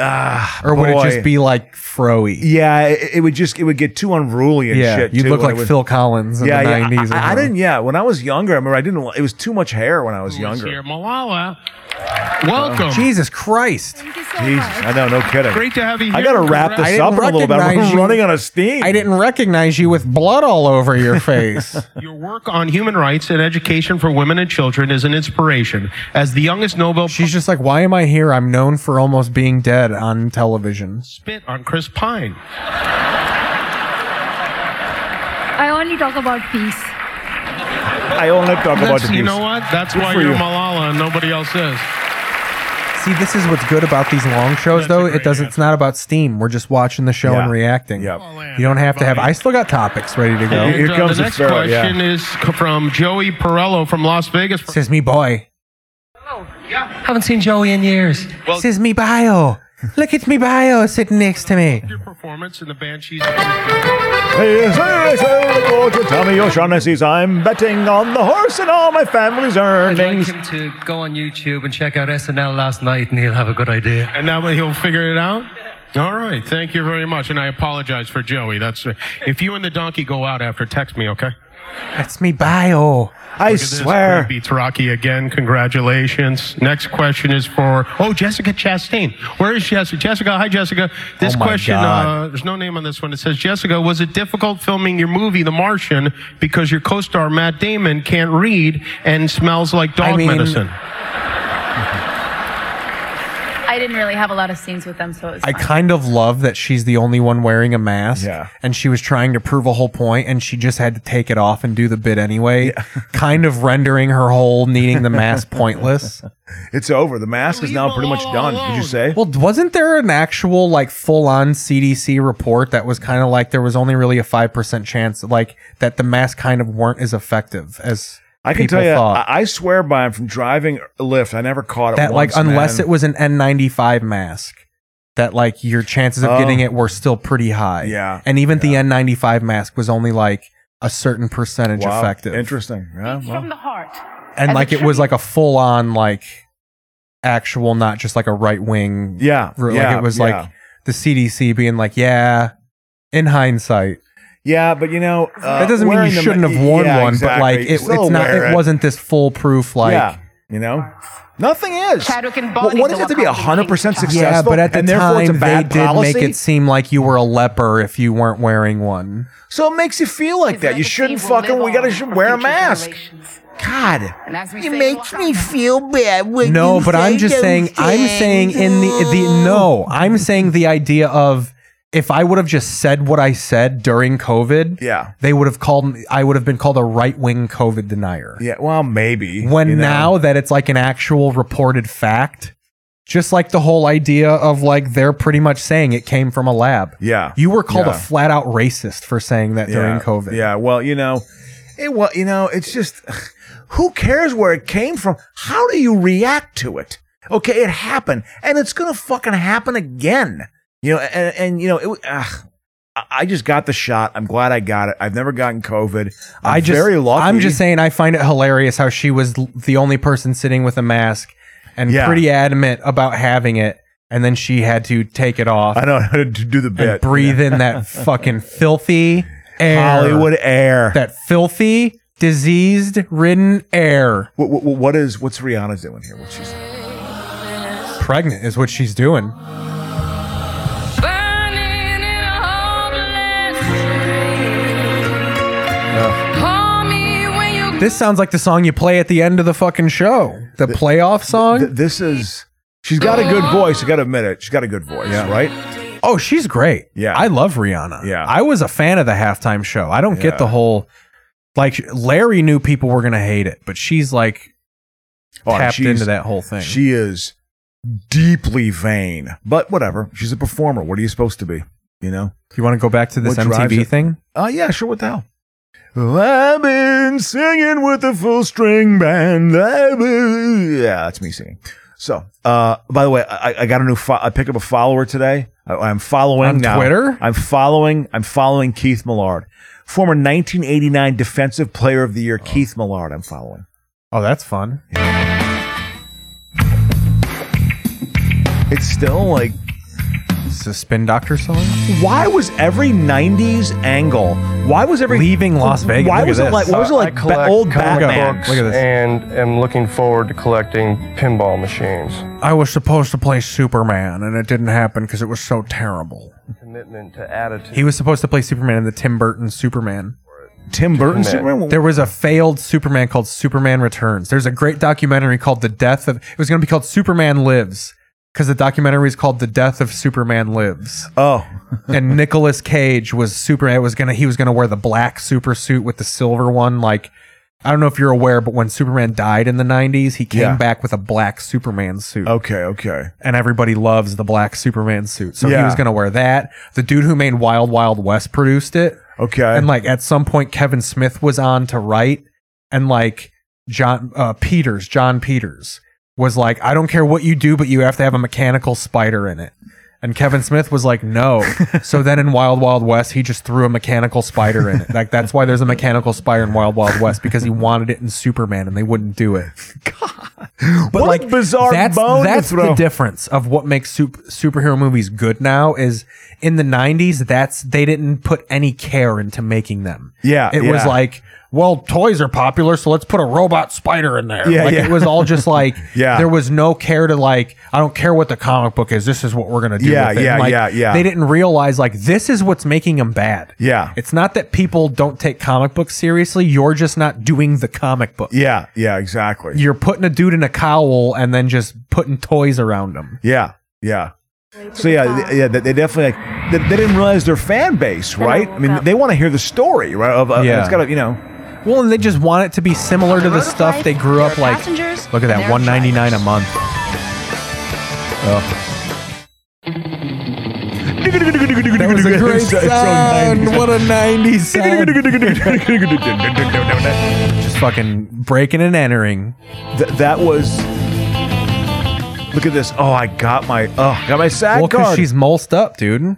Speaker 1: Ah,
Speaker 3: or would it
Speaker 1: boy.
Speaker 3: just be like froey?
Speaker 1: Yeah, it, it would just it would get too unruly and
Speaker 3: Yeah,
Speaker 1: shit.
Speaker 3: you'd
Speaker 1: too,
Speaker 3: look
Speaker 1: and it
Speaker 3: like
Speaker 1: would-
Speaker 3: Phil Collins in the
Speaker 1: I-
Speaker 3: nineties.
Speaker 1: I, I didn't. Yeah, when I was younger, I remember I didn't. li- It was too much hair when I was younger.
Speaker 6: Here, Malala. Welcome.
Speaker 3: Jesus Christ!
Speaker 1: Jesus, I know, no kidding.
Speaker 6: Great to have you
Speaker 1: I
Speaker 6: here.
Speaker 1: gotta wrap
Speaker 3: I
Speaker 1: this
Speaker 3: didn't
Speaker 1: up in a little bit.
Speaker 3: recognize
Speaker 1: We're
Speaker 3: you.
Speaker 1: running on a steam.
Speaker 3: I didn't recognize you with blood all over
Speaker 1: *laughs*
Speaker 3: your face.
Speaker 6: Your work on human rights and education for women and children is an inspiration. As the youngest Nobel
Speaker 3: She's just like, why am I here? I'm known for almost being dead on television.
Speaker 6: spit on Chris Pine.
Speaker 33: I only talk about peace.
Speaker 1: I only talk about
Speaker 6: That's,
Speaker 1: the
Speaker 6: you
Speaker 1: abuse.
Speaker 6: know what? That's
Speaker 1: Good
Speaker 6: why
Speaker 1: for
Speaker 6: you're
Speaker 1: you.
Speaker 6: Malala and nobody else is.
Speaker 3: See, this is what's good about these long shows, though. It doesn't. It's not about steam. We're just watching the show
Speaker 12: Yeah.
Speaker 3: and reacting. Yep. You don't have to have. I still got topics ready to go.
Speaker 12: And, uh, the next question is c- from Joey Perello from Las Vegas.
Speaker 3: Says me boy. Haven't seen Joey in years. this is me bio. Look at me bio sitting next to me.
Speaker 12: Performance in the Banshees.
Speaker 1: Tommy O'Shaughnessy's I'm betting on the horse and all my family's earnings.
Speaker 4: Him to go on YouTube and check out SNL last night, and he'll have a good idea.
Speaker 12: And that way he'll figure it out. All right. Thank you very much. And I apologize for Joey. That's if you and the donkey go out after, text me, okay?
Speaker 3: That's me bio. I
Speaker 12: Craig beats Rocky again. Congratulations. Next question is for oh Jessica Chastain. Where is Jessica? Jessica, hi Jessica. This
Speaker 13: Oh, my
Speaker 12: question, uh,
Speaker 13: God.
Speaker 12: there's no name on this one. It says Jessica, was it difficult filming your movie The Martian because your co-star Matt Damon can't read and smells like dog
Speaker 3: I mean-
Speaker 12: medicine?
Speaker 16: I didn't really have a lot of scenes with them, so it was.
Speaker 3: I
Speaker 16: fine.
Speaker 3: kind of love that she's the only one wearing a mask.
Speaker 16: Yeah.
Speaker 3: And she was trying to prove a whole point and she just had to take it off and do the bit anyway, *laughs* kind of rendering her whole needing the
Speaker 1: *laughs*
Speaker 3: mask pointless.
Speaker 1: It's over. The mask is now pretty much done. Did you say?
Speaker 3: Well, wasn't there an actual like full on CDC report that was kind of like there was only really a 5% chance like that the mask kind of weren't as effective as
Speaker 1: I can
Speaker 3: people
Speaker 1: tell you,
Speaker 3: thought?
Speaker 1: I, I swear by him from driving a Lyft. I never caught it.
Speaker 3: that
Speaker 1: once,
Speaker 3: like unless
Speaker 1: man.
Speaker 3: it was an N95 mask that like your chances of
Speaker 1: Oh.
Speaker 3: getting it were still pretty high.
Speaker 1: Yeah,
Speaker 3: And even the N95 mask was only like a certain percentage
Speaker 1: Wow,
Speaker 3: effective.
Speaker 1: Interesting. Yeah, well.
Speaker 20: From the heart.
Speaker 3: And
Speaker 20: As
Speaker 3: like
Speaker 20: a
Speaker 3: it was like a full on like actual not just like a right wing.
Speaker 1: Yeah,
Speaker 3: Like
Speaker 1: yeah,
Speaker 3: it was
Speaker 1: yeah.
Speaker 3: like the CDC being like, "Yeah, in hindsight,
Speaker 1: yeah, but you know uh,
Speaker 3: that doesn't mean
Speaker 1: wearing
Speaker 3: you
Speaker 1: the-
Speaker 3: shouldn't have worn
Speaker 1: yeah,
Speaker 3: one,
Speaker 1: exactly.
Speaker 3: but like it, it's
Speaker 1: Still
Speaker 3: not
Speaker 1: wear
Speaker 3: it wasn't this foolproof like
Speaker 1: yeah, you know, nothing is. Chadwick and
Speaker 20: Bonnie
Speaker 1: what does it to be hundred percent successful?
Speaker 3: Yeah, but at the
Speaker 1: and therefore it's a
Speaker 3: time they
Speaker 1: bad
Speaker 3: did
Speaker 1: policy?
Speaker 3: make it seem like you were a leper if you weren't wearing one.
Speaker 1: So it makes you feel like that. You shouldn't fucking. We gotta should wear a mask. God,
Speaker 20: And as we
Speaker 1: it
Speaker 20: say,
Speaker 1: makes me feel bad. when
Speaker 3: No,
Speaker 1: you
Speaker 3: but I'm
Speaker 1: say
Speaker 3: just
Speaker 1: those
Speaker 3: saying. I'm
Speaker 1: things.
Speaker 3: saying in the the no. I'm saying the idea of if I would have just said what I said during COVID,
Speaker 1: Yeah.
Speaker 3: they would have called. me- I would have been called a right wing COVID denier.
Speaker 1: Yeah, well, maybe.
Speaker 3: When
Speaker 1: you know.
Speaker 3: now that it's like an actual reported fact, just like the whole idea of like they're pretty much saying it came from a lab.
Speaker 1: Yeah.
Speaker 3: you were called
Speaker 1: Yeah.
Speaker 3: a flat out racist for saying that during
Speaker 1: yeah,
Speaker 3: COVID.
Speaker 1: Yeah, well, you know, it well, you know, it's just *sighs* who cares where it came from? How do you react to it? Okay, it happened, and it's gonna fucking happen again. You know, and, and you know, it, uh, I just got the shot. I'm glad I got it. I've never gotten COVID. I'm
Speaker 3: I just,
Speaker 1: very lucky.
Speaker 3: I'm just saying, I find it hilarious how she was l- the only person sitting with a mask and
Speaker 1: Yeah.
Speaker 3: pretty adamant about having it, and then she had to take it off. I
Speaker 1: know how to do the bit.
Speaker 3: breathe
Speaker 1: Yeah.
Speaker 3: in
Speaker 1: *laughs*
Speaker 3: that fucking filthy air,
Speaker 1: Hollywood air,
Speaker 3: that filthy, diseased, ridden air.
Speaker 1: What, what, what is what's Rihanna doing here? What's she
Speaker 3: pregnant? Is what she's doing. This sounds like the song you play at the end of the fucking show. The playoff song.
Speaker 1: this is. She's got a good voice. I gotta admit it. She's got a good voice, right?
Speaker 3: Oh, she's great. Yeah. I love Rihanna. Yeah. I was a fan of the halftime show. I don't
Speaker 1: Yeah.
Speaker 3: get the whole like Larry knew people were gonna hate it, but she's like
Speaker 1: Oh,
Speaker 3: tapped
Speaker 1: she's-
Speaker 3: into that whole thing.
Speaker 1: She is deeply vain, but whatever. She's a performer. What are you supposed to be? You know.
Speaker 3: You want to go back to this MTV thing?
Speaker 1: Uh, yeah, sure. What the hell? I've been singing with the full string band. I've been- Yeah, that's me singing. So, uh, by the way, I, I got a new. Fo- I pick up a follower today. I, am following
Speaker 3: On
Speaker 1: now.
Speaker 3: Twitter?
Speaker 1: I'm following. I'm following Keith Millard, former 1989 Defensive Player of the Year. Keith Millard. I'm following.
Speaker 3: Oh, that's fun.
Speaker 1: It's still like
Speaker 3: It's a spin doctor song.
Speaker 1: Why was every '90s angle? Why was every
Speaker 3: leaving Las Vegas?
Speaker 1: Why
Speaker 3: Look at
Speaker 1: was it
Speaker 3: this.
Speaker 1: like? Why was it
Speaker 21: I- I
Speaker 1: like ba-
Speaker 21: collect
Speaker 1: old
Speaker 21: comic
Speaker 1: Batman?
Speaker 21: books And am looking forward to collecting pinball machines.
Speaker 3: I was supposed to play Superman and it didn't happen because it was so terrible.
Speaker 21: Commitment to attitude.
Speaker 3: He was supposed to play Superman in the Tim Burton Superman.
Speaker 1: Tim
Speaker 21: Burton Superman?
Speaker 3: There was a failed Superman called Superman Returns. There's a great documentary called The Death of. It was going to be called Superman Lives because the documentary is called The Death of Superman Lives.
Speaker 1: Oh.
Speaker 3: *laughs* and Nicolas Cage was Superman. It was gonna. He was gonna wear the black super suit with the silver one, like. I don't know if you're aware, but when Superman died in the 90s, he came
Speaker 1: Yeah.
Speaker 3: back with a black Superman suit.
Speaker 1: Okay, okay.
Speaker 3: And everybody loves the black Superman suit. So he
Speaker 1: Yeah.
Speaker 3: was going to wear that. The dude who made Wild Wild West produced it.
Speaker 1: Okay.
Speaker 3: And like at some point, Kevin Smith was on to write, and like John uh, Peters, John Peters was like, I don't care what you do, but you have to have a mechanical spider in it. And Kevin Smith was like,
Speaker 1: *laughs*
Speaker 3: no. so then in Wild Wild West, he just threw a mechanical spider in it. Like that's why there's a mechanical spider in Wild Wild West because he wanted it in Superman and they wouldn't do it.
Speaker 1: But what like bizarre
Speaker 3: that's,
Speaker 1: bone. to
Speaker 3: that's the
Speaker 1: throw.
Speaker 3: difference of what makes sup- superhero movies good now is in the 90s that's they didn't put any care into making them
Speaker 1: Yeah,
Speaker 3: it was
Speaker 1: yeah.
Speaker 3: like well toys are popular so let's put a robot spider in there
Speaker 1: Yeah,
Speaker 3: like
Speaker 1: yeah.
Speaker 3: it was all
Speaker 1: *laughs*
Speaker 3: just like
Speaker 1: Yeah.
Speaker 3: there was no care to like i don't care what the comic book is this is what we're gonna do
Speaker 1: Yeah,
Speaker 3: with it.
Speaker 1: yeah,
Speaker 3: And, like,
Speaker 1: yeah, yeah.
Speaker 3: they didn't realize like this is what's making them bad
Speaker 1: Yeah.
Speaker 3: it's not that people don't take comic books seriously you're just not doing the comic book
Speaker 1: Yeah, yeah, exactly.
Speaker 3: you're putting a dude in a cowl and then just putting toys around him.
Speaker 1: Yeah, yeah. So yeah, th- yeah, they they definitely like they, they didn't realize their fan base, right? I mean, they want to hear the story, right? Of, uh,
Speaker 3: Yeah.
Speaker 1: it's got to, you know.
Speaker 3: Well, and they just want it to be similar to the stuff they grew up like.
Speaker 1: passengers,
Speaker 3: Look at
Speaker 1: and
Speaker 3: that,
Speaker 1: there are
Speaker 3: one ninety nine a month. Oh.
Speaker 1: That
Speaker 3: was a great sound. What a nineties *laughs* sound. Just fucking breaking and entering.
Speaker 1: Th- that was. Look at this. Oh, I got my. Oh, got my SAG
Speaker 3: Well, because
Speaker 1: card.
Speaker 3: she's molsed up, dude.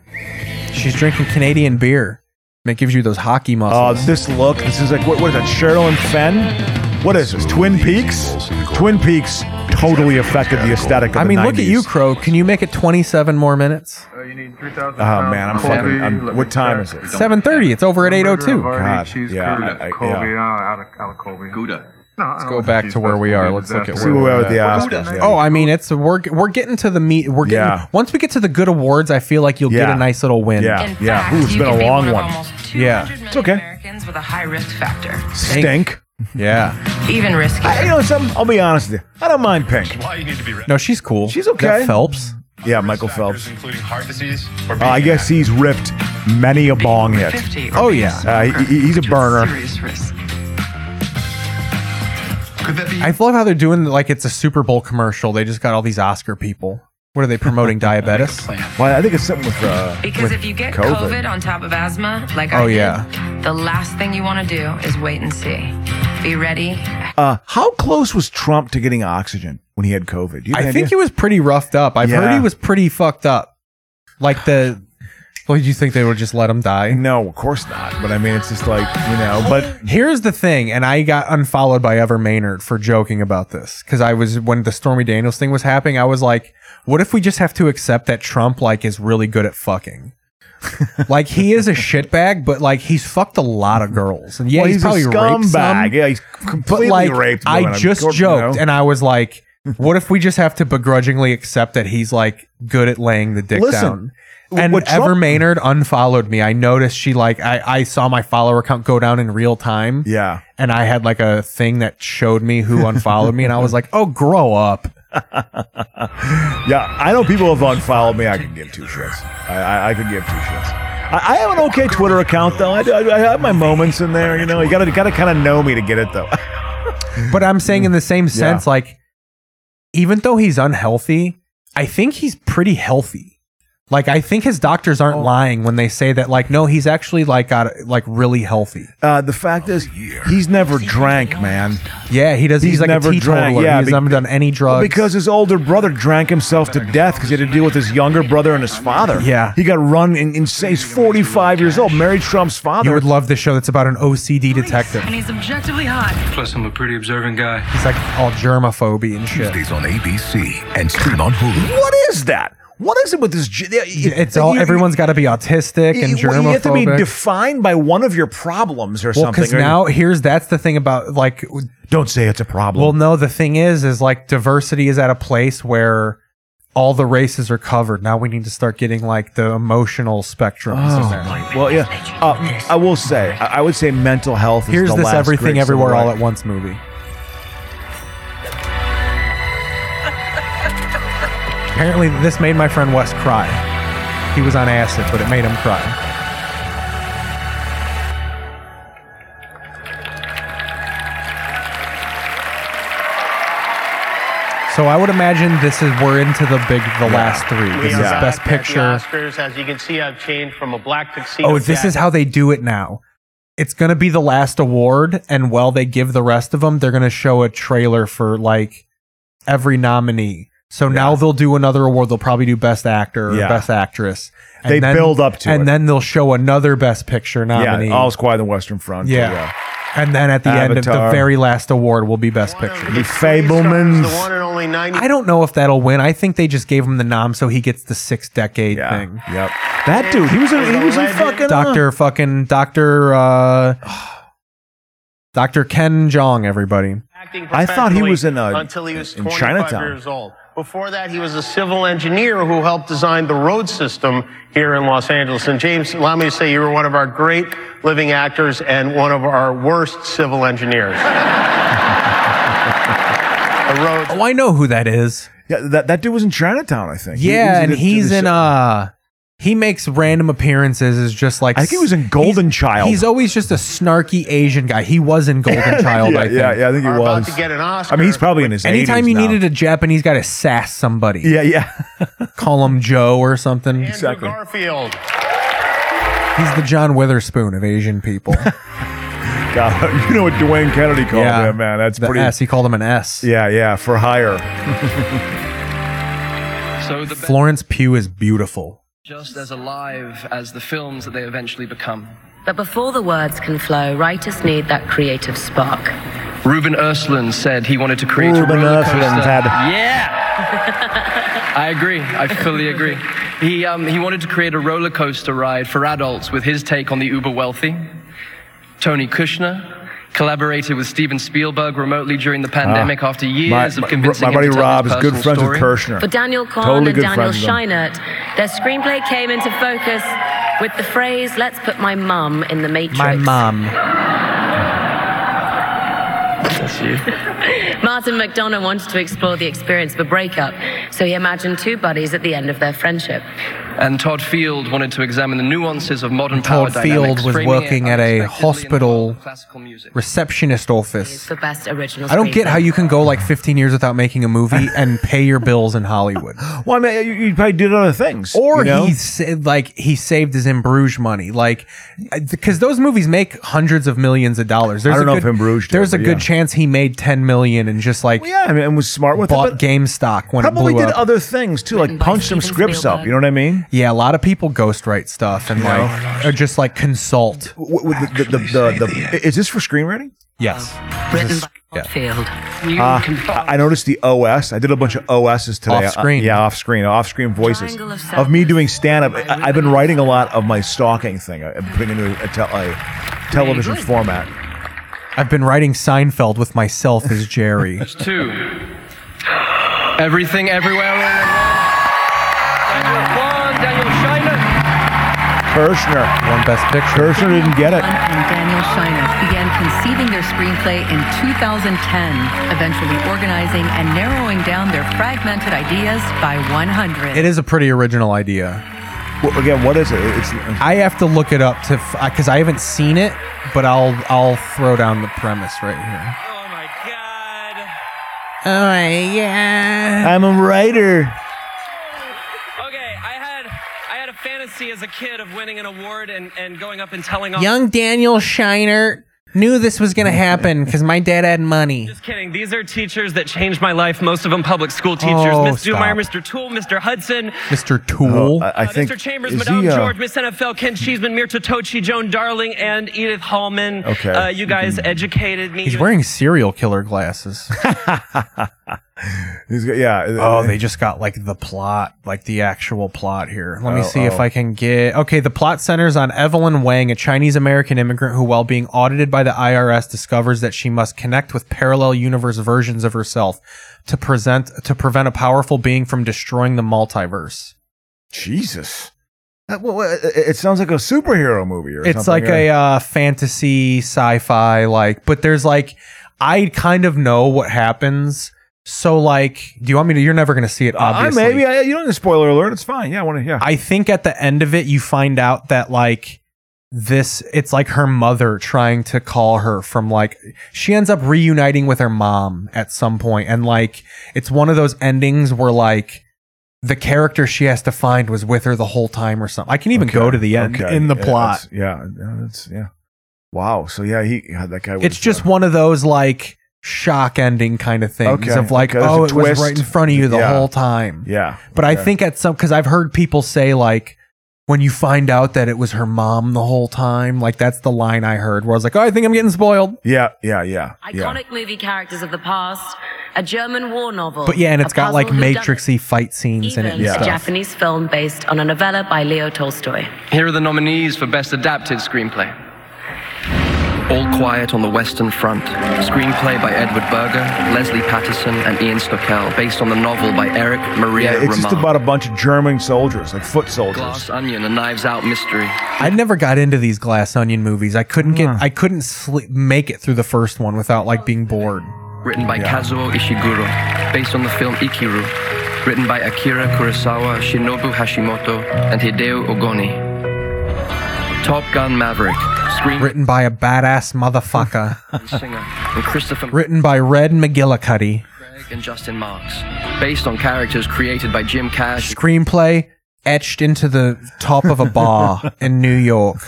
Speaker 3: She's drinking Canadian beer. And it gives you those hockey
Speaker 1: Uh,
Speaker 3: muscles.
Speaker 1: this look, this is like, what, what is that, Cheryl and Fenn? What is this, Twin Peaks? Twin Peaks totally affected the aesthetic of
Speaker 3: I
Speaker 1: the
Speaker 3: mean, look at
Speaker 1: 90s.
Speaker 3: you, Crow. Can you make it twenty seven more minutes?
Speaker 1: Oh, man, I'm fucking, I'm, Um, what time is it?
Speaker 3: Seven thirty. It's over at eight oh two.
Speaker 1: God, yeah, I- I- yeah.
Speaker 3: Let's go back to where we are. Let's look at
Speaker 1: See
Speaker 3: where
Speaker 1: where we are
Speaker 3: we're
Speaker 1: with the
Speaker 3: at.
Speaker 1: Oscars, yeah.
Speaker 3: Oh, I mean, it's we're we're getting to the meat. We're getting
Speaker 1: Yeah.
Speaker 3: once we get to the good awards. I feel like you'll get
Speaker 1: Yeah.
Speaker 3: a nice little win.
Speaker 1: Yeah, In yeah. fact, Ooh, it's you been a could be long one of one. almost
Speaker 3: Yeah,
Speaker 1: It's okay.
Speaker 13: Americans with a high risk factor.
Speaker 1: Stink.
Speaker 3: Yeah.
Speaker 13: Even riskier.
Speaker 1: I, you know something? I'll be honest with you. I don't mind Pink.
Speaker 3: No, she's cool.
Speaker 1: She's okay.
Speaker 3: That Phelps.
Speaker 1: Yeah, Michael Phelps.
Speaker 13: Including heart disease.
Speaker 1: Uh, I guess he's ripped many a bong hit.
Speaker 3: Oh yeah.
Speaker 1: Uh, he- he- he's a burner.
Speaker 3: I love how they're doing like it's a Super Bowl commercial. They just got all these Oscar people. What are they
Speaker 1: *laughs*
Speaker 3: promoting? diabetes.
Speaker 1: Well, I think it's something with uh,
Speaker 13: Because
Speaker 3: with
Speaker 13: if you get COVID. on top of asthma, like I
Speaker 3: Oh,
Speaker 13: did,
Speaker 3: yeah.
Speaker 13: the last thing you want to do is wait and see. Be ready.
Speaker 1: Uh, how close was Trump to getting oxygen when he had COVID? Do you have
Speaker 3: I
Speaker 1: an
Speaker 3: think
Speaker 1: idea?
Speaker 3: he was pretty roughed up. I've heard
Speaker 1: Yeah.
Speaker 3: he was pretty fucked up. Like the. Well, you think they would just let him die?
Speaker 1: No, of course not. But I mean, it's just like you know. But
Speaker 3: here's the thing, and I got unfollowed by Ever Maynard for joking about this because I was when the Stormy Daniels thing was happening. I was like, what if we just have to accept that Trump like is really good at
Speaker 1: *laughs*
Speaker 3: fucking. like he is a shitbag, but like he's fucked a lot of girls, and yeah,
Speaker 1: Well,
Speaker 3: he's,
Speaker 1: he's a
Speaker 3: probably raped some,
Speaker 1: scumbag. Yeah, he's completely
Speaker 3: but like,
Speaker 1: raped women.
Speaker 3: I
Speaker 1: I'm
Speaker 3: just
Speaker 1: sure, you
Speaker 3: joked,
Speaker 1: know.
Speaker 3: and I was
Speaker 1: *laughs*
Speaker 3: like, "What if we just have to begrudgingly accept that he's like good at laying the dick
Speaker 1: Listen,
Speaker 3: down?"
Speaker 1: w-
Speaker 3: And
Speaker 1: what Trump-
Speaker 3: Ever Maynard unfollowed me. I noticed she like I, I saw my follower count go down in real time.
Speaker 1: Yeah,
Speaker 3: and I had like a thing that showed me who unfollowed me, and I was like, "Oh, grow up."
Speaker 1: *laughs* yeah, I know *laughs* people have unfollowed me. I can give two shits. I, I, I can give two shits. I, I have an okay Twitter account though. I, do- I, I have my moments in there. You know, you gotta gotta kind of know me to get it though.
Speaker 3: *laughs* But I'm saying in the same sense, like, even though he's unhealthy, I think he's pretty healthy. Like, I think his doctors aren't
Speaker 1: Oh.
Speaker 3: lying when they say that, like, no, he's actually like got like really healthy.
Speaker 1: Uh, the fact is, he's never drank, man.
Speaker 3: Yeah, he does. He's, like a teetotaler. he has never done any drugs.
Speaker 1: because his older brother drank himself to death because he had to deal with his younger brother and his father.
Speaker 3: Yeah.
Speaker 1: he got run in. in he's 45 years old, married Trump's father.
Speaker 3: you would love this show that's about an OCD detective.
Speaker 13: And he's objectively hot.
Speaker 31: Plus, I'm a pretty observant guy.
Speaker 3: He's like all germaphobe and shit.
Speaker 17: Tuesdays on ABC and stream on Hulu.
Speaker 1: What is that? What is it with this? ge-
Speaker 3: It's all.
Speaker 1: you-
Speaker 3: everyone's got to be autistic and
Speaker 1: you,
Speaker 3: germaphobic.
Speaker 1: you have to be defined by one of your problems or
Speaker 3: Well,
Speaker 1: something.
Speaker 3: because
Speaker 1: or-
Speaker 3: now here's that's the thing about like
Speaker 1: don't say it's a problem.
Speaker 3: Well, no, the thing is, is like diversity is at a place where all the races are covered. Now we need to start getting like the emotional spectrum.
Speaker 1: Oh, well, yeah. Uh, I will say, I I would say mental health. Is
Speaker 3: Here's
Speaker 1: the
Speaker 3: this
Speaker 1: last
Speaker 3: everything
Speaker 1: great
Speaker 3: everywhere all
Speaker 1: silver-
Speaker 3: at once movie. Apparently, this made my friend Wes cry. He was on acid, but it made him cry. So I would imagine this is we're into the big the last three.
Speaker 6: We
Speaker 3: This
Speaker 6: are
Speaker 3: is
Speaker 6: back
Speaker 3: best
Speaker 6: at the
Speaker 3: picture.
Speaker 6: Oscars, as you can see, I've changed from a black tuxedo.
Speaker 3: Oh, this is how they do it now. It's going to be the last award, and while they give the rest of them, they're going to show a trailer for like every nominee. So now they'll do another award. They'll probably do Best Actor or
Speaker 1: Yeah.
Speaker 3: Best Actress.
Speaker 1: They build up to
Speaker 3: and
Speaker 1: it.
Speaker 3: then they'll show another Best Picture nominee.
Speaker 1: Yeah, All's Quiet on the Western Front.
Speaker 3: Yeah. And then at the end of the
Speaker 1: Avatar.
Speaker 3: very last award will be Best Picture.
Speaker 1: The Fablemans.
Speaker 3: I don't know if that'll win. I think they just gave him the nom so he gets the six decade thing.
Speaker 1: Yep. That dude, he was a he was a fucking uh,
Speaker 3: Doctor fucking Doctor uh Doctor Ken Jong, everybody.
Speaker 6: I until he was 25 years old. Before that, he was a civil engineer who helped design the road system here in Los Angeles. And James, allow me to say you were one of our great living actors and one of our worst civil engineers.
Speaker 3: Oh, I know who that is.
Speaker 1: Yeah, that, that dude was in Chinatown, I think. He- he was
Speaker 3: Yeah, and
Speaker 1: the-
Speaker 3: he's
Speaker 1: the-
Speaker 3: in uh he makes random appearances as just like
Speaker 1: I think he was in Golden Child.
Speaker 3: He's always just a snarky Asian guy. He was
Speaker 6: *laughs*
Speaker 3: in
Speaker 1: *laughs*
Speaker 3: Golden Child,
Speaker 1: yeah,
Speaker 3: I think.
Speaker 1: Yeah, yeah, I think he
Speaker 6: Are
Speaker 1: was.
Speaker 6: about to get an Oscar.
Speaker 1: I mean, he's probably in his
Speaker 3: Anytime
Speaker 1: 80s
Speaker 3: you
Speaker 1: now.
Speaker 3: needed a Japanese guy to sass somebody.
Speaker 1: Yeah, *laughs* yeah.
Speaker 3: Call him Joe or something.
Speaker 6: Exactly. Garfield.
Speaker 3: He's the John Witherspoon of Asian
Speaker 1: *laughs*
Speaker 3: people.
Speaker 1: *laughs* God, you know what Dwayne Kennedy called
Speaker 3: Yeah.
Speaker 1: him, man. That's
Speaker 3: The
Speaker 1: pretty.
Speaker 3: S, he called him an S.
Speaker 1: Yeah, yeah, for hire. *laughs*
Speaker 7: So the
Speaker 3: Florence Pugh is beautiful.
Speaker 7: just as alive as the films that they eventually become.
Speaker 40: But before the words can flow, writers need that creative spark.
Speaker 7: Ruben Östlund said he wanted to create
Speaker 40: Ruben
Speaker 7: a roller coaster.
Speaker 40: Östlund had-
Speaker 7: Yeah, *laughs* I agree. I fully agree. He um, he wanted to create a roller coaster ride for adults with his take on the uber wealthy. Tony Kushner collaborated with Steven Spielberg remotely during the pandemic
Speaker 1: Ah,
Speaker 7: after years
Speaker 1: my- my-
Speaker 7: of
Speaker 1: my
Speaker 7: convincing him to
Speaker 1: buddy
Speaker 7: tell his
Speaker 1: Rob is good
Speaker 7: personal
Speaker 1: friends with
Speaker 7: story.
Speaker 1: Kushner.
Speaker 40: For Daniel Kahn
Speaker 1: Totally
Speaker 40: and
Speaker 1: good
Speaker 40: Daniel
Speaker 1: friends of mine.
Speaker 40: Scheinert, their screenplay came into focus with the phrase, let's put my mum in the matrix.
Speaker 3: My mom.
Speaker 7: That's you.
Speaker 40: Martin McDonough wanted to explore the experience of a breakup, so he imagined two buddies at the end of their friendship.
Speaker 7: And Todd Field wanted to examine the nuances of modern power
Speaker 3: Todd
Speaker 7: dynamics,
Speaker 3: Field was
Speaker 7: framing it
Speaker 3: working at a hospital receptionist office.
Speaker 40: The best original
Speaker 3: I don't get
Speaker 40: screenplay.
Speaker 3: how you can go like 15 years without making a movie and pay your bills in Hollywood.
Speaker 1: Well, I mean, you, you probably did other things.
Speaker 3: Or
Speaker 1: you know?
Speaker 3: he said like he saved his In Bruges money, like because those movies make hundreds of millions of dollars.
Speaker 1: I don't
Speaker 3: a
Speaker 1: know
Speaker 3: good,
Speaker 1: if In Bruges did,
Speaker 3: There's a
Speaker 1: but
Speaker 3: good
Speaker 1: yeah.
Speaker 3: chance he made 10 million and just like
Speaker 1: yeah, I mean, and was smart with
Speaker 3: bought
Speaker 1: it. but
Speaker 3: game stock when it
Speaker 1: probably
Speaker 3: blew
Speaker 1: did
Speaker 3: up.
Speaker 1: other things too, like punch some scripts up. You know what I mean?
Speaker 3: yeah, a lot of people ghostwrite stuff and
Speaker 1: Yeah.
Speaker 3: like or just like consult.
Speaker 1: W- w- the- the- the- the- Is this for screenwriting?
Speaker 3: Yes.
Speaker 40: Written by Field.
Speaker 1: Uh, I I noticed the OS. I did a bunch of OSs today.
Speaker 3: Off-screen.
Speaker 1: Uh, yeah, off screen. Off screen voices
Speaker 40: Triangle of
Speaker 1: of, me doing stand up. I've been writing a lot of my stalking thing. I- I'm putting it into a, tel- a television format.
Speaker 3: I've been writing Seinfeld with myself as
Speaker 1: *laughs*
Speaker 3: Jerry.
Speaker 7: Two. Everything, everywhere, all at once. Daniel Kwan, Daniel Scheiner.
Speaker 1: Kirshner
Speaker 3: won Best Picture.
Speaker 1: Kirshner didn't get it.
Speaker 11: and Daniel Scheiner began conceiving their screenplay in 2010, eventually organizing and narrowing down their fragmented ideas by 100.
Speaker 3: It is a pretty original idea.
Speaker 1: Well, again, what is it? It's, uh,
Speaker 3: I have to look it up to because I haven't seen it, but I'll I'll throw down the premise right here. Oh my yeah.
Speaker 1: I'm a writer.
Speaker 32: I had a fantasy as a kid of winning an award and, and going up and telling all.
Speaker 3: Young Daniel Shiner knew this was gonna happen because my dad had money.
Speaker 32: Just kidding. These are teachers that changed my life. Most of them public school teachers.
Speaker 3: Oh,
Speaker 32: Miss Zumeier,
Speaker 3: stop.
Speaker 32: Mr. Toole, Mr. Hudson,
Speaker 3: Mr. Tool.
Speaker 1: Oh, I,
Speaker 32: uh, Mr. Chambers, Madame George, Miss NFL, Ken Cheeseman, Mirta Tochi, Joan Darling, and Edith Hallman.
Speaker 3: Okay.
Speaker 32: Uh, you guys educated me.
Speaker 3: He's
Speaker 32: You-
Speaker 3: wearing serial killer
Speaker 1: *laughs*
Speaker 3: glasses.
Speaker 1: He's got- yeah.
Speaker 3: Oh, they just got like the plot, like the actual plot here. Let me
Speaker 1: Oh,
Speaker 3: see if
Speaker 1: oh.
Speaker 3: I can get. Okay, the plot centers on Evelyn Wang, a Chinese American immigrant who, while being audited by the IRS, discovers that she must connect with parallel universe versions of herself to present to prevent a powerful being from destroying the multiverse.
Speaker 1: Jesus. That- well, uh, it it sounds like a superhero movie or
Speaker 3: it's
Speaker 1: something,
Speaker 3: like a
Speaker 1: or-
Speaker 3: uh, fantasy sci-fi like but there's like i kind of know what happens so like do you want me to you're never gonna see it
Speaker 1: I
Speaker 3: obviously
Speaker 1: maybe I, you don't need a spoiler alert. It's fine. Yeah, I want to. Yeah,
Speaker 3: i think at the end of it you find out that like this it's like her mother trying to call her from like she ends up reuniting with her mom at some point and like it's one of those endings where like the character she has to find was with her the whole time or something. I can even
Speaker 1: Okay,
Speaker 3: go to the end
Speaker 1: okay.
Speaker 3: in the
Speaker 1: Yeah,
Speaker 3: plot.
Speaker 1: that's- yeah, yeah, that's yeah. Wow. So yeah, he yeah, that guy. Was,
Speaker 3: It's just one of those like shock ending kind of things
Speaker 1: Okay,
Speaker 3: of like,
Speaker 1: okay, there's a
Speaker 3: oh, it was
Speaker 1: twist.
Speaker 3: right in front of you the
Speaker 1: Yeah.
Speaker 3: whole time.
Speaker 1: Yeah.
Speaker 3: But I
Speaker 1: okay.
Speaker 3: think at some because I've heard people say like when you find out that it was her mom the whole time, like that's the line I heard where I was like, oh, I think I'm getting spoiled.
Speaker 1: Yeah, yeah, yeah.
Speaker 20: Iconic movie characters of the past, a German war novel.
Speaker 3: But yeah, and
Speaker 20: it's
Speaker 3: it's got like matrixy fight scenes in it.
Speaker 20: Even
Speaker 3: And
Speaker 20: a
Speaker 3: stuff.
Speaker 20: Japanese film based on a novella by Leo Tolstoy.
Speaker 7: Here are the nominees for Best Adapted Screenplay All Quiet on the Western Front, screenplay by Edward Berger, Leslie Patterson, and Ian Stokel, based on the novel by Eric Maria
Speaker 1: Yeah, it's
Speaker 7: Remarque.
Speaker 1: just about a bunch of German soldiers, like foot soldiers.
Speaker 7: Glass Onion, a Knives Out mystery.
Speaker 3: I never got into these Glass Onion movies. I couldn't
Speaker 1: Hmm.
Speaker 3: get, I couldn't sleep, make it through the first one without like being bored.
Speaker 7: written by Kazuo Ishiguro, based on the film Ikiru, written by Akira Kurosawa, Shinobu Hashimoto, and Hideo Ogoni. Top Gun *laughs* Maverick, screen
Speaker 3: Written by a badass
Speaker 1: *laughs*
Speaker 3: motherfucker.
Speaker 7: singer, and Christopher
Speaker 3: Written by Red McGillicuddy.
Speaker 7: Craig and Justin Marks, based on characters created by Jim Cash,
Speaker 3: Screenplay etched into the top of a bar
Speaker 7: *laughs*
Speaker 3: in New York.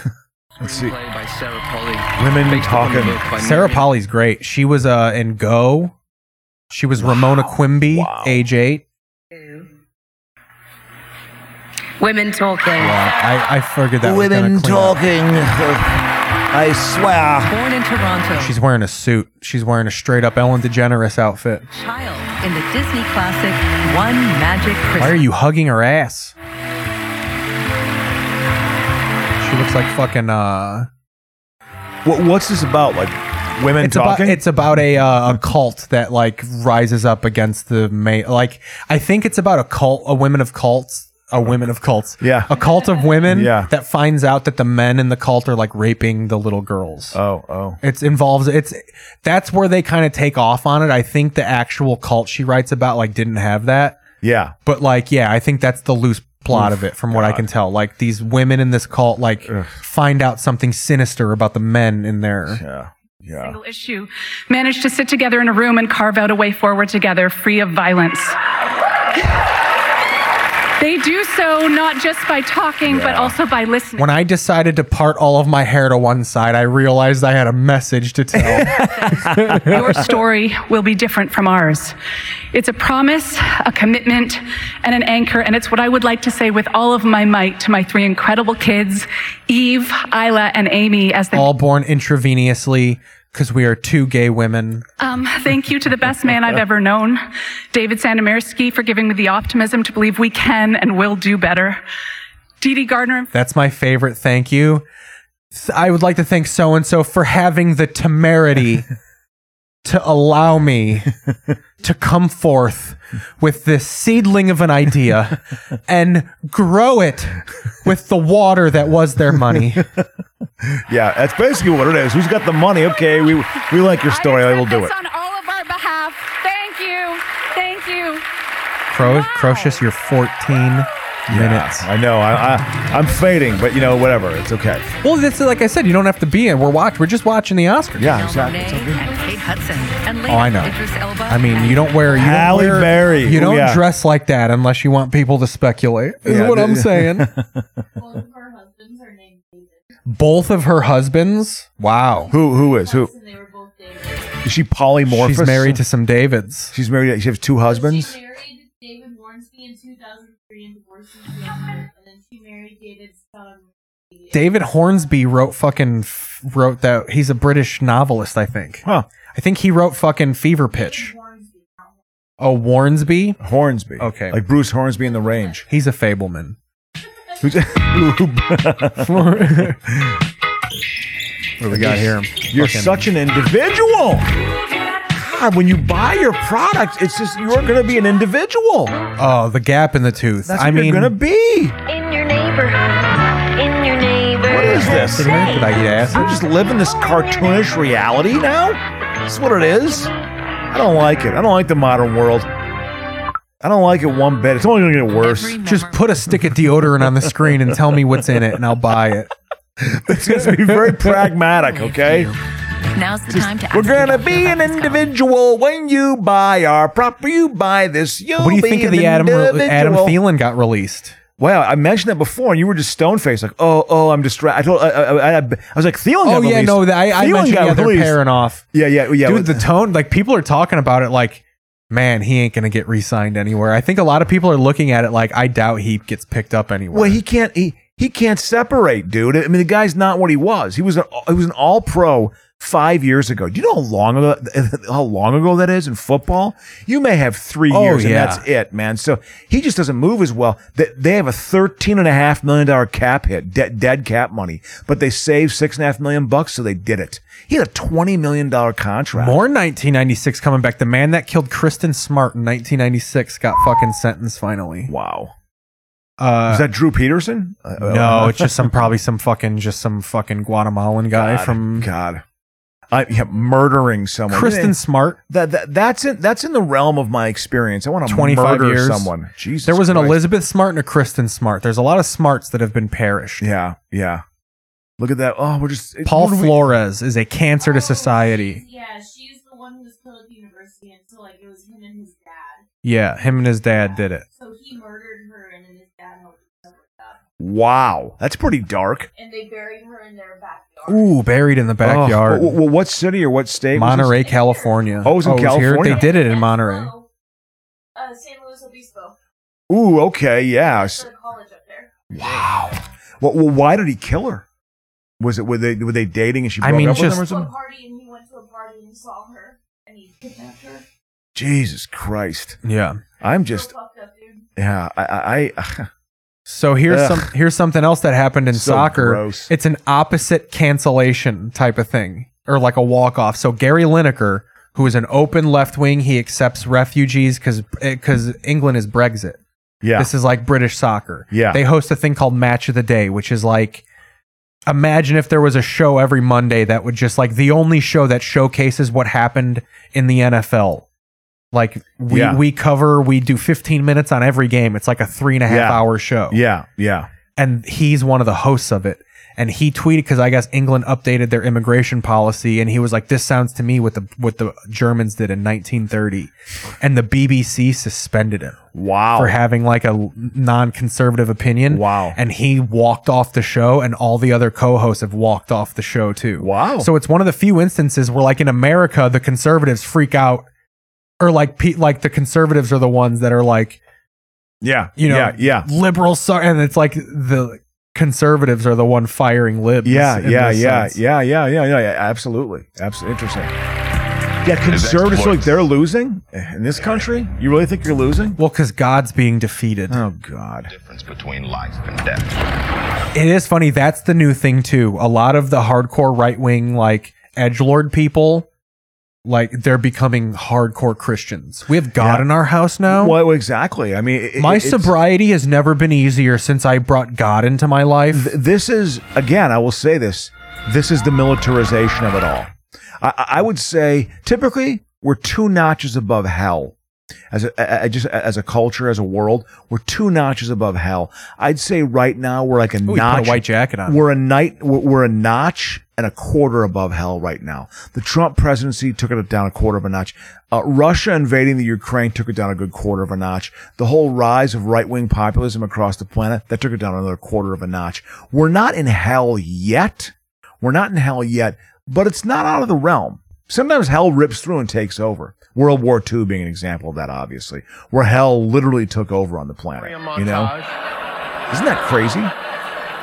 Speaker 1: Let's see.
Speaker 7: played by Sarah Polly.
Speaker 1: Women
Speaker 7: based upon the
Speaker 1: talking.
Speaker 7: book by
Speaker 3: Sarah
Speaker 7: Miriam
Speaker 3: Polly's great. She was uh, in Go. She was Ramona Quimby, age eight.
Speaker 20: Women Talking.
Speaker 3: I, I figured that was gonna clean up.
Speaker 1: I swear.
Speaker 25: Born in Toronto,
Speaker 3: She's wearing a suit. She's wearing a straight up Ellen DeGeneres outfit.
Speaker 25: child in the Disney classic One Magic Christmas.
Speaker 3: Why are you hugging her ass? She looks like fucking uh
Speaker 1: What, what's this about? Like women
Speaker 3: it's
Speaker 1: talking?
Speaker 3: about it's about a uh, a cult that like rises up against the ma- like I think it's about a cult a women of cults a women of cults
Speaker 1: Yeah.
Speaker 3: a cult of women
Speaker 1: Yeah.
Speaker 3: that finds out that the men in the cult are like raping the little girls
Speaker 1: oh, oh.
Speaker 3: it's involves it's that's where they kind of take off on it I think the actual cult she writes about like didn't have that
Speaker 1: Yeah.
Speaker 3: But like, yeah, I think that's the loose plot
Speaker 1: Oof,
Speaker 3: of it from what I can tell. Like these women in this cult like find out something sinister about the men in there.
Speaker 1: Yeah. Yeah.
Speaker 5: single issue managed to sit together in a room and carve out a way forward together free of violence. they do so not just by talking, but also by listening.
Speaker 3: When I decided to part all of my hair to one side, I realized I had a message to
Speaker 1: *laughs*
Speaker 3: tell.
Speaker 5: *laughs* Your story will be different from ours. It's a promise, a commitment, and an anchor, and it's what I would like to say with all of my might to my three incredible kids, Eve, Isla, and Amy, as they
Speaker 3: all born intravenously because we are two gay women.
Speaker 5: Um, thank you to the best man I've ever known, David Sandomirsky, for giving me the optimism to believe we can and will do better. Dee Dee Gardner,
Speaker 3: That's my favorite. Thank you. S- I would like to thank so and so for having the
Speaker 1: *laughs*
Speaker 3: temerity to allow me to come forth with this seedling of an idea and grow it with the water that was their
Speaker 1: *laughs*
Speaker 3: money.
Speaker 1: Yeah, that's basically what it is. Who's got the money? Okay, we we like your story. I will do it.
Speaker 14: on all of our behalf. Thank you. Thank you.
Speaker 3: Cro- Crocious, you're 14 minutes.
Speaker 1: I know. I, I I'm fading, but you know, whatever. It's okay.
Speaker 3: Well, that's like I said, you don't have to be in. We're watch. We're just watching the Oscars.
Speaker 1: Yeah,
Speaker 25: Monet
Speaker 1: exactly.
Speaker 25: and Kate Hudson, and later
Speaker 3: Oh, I know.
Speaker 25: Idris Elba.
Speaker 3: I mean, you don't wear you
Speaker 1: Halle
Speaker 3: don't wear,
Speaker 1: Berry.
Speaker 3: You
Speaker 1: Ooh,
Speaker 3: don't
Speaker 1: yeah.
Speaker 3: dress like that unless you want people to speculate. Is
Speaker 1: Yeah,
Speaker 3: what I'm
Speaker 1: the- *laughs*
Speaker 3: saying. Both of her husbands. Wow.
Speaker 1: Who who is who? Is she polymorphous?
Speaker 3: She's married to some Davids.
Speaker 1: She's married. She has two husbands.
Speaker 6: married David Warnsby in 2003 and divorced in 2000, and then she married David's son.
Speaker 3: David Hornsby wrote fucking f- wrote that. He's a British novelist, I think.
Speaker 1: Huh.
Speaker 3: I think he wrote fucking Fever Pitch. Oh, Warnsby.
Speaker 1: Hornsby.
Speaker 3: Okay.
Speaker 1: Like Bruce Hornsby in the range.
Speaker 3: He's a fableman.
Speaker 1: Who's-
Speaker 3: *laughs* What do we got here?
Speaker 1: You're
Speaker 3: Fucking-
Speaker 1: such an individual. God, when you buy your product, it's just you're going to be an individual.
Speaker 3: Oh, the gap in the tooth.
Speaker 1: That's
Speaker 3: I
Speaker 1: what
Speaker 3: mean,
Speaker 1: you're going to be.
Speaker 11: In your neighbor. In your neighbor.
Speaker 1: What is this?
Speaker 3: Did I eat ass?
Speaker 1: I'm just living this cartoonish reality now. That's what it is. I don't like it. I don't like the modern world. I don't like it one bit. It's only going to get worse. *laughs*
Speaker 3: Just put a stick of deodorant on the screen and tell me what's in it, and I'll buy it.
Speaker 1: It's going to
Speaker 3: *laughs*
Speaker 1: be very eh? pragmatic, okay?
Speaker 15: Now's the time to ask
Speaker 1: We're going to
Speaker 15: about
Speaker 1: be
Speaker 15: your
Speaker 1: an
Speaker 15: Valentine's card.
Speaker 1: individual when you buy our property. You buy this. You'll
Speaker 3: What do you
Speaker 1: be
Speaker 3: think of
Speaker 1: an
Speaker 3: the Adam Adam
Speaker 1: individual.
Speaker 3: Thielen got released?
Speaker 1: Wow, I mentioned that before, and you were just stone faced, like, oh, oh, I'm distracted. I told, I, I, I, I was like,
Speaker 3: Oh
Speaker 1: Thielen. got
Speaker 3: yeah,
Speaker 1: released.
Speaker 3: no, that- I, I
Speaker 1: Thielen
Speaker 3: mentioned
Speaker 1: got
Speaker 3: yeah, they're
Speaker 1: released.
Speaker 3: pairing off.
Speaker 1: Yeah, yeah, yeah.
Speaker 3: Dude, the tone, like people are talking about it, like, man, he ain't gonna get re-signed anywhere. I think a lot of people are looking at it like, I doubt he gets picked up anywhere.
Speaker 1: Well, he can't. He he can't separate, dude. I mean, the guy's not what he was. He was an he was an All Pro five years ago. Do you know how long ago *laughs* how long ago that is in football? You may have three
Speaker 3: Oh,
Speaker 1: years,
Speaker 3: yeah.
Speaker 1: and that's it, man. So he just doesn't move as well. They, they have a thirteen and a half million dollar cap hit, de- dead cap money, but they saved six and a half million bucks, so they did it. He had a twenty million dollar contract.
Speaker 3: More 1996 coming back. The man that killed Kristen Smart in 1996 got fucking sentenced finally.
Speaker 1: Wow.
Speaker 3: Uh,
Speaker 1: Is that Drew Peterson? Uh,
Speaker 3: no, it's just some probably some fucking just some fucking Guatemalan guy
Speaker 1: God,
Speaker 3: from
Speaker 1: God. I, yeah, murdering someone.
Speaker 3: Kristen Smart.
Speaker 1: That, that that's in that's in the realm of my experience. I want to
Speaker 3: 25
Speaker 1: murder
Speaker 3: years.
Speaker 1: someone. Jesus,
Speaker 3: there was an
Speaker 1: Christ.
Speaker 3: Elizabeth Smart and a Kristen Smart. There's a lot of smarts that have been perished.
Speaker 1: Yeah, yeah. Look at that. Oh, we're just
Speaker 3: Paul
Speaker 1: what are we-
Speaker 3: Flores is a cancer to society.
Speaker 6: Yeah, she's the one who was killed at the university until like it was him and his dad.
Speaker 3: Yeah, him and his dad did it.
Speaker 6: So he murdered her and then his dad helped her cover it up.
Speaker 1: Wow, that's pretty dark.
Speaker 6: And they buried her in their backyard.
Speaker 3: Ooh, buried in the backyard.
Speaker 1: Oh, wh- wh- what city or what state? was this?
Speaker 3: Monterey, California.
Speaker 1: Oh, it was in
Speaker 3: here?
Speaker 1: California?
Speaker 3: They did it in Monterey.
Speaker 6: Uh, San Luis Obispo.
Speaker 1: Ooh, okay, yeah. S-
Speaker 6: Go to college up there.
Speaker 1: Wow. Well, well, why did he kill her? Was it were they were they dating and she
Speaker 3: I
Speaker 1: broke
Speaker 3: mean,
Speaker 1: up with him
Speaker 3: just-
Speaker 1: or
Speaker 6: To a
Speaker 1: something?
Speaker 6: party and he went to a party and saw
Speaker 11: *sighs*
Speaker 6: her and he kidnapped her.
Speaker 1: Jesus Christ.
Speaker 3: Yeah.
Speaker 1: I'm just
Speaker 6: Fucked up, dude.
Speaker 1: yeah. I I, I *laughs*
Speaker 3: So here's
Speaker 1: Ugh.
Speaker 3: some here's something else that happened in
Speaker 1: So
Speaker 3: soccer.
Speaker 1: gross.
Speaker 3: It's an opposite cancellation type of thing, or like a walk off. So Gary Lineker, who is an open left wing, he accepts refugees because England is Brexit.
Speaker 1: yeah.
Speaker 3: This is like British soccer.
Speaker 1: Yeah.
Speaker 3: They host a thing called Match of the Day, which is like imagine if there was a show every Monday that would just like the only show that showcases what happened in the NFL. Like we
Speaker 1: Yeah.
Speaker 3: we cover we do 15 minutes on every game. It's like a three and a half
Speaker 1: Yeah.
Speaker 3: hour show.
Speaker 1: yeah yeah.
Speaker 3: And he's one of the hosts of it. And he tweeted because I guess England updated their immigration policy, and he was like, "This sounds to me what the what the Germans did in 1930," and the BBC suspended him
Speaker 1: Wow.
Speaker 3: for having like a non-conservative opinion.
Speaker 1: Wow.
Speaker 3: And he walked off the show and all the other co-hosts have walked off the show too.
Speaker 1: Wow.
Speaker 3: So it's one of the few instances where like in America the conservatives freak out or like pe- like the conservatives are the ones that are like,
Speaker 1: Yeah.
Speaker 3: you know,
Speaker 1: yeah, yeah.
Speaker 3: liberals so- and it's like the conservatives are the one firing libs.
Speaker 1: Yeah,
Speaker 3: in
Speaker 1: yeah,
Speaker 3: this
Speaker 1: yeah,
Speaker 3: sense.
Speaker 1: yeah, yeah, yeah, yeah, yeah. Absolutely. Absolutely. Interesting. Yeah, conservatives
Speaker 31: exploits.
Speaker 1: like they're losing in this country. You really think you're losing?
Speaker 3: Well, cuz God's being defeated.
Speaker 1: Oh God.
Speaker 31: Difference between life and death.
Speaker 3: It is funny. That's the new thing too. A lot of the hardcore right wing, like edge lord people, like they're becoming hardcore Christians. We have God
Speaker 1: Yeah.
Speaker 3: in our house now.
Speaker 1: Well, exactly. I mean, it-
Speaker 3: My
Speaker 1: it- it's-
Speaker 3: sobriety has never been easier since I brought God into my life.
Speaker 1: This is again. I will say this. This is the militarization of it all. I- I, I would say typically we're two notches above hell. As a, a- a- just as a culture, as a world, we're two notches above hell. I'd say right now we're like a
Speaker 3: put a
Speaker 1: notch.
Speaker 3: white jacket on.
Speaker 1: We're a night. We're, we're a notch and a quarter above hell right now. The Trump presidency took it down a quarter of a notch. Uh, Russia invading the Ukraine took it down a good quarter of a notch. The whole rise of right wing populism across the planet that took it down another quarter of a notch. We're not in hell yet. We're not in hell yet, but it's not out of the realm. Sometimes hell rips through and takes over. World War II being an example of that, obviously, where hell literally took over on the planet. You know, isn't that crazy?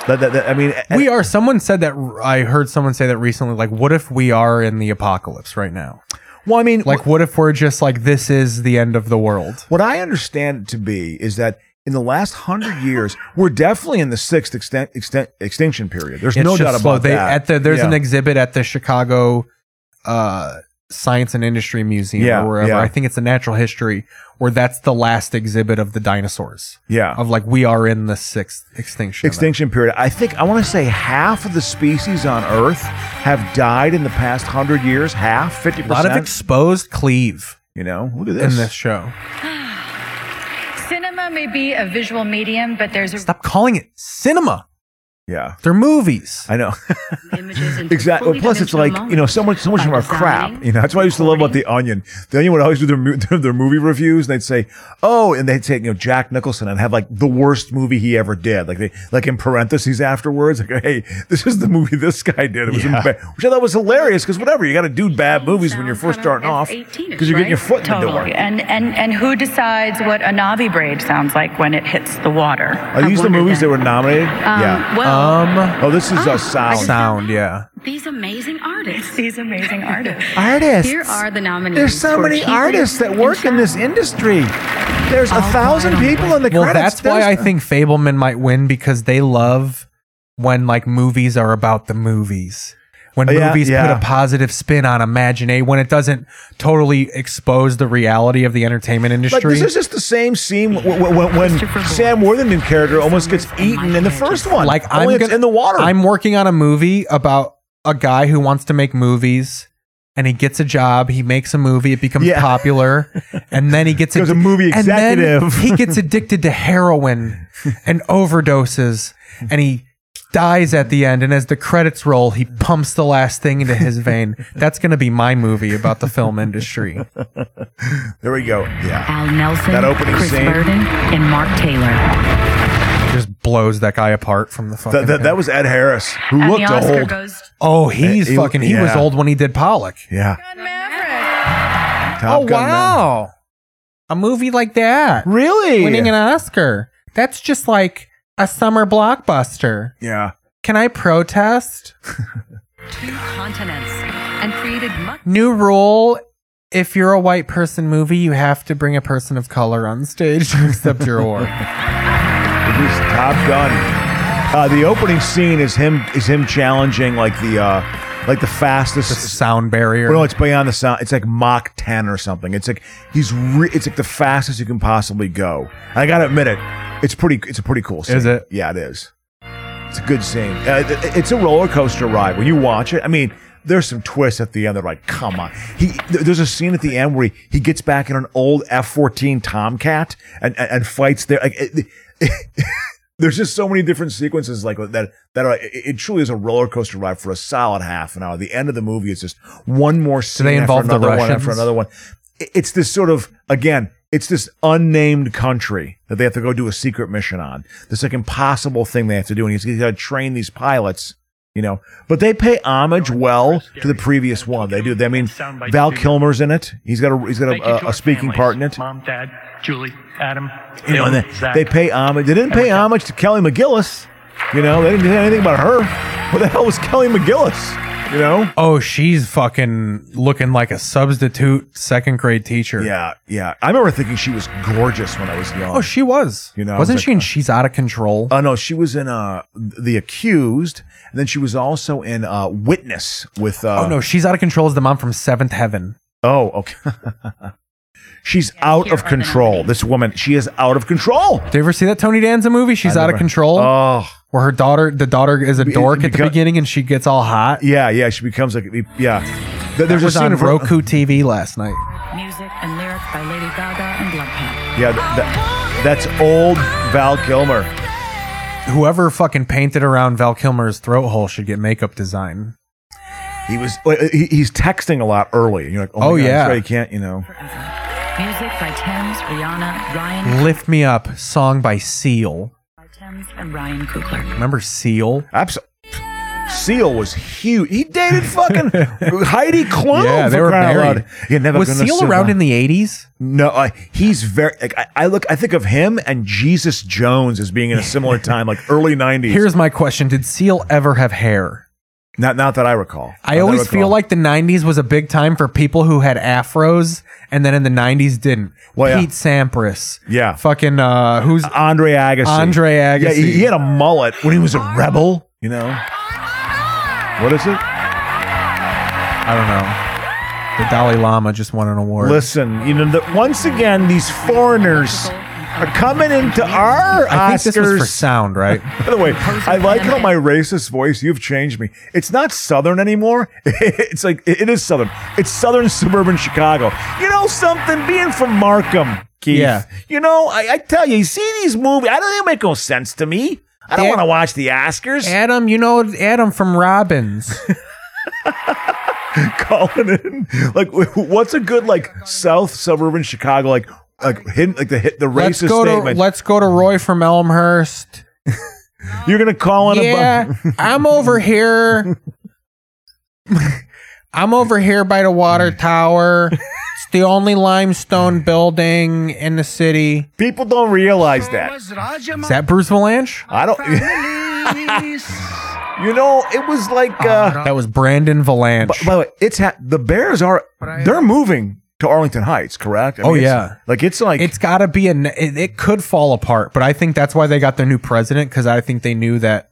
Speaker 1: That, that, that- I mean,
Speaker 3: we are. Someone said that. I heard someone say that recently. Like, what if we are in the apocalypse right now?
Speaker 1: well, I mean,
Speaker 3: Like, what if we're just like this is the end of the world?
Speaker 1: What I understand it to be is that in the last hundred years, we're definitely in the sixth extent, extent, extinction period. There's
Speaker 3: It's
Speaker 1: no
Speaker 3: just
Speaker 1: doubt
Speaker 3: slow.
Speaker 1: about
Speaker 3: they,
Speaker 1: that.
Speaker 3: At the, there's
Speaker 1: Yeah.
Speaker 3: an exhibit at the Chicago uh, Science and Industry Museum
Speaker 1: Yeah,
Speaker 3: or wherever.
Speaker 1: yeah.
Speaker 3: I think it's the Natural History where that's the last exhibit of the dinosaurs.
Speaker 1: Yeah.
Speaker 3: Of like we are in the sixth extinction. event.
Speaker 1: extinction period. I think I want to say half of the species on Earth have died in the past hundred years. Half, fifty
Speaker 3: A lot of
Speaker 1: percent.
Speaker 3: exposed cleave
Speaker 1: You know, look at
Speaker 3: in
Speaker 1: this.
Speaker 3: this show.
Speaker 13: Cinema may be a visual medium, but there's a
Speaker 3: Stop calling it cinema.
Speaker 1: Yeah.
Speaker 3: They're movies.
Speaker 1: I know. *laughs* exactly. Well, plus, it's like you know, so much, so much of our crap. You know, that's what I used to love about the Onion. The Onion would always do their mo- *laughs* their, their movie reviews, and they'd say, "Oh," and they'd say, "You know, Jack Nicholson," and have like the worst movie he ever did, like they like in parentheses afterwards, like, "Hey, this is the movie this guy did." It was
Speaker 8: Yeah.
Speaker 1: embar- which I thought was hilarious because whatever you got to do bad movies when you're first starting off because you're getting your foot in the door.
Speaker 9: Totally. And, and, and who decides what a Navi braid sounds like when it hits the water?
Speaker 1: Are these the movies that were nominated? yeah.
Speaker 9: well- ah.
Speaker 1: um. Oh, this is a sound.
Speaker 3: Sound. Yeah.
Speaker 18: These amazing artists.
Speaker 9: These amazing artists.
Speaker 3: *laughs* Artists.
Speaker 18: Here are the nominees.
Speaker 3: There's so
Speaker 18: for
Speaker 3: many
Speaker 18: Keith
Speaker 3: artists that work in this industry. There's
Speaker 9: Oh,
Speaker 1: a thousand people in the
Speaker 3: well,
Speaker 1: credits.
Speaker 3: that's why I think Fableman might win because they love when like movies are about the movies. When
Speaker 1: Oh, Yeah,
Speaker 3: movies
Speaker 1: yeah.
Speaker 3: put a positive spin on Imagine when it doesn't totally expose the reality of the entertainment
Speaker 1: Like,
Speaker 3: industry.
Speaker 1: this is just the same scene when, when, when Sam Worthington character almost gets
Speaker 9: Oh
Speaker 1: eaten in the first one.
Speaker 3: like I'm
Speaker 1: Only it's
Speaker 3: gonna-
Speaker 1: in the water.
Speaker 3: I'm working on a movie about a guy who wants to make movies. And he gets a job. He makes a movie. It becomes
Speaker 1: *laughs*
Speaker 3: popular, and then he gets
Speaker 1: Becomes a movie
Speaker 3: and then
Speaker 1: executive.
Speaker 3: he gets addicted to
Speaker 1: *laughs*
Speaker 3: heroin and overdoses, and he dies at the end. And as the credits roll, he pumps the last thing into his
Speaker 1: *laughs*
Speaker 3: vein. That's going to be my movie about the film industry.
Speaker 1: There we go. Yeah.
Speaker 9: Al Nelson,
Speaker 1: That opening
Speaker 9: Chris
Speaker 1: scene.
Speaker 9: Burden, and Mark Taylor.
Speaker 3: Just blows that guy apart from the fucking.
Speaker 1: That, that, that was Ed Harris, who
Speaker 9: And the
Speaker 1: looked
Speaker 9: Oscar
Speaker 1: old.
Speaker 9: goes-
Speaker 3: oh, he's
Speaker 1: Uh, he-
Speaker 3: fucking. He was
Speaker 1: yeah.
Speaker 3: old when he did Pollock.
Speaker 1: Yeah.
Speaker 3: oh
Speaker 1: Top Gun Man.
Speaker 3: wow, a movie like that,
Speaker 1: really
Speaker 3: winning an Oscar. That's just like a summer blockbuster.
Speaker 1: Yeah.
Speaker 3: Can I
Speaker 1: *laughs*
Speaker 3: protest?
Speaker 15: Continents and created much.
Speaker 3: New rule: if you're a white person movie, you have to bring a person of color on stage to accept your award.
Speaker 1: Produced Top Gun. Uh, the opening scene is him is him challenging like the uh, like the fastest
Speaker 3: sound barrier.
Speaker 1: no, it's beyond the sound. It's like Mach ten or something. It's like he's re- it's like the fastest you can possibly go. I gotta admit it. It's pretty. It's a pretty cool scene.
Speaker 3: Is it?
Speaker 1: Yeah, it is. It's a good scene. Uh, it- it's a roller coaster ride when you watch it. I mean, there's some twists at the end. They're like, come on. He th- there's a scene at the end where he, he gets back in an old F-14 Tomcat and and, and fights there. Like, it- there's just so many different sequences like that that are. It, it truly is a roller coaster ride for a solid half an hour. The end of the movie is just one more scene.
Speaker 3: they involve the
Speaker 1: after another one after
Speaker 3: Russians?
Speaker 1: another one. I- It's this sort of again. It's this unnamed country that they have to go do a secret mission on. This like impossible thing they have to do, and he's, he's got to train these pilots. You know, but they pay homage well to the previous one. They do. They- I mean, Val Kilmer's in it. He's got a he's got
Speaker 33: Thank you to
Speaker 1: a, a,
Speaker 33: our
Speaker 1: a speaking
Speaker 33: families,
Speaker 1: part in it.
Speaker 33: Mom, Dad, Julie, Adam.
Speaker 1: You know,
Speaker 33: Bill,
Speaker 1: and they,
Speaker 33: Zach.
Speaker 1: they pay homage. They didn't pay homage to Kelly McGillis. You know, they didn't say anything about her. What the hell was Kelly McGillis? *laughs* You know?
Speaker 3: Oh, she's fucking looking like a substitute second grade teacher.
Speaker 1: Yeah, yeah. I remember thinking she was gorgeous when I was young.
Speaker 3: Oh, she was.
Speaker 1: You know, I
Speaker 3: wasn't
Speaker 1: was uh,
Speaker 3: she? in she's out of control.
Speaker 1: Oh no, she was in uh The Accused, and then she was also in uh Witness with uh
Speaker 3: oh no, she's out of control. Is the mom from Seventh Heaven?
Speaker 1: Oh, okay. *laughs* She's out of control. This woman, she is out of control.
Speaker 3: Did you ever see that Tony Danza movie? She's
Speaker 1: I
Speaker 3: out of
Speaker 1: never-
Speaker 3: control.
Speaker 1: Oh.
Speaker 3: Where her daughter, the daughter is a
Speaker 1: Be-
Speaker 3: dork at the
Speaker 1: because-
Speaker 3: beginning and she gets all hot.
Speaker 1: Yeah, yeah, she becomes like yeah. Th-
Speaker 3: That
Speaker 1: There's a
Speaker 3: was
Speaker 1: scene
Speaker 3: on
Speaker 1: of her-
Speaker 3: Roku TV last night.
Speaker 15: Music and lyrics by Lady Gaga and Bloodhound.
Speaker 1: Yeah, th- that, that's old Val Kilmer.
Speaker 3: Whoever fucking painted around Val Kilmer's throat hole should get makeup design.
Speaker 1: He was uh, he, he's texting a lot early. You're like, oh, my
Speaker 3: Oh,
Speaker 1: God,
Speaker 3: yeah.
Speaker 1: that's right, you can't, you know.
Speaker 15: Music by Thames, Rihanna, Ryan
Speaker 3: Lift Me Up, song by Seal.
Speaker 15: Thames, and Ryan Kugler.
Speaker 3: Remember Seal?
Speaker 1: Absolutely. Seal was huge. He dated *laughs* fucking Heidi Klum.
Speaker 3: Yeah, they
Speaker 1: for
Speaker 3: were
Speaker 1: crying out loud.
Speaker 3: married.
Speaker 1: You're never
Speaker 3: Was
Speaker 1: gonna
Speaker 3: Seal around
Speaker 1: survive.
Speaker 3: in the '80s?
Speaker 1: No, I, he's very. Like, I, I look. I think of him and Jesus Jones as being in
Speaker 3: *laughs*
Speaker 1: a similar time, like early '90s.
Speaker 3: Here's my question: Did Seal ever have hair?
Speaker 1: not not that I recall.
Speaker 3: I
Speaker 1: Not that
Speaker 3: always
Speaker 1: recall.
Speaker 3: feel like the '90s was a big time for people who had afros, and then in the '90s didn't.
Speaker 1: Well, yeah.
Speaker 3: Pete Sampras,
Speaker 1: yeah,
Speaker 3: fucking uh, who's
Speaker 1: Andre Agassi.
Speaker 3: Andre Agassi.
Speaker 1: Yeah, he, he had a mullet when he was a rebel. You know. What is it?
Speaker 3: I don't know. The Dalai Lama just won an award.
Speaker 1: Listen, you know that once again these foreigners are coming into our
Speaker 3: I think
Speaker 1: Oscars.
Speaker 3: this was for sound, right?
Speaker 1: *laughs* By the way, I like how my racist voice. You've changed me. It's not southern anymore. *laughs* It's like it is southern. It's southern suburban Chicago. You know something? Being from Markham, Keith.
Speaker 3: Yeah.
Speaker 1: You know, I, I tell you, you see these movies. I don't think it make no sense to me. I don't want to watch the Oscars.
Speaker 3: Adam, you know Adam from Robbins. *laughs*
Speaker 1: Calling in, *laughs* like, what's a good like South suburban Chicago like like hidden like the hit the
Speaker 3: let's
Speaker 1: racist
Speaker 3: go
Speaker 1: statement?
Speaker 3: to let's go to Roy from Elmhurst.
Speaker 1: *laughs* You're gonna call in a
Speaker 3: yeah,
Speaker 1: bu-
Speaker 3: *laughs* I'm over here. *laughs* I'm over here by the
Speaker 1: *laughs*
Speaker 3: water tower. It's the only limestone building in the city.
Speaker 1: People don't realize that.
Speaker 3: Is that Bruce Valanche?
Speaker 1: I don't.
Speaker 3: *laughs*
Speaker 1: *laughs* you know, it was like uh,
Speaker 3: That was Brandon Valanche.
Speaker 1: By, by the way, it's ha- the Bears are they're moving to Arlington Heights, correct? I
Speaker 3: Oh,
Speaker 1: it's-
Speaker 3: yeah.
Speaker 1: like it's like
Speaker 3: it's got to be a. ne- It, it could fall apart, but I think that's why they got their new president because I think they knew that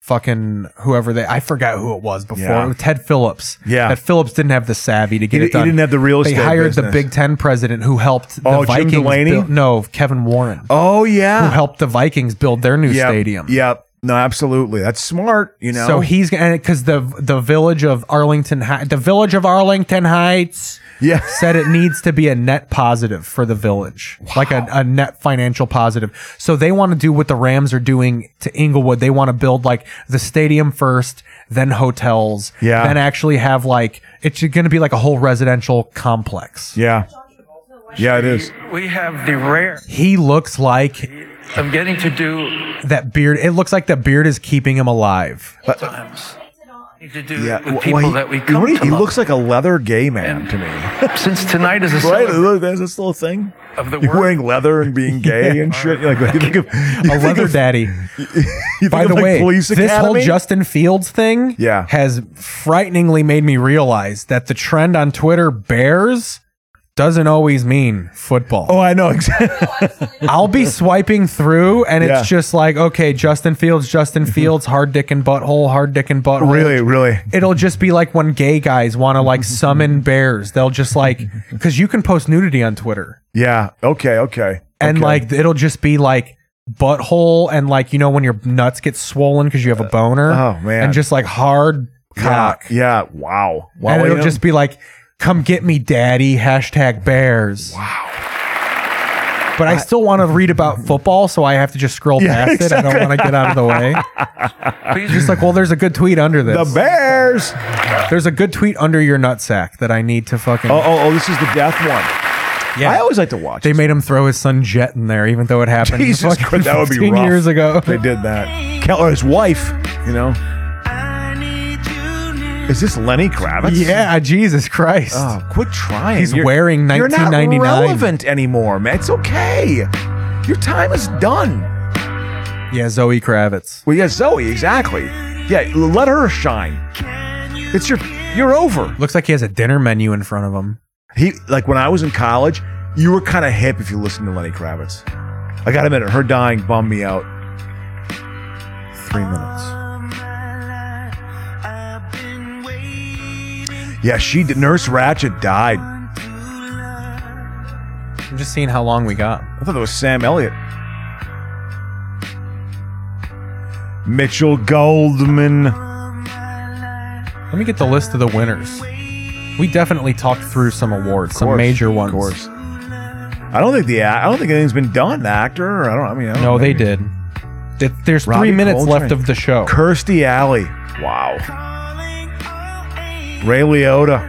Speaker 3: fucking whoever they. I forgot who it was before.
Speaker 1: Yeah.
Speaker 3: Ted Phillips.
Speaker 1: Yeah.
Speaker 3: That Phillips didn't have the savvy to get
Speaker 1: He
Speaker 3: it
Speaker 1: di- he
Speaker 3: done.
Speaker 1: didn't have the real
Speaker 3: They
Speaker 1: estate
Speaker 3: hired the
Speaker 1: business.
Speaker 3: Big Ten president who helped the
Speaker 1: Oh, Jim
Speaker 3: Vikings.
Speaker 1: Delaney?
Speaker 3: build- no, Kevin Warren.
Speaker 1: oh
Speaker 3: Who
Speaker 1: yeah,
Speaker 3: helped the Vikings build their new
Speaker 1: Yep,
Speaker 3: stadium?
Speaker 1: Yep, no, absolutely. That's smart. You know,
Speaker 3: So he's gonna because the the village of Arlington, Hi- the village of Arlington Heights,
Speaker 1: Yeah.
Speaker 3: *laughs* said it needs to be a net positive for the village, like a, a net financial positive. So they want to do what the Rams are doing to Inglewood. They want to build like the stadium first, then hotels,
Speaker 1: Yeah.
Speaker 3: then actually have like it's going to be like a whole residential complex.
Speaker 1: yeah, yeah, it is.
Speaker 4: We have the rare
Speaker 3: He looks like
Speaker 4: of getting to do
Speaker 3: that beard. It looks like the beard is keeping him alive.
Speaker 4: times to do
Speaker 1: Yeah,
Speaker 4: with
Speaker 1: well,
Speaker 4: people
Speaker 1: he-
Speaker 4: that we
Speaker 1: you know
Speaker 4: come
Speaker 3: *laughs*
Speaker 1: what he,
Speaker 4: to
Speaker 1: he
Speaker 4: love.
Speaker 1: looks like a leather gay man to me.
Speaker 4: Since tonight is a
Speaker 1: Right?
Speaker 4: celebration
Speaker 1: Look, there's this little thing
Speaker 4: of the
Speaker 1: You're
Speaker 4: work,
Speaker 1: wearing leather and being gay and shit. Like, you think of, you
Speaker 3: a
Speaker 1: think
Speaker 3: leather
Speaker 1: of-
Speaker 3: daddy.
Speaker 1: *laughs* You think
Speaker 3: By
Speaker 1: of,
Speaker 3: the
Speaker 1: like,
Speaker 3: way,
Speaker 1: police
Speaker 3: this whole
Speaker 1: academy?
Speaker 3: Justin Fields thing
Speaker 1: Yeah.
Speaker 3: has frighteningly made me realize that the trend on Twitter bears doesn't always mean football.
Speaker 1: Oh, I know *laughs* exactly.
Speaker 3: I'll be swiping through and it's
Speaker 1: Yeah. Mm-hmm.
Speaker 3: just like, okay, Justin Fields, Justin Fields, hard dick and butthole, hard dick and butthole.
Speaker 1: really, Mm-hmm. really.
Speaker 3: It'll just be like when gay guys want to like summon bears. They'll just like,
Speaker 1: Mm-hmm.
Speaker 3: because you can post nudity on Twitter
Speaker 1: Yeah. Okay. Okay.
Speaker 3: and
Speaker 1: okay.
Speaker 3: like it'll just be like butthole and like you know when your nuts get swollen because you have a boner
Speaker 1: oh, man.
Speaker 3: and just like hard
Speaker 1: yeah,
Speaker 3: cock
Speaker 1: yeah. Wow. Wow.
Speaker 3: and
Speaker 1: you
Speaker 3: it'll
Speaker 1: know?
Speaker 3: just be like come get me daddy hashtag bears wow but I still want to read about football, so I have to just scroll
Speaker 1: *laughs* Yeah,
Speaker 3: past it. I don't want to get out of the way.
Speaker 4: please
Speaker 3: Just like, well, there's a good tweet under this.
Speaker 1: the Bears.
Speaker 3: there's a good tweet under your nutsack that I need to fucking.
Speaker 1: Oh, oh, oh, this is the death one.
Speaker 3: yeah.
Speaker 1: I always like to watch.
Speaker 3: they
Speaker 1: this.
Speaker 3: made him throw his son Jet in there, even though it happened.
Speaker 1: *laughs* Jesus
Speaker 3: *laughs* fucking
Speaker 1: Christ, that would be
Speaker 3: 15
Speaker 1: rough.
Speaker 3: years ago.
Speaker 1: They did that. Kel or his wife. You know. Is this Lenny Kravitz?
Speaker 3: Yeah, Jesus Christ.
Speaker 1: Oh, quit trying.
Speaker 3: He's wearing
Speaker 1: You're
Speaker 3: 1999.
Speaker 1: not relevant anymore, man. It's okay. Your time is done.
Speaker 3: Yeah, Zoe Kravitz.
Speaker 1: Well, yeah, Zoe, exactly. Yeah, let her shine. It's your, you're over.
Speaker 3: Looks like he has a dinner menu in front of him.
Speaker 1: He like when I was in college, you were kind of hip if you listened to Lenny Kravitz. I gotta admit, it, her dying bummed me out. Three minutes. Yeah, she did. Nurse Ratchet died.
Speaker 3: I'm just seeing how long we got.
Speaker 1: I thought that was Sam Elliott. Mitchell Goldman.
Speaker 3: Let me get the list of the winners. We definitely talked through some awards, some
Speaker 1: course,
Speaker 3: major ones.
Speaker 1: Of course. I don't think the I don't think anything's been done. The actor. I don't. I mean, I don't
Speaker 3: No,
Speaker 1: know.
Speaker 3: they did. Th- There's
Speaker 1: Robbie
Speaker 3: three minutes
Speaker 1: Coltrane.
Speaker 3: left of the show.
Speaker 1: Kirstie Alley. Wow. Ray Liotta.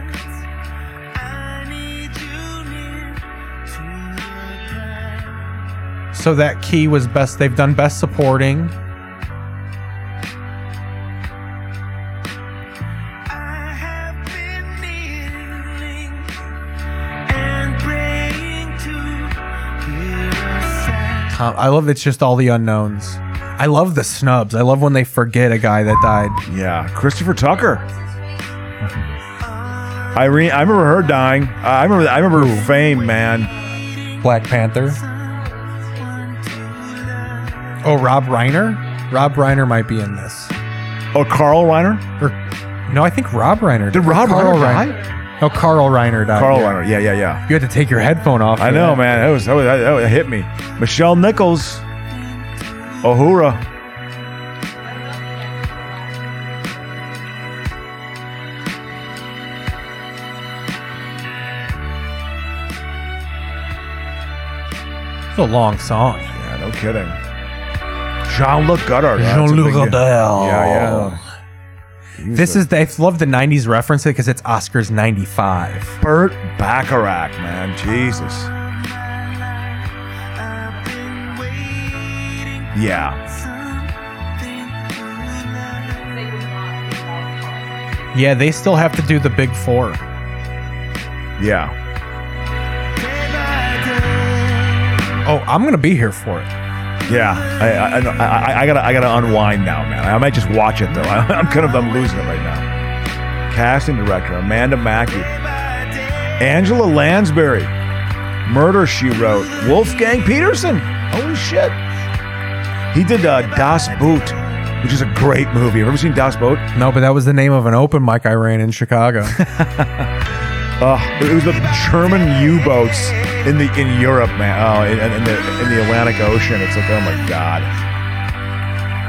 Speaker 3: So that key was best. They've done best supporting. Tom, Um, I love it's just all the unknowns. I love the snubs. I love when they forget a guy that died.
Speaker 1: Yeah, Christopher Tucker. Irene. I remember her dying. Uh, I remember. I remember her fame, man.
Speaker 3: Black Panther. Oh, Rob Reiner? Rob Reiner might be in this.
Speaker 1: Oh, Carl Reiner.
Speaker 3: Or, no, I think Rob Reiner.
Speaker 1: Did Rob
Speaker 3: Carl
Speaker 1: Reiner die?
Speaker 3: No, Carl Reiner died.
Speaker 1: Carl
Speaker 3: Uh, yeah.
Speaker 1: Reiner. Yeah, yeah, yeah.
Speaker 3: You had to take your headphone off.
Speaker 1: I
Speaker 3: for
Speaker 1: know,
Speaker 3: that.
Speaker 1: man. That was, that was that was- that hit me. Michelle Nichols. Uhura.
Speaker 3: It's a long song.
Speaker 1: Yeah, no kidding. Jean Luc Godard. Yeah, that's a
Speaker 3: Jean-Luc
Speaker 1: big deal.
Speaker 3: Godard.
Speaker 1: Yeah, yeah.
Speaker 3: This is, I love the 90s reference because it's Oscars 95.
Speaker 1: Burt Bacharach, man. Jesus. Yeah.
Speaker 3: Yeah, they still have to do the big four.
Speaker 1: Yeah.
Speaker 3: Oh, I'm going to be here for it.
Speaker 1: Yeah. I, I, I, I, I gotta I gotta unwind now, man. I might just watch it though. *laughs* I'm kind of I'm losing it right now. Casting director Amanda Mackey, Angela Lansbury, Murder She Wrote, Wolfgang Peterson. Holy shit! He did uh, Das Boot, which is a great movie. Have you ever seen Das Boot?
Speaker 3: No, Oh, but that was the name of an open mic I ran in
Speaker 15: *laughs*
Speaker 3: Chicago.
Speaker 1: Uh, it was the German U-boats in the in Europe, man. Oh, in, in the in the Atlantic Ocean. It's like, oh my god,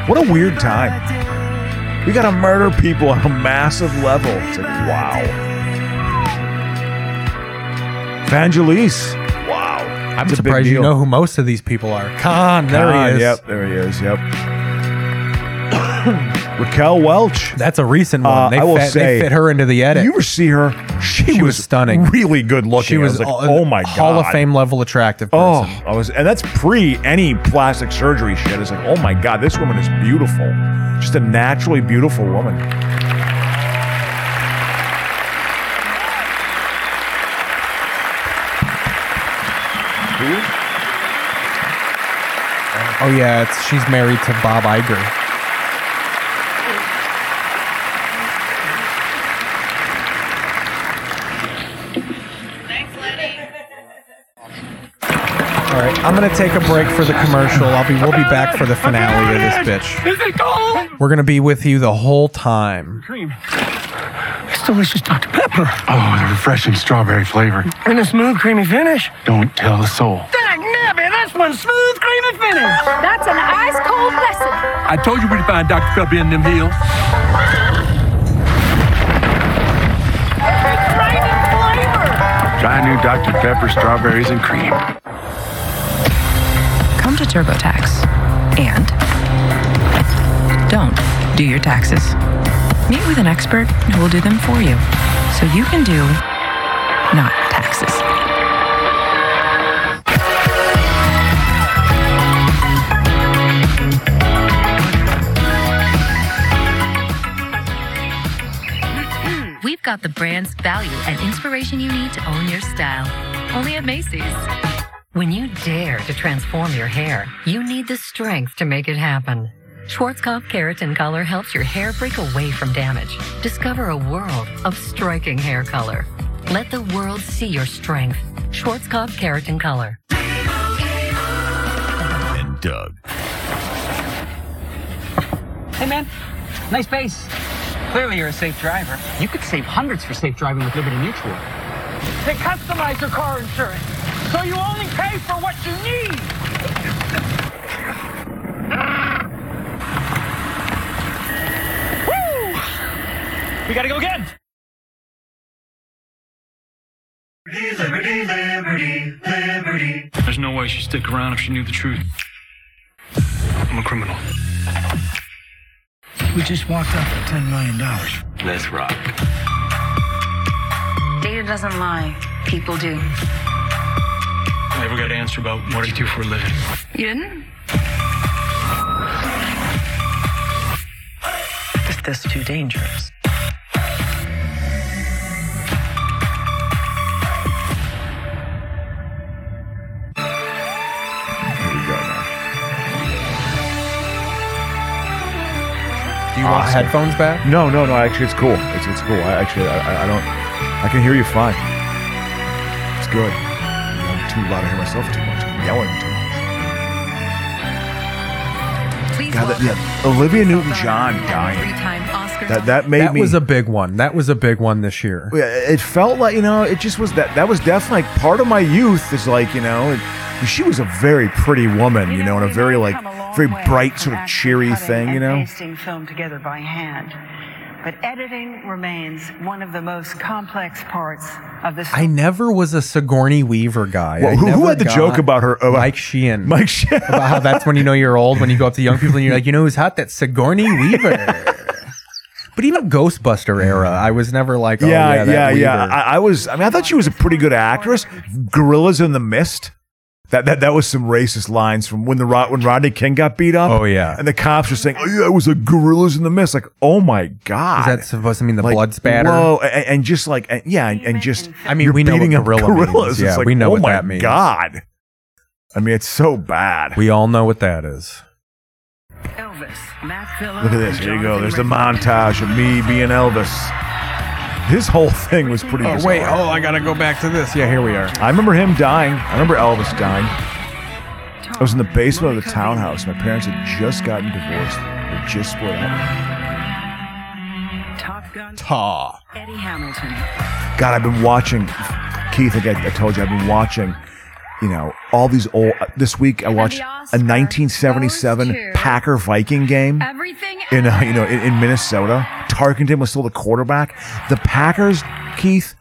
Speaker 1: what a weird time. We gotta murder people on a massive level. It's like, wow. Vangelis, wow.
Speaker 3: I'm
Speaker 1: It's a big
Speaker 3: surprised you
Speaker 1: deal.
Speaker 3: know who most of these people are. Khan, there
Speaker 1: Khan,
Speaker 3: he is.
Speaker 1: Yep, there he is. Yep. Raquel Welch.
Speaker 3: That's a recent one.
Speaker 1: Uh,
Speaker 3: they,
Speaker 1: I will
Speaker 3: fit,
Speaker 1: say,
Speaker 3: they fit her into the edit.
Speaker 1: You ever see her? She,
Speaker 3: She was stunning.
Speaker 1: Really good looking.
Speaker 3: she
Speaker 1: I
Speaker 3: was,
Speaker 1: like,
Speaker 3: all-
Speaker 1: oh my
Speaker 3: Hall
Speaker 1: god,
Speaker 3: of Fame level attractive.
Speaker 1: Oh,
Speaker 3: Person.
Speaker 1: I was, and that's pre any plastic surgery shit. It's like, oh my god, this woman is beautiful, just a naturally beautiful woman.
Speaker 3: Oh yeah, it's, she's married to Bob Iger. All right, I'm gonna take a break for the commercial. I'll be we'll be back for the finale of this bitch.
Speaker 15: Is it gold?
Speaker 3: We're gonna be with you the whole time.
Speaker 15: Cream. It's *laughs* delicious Dr. Pepper. Oh, the refreshing strawberry flavor.
Speaker 41: And a smooth, creamy finish.
Speaker 15: Don't tell a soul.
Speaker 41: Dang nabbit, that's one smooth, creamy finish.
Speaker 42: That's an ice cold blessing.
Speaker 15: I told you we'd find Dr. Pepper in them hills.
Speaker 43: Try new Dr. Pepper strawberries and cream.
Speaker 6: Come to TurboTax and don't do your taxes. Meet with an expert who will do them for you so you can do not taxes.
Speaker 11: We've got the brands, value, and inspiration you need to own your style. Only at Macy's. When you dare to transform your hair, you need the strength to make it happen. Schwarzkopf Keratin Color helps your hair break away from damage. Discover a world of striking hair color. Let the world see your strength. Schwarzkopf Keratin Color.
Speaker 44: And Doug.
Speaker 13: Hey, man. Nice base. Clearly, you're a safe driver. You could save hundreds for safe driving with Liberty Mutual.
Speaker 15: They customize your car insurance, so you only pay for what you need.
Speaker 41: We gotta go again.
Speaker 15: Liberty, liberty, liberty. There's no way she'd stick around if she knew the truth. I'm a criminal.
Speaker 20: We just walked up at $10 million.
Speaker 15: Let's rock.
Speaker 6: Data doesn't lie, people do.
Speaker 15: Never got an answer about what I do for a living.
Speaker 6: You didn't?
Speaker 13: Is this too dangerous?
Speaker 1: Here we go.
Speaker 3: Do
Speaker 1: Man. Uh,
Speaker 3: you want
Speaker 1: Awesome.
Speaker 3: headphones back?
Speaker 1: No, no, no. Actually, it's cool. It's, it's cool. I actually, I, I- I don't. I can hear you fine. It's good. I'm too loud. I hear myself too much. I'm yelling too much.
Speaker 45: Please
Speaker 1: God, that,
Speaker 45: welcome
Speaker 1: yeah, Olivia Newton-John dying.
Speaker 45: three-time Oscar
Speaker 1: That that made
Speaker 3: that
Speaker 1: me.
Speaker 3: was a big one. That was a big one this year.
Speaker 1: Yeah, it felt like you know. It just was that. That was definitely like part of my youth. Is like you know. It, she was a very pretty woman, you know, and a very like very bright, sort of cheery thing, you know.
Speaker 46: pasting film together by hand.
Speaker 2: but editing remains one of the most complex parts of this.
Speaker 3: I never was a Sigourney Weaver guy.
Speaker 1: Well,
Speaker 3: I
Speaker 1: who, who
Speaker 3: never
Speaker 1: had the
Speaker 3: got
Speaker 1: joke about her? About
Speaker 3: Mike Sheehan.
Speaker 1: Mike Sheehan.
Speaker 3: about how that's when you know you're old when you go up to young people and you're like, you know who's hot? That Sigourney
Speaker 1: *laughs*
Speaker 3: Weaver. but even Ghostbuster era, I was never like, oh, yeah,
Speaker 1: yeah,
Speaker 3: that
Speaker 1: yeah, yeah.
Speaker 3: Weaver.
Speaker 1: I, I was. I mean, I thought she was a pretty good actress. Gorillas in the Mist. That, that, that was some racist lines from when the Rod- when Rodney King got beat up.
Speaker 3: Oh, yeah.
Speaker 1: and the cops were saying, "Oh yeah, it was a Gorillas in the Mist." Like, oh my god,
Speaker 3: Is that supposed to mean the
Speaker 1: Like,
Speaker 3: blood spatter?
Speaker 1: Whoa, a- a- and, just like and, yeah, and, and just
Speaker 3: I mean,
Speaker 1: you're
Speaker 3: we know what
Speaker 1: beating up
Speaker 3: gorilla means.
Speaker 1: gorillas.
Speaker 3: Yeah,
Speaker 1: it's like,
Speaker 3: we know
Speaker 1: oh
Speaker 3: what
Speaker 1: my
Speaker 3: that means.
Speaker 1: God, I mean, it's so bad.
Speaker 3: We all know what that is.
Speaker 2: Elvis, Matt Phillips.
Speaker 1: Look at this. Here you go. There's the montage of me being Elvis. His whole thing was pretty.
Speaker 3: Oh,
Speaker 1: bizarre.
Speaker 3: wait. Oh, I got to go back to this. Yeah, here we are.
Speaker 1: I remember him dying. I remember Elvis dying. I was in the basement of the townhouse. My parents had just gotten divorced. They just split up.
Speaker 2: Top Gun.
Speaker 1: Ta.
Speaker 2: Eddie Hamilton.
Speaker 1: God, I've been watching. Keith, like I, I told you, I've been watching. You know, all these old. This week, I watched a 1977 Packer Viking game.
Speaker 18: Everything
Speaker 1: in uh, you know in, in Minnesota. Tarkenton was still the quarterback. The Packers, Keith,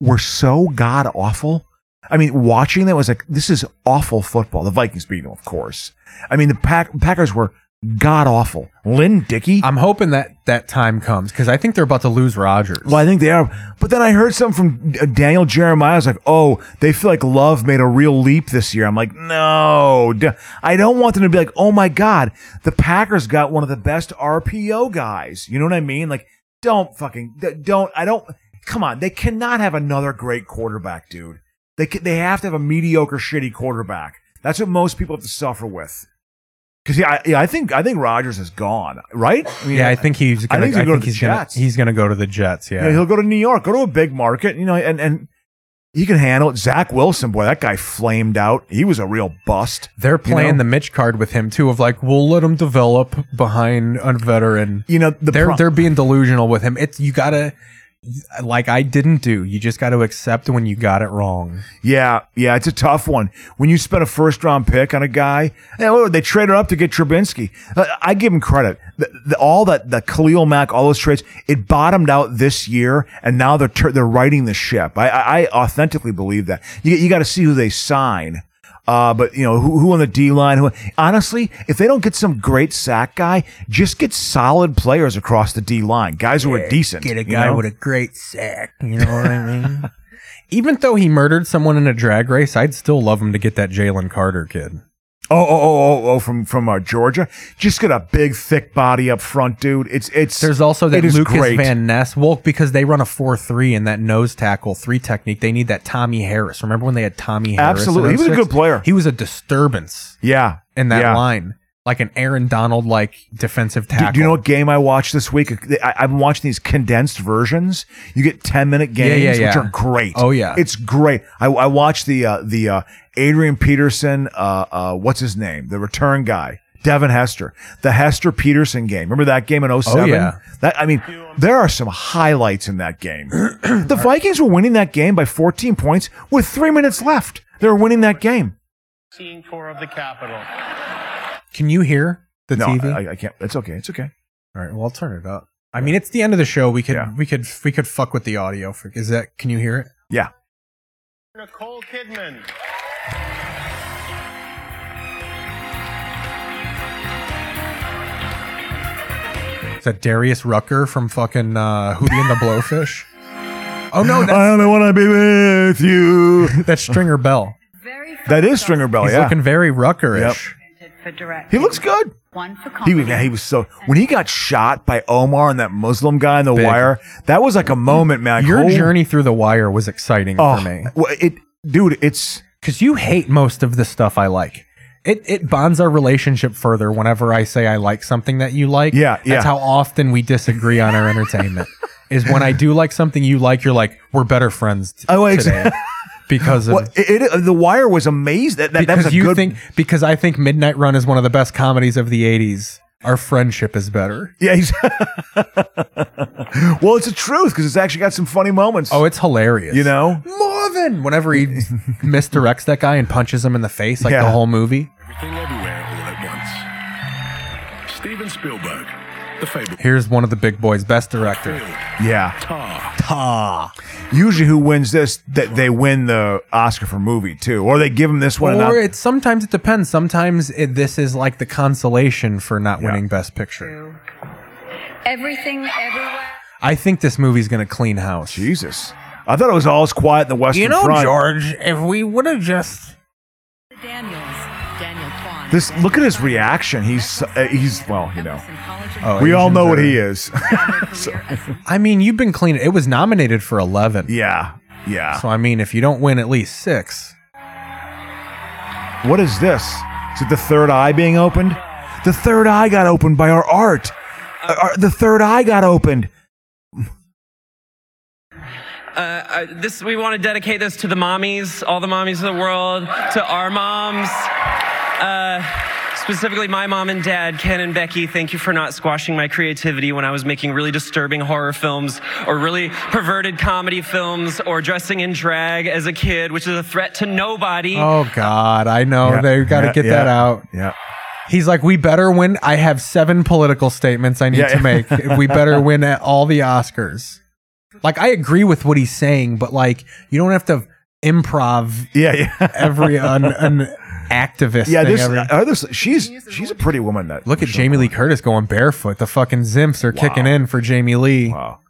Speaker 1: were so god awful. I mean, watching that was like this is awful football. The Vikings beat them, of course. I mean, the Pack- Packers were god awful. Lynn Dickey.
Speaker 3: I'm hoping that that time comes because I think they're about to lose Rodgers.
Speaker 1: Well, I think they are. But then I heard something from uh, Daniel Jeremiah. I was like, oh, they feel like love made a real leap this year. I'm like, no. d- I don't want them to be like, oh my God, the Packers got one of the best RPO guys. You know what I mean? Like, don't fucking, d- don't, I don't, come on. They cannot have another great quarterback, dude. They, ca- they have to have a mediocre, shitty quarterback. That's what most people have to suffer with. Because yeah, I, yeah, I think I think Rodgers is gone, right? I mean,
Speaker 3: yeah, I think he's gonna. I think,
Speaker 1: he's going to the
Speaker 3: he's gonna.
Speaker 1: Jets.
Speaker 3: He's gonna go to the Jets.
Speaker 1: You know,
Speaker 3: Yeah.
Speaker 1: he'll go to New York, go to a big market, you know, and and he can handle it. Zach Wilson, boy, that guy flamed out. He was a real bust.
Speaker 3: They're
Speaker 1: you know?
Speaker 3: playing the Mitch card with him too, of like we'll let him develop behind a veteran.
Speaker 1: You know, the
Speaker 3: they're
Speaker 1: pro-
Speaker 3: they're being delusional with him. It's you gotta, like I didn't do. You just got to accept when you got it wrong.
Speaker 1: Yeah, yeah, it's a tough one. When you spend a first round pick on a guy, hey, oh, they traded up to get Trubinsky. I, I give him credit. The, the, all that the Khalil Mack, all those trades, it bottomed out this year, and now they're tur they're righting the ship. I, I, I authentically believe that. You you got to see who they sign. Uh, but you know who, who on the D line? Who honestly, if they don't get some great sack guy, just get solid players across the D line, guys who are decent.
Speaker 3: Get a
Speaker 1: you
Speaker 3: guy
Speaker 1: know?
Speaker 3: with a great sack. You know what I mean? *laughs* Even though he murdered someone in a drag race, I'd still love him to get that Jalen Carter kid.
Speaker 1: Oh, oh, oh, oh, oh, from from uh, Georgia. Just got a big, thick body up front, dude. It's it's.
Speaker 3: There's also that
Speaker 1: it is
Speaker 3: Lucas
Speaker 1: great.
Speaker 3: Van Ness. Well, because they run a four three and that nose tackle three technique, they need that Tommy Harris. Remember when they had Tommy Harris? in
Speaker 1: Absolutely. He was a
Speaker 3: 06?
Speaker 1: good player.
Speaker 3: He was a disturbance
Speaker 1: Yeah,
Speaker 3: in that
Speaker 1: yeah.
Speaker 3: line, like an Aaron Donald like defensive
Speaker 1: Do,
Speaker 3: tackle.
Speaker 1: do you know what game I watched this week? I, I've been watching these condensed versions. You get ten minute
Speaker 3: Yeah,
Speaker 1: games,
Speaker 3: yeah,
Speaker 1: which
Speaker 3: yeah.
Speaker 1: are great.
Speaker 3: Oh, yeah.
Speaker 1: it's great. I, I watched the uh, the uh, Adrian Peterson. Uh, uh, what's his name? The return guy, Devin Hester. The Hester Peterson game. Remember that game in 07?
Speaker 3: Oh, yeah.
Speaker 1: That I mean, there are some highlights in that game. *clears throat* the Vikings were winning that game by 14 points with three minutes left. They were winning that game.
Speaker 12: Seeing tour of the Capitol.
Speaker 3: Can you hear the
Speaker 1: no,
Speaker 3: TV?
Speaker 1: I, I can't. It's okay. It's okay.
Speaker 3: All right, well, I'll turn it up. I mean, it's the end of the show. We could we could we could fuck with the audio. For, is that? Can you hear it?
Speaker 1: Yeah.
Speaker 12: Nicole Kidman.
Speaker 3: Is that Darius Rucker from fucking uh, Hootie and the Blowfish? Oh no, that's,
Speaker 1: I only want to be with you.
Speaker 3: *laughs* that's Stringer Bell.
Speaker 1: That is Stringer Bell.
Speaker 3: He's
Speaker 1: yeah,
Speaker 3: looking very Ruckerish.
Speaker 2: For direct.
Speaker 1: he looks good.
Speaker 2: One for
Speaker 1: He was, yeah, he was so when he got shot by Omar and that Muslim guy in the
Speaker 3: Big.
Speaker 1: wire. That was like a moment, man. Like,
Speaker 3: Your
Speaker 1: holy-
Speaker 3: journey through the wire was exciting
Speaker 1: *laughs* Oh,
Speaker 3: for me
Speaker 1: well, it, dude. It's
Speaker 3: because you hate most of the stuff I like. It it bonds our relationship further whenever I say I like something that you like.
Speaker 1: Yeah, yeah.
Speaker 3: That's how often we disagree on our
Speaker 1: *laughs*
Speaker 3: entertainment. Is when I do like something you like, you're like we're better friends t-
Speaker 1: Oh, ex- *laughs*
Speaker 3: today because of
Speaker 1: Well, it, it- the wire was amazed. That, that, that
Speaker 3: because
Speaker 1: was a
Speaker 3: you
Speaker 1: good.
Speaker 3: think because I think Midnight Run is one of the best comedies of the '80s. Our friendship is better.
Speaker 1: yeah. He's *laughs* *laughs* well, it's the truth because it's actually got some funny moments.
Speaker 3: Oh, it's hilarious.
Speaker 1: you know.
Speaker 3: Marvin. Whenever
Speaker 1: *laughs*
Speaker 3: he misdirects that guy and punches him in the face, like
Speaker 1: Yeah.
Speaker 3: the whole movie.
Speaker 12: Everything everywhere all at once. Steven Spielberg.
Speaker 1: *laughs*
Speaker 3: Here's one of the big boys, best director.
Speaker 1: Yeah.
Speaker 7: Ah.
Speaker 1: Ta. Usually, who wins this? That they win the Oscar for movie too, or they give them this one. and
Speaker 3: Or
Speaker 1: not-
Speaker 3: it sometimes it depends. Sometimes it, this is like the consolation for not winning Best Picture.
Speaker 11: Everything, everywhere.
Speaker 3: I think this movie's gonna clean house.
Speaker 1: Jesus, I thought it was All's Quiet in the Western
Speaker 7: you know,
Speaker 1: Front.
Speaker 7: George, if we would have just
Speaker 1: This look at his reaction. He's uh, he's well, you know.
Speaker 3: Oh,
Speaker 1: we all
Speaker 3: Asians
Speaker 1: know what
Speaker 3: are-
Speaker 1: he is. *laughs* So-
Speaker 3: I mean, you've been clean. It was nominated for eleven.
Speaker 1: Yeah, yeah.
Speaker 3: So I mean, if you don't win at least six,
Speaker 1: what is this? Is it the third eye being opened? The third eye got opened by our art. Uh, our- the third eye got opened.
Speaker 32: Uh, uh, this we want to dedicate this to the mommies, all the mommies of the world, to our moms. Uh, Specifically, my mom and dad, Ken and Becky, thank you for not squashing my creativity when I was making really disturbing horror films or really perverted comedy films or dressing in drag as a kid, which is a threat to nobody.
Speaker 3: oh God, I know
Speaker 1: Yeah,
Speaker 3: they got to
Speaker 1: yeah,
Speaker 3: get that
Speaker 1: yeah,
Speaker 3: out.
Speaker 1: Yeah.
Speaker 3: He's like, we better win. I have seven political statements I need
Speaker 1: Yeah.
Speaker 3: to
Speaker 1: *laughs*
Speaker 3: make. we better win at all the Oscars. Like, I agree with what he's saying, but like, you don't have to improv.
Speaker 1: Yeah, yeah. *laughs*
Speaker 3: every an, an activist.
Speaker 1: Yeah,
Speaker 3: thing
Speaker 1: this,
Speaker 3: every-
Speaker 1: uh, this she's she's a pretty woman. That
Speaker 3: Look at Jamie Lee Curtis going barefoot. The fucking zimps are kicking in for Jamie Lee.
Speaker 1: Wow.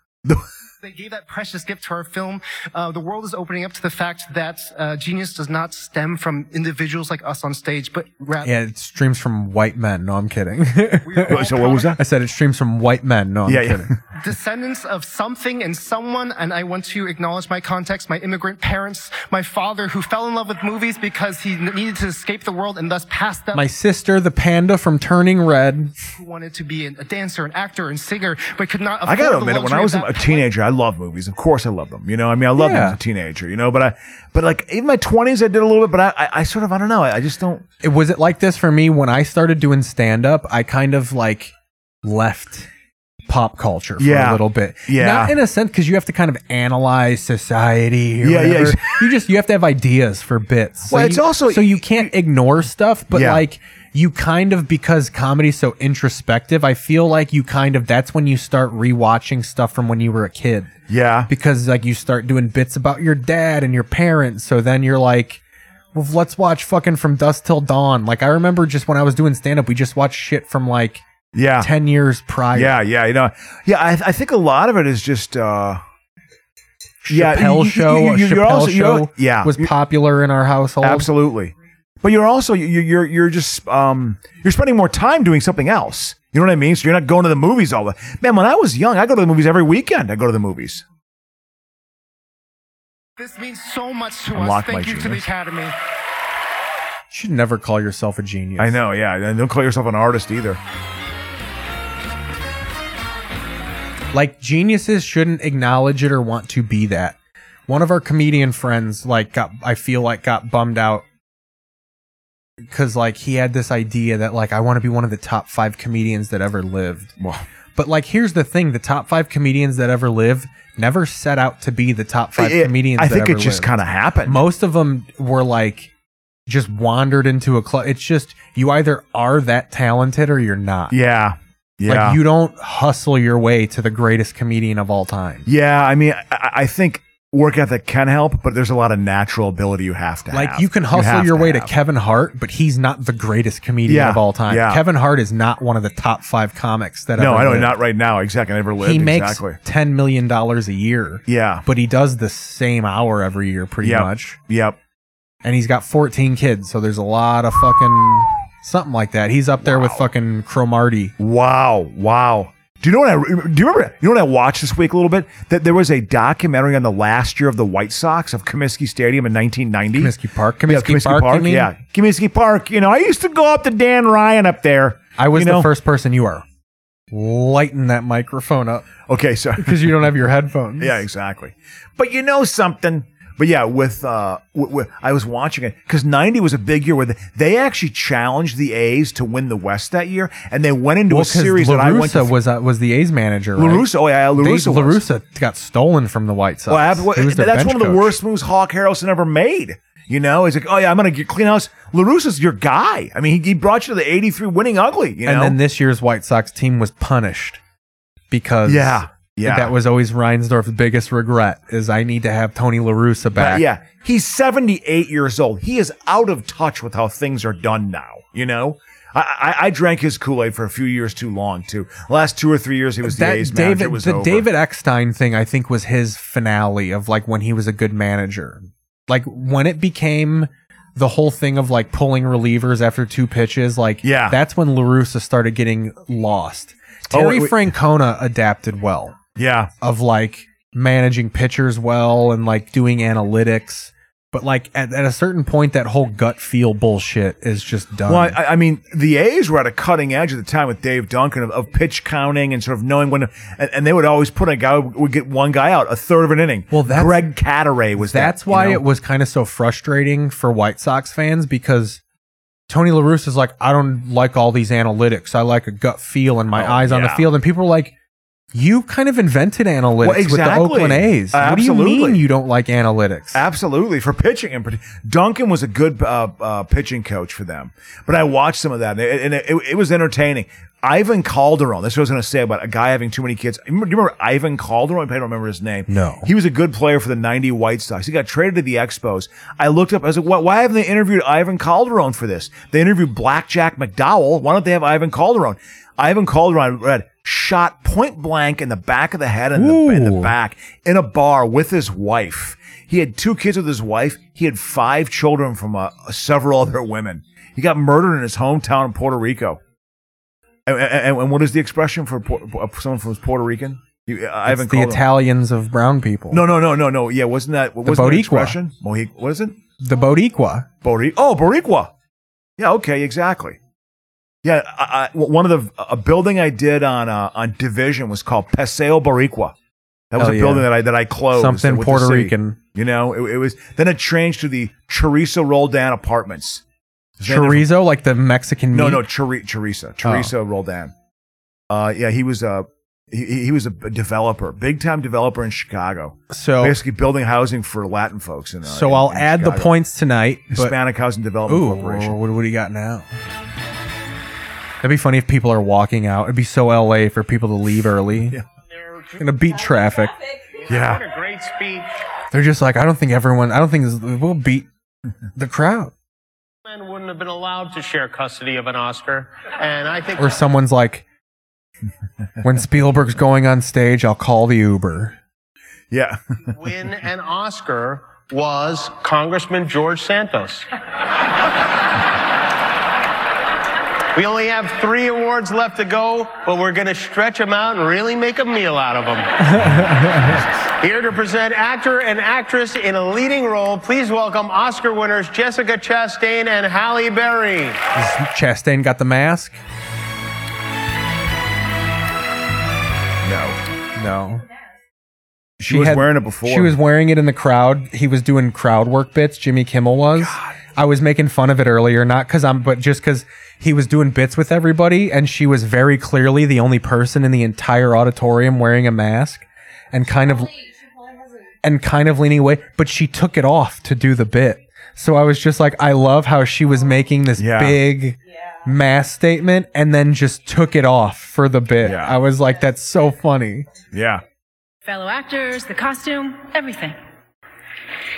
Speaker 16: They gave that precious gift to our film. Uh, the world is opening up to the fact that uh, genius does not stem from individuals like us on stage, but rather.
Speaker 3: Yeah, it streams from white men. No, I'm kidding.
Speaker 1: *laughs* so what was that?
Speaker 3: I said it streams from white men. No, I'm
Speaker 1: Yeah, yeah.
Speaker 3: kidding.
Speaker 16: descendants of something and someone, and I want to acknowledge my context, my immigrant parents, my father who fell in love with movies because he n- needed to escape the world and thus passed *laughs* that
Speaker 3: My sister, the panda from Turning Red.
Speaker 16: who wanted to be an, a dancer, an actor, and singer, but could not
Speaker 1: I
Speaker 16: afford
Speaker 1: gotta
Speaker 16: the
Speaker 1: admit, it, when
Speaker 16: luxury
Speaker 1: I
Speaker 16: of
Speaker 1: was
Speaker 16: that
Speaker 1: a teenager, I loved movies. Of course, I loved them. You know, I mean, I loved
Speaker 16: Yeah.
Speaker 1: them as a teenager. You know, but I, but like in my twenties, I did a little bit, but I, I, I sort of, I don't know, I, I just don't.
Speaker 3: It, was it like this for me when I started doing stand up? I kind of like left pop culture for
Speaker 1: Yeah.
Speaker 3: a little bit.
Speaker 1: Yeah.
Speaker 3: Not in a sense because you have to kind of analyze society. Or
Speaker 1: Yeah, yeah.
Speaker 3: whatever. You just you have to have ideas for bits.
Speaker 1: Well,
Speaker 3: you,
Speaker 1: it's also-
Speaker 3: so you can't ignore stuff, but
Speaker 1: Yeah.
Speaker 3: like you kind of because comedy's so introspective, I feel like you kind of that's when you start rewatching stuff from when you were a kid.
Speaker 1: Yeah.
Speaker 3: Because like you start doing bits about your dad and your parents, so then you're like well, let's watch fucking from dusk till dawn. Like I remember just when I was doing stand up, we just watched shit from like
Speaker 1: yeah
Speaker 3: 10 years prior.
Speaker 1: Yeah, yeah, you know, yeah. I, I think a lot of it is just. uh
Speaker 3: Chappelle Show, Chappelle Show
Speaker 1: yeah,
Speaker 3: was
Speaker 1: you-
Speaker 3: popular in our household.
Speaker 1: Absolutely. But you're also you- you- you're you're just um you're spending more time doing something else. You know what I mean? So you're not going to the movies all the man. When I was young, I go to the movies every weekend. I go to the movies.
Speaker 16: This means so much to
Speaker 1: Unlock
Speaker 16: us. Thank
Speaker 1: my
Speaker 16: you to the
Speaker 1: genius.
Speaker 16: Academy.
Speaker 3: You should never call yourself a genius.
Speaker 1: I know. Yeah, and don't call yourself an artist either.
Speaker 3: Like geniuses shouldn't acknowledge it or want to be that. One of our comedian friends like got I feel like got bummed out cuz like he had this idea that like I want to be one of the top 5 comedians that ever lived. But like here's the thing, the top 5 comedians that ever lived never set out to be the top 5
Speaker 1: It-
Speaker 3: comedians
Speaker 1: I
Speaker 3: that
Speaker 1: think
Speaker 3: ever
Speaker 1: it just
Speaker 3: lived.
Speaker 1: kind of happened.
Speaker 3: Most of them were like just wandered into a club. It's just you either are that talented or you're not.
Speaker 1: Yeah. Yeah.
Speaker 3: Like you don't hustle your way to the greatest comedian of all time.
Speaker 1: Yeah, I mean, I, I think work ethic can help, but there's a lot of natural ability you have to
Speaker 3: Like
Speaker 1: have.
Speaker 3: you can hustle
Speaker 1: have
Speaker 3: your way
Speaker 1: have.
Speaker 3: to Kevin Hart, but he's not the greatest comedian
Speaker 1: Yeah,
Speaker 3: of all time.
Speaker 1: yeah.
Speaker 3: Kevin Hart is not one of the top five comics that
Speaker 1: No,
Speaker 3: ever
Speaker 1: I know
Speaker 3: lived.
Speaker 1: not right now. Exactly, I never lived.
Speaker 3: he makes
Speaker 1: exactly.
Speaker 3: ten million dollars a year.
Speaker 1: Yeah.
Speaker 3: But he does the same hour every year pretty
Speaker 1: Yep,
Speaker 3: much.
Speaker 1: Yep.
Speaker 3: And he's got fourteen kids, so there's a lot of fucking something like that. He's up there with fucking Cromarty.
Speaker 1: Wow, wow. Do you know what I? Do you remember? You know what I watched this week a little bit? That there was a documentary on the last year of the White Sox of Comiskey Stadium in 1990.
Speaker 3: Comiskey Park.
Speaker 1: yeah,
Speaker 3: Comiskey Park, you mean?
Speaker 1: yeah, Comiskey Park. You know, I used to go up to Dan Ryan up there.
Speaker 3: I was
Speaker 1: you
Speaker 3: the
Speaker 1: know?
Speaker 3: first person you are. Lighten that microphone up. *laughs*
Speaker 1: Okay, so
Speaker 3: because you don't have your headphones.
Speaker 1: Yeah, exactly. But you know something. But yeah, with uh, w- w- I was watching it because '90 was a big year where they, they actually challenged the A's to win the West that year, and they went into
Speaker 3: Well,
Speaker 1: a
Speaker 3: 'cause
Speaker 1: series that I went
Speaker 3: LaRussa
Speaker 1: to.
Speaker 3: was uh, was the A's manager. Right?
Speaker 1: LaRusso, oh yeah,
Speaker 3: They-
Speaker 1: LaRusso was.
Speaker 3: LaRussa got stolen from the White Sox.
Speaker 1: well, ab-
Speaker 3: He was their
Speaker 1: that's
Speaker 3: bench
Speaker 1: one of the
Speaker 3: coach.
Speaker 1: worst moves Hawk Harrelson ever made. You know, he's like, oh yeah, I'm gonna get clean house. LaRusso's your guy. I mean, he, he brought you to the '83 winning ugly. You know,
Speaker 3: And then this year's White Sox team was punished because
Speaker 1: Yeah, yeah.
Speaker 3: that was always Reinsdorf's biggest regret is I need to have Tony La Russa
Speaker 1: But,
Speaker 3: back.
Speaker 1: yeah, he's 78 years old. He is out of touch with how things are done now. You know, I I, I drank his Kool Aid for a few years too long too. Last two or three years, he was the A's manager.
Speaker 3: David,
Speaker 1: It was
Speaker 3: the
Speaker 1: over.
Speaker 3: David Eckstein thing, I think, was his finale of like when he was a good manager. Like when it became the whole thing of like pulling relievers after two pitches, like yeah, that's when Larusa started getting lost.
Speaker 1: Oh,
Speaker 3: Terry
Speaker 1: it-
Speaker 3: Francona adapted well.
Speaker 1: Yeah,
Speaker 3: of like managing pitchers well and like doing analytics. But like at, at a certain point, that whole gut feel bullshit is just done.
Speaker 1: Well, I, I mean, the A's were at a cutting edge at the time with Dave Duncan of, of pitch counting and sort of knowing when, to, and, and they would always put a guy would get one guy out a third of an inning. Well, that's, Greg Catteray was that,
Speaker 3: That's why
Speaker 1: you know?
Speaker 3: it was kind of so frustrating for White Sox fans because Tony La Russa is like, I don't like all these analytics. I like a gut feel and my eyes on the
Speaker 1: Oh, yeah.
Speaker 3: field. And people are like, you kind of invented analytics
Speaker 1: exactly.
Speaker 3: with the Oakland A's. What do you mean
Speaker 1: Absolutely.
Speaker 3: you don't like analytics?
Speaker 1: Absolutely for pitching and Duncan was a good uh, uh, pitching coach for them. But I watched some of that and it, and it, it was entertaining. Ivan Calderon. This is what I was going to say about a guy having too many kids. You remember, you remember Ivan Calderon? I don't remember his name.
Speaker 3: No.
Speaker 1: He was a good player for the '90 White Sox. He got traded to the Expos. I looked up. I was like, why, why haven't they interviewed Ivan Calderon for this? They interviewed Blackjack McDowell. Why don't they have Ivan Calderon? Ivan Calderon read shot point blank in the back of the head and the, in the back in a bar with his wife. He had two kids with his wife. He had five children from uh, several *laughs* other women. He got murdered in his hometown in Puerto Rico. And, and, and what is the expression for Puer- uh, someone from Puerto Rican? You, uh,
Speaker 3: It's
Speaker 1: Ivan
Speaker 3: the
Speaker 1: Calderon.
Speaker 3: Italians of brown people.
Speaker 1: No, no, no, no, no. Yeah, wasn't that wasn't that
Speaker 3: Boricua.
Speaker 1: expression? Mohic- what is it?
Speaker 3: The Bodhiqua.
Speaker 1: Bori- oh, Boricua. Yeah, okay, exactly. Yeah, I, I, one of the a building I did on uh, on Division was called Paseo Boricua. That was
Speaker 3: Hell
Speaker 1: a
Speaker 3: yeah.
Speaker 1: building that I that I closed.
Speaker 3: Something
Speaker 1: with the
Speaker 3: Puerto
Speaker 1: city.
Speaker 3: Rican.
Speaker 1: You know, it, it was then it changed to the Chorizo Roldan Apartments. Is that different?
Speaker 3: Chorizo, like the Mexican
Speaker 1: No,
Speaker 3: meat.
Speaker 1: no, Chori- Chorizo. Chorizo
Speaker 3: Oh.
Speaker 1: Roldan. Uh, yeah, he was a he, he was a developer, big time developer in Chicago.
Speaker 3: So-
Speaker 1: basically, building housing for Latin folks. In, uh,
Speaker 3: So
Speaker 1: in-
Speaker 3: I'll
Speaker 1: in
Speaker 3: add the
Speaker 1: Chicago.
Speaker 3: points tonight. but-
Speaker 1: Hispanic Housing Development
Speaker 3: Ooh,
Speaker 1: Corporation.
Speaker 3: What, what do you got now? That'd be funny if people are walking out. It'd be so LA for people to leave
Speaker 1: *laughs*
Speaker 3: early. Yeah. Gonna beat traffic.
Speaker 12: What a great speech.
Speaker 3: They're just like, I don't think everyone, I don't think this, we'll beat the crowd.
Speaker 12: Men wouldn't have been allowed to share custody of an Oscar, and I think
Speaker 3: Or someone's like, when Spielberg's going on stage, I'll call the Uber.
Speaker 1: Yeah.
Speaker 12: win an Oscar was Congressman George Santos. We only have three awards left to go, but we're going to stretch them out and really make a meal out of them. Here to present actor and actress in a leading role, please welcome Oscar winners Jessica Chastain and Halle Berry.
Speaker 3: Chastain got the mask?
Speaker 1: No.
Speaker 3: No.
Speaker 1: She was wearing it before.
Speaker 3: She was wearing it in the crowd. He was doing crowd work bits. Jimmy Kimmel was. I was making fun of it earlier, not because I'm, but just because he was doing bits with everybody, and she was very clearly the only person in the entire auditorium wearing a mask, and kind of, and kind of leaning away. But she took it off to do the bit. So I was just like, I love how she was making this
Speaker 1: Yeah.
Speaker 3: big mass statement, and then just took it off for the bit.
Speaker 1: Yeah.
Speaker 3: I was like, that's so funny.
Speaker 1: Yeah.
Speaker 18: fellow actors, the costume, everything.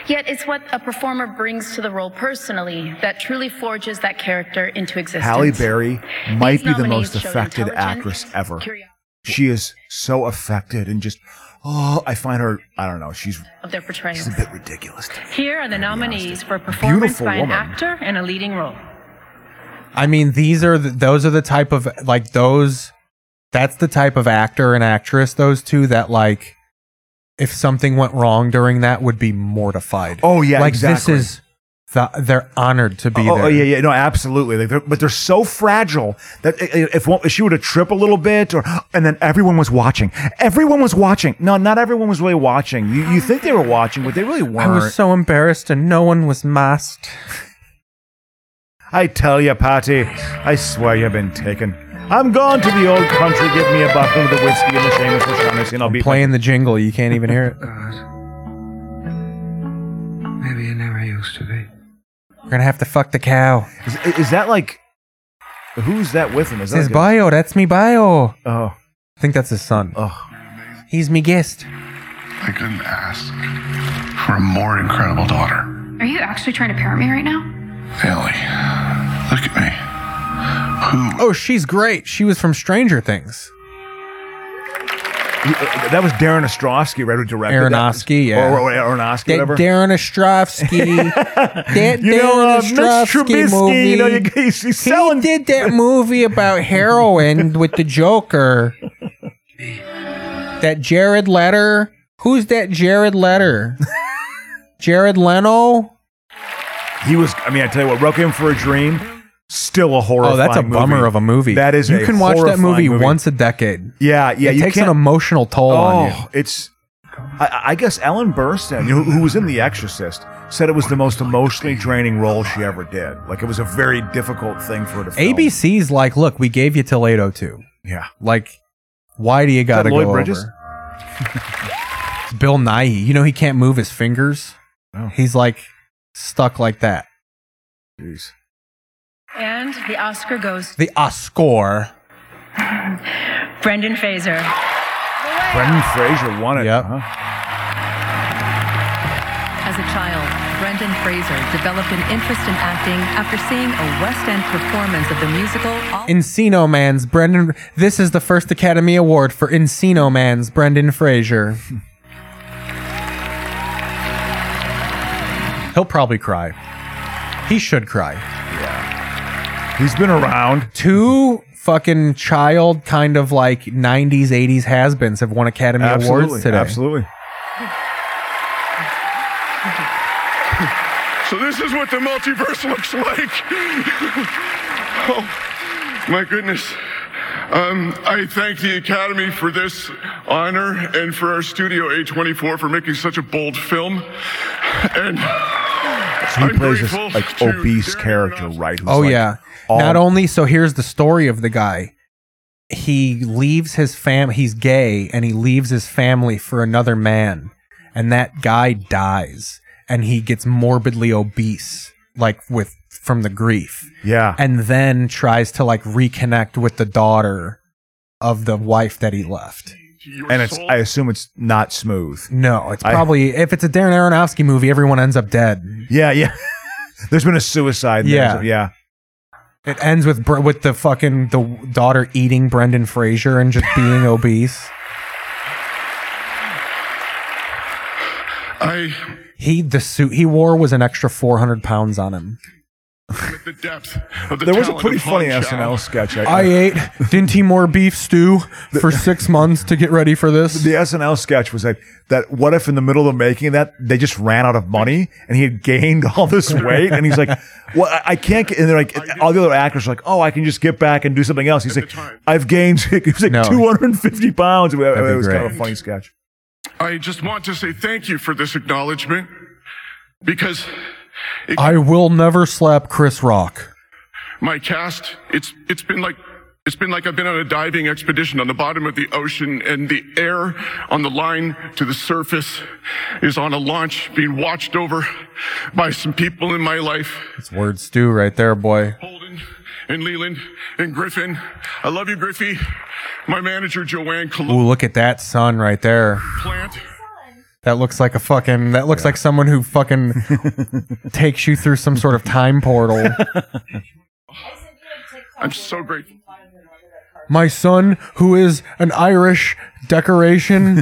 Speaker 18: Yet it's what a performer brings to the role personally that truly forges that character into existence.
Speaker 1: Halle Berry might be the most
Speaker 18: nominees showed
Speaker 1: affected actress ever. She is so affected and just, oh, I find her, I don't know, she's,
Speaker 18: Of their portrayal.
Speaker 1: she's a bit ridiculous. to me.
Speaker 18: Here are the nominees for performance
Speaker 1: Beautiful
Speaker 18: by an
Speaker 1: woman.
Speaker 18: actor in a leading role.
Speaker 3: I mean, these are the, those are the type of like those. That's the type of actor and actress. Those two that like, if something went wrong during that, would be mortified.
Speaker 1: Oh, yeah,
Speaker 3: like
Speaker 1: exactly.
Speaker 3: this is the, they're honored to be
Speaker 1: Oh,
Speaker 3: there.
Speaker 1: oh, yeah, yeah, no, absolutely. Like, they're, but they're so fragile that i- i- if, one, if she were to trip a little bit, or and then everyone was watching. Everyone was watching. No, not everyone was really watching. You, you think they were watching, but they really
Speaker 3: I
Speaker 1: weren't.
Speaker 3: was so embarrassed, and no one was masked.
Speaker 1: I tell you, Patty, I swear you've been taken. I'm gone to the old country. Give me a bucket of the whiskey and the Seamus O'Shaughnessy, and I'll be
Speaker 3: Playing the
Speaker 10: *laughs* Oh,
Speaker 3: jingle, you can't even hear it.
Speaker 10: Maybe you never used to be.
Speaker 3: We're gonna have to fuck the cow.
Speaker 1: Is, is that like who's that with him? Is
Speaker 3: It's
Speaker 1: that
Speaker 3: his
Speaker 1: like a-
Speaker 3: bio. That's me bio.
Speaker 1: Oh,
Speaker 3: I think that's his son.
Speaker 1: Oh,
Speaker 3: he's me guest.
Speaker 17: I couldn't ask for a more incredible daughter.
Speaker 5: Are you actually trying to parent me right now?
Speaker 17: Ellie, look at me.
Speaker 3: Oh, she's great. She was from Stranger Things.
Speaker 1: Uh, that was Darren Ostrowski, right? Who directed that?
Speaker 3: Aronofsky, yeah.
Speaker 1: Or, or Aronofsky,
Speaker 3: That
Speaker 1: whatever.
Speaker 3: Darren
Speaker 1: *laughs*
Speaker 3: Ostrovsky. that
Speaker 1: You know,
Speaker 3: Darren
Speaker 1: uh, Mitch
Speaker 3: Ostrovsky
Speaker 1: Trubisky,
Speaker 3: movie.
Speaker 1: you know, you-
Speaker 3: he did that movie about heroin with the Joker. That Jared Letter. Who's that Jared Letter? Jared Leno?
Speaker 1: He was. I mean, I tell you what, Requiem for a Dream, still a horror.
Speaker 3: Oh, that's a bummer of a movie.
Speaker 1: That is.
Speaker 3: You
Speaker 1: a
Speaker 3: can watch that
Speaker 1: horrifying
Speaker 3: movie, once a decade.
Speaker 1: Yeah, yeah.
Speaker 3: It
Speaker 1: you
Speaker 3: takes an
Speaker 1: can't-
Speaker 3: emotional toll
Speaker 1: oh,
Speaker 3: on you.
Speaker 1: it's. I, I guess Ellen Burstyn, who, who was in The Exorcist, said it was the most emotionally draining role she ever did. Like it was a very difficult thing for her to. Film.
Speaker 3: ABC's like, look, we gave you till 802.
Speaker 1: Yeah.
Speaker 3: Like, why do you got to go
Speaker 1: Lloyd Bridges?
Speaker 3: over? It's *laughs* Bill Nye. You know he can't move his fingers.
Speaker 1: Oh.
Speaker 3: He's like stuck like that.
Speaker 11: And the Oscar goes
Speaker 3: The Oscar.
Speaker 11: Brendan Fraser.
Speaker 1: Brendan Fraser won it. Yep. Huh?
Speaker 25: As a child, Brendan Fraser developed an interest in acting after seeing a West End performance of the musical All
Speaker 3: Encino Man's Brendan. This is the first Academy Award for Encino Man's Brendan
Speaker 1: *laughs*
Speaker 3: Fraser. He'll probably cry. He should cry.
Speaker 1: He's been around.
Speaker 3: Two fucking child kind of like 90s, 80s has beens have won Academy
Speaker 1: Absolutely.
Speaker 3: Awards today.
Speaker 1: Absolutely.
Speaker 31: So this is what the multiverse looks like. *laughs* oh my goodness. Um, I thank the Academy for this honor and for our studio A24 for making such a bold film. And
Speaker 1: So he plays this like obese character, right? who's,
Speaker 3: Oh
Speaker 1: like,
Speaker 3: yeah.
Speaker 1: all-
Speaker 3: Not only so here's the story of the guy. He leaves his fam he's gay and he leaves his family for another man and that guy dies and he gets morbidly obese like with from the grief.
Speaker 1: Yeah.
Speaker 3: And then tries to like reconnect with the daughter of the wife that he left.
Speaker 1: and it's. I assume it's not smooth.
Speaker 3: No, it's
Speaker 1: I-
Speaker 3: probably if it's a Darren Aronofsky movie everyone ends up dead.
Speaker 1: Yeah, yeah. *laughs* There's been a suicide. there,
Speaker 3: Yeah.
Speaker 1: so- yeah.
Speaker 3: *laughs* It ends with Br- with the fucking the daughter eating Brendan Fraser and just
Speaker 1: *laughs*
Speaker 3: being obese.
Speaker 31: I
Speaker 3: He the suit he wore was an extra four hundred pounds on him.
Speaker 31: with the depth of the
Speaker 1: There was a
Speaker 31: talent
Speaker 1: pretty
Speaker 31: of
Speaker 1: funny
Speaker 31: Han
Speaker 1: SNL sketch.
Speaker 3: I ate Dinty more beef stew for six months to get ready for this.
Speaker 1: The SNL sketch was like that. What if in the middle of making that they just ran out of money and he had gained all this weight and
Speaker 3: *laughs*
Speaker 1: he's like, "Well, I- I can't." get And they're like, all the other actors are like, "Oh, I can just get back and do something else." He's like, "I've gained." *laughs* It was like
Speaker 3: No.
Speaker 1: 250 pounds. It
Speaker 3: That'd be
Speaker 1: was kind
Speaker 3: great.
Speaker 1: of a funny sketch.
Speaker 31: I just want to say thank you for this acknowledgement because
Speaker 3: I will never slap Chris Rock.
Speaker 31: my cast it's it's been like it's been like I've been on a diving expedition on the bottom of the ocean and the air on the line to the surface is on a launch being watched over by some people in my life
Speaker 3: It's word stew right there, boy.
Speaker 31: and Leland and Griffin. I love you, Griffey. My manager Joanne Col-
Speaker 3: Ooh, look at that sun right there.
Speaker 31: Plant.
Speaker 3: That looks like a fucking. That looks like someone who
Speaker 1: *laughs*
Speaker 3: fucking takes you through some sort of time portal.
Speaker 31: I'm so grateful.
Speaker 3: My son, who is an Irish decoration.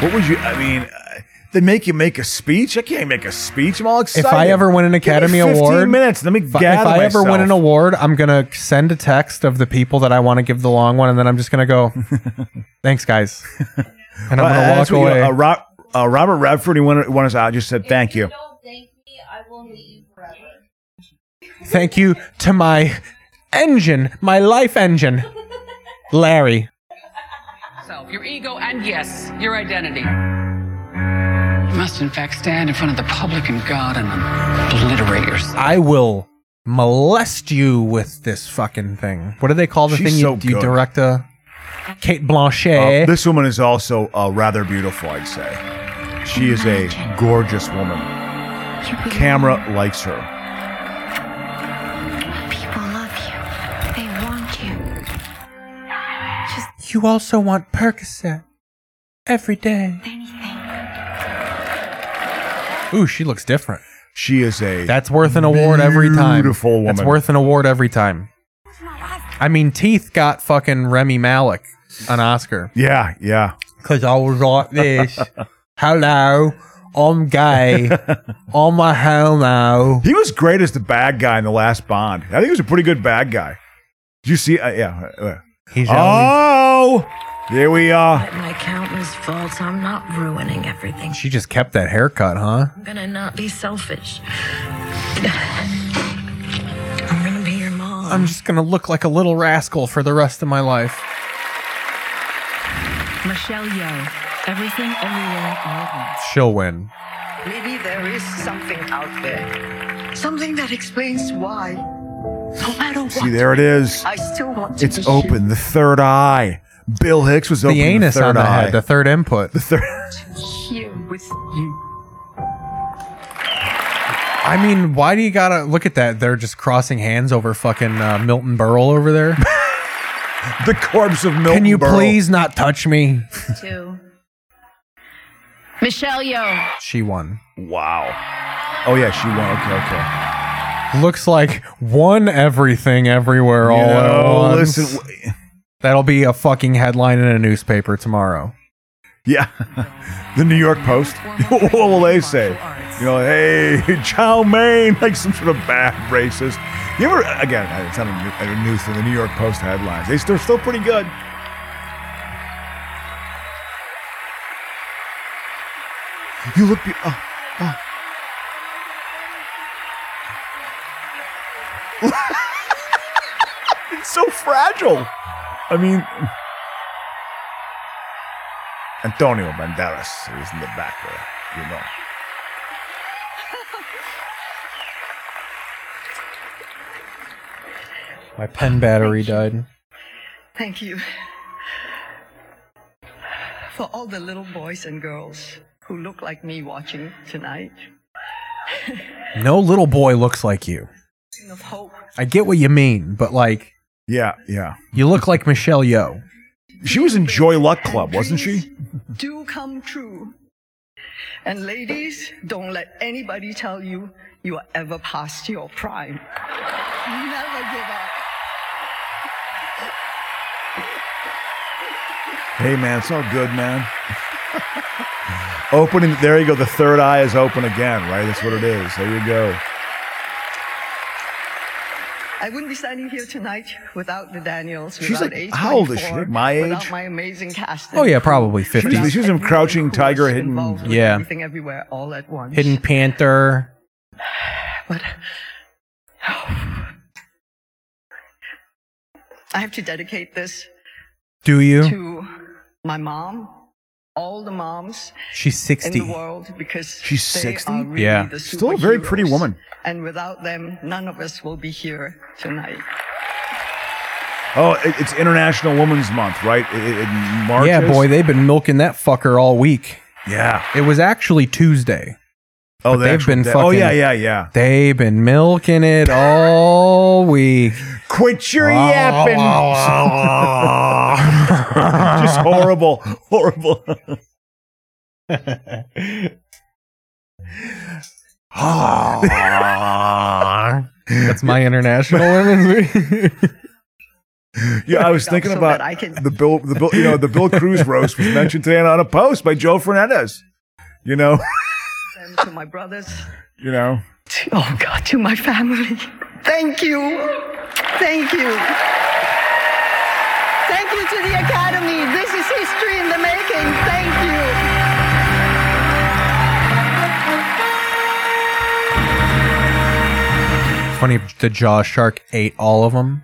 Speaker 1: What would you? I mean, uh, they make you make a speech. I can't make a speech. I'm all excited.
Speaker 3: If I ever win an
Speaker 1: Give me
Speaker 3: Academy
Speaker 1: 15
Speaker 3: Award,
Speaker 1: minutes. Let me
Speaker 3: if I-
Speaker 1: gather
Speaker 3: If I ever
Speaker 1: myself.
Speaker 3: win an award, I'm gonna send a text of the people that I want to give the long one, and then I'm just gonna
Speaker 1: *laughs*
Speaker 3: go, "Thanks, guys," and I'm
Speaker 1: Uh,
Speaker 3: gonna walk
Speaker 1: that's what, you know,
Speaker 3: away.
Speaker 1: uh, Ro- uh, Robert Redford, he won, won us out. Just said thank you.
Speaker 3: Thank you to my engine, my life engine, Larry.
Speaker 6: Self, your ego, and yes, your identity.
Speaker 20: You must, in fact, stand in front of the public and God and obliterate yourself.
Speaker 3: I will molest you with this fucking thing. What do they call the
Speaker 1: She's
Speaker 3: thing
Speaker 1: so
Speaker 3: you, you
Speaker 1: good.
Speaker 3: direct a Kate
Speaker 1: Uh,
Speaker 3: Blanchet?
Speaker 1: this woman is also uh, rather beautiful, I'd say. She is a gorgeous woman. Camera likes her.
Speaker 4: People love you. They want you.
Speaker 7: You also want Percocet
Speaker 1: *laughs*
Speaker 7: every day.
Speaker 3: Ooh, she looks different.
Speaker 1: She is a.
Speaker 3: That's worth an award every time.
Speaker 1: Beautiful
Speaker 3: That's
Speaker 1: woman.
Speaker 3: worth an award every time. I mean, Teeth got fucking Remy Malik an Oscar.
Speaker 1: Yeah, yeah.
Speaker 7: Because I was
Speaker 1: *laughs*
Speaker 7: like this. Hello, I'm gay. I'm a homo.
Speaker 1: He was great as the bad guy in the last Bond. I think he was a pretty good bad guy. Did you see? Uh, yeah. uh, uh.
Speaker 7: He's
Speaker 1: oh, there we are.
Speaker 9: But my countless faults, I'm not ruining everything.
Speaker 3: She just kept that haircut, huh?
Speaker 9: I'm gonna not be selfish. I'm gonna be your mom.
Speaker 3: I'm just gonna look like a little rascal for the rest of my life.
Speaker 25: Michelle Yeoh, Everything Everywhere All at Once.
Speaker 3: She'll win.
Speaker 9: Maybe there is something out there. Something that explains why. No matter what.
Speaker 1: See, there it is.
Speaker 9: I still want to
Speaker 1: It's
Speaker 9: be you.
Speaker 1: open. The third eye. Bill Hicks was open.
Speaker 3: the anus
Speaker 1: third
Speaker 3: on the
Speaker 1: eye.
Speaker 3: head, the third input.
Speaker 1: The third. *laughs*
Speaker 9: Here with you.
Speaker 3: I mean, why do you gotta look at that? They're just crossing hands over fucking uh, Milton Berle over there.
Speaker 1: *laughs* the corpse of Milton.
Speaker 3: Can you
Speaker 1: Berle.
Speaker 3: please not touch me?
Speaker 18: Two. Michelle Yeoh.
Speaker 3: She won.
Speaker 1: Wow. Oh yeah, she won. Okay, okay.
Speaker 3: Looks like one everything everywhere all
Speaker 1: You
Speaker 3: at
Speaker 1: know,
Speaker 3: once.
Speaker 1: listen,
Speaker 3: That'll be a fucking headline in a newspaper tomorrow.
Speaker 1: Yeah. the New York Post. *laughs* what will they say? You know, hey, *laughs* Chow Mein, like some sort of bad racist. You ever, again, it's not a new, a new thing, the New York Post headlines. They, they're still pretty good. You look, be- oh, oh. it's so fragile. I mean, *laughs* Antonio Banderas is in the back there, you know.
Speaker 3: My pen battery died.
Speaker 9: Thank you for all the little boys and girls who look like me watching
Speaker 1: *laughs*
Speaker 9: tonight.
Speaker 3: No little boy looks like you.
Speaker 9: Of hope.
Speaker 3: I get what you mean, but like,
Speaker 1: yeah, yeah,
Speaker 3: you look like Michelle Yeoh.
Speaker 1: She was in Joy Luck Club, wasn't she?
Speaker 9: do come true. And ladies, don't let anybody tell you you are ever past your prime. Never give up.
Speaker 1: Hey, man, it's all good, man. *laughs* Opening, there you go. The third eye is open again, right? That's what it is. There you go.
Speaker 9: I wouldn't be standing here tonight without the Daniels.
Speaker 1: She's
Speaker 9: without
Speaker 1: like-
Speaker 9: Ace
Speaker 1: how old is she?
Speaker 9: 24,
Speaker 1: My age?
Speaker 9: Without my amazing cast.
Speaker 3: Oh, yeah, probably 50.
Speaker 1: She was, she was in Crouching Tiger, Hidden.
Speaker 3: *laughs*
Speaker 9: With
Speaker 3: Yeah.
Speaker 9: Everything everywhere all at once.
Speaker 3: Hidden Panther.
Speaker 9: I have to dedicate this
Speaker 3: Do you?
Speaker 9: to my mom, all the moms
Speaker 3: She's
Speaker 9: in
Speaker 3: 60.
Speaker 9: the world, because
Speaker 1: She's
Speaker 9: they
Speaker 1: 60?
Speaker 9: are really
Speaker 3: Yeah.
Speaker 9: the
Speaker 1: Still a very pretty
Speaker 9: superheroes.
Speaker 1: woman.
Speaker 9: And without them, none of us will be here tonight.
Speaker 1: Oh, it, it's International Women's Month, right? It, it, it marches.
Speaker 3: Yeah, boy, they've been milking that fucker all week.
Speaker 1: Yeah.
Speaker 3: It was actually Tuesday.
Speaker 1: Oh,
Speaker 3: But
Speaker 1: the
Speaker 3: they've
Speaker 1: actual
Speaker 3: been
Speaker 1: day.
Speaker 3: fucking.
Speaker 1: Oh, yeah, yeah, yeah.
Speaker 3: They've been milking it all week.
Speaker 1: Quit
Speaker 3: *laughs*
Speaker 1: your yapping. Just horrible, horrible.
Speaker 3: *laughs*
Speaker 1: *laughs*
Speaker 3: That's my
Speaker 1: *laughs*
Speaker 3: international women's *laughs* week.
Speaker 1: Yeah,
Speaker 9: *laughs*
Speaker 1: I was thinking
Speaker 9: so
Speaker 1: about
Speaker 9: that I can-
Speaker 1: the Bill, the Bill, you know, the Bill
Speaker 9: *laughs*
Speaker 1: Cruz roast was mentioned today on a post by Joe Fernandez. You know, *laughs*
Speaker 9: Them to my brothers,
Speaker 1: you know.
Speaker 9: to, oh God, to my family. Thank you. Thank you. Thank you to the Academy. This is history in the making. Thank you.
Speaker 3: Funny if the jaw shark ate all of them.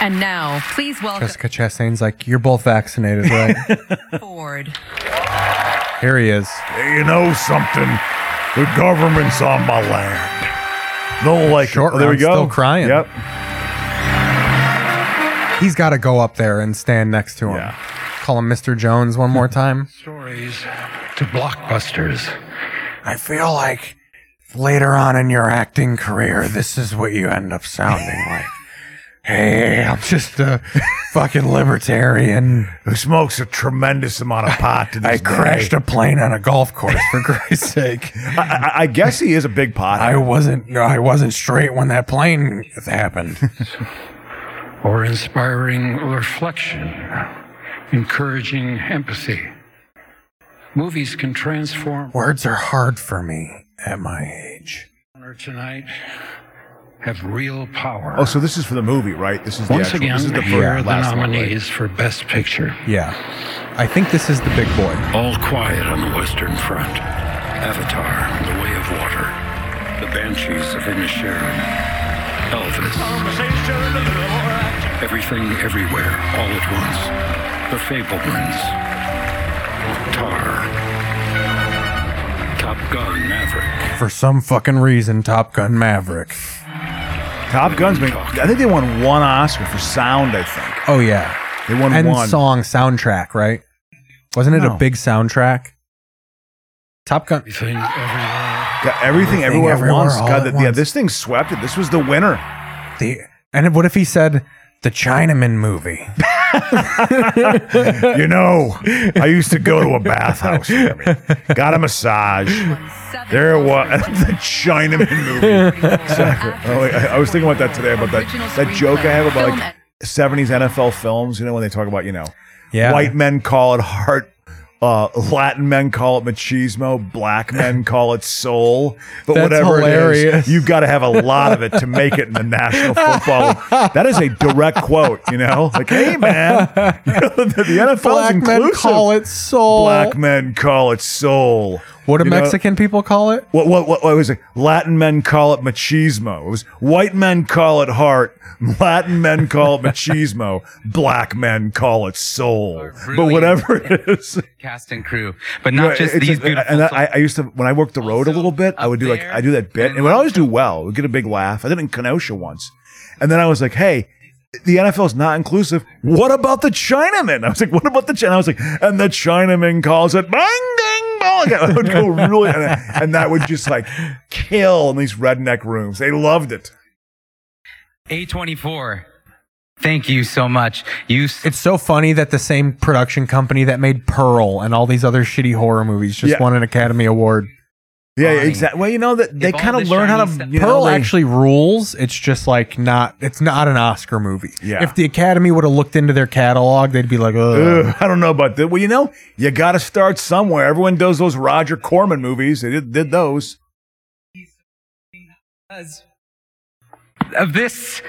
Speaker 25: And now, please welcome
Speaker 3: Jessica Chastain's like, "You're both vaccinated, right?"
Speaker 25: Ford.
Speaker 3: Here he is.
Speaker 14: Hey, you know something? The government's on my land. Don't like
Speaker 3: Short
Speaker 1: Oh, there we
Speaker 3: round's
Speaker 1: go.
Speaker 3: Still crying.
Speaker 1: Yep.
Speaker 3: He's got to go up there and stand next to him. Call him Mr. Jones one more
Speaker 14: *laughs*
Speaker 3: time.
Speaker 15: Stories to blockbusters.
Speaker 3: I feel like later on in your acting career, this is what you end up sounding
Speaker 14: *laughs*
Speaker 3: like. Hey, I'm just a fucking libertarian
Speaker 1: *laughs* who smokes a tremendous amount of pot. To
Speaker 3: *laughs*
Speaker 1: this
Speaker 3: I crashed
Speaker 1: day.
Speaker 3: a plane on a golf course for *laughs* Christ's sake.
Speaker 1: I, I, I guess he is a big pot.
Speaker 3: I wasn't. no, I wasn't straight when that plane happened.
Speaker 15: or inspiring reflection, encouraging empathy. Movies can transform.
Speaker 3: Words are hard for me at my age.
Speaker 15: Tonight have real power.
Speaker 1: *laughs* Oh, so this is for the movie, right? This is the
Speaker 15: Once
Speaker 1: actual,
Speaker 15: again,
Speaker 1: this is the
Speaker 15: here are
Speaker 1: first,
Speaker 15: the
Speaker 1: last one,
Speaker 15: nominees
Speaker 1: right?
Speaker 15: for Best Picture.
Speaker 3: Yeah, I think this is the big boy.
Speaker 15: All Quiet on the Western Front, Avatar, The Way of Water, The Banshees of Inisherin, Elvis, Everything Everywhere All at Once, The Fablemans, Tar, Top Gun Maverick,
Speaker 3: For some fucking reason, Top Gun Maverick.
Speaker 1: Top Guns. Been, I think they won one Oscar for sound. I think
Speaker 3: Oh yeah,
Speaker 1: they won
Speaker 3: and
Speaker 1: one.
Speaker 3: song soundtrack, right? Wasn't it
Speaker 1: No.
Speaker 3: a big soundtrack? Top Gun.
Speaker 15: Everything Everywhere.
Speaker 1: Got everything,
Speaker 3: Everything,
Speaker 1: everywhere,
Speaker 3: Everywhere,
Speaker 1: at once.
Speaker 3: All
Speaker 1: God,
Speaker 3: at
Speaker 1: that- yeah,
Speaker 3: Once.
Speaker 1: this thing swept it. This was the winner.
Speaker 3: The and what if he said the Chinaman movie?
Speaker 1: *laughs* you know, I used to go to a bathhouse. Jeremy. Got a massage. There was *laughs* the Chinaman movie. Exactly. Oh, wait, I, I was thinking about that today about that that joke I have about like '70s NFL films. You know when they talk about you know,
Speaker 3: Yeah.
Speaker 1: white men call it heart. Uh, Latin men call it machismo.
Speaker 3: *laughs*
Speaker 1: Black men call it soul. But
Speaker 3: That's
Speaker 1: whatever it is,
Speaker 3: hilarious.
Speaker 1: you've got to have a lot of it to make it in the national football.
Speaker 3: *laughs*
Speaker 1: League. That is a direct quote. You know, like, hey man, you know, the, *laughs* the NFL's
Speaker 3: Black
Speaker 1: inclusive.
Speaker 3: men call it soul.
Speaker 1: Black men call it soul.
Speaker 3: What do
Speaker 1: You know,
Speaker 3: Mexican people call it?
Speaker 1: what, what, what, what was it? Latin men call it machismo. It was white men call it heart. *laughs* Latin men call it machismo. Black men call it soul. But whatever it is.
Speaker 13: Cast and crew, but not
Speaker 1: Yeah,
Speaker 13: just
Speaker 1: it's-
Speaker 13: these
Speaker 1: and-
Speaker 13: beautiful.
Speaker 1: And I, I used to, when I worked the road a little bit, I would do like, I do that bit and it would always do well. We'd get a big laugh. I did it in Kenosha once. And then I was like, hey, the NFL is not inclusive. What about the Chinaman? I was like, what about the Chinaman? I was like, and the Chinaman calls it bang, ding, bong. I would go really, and, and that would just like kill in these redneck rooms. They loved it.
Speaker 13: A24. Thank you so much. You
Speaker 3: It's so funny that the same production company that made Pearl and all these other shitty horror movies just
Speaker 1: Yeah.
Speaker 3: won an Academy Award.
Speaker 1: Yeah, exactly. Well, you know that they
Speaker 13: all
Speaker 1: kind of
Speaker 13: the
Speaker 1: learn how
Speaker 13: shiny
Speaker 1: to.
Speaker 13: stuff-
Speaker 1: You know,
Speaker 3: Pearl
Speaker 1: they-
Speaker 3: actually rules. It's just like not. It's not an Oscar movie.
Speaker 1: Yeah.
Speaker 3: If the Academy would have looked into their catalog, they'd be like, Ugh.
Speaker 1: Ugh, I don't know about that. Well, you know, you got to start somewhere. Everyone does those Roger Corman movies. They did, did those.
Speaker 13: of this,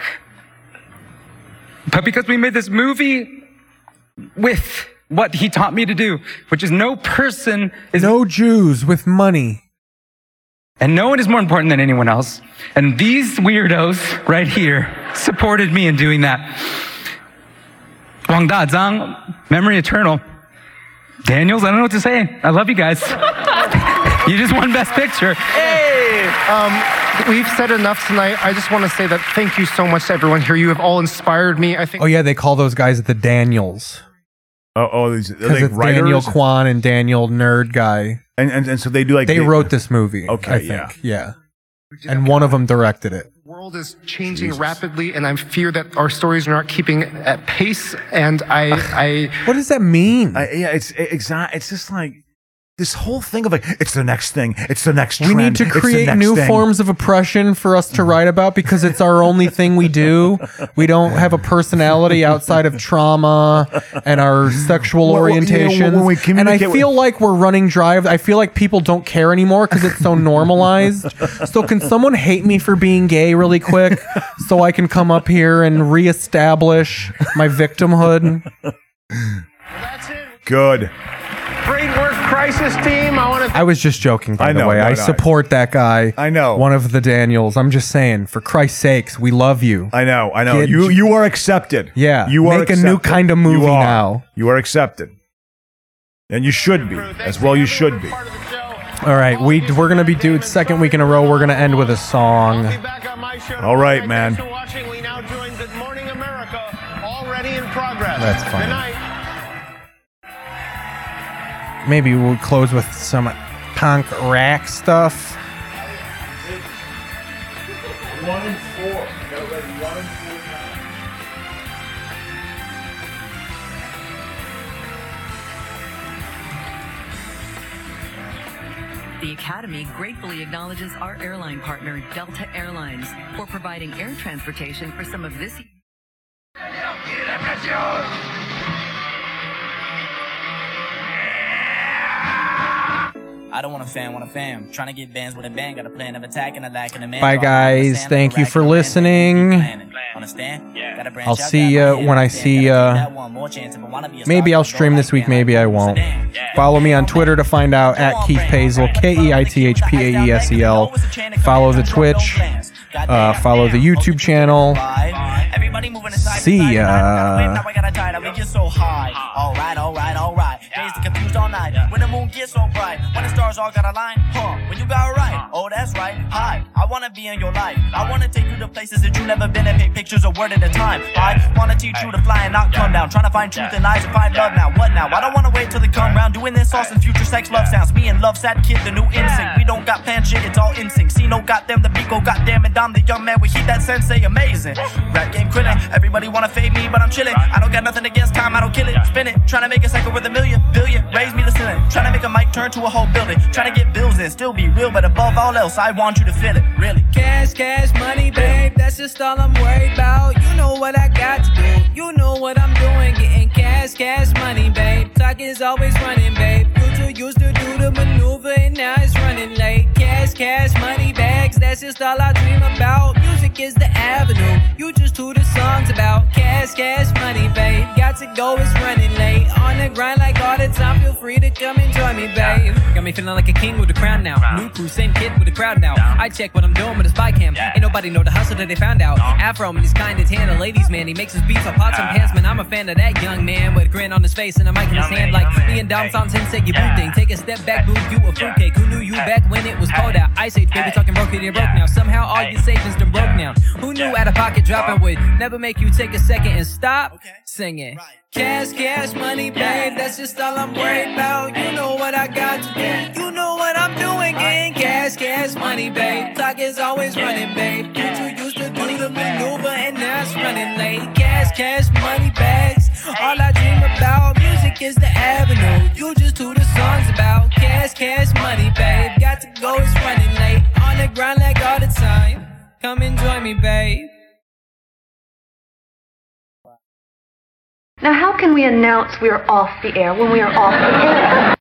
Speaker 13: but because we made this movie with what he taught me to do, which is no person is
Speaker 3: no Jews with money.
Speaker 13: and no one is more important than anyone else. And these weirdos right here supported me in doing that. Wang Da Zhang, memory eternal. Daniels, I don't know what to say. I love you guys. you just won Best Picture.
Speaker 16: Um, we've said enough tonight. I just want to say that thank you so much to everyone here. You have all inspired me. I think.
Speaker 3: Oh yeah, they call those guys at the Daniels
Speaker 1: Oh, oh these are
Speaker 3: because
Speaker 1: they
Speaker 3: it's Daniel
Speaker 1: writers?
Speaker 3: Kwan and Daniel Nerd guy.
Speaker 1: And, and and so they do like
Speaker 3: They wrote this movie.
Speaker 1: Okay,
Speaker 3: I think.
Speaker 1: yeah.
Speaker 3: yeah. And one of them directed it.
Speaker 16: The world is changing rapidly, and I fear that our stories are not keeping at pace. And I, I
Speaker 3: What does that mean?
Speaker 1: I, yeah, it's it, exa- It's just like this whole thing of like it's the next thing. It's the next.
Speaker 3: we need
Speaker 1: trend,
Speaker 3: to
Speaker 1: it's the
Speaker 3: create
Speaker 1: next
Speaker 3: new
Speaker 1: thing.
Speaker 3: forms of oppression for us to write about because it's our only thing we do. We don't have a personality outside of trauma and our sexual
Speaker 1: Well, well, you know,
Speaker 3: orientations.
Speaker 1: when we
Speaker 3: and I
Speaker 1: communicate with-
Speaker 3: feel like we're running dry. of- I feel like people don't care anymore because it's so normalized. so can someone hate me for being gay really quick so I can come up here and reestablish my victimhood?
Speaker 1: Good.
Speaker 6: Great work, crisis team. I want to
Speaker 3: I was just joking, by
Speaker 1: I know,
Speaker 3: the way.
Speaker 1: no,
Speaker 3: I
Speaker 1: no, I-
Speaker 3: support that guy.
Speaker 1: I know.
Speaker 3: One of the Daniels. I'm just saying, for Christ's sakes, we love you.
Speaker 1: I know. I know.
Speaker 3: Kid-
Speaker 1: you you are accepted.
Speaker 3: Yeah,
Speaker 1: You are
Speaker 3: make a new
Speaker 1: accepted.
Speaker 3: kind of
Speaker 1: You
Speaker 3: movie
Speaker 1: are.
Speaker 3: now.
Speaker 1: You are accepted. And you should be as well. You should be.
Speaker 3: All right, we we're gonna be dude. Second week in a row, we're gonna end with a song.
Speaker 6: back on my show.
Speaker 1: All right, man.
Speaker 6: Thanks for watching. We now join Good Morning America, already progress.
Speaker 47: That's fine.
Speaker 6: Good night.
Speaker 3: Maybe we'll close with some punk rack stuff.
Speaker 9: One and four. Gotta write one and four down.
Speaker 11: The Academy gratefully acknowledges our airline partner, Delta Airlines, for providing air transportation for some of this.
Speaker 8: I don't want a fan, want a fam. Trying to get bands with a band, got a plan of attack and a lack and a man.
Speaker 3: Bye, guys. Thank you for listening.
Speaker 8: Understand? Yeah. Got a branch
Speaker 3: I'll
Speaker 8: out,
Speaker 3: see
Speaker 8: got
Speaker 3: ya
Speaker 8: my head
Speaker 3: when I
Speaker 8: in the
Speaker 3: see
Speaker 8: band, gotta
Speaker 3: ya.
Speaker 8: take that one more chance. If I wanna be a
Speaker 3: Maybe
Speaker 8: star,
Speaker 3: I'll stream this week, maybe I won't. Follow me on Twitter to find out at Keith Pazel, K E I T H P A E S E L. Follow the Twitch, uh, follow the YouTube channel.
Speaker 8: Everybody moving aside.
Speaker 3: See ya.
Speaker 8: Now I gotta die, now we get so high. Alright, alright, alright. Days to confused all night. When the moon gets so bright, when the stars all got a line, huh? When you got right, oh that's right. Hi, I wanna be in your life. I wanna take you to places that you never been and paint pictures a word at a time. I wanna teach you to fly and not come down. Trying to find truth and lies and find love now. What now? I don't wanna wait till they come round. Doing this awesome future sex love sounds. Me and love sad kid, the new instinct. We don't got planned shit, it's all instinct. Sino got them, the Pico got them, and Dom the young man. We heat that sensei amazing. Rap game quitting, everybody wanna fade me, but I'm chilling. I don't got nothing against time, I don't kill it. Spin it, trying to make a cycle worth a million, billion. Raise me the ceiling, trying to make a mic turn to a whole building. Trying to get bills in, still be real, but above all else, I want you to feel it, really.
Speaker 15: Cash, cash, money, babe. That's just all I'm worried about. You know what I got to do. You know what I'm doing. Getting cash, cash, money, babe. Talk is always running, babe. Future used to do the maneuver and now it's running late. Cash, cash, money, bags. That's just all I dream about. Music is the avenue. You just who the songs about. Cash, cash, money, babe. Got to go, it's running late. On the grind like all the time. Feel free to come and join me, babe. Got me feeling like a king with a crown now. New crew, same kid with a crowd now. I check what I'm doing with a spy cam. Ain't nobody know the hustle that they found out. Afro man, he's kind of tan, a ladies man. He makes his beats up pots and pans, man. I'm a fan of that young man with a grin on his face and a mic in his hand. Like me and Dom Tom Ten say you boo thing. Take a step back, boo, you a fruitcake. Who knew you back when it was cold out? Ice Age, baby, talking broke it, it broke now. Somehow all your savings done broke now. Who knew out of pocket dropping would never make you take a second and stop singing? Cash, cash, money, babe. That's just all I'm worried about. You know what I got to do. You know what I'm doing. Getting cash, cash, money, babe. Talk is always running, babe. Future used to do the maneuver and now it's running late. Cash, cash, money, bags. All I dream about. Music is the avenue. You just who the song's about. Cash, cash, money, babe. Got to go, it's running late. On the grind like all the time. Come and join me, babe.
Speaker 1: Now, how can we announce we're off the air when we are off the air?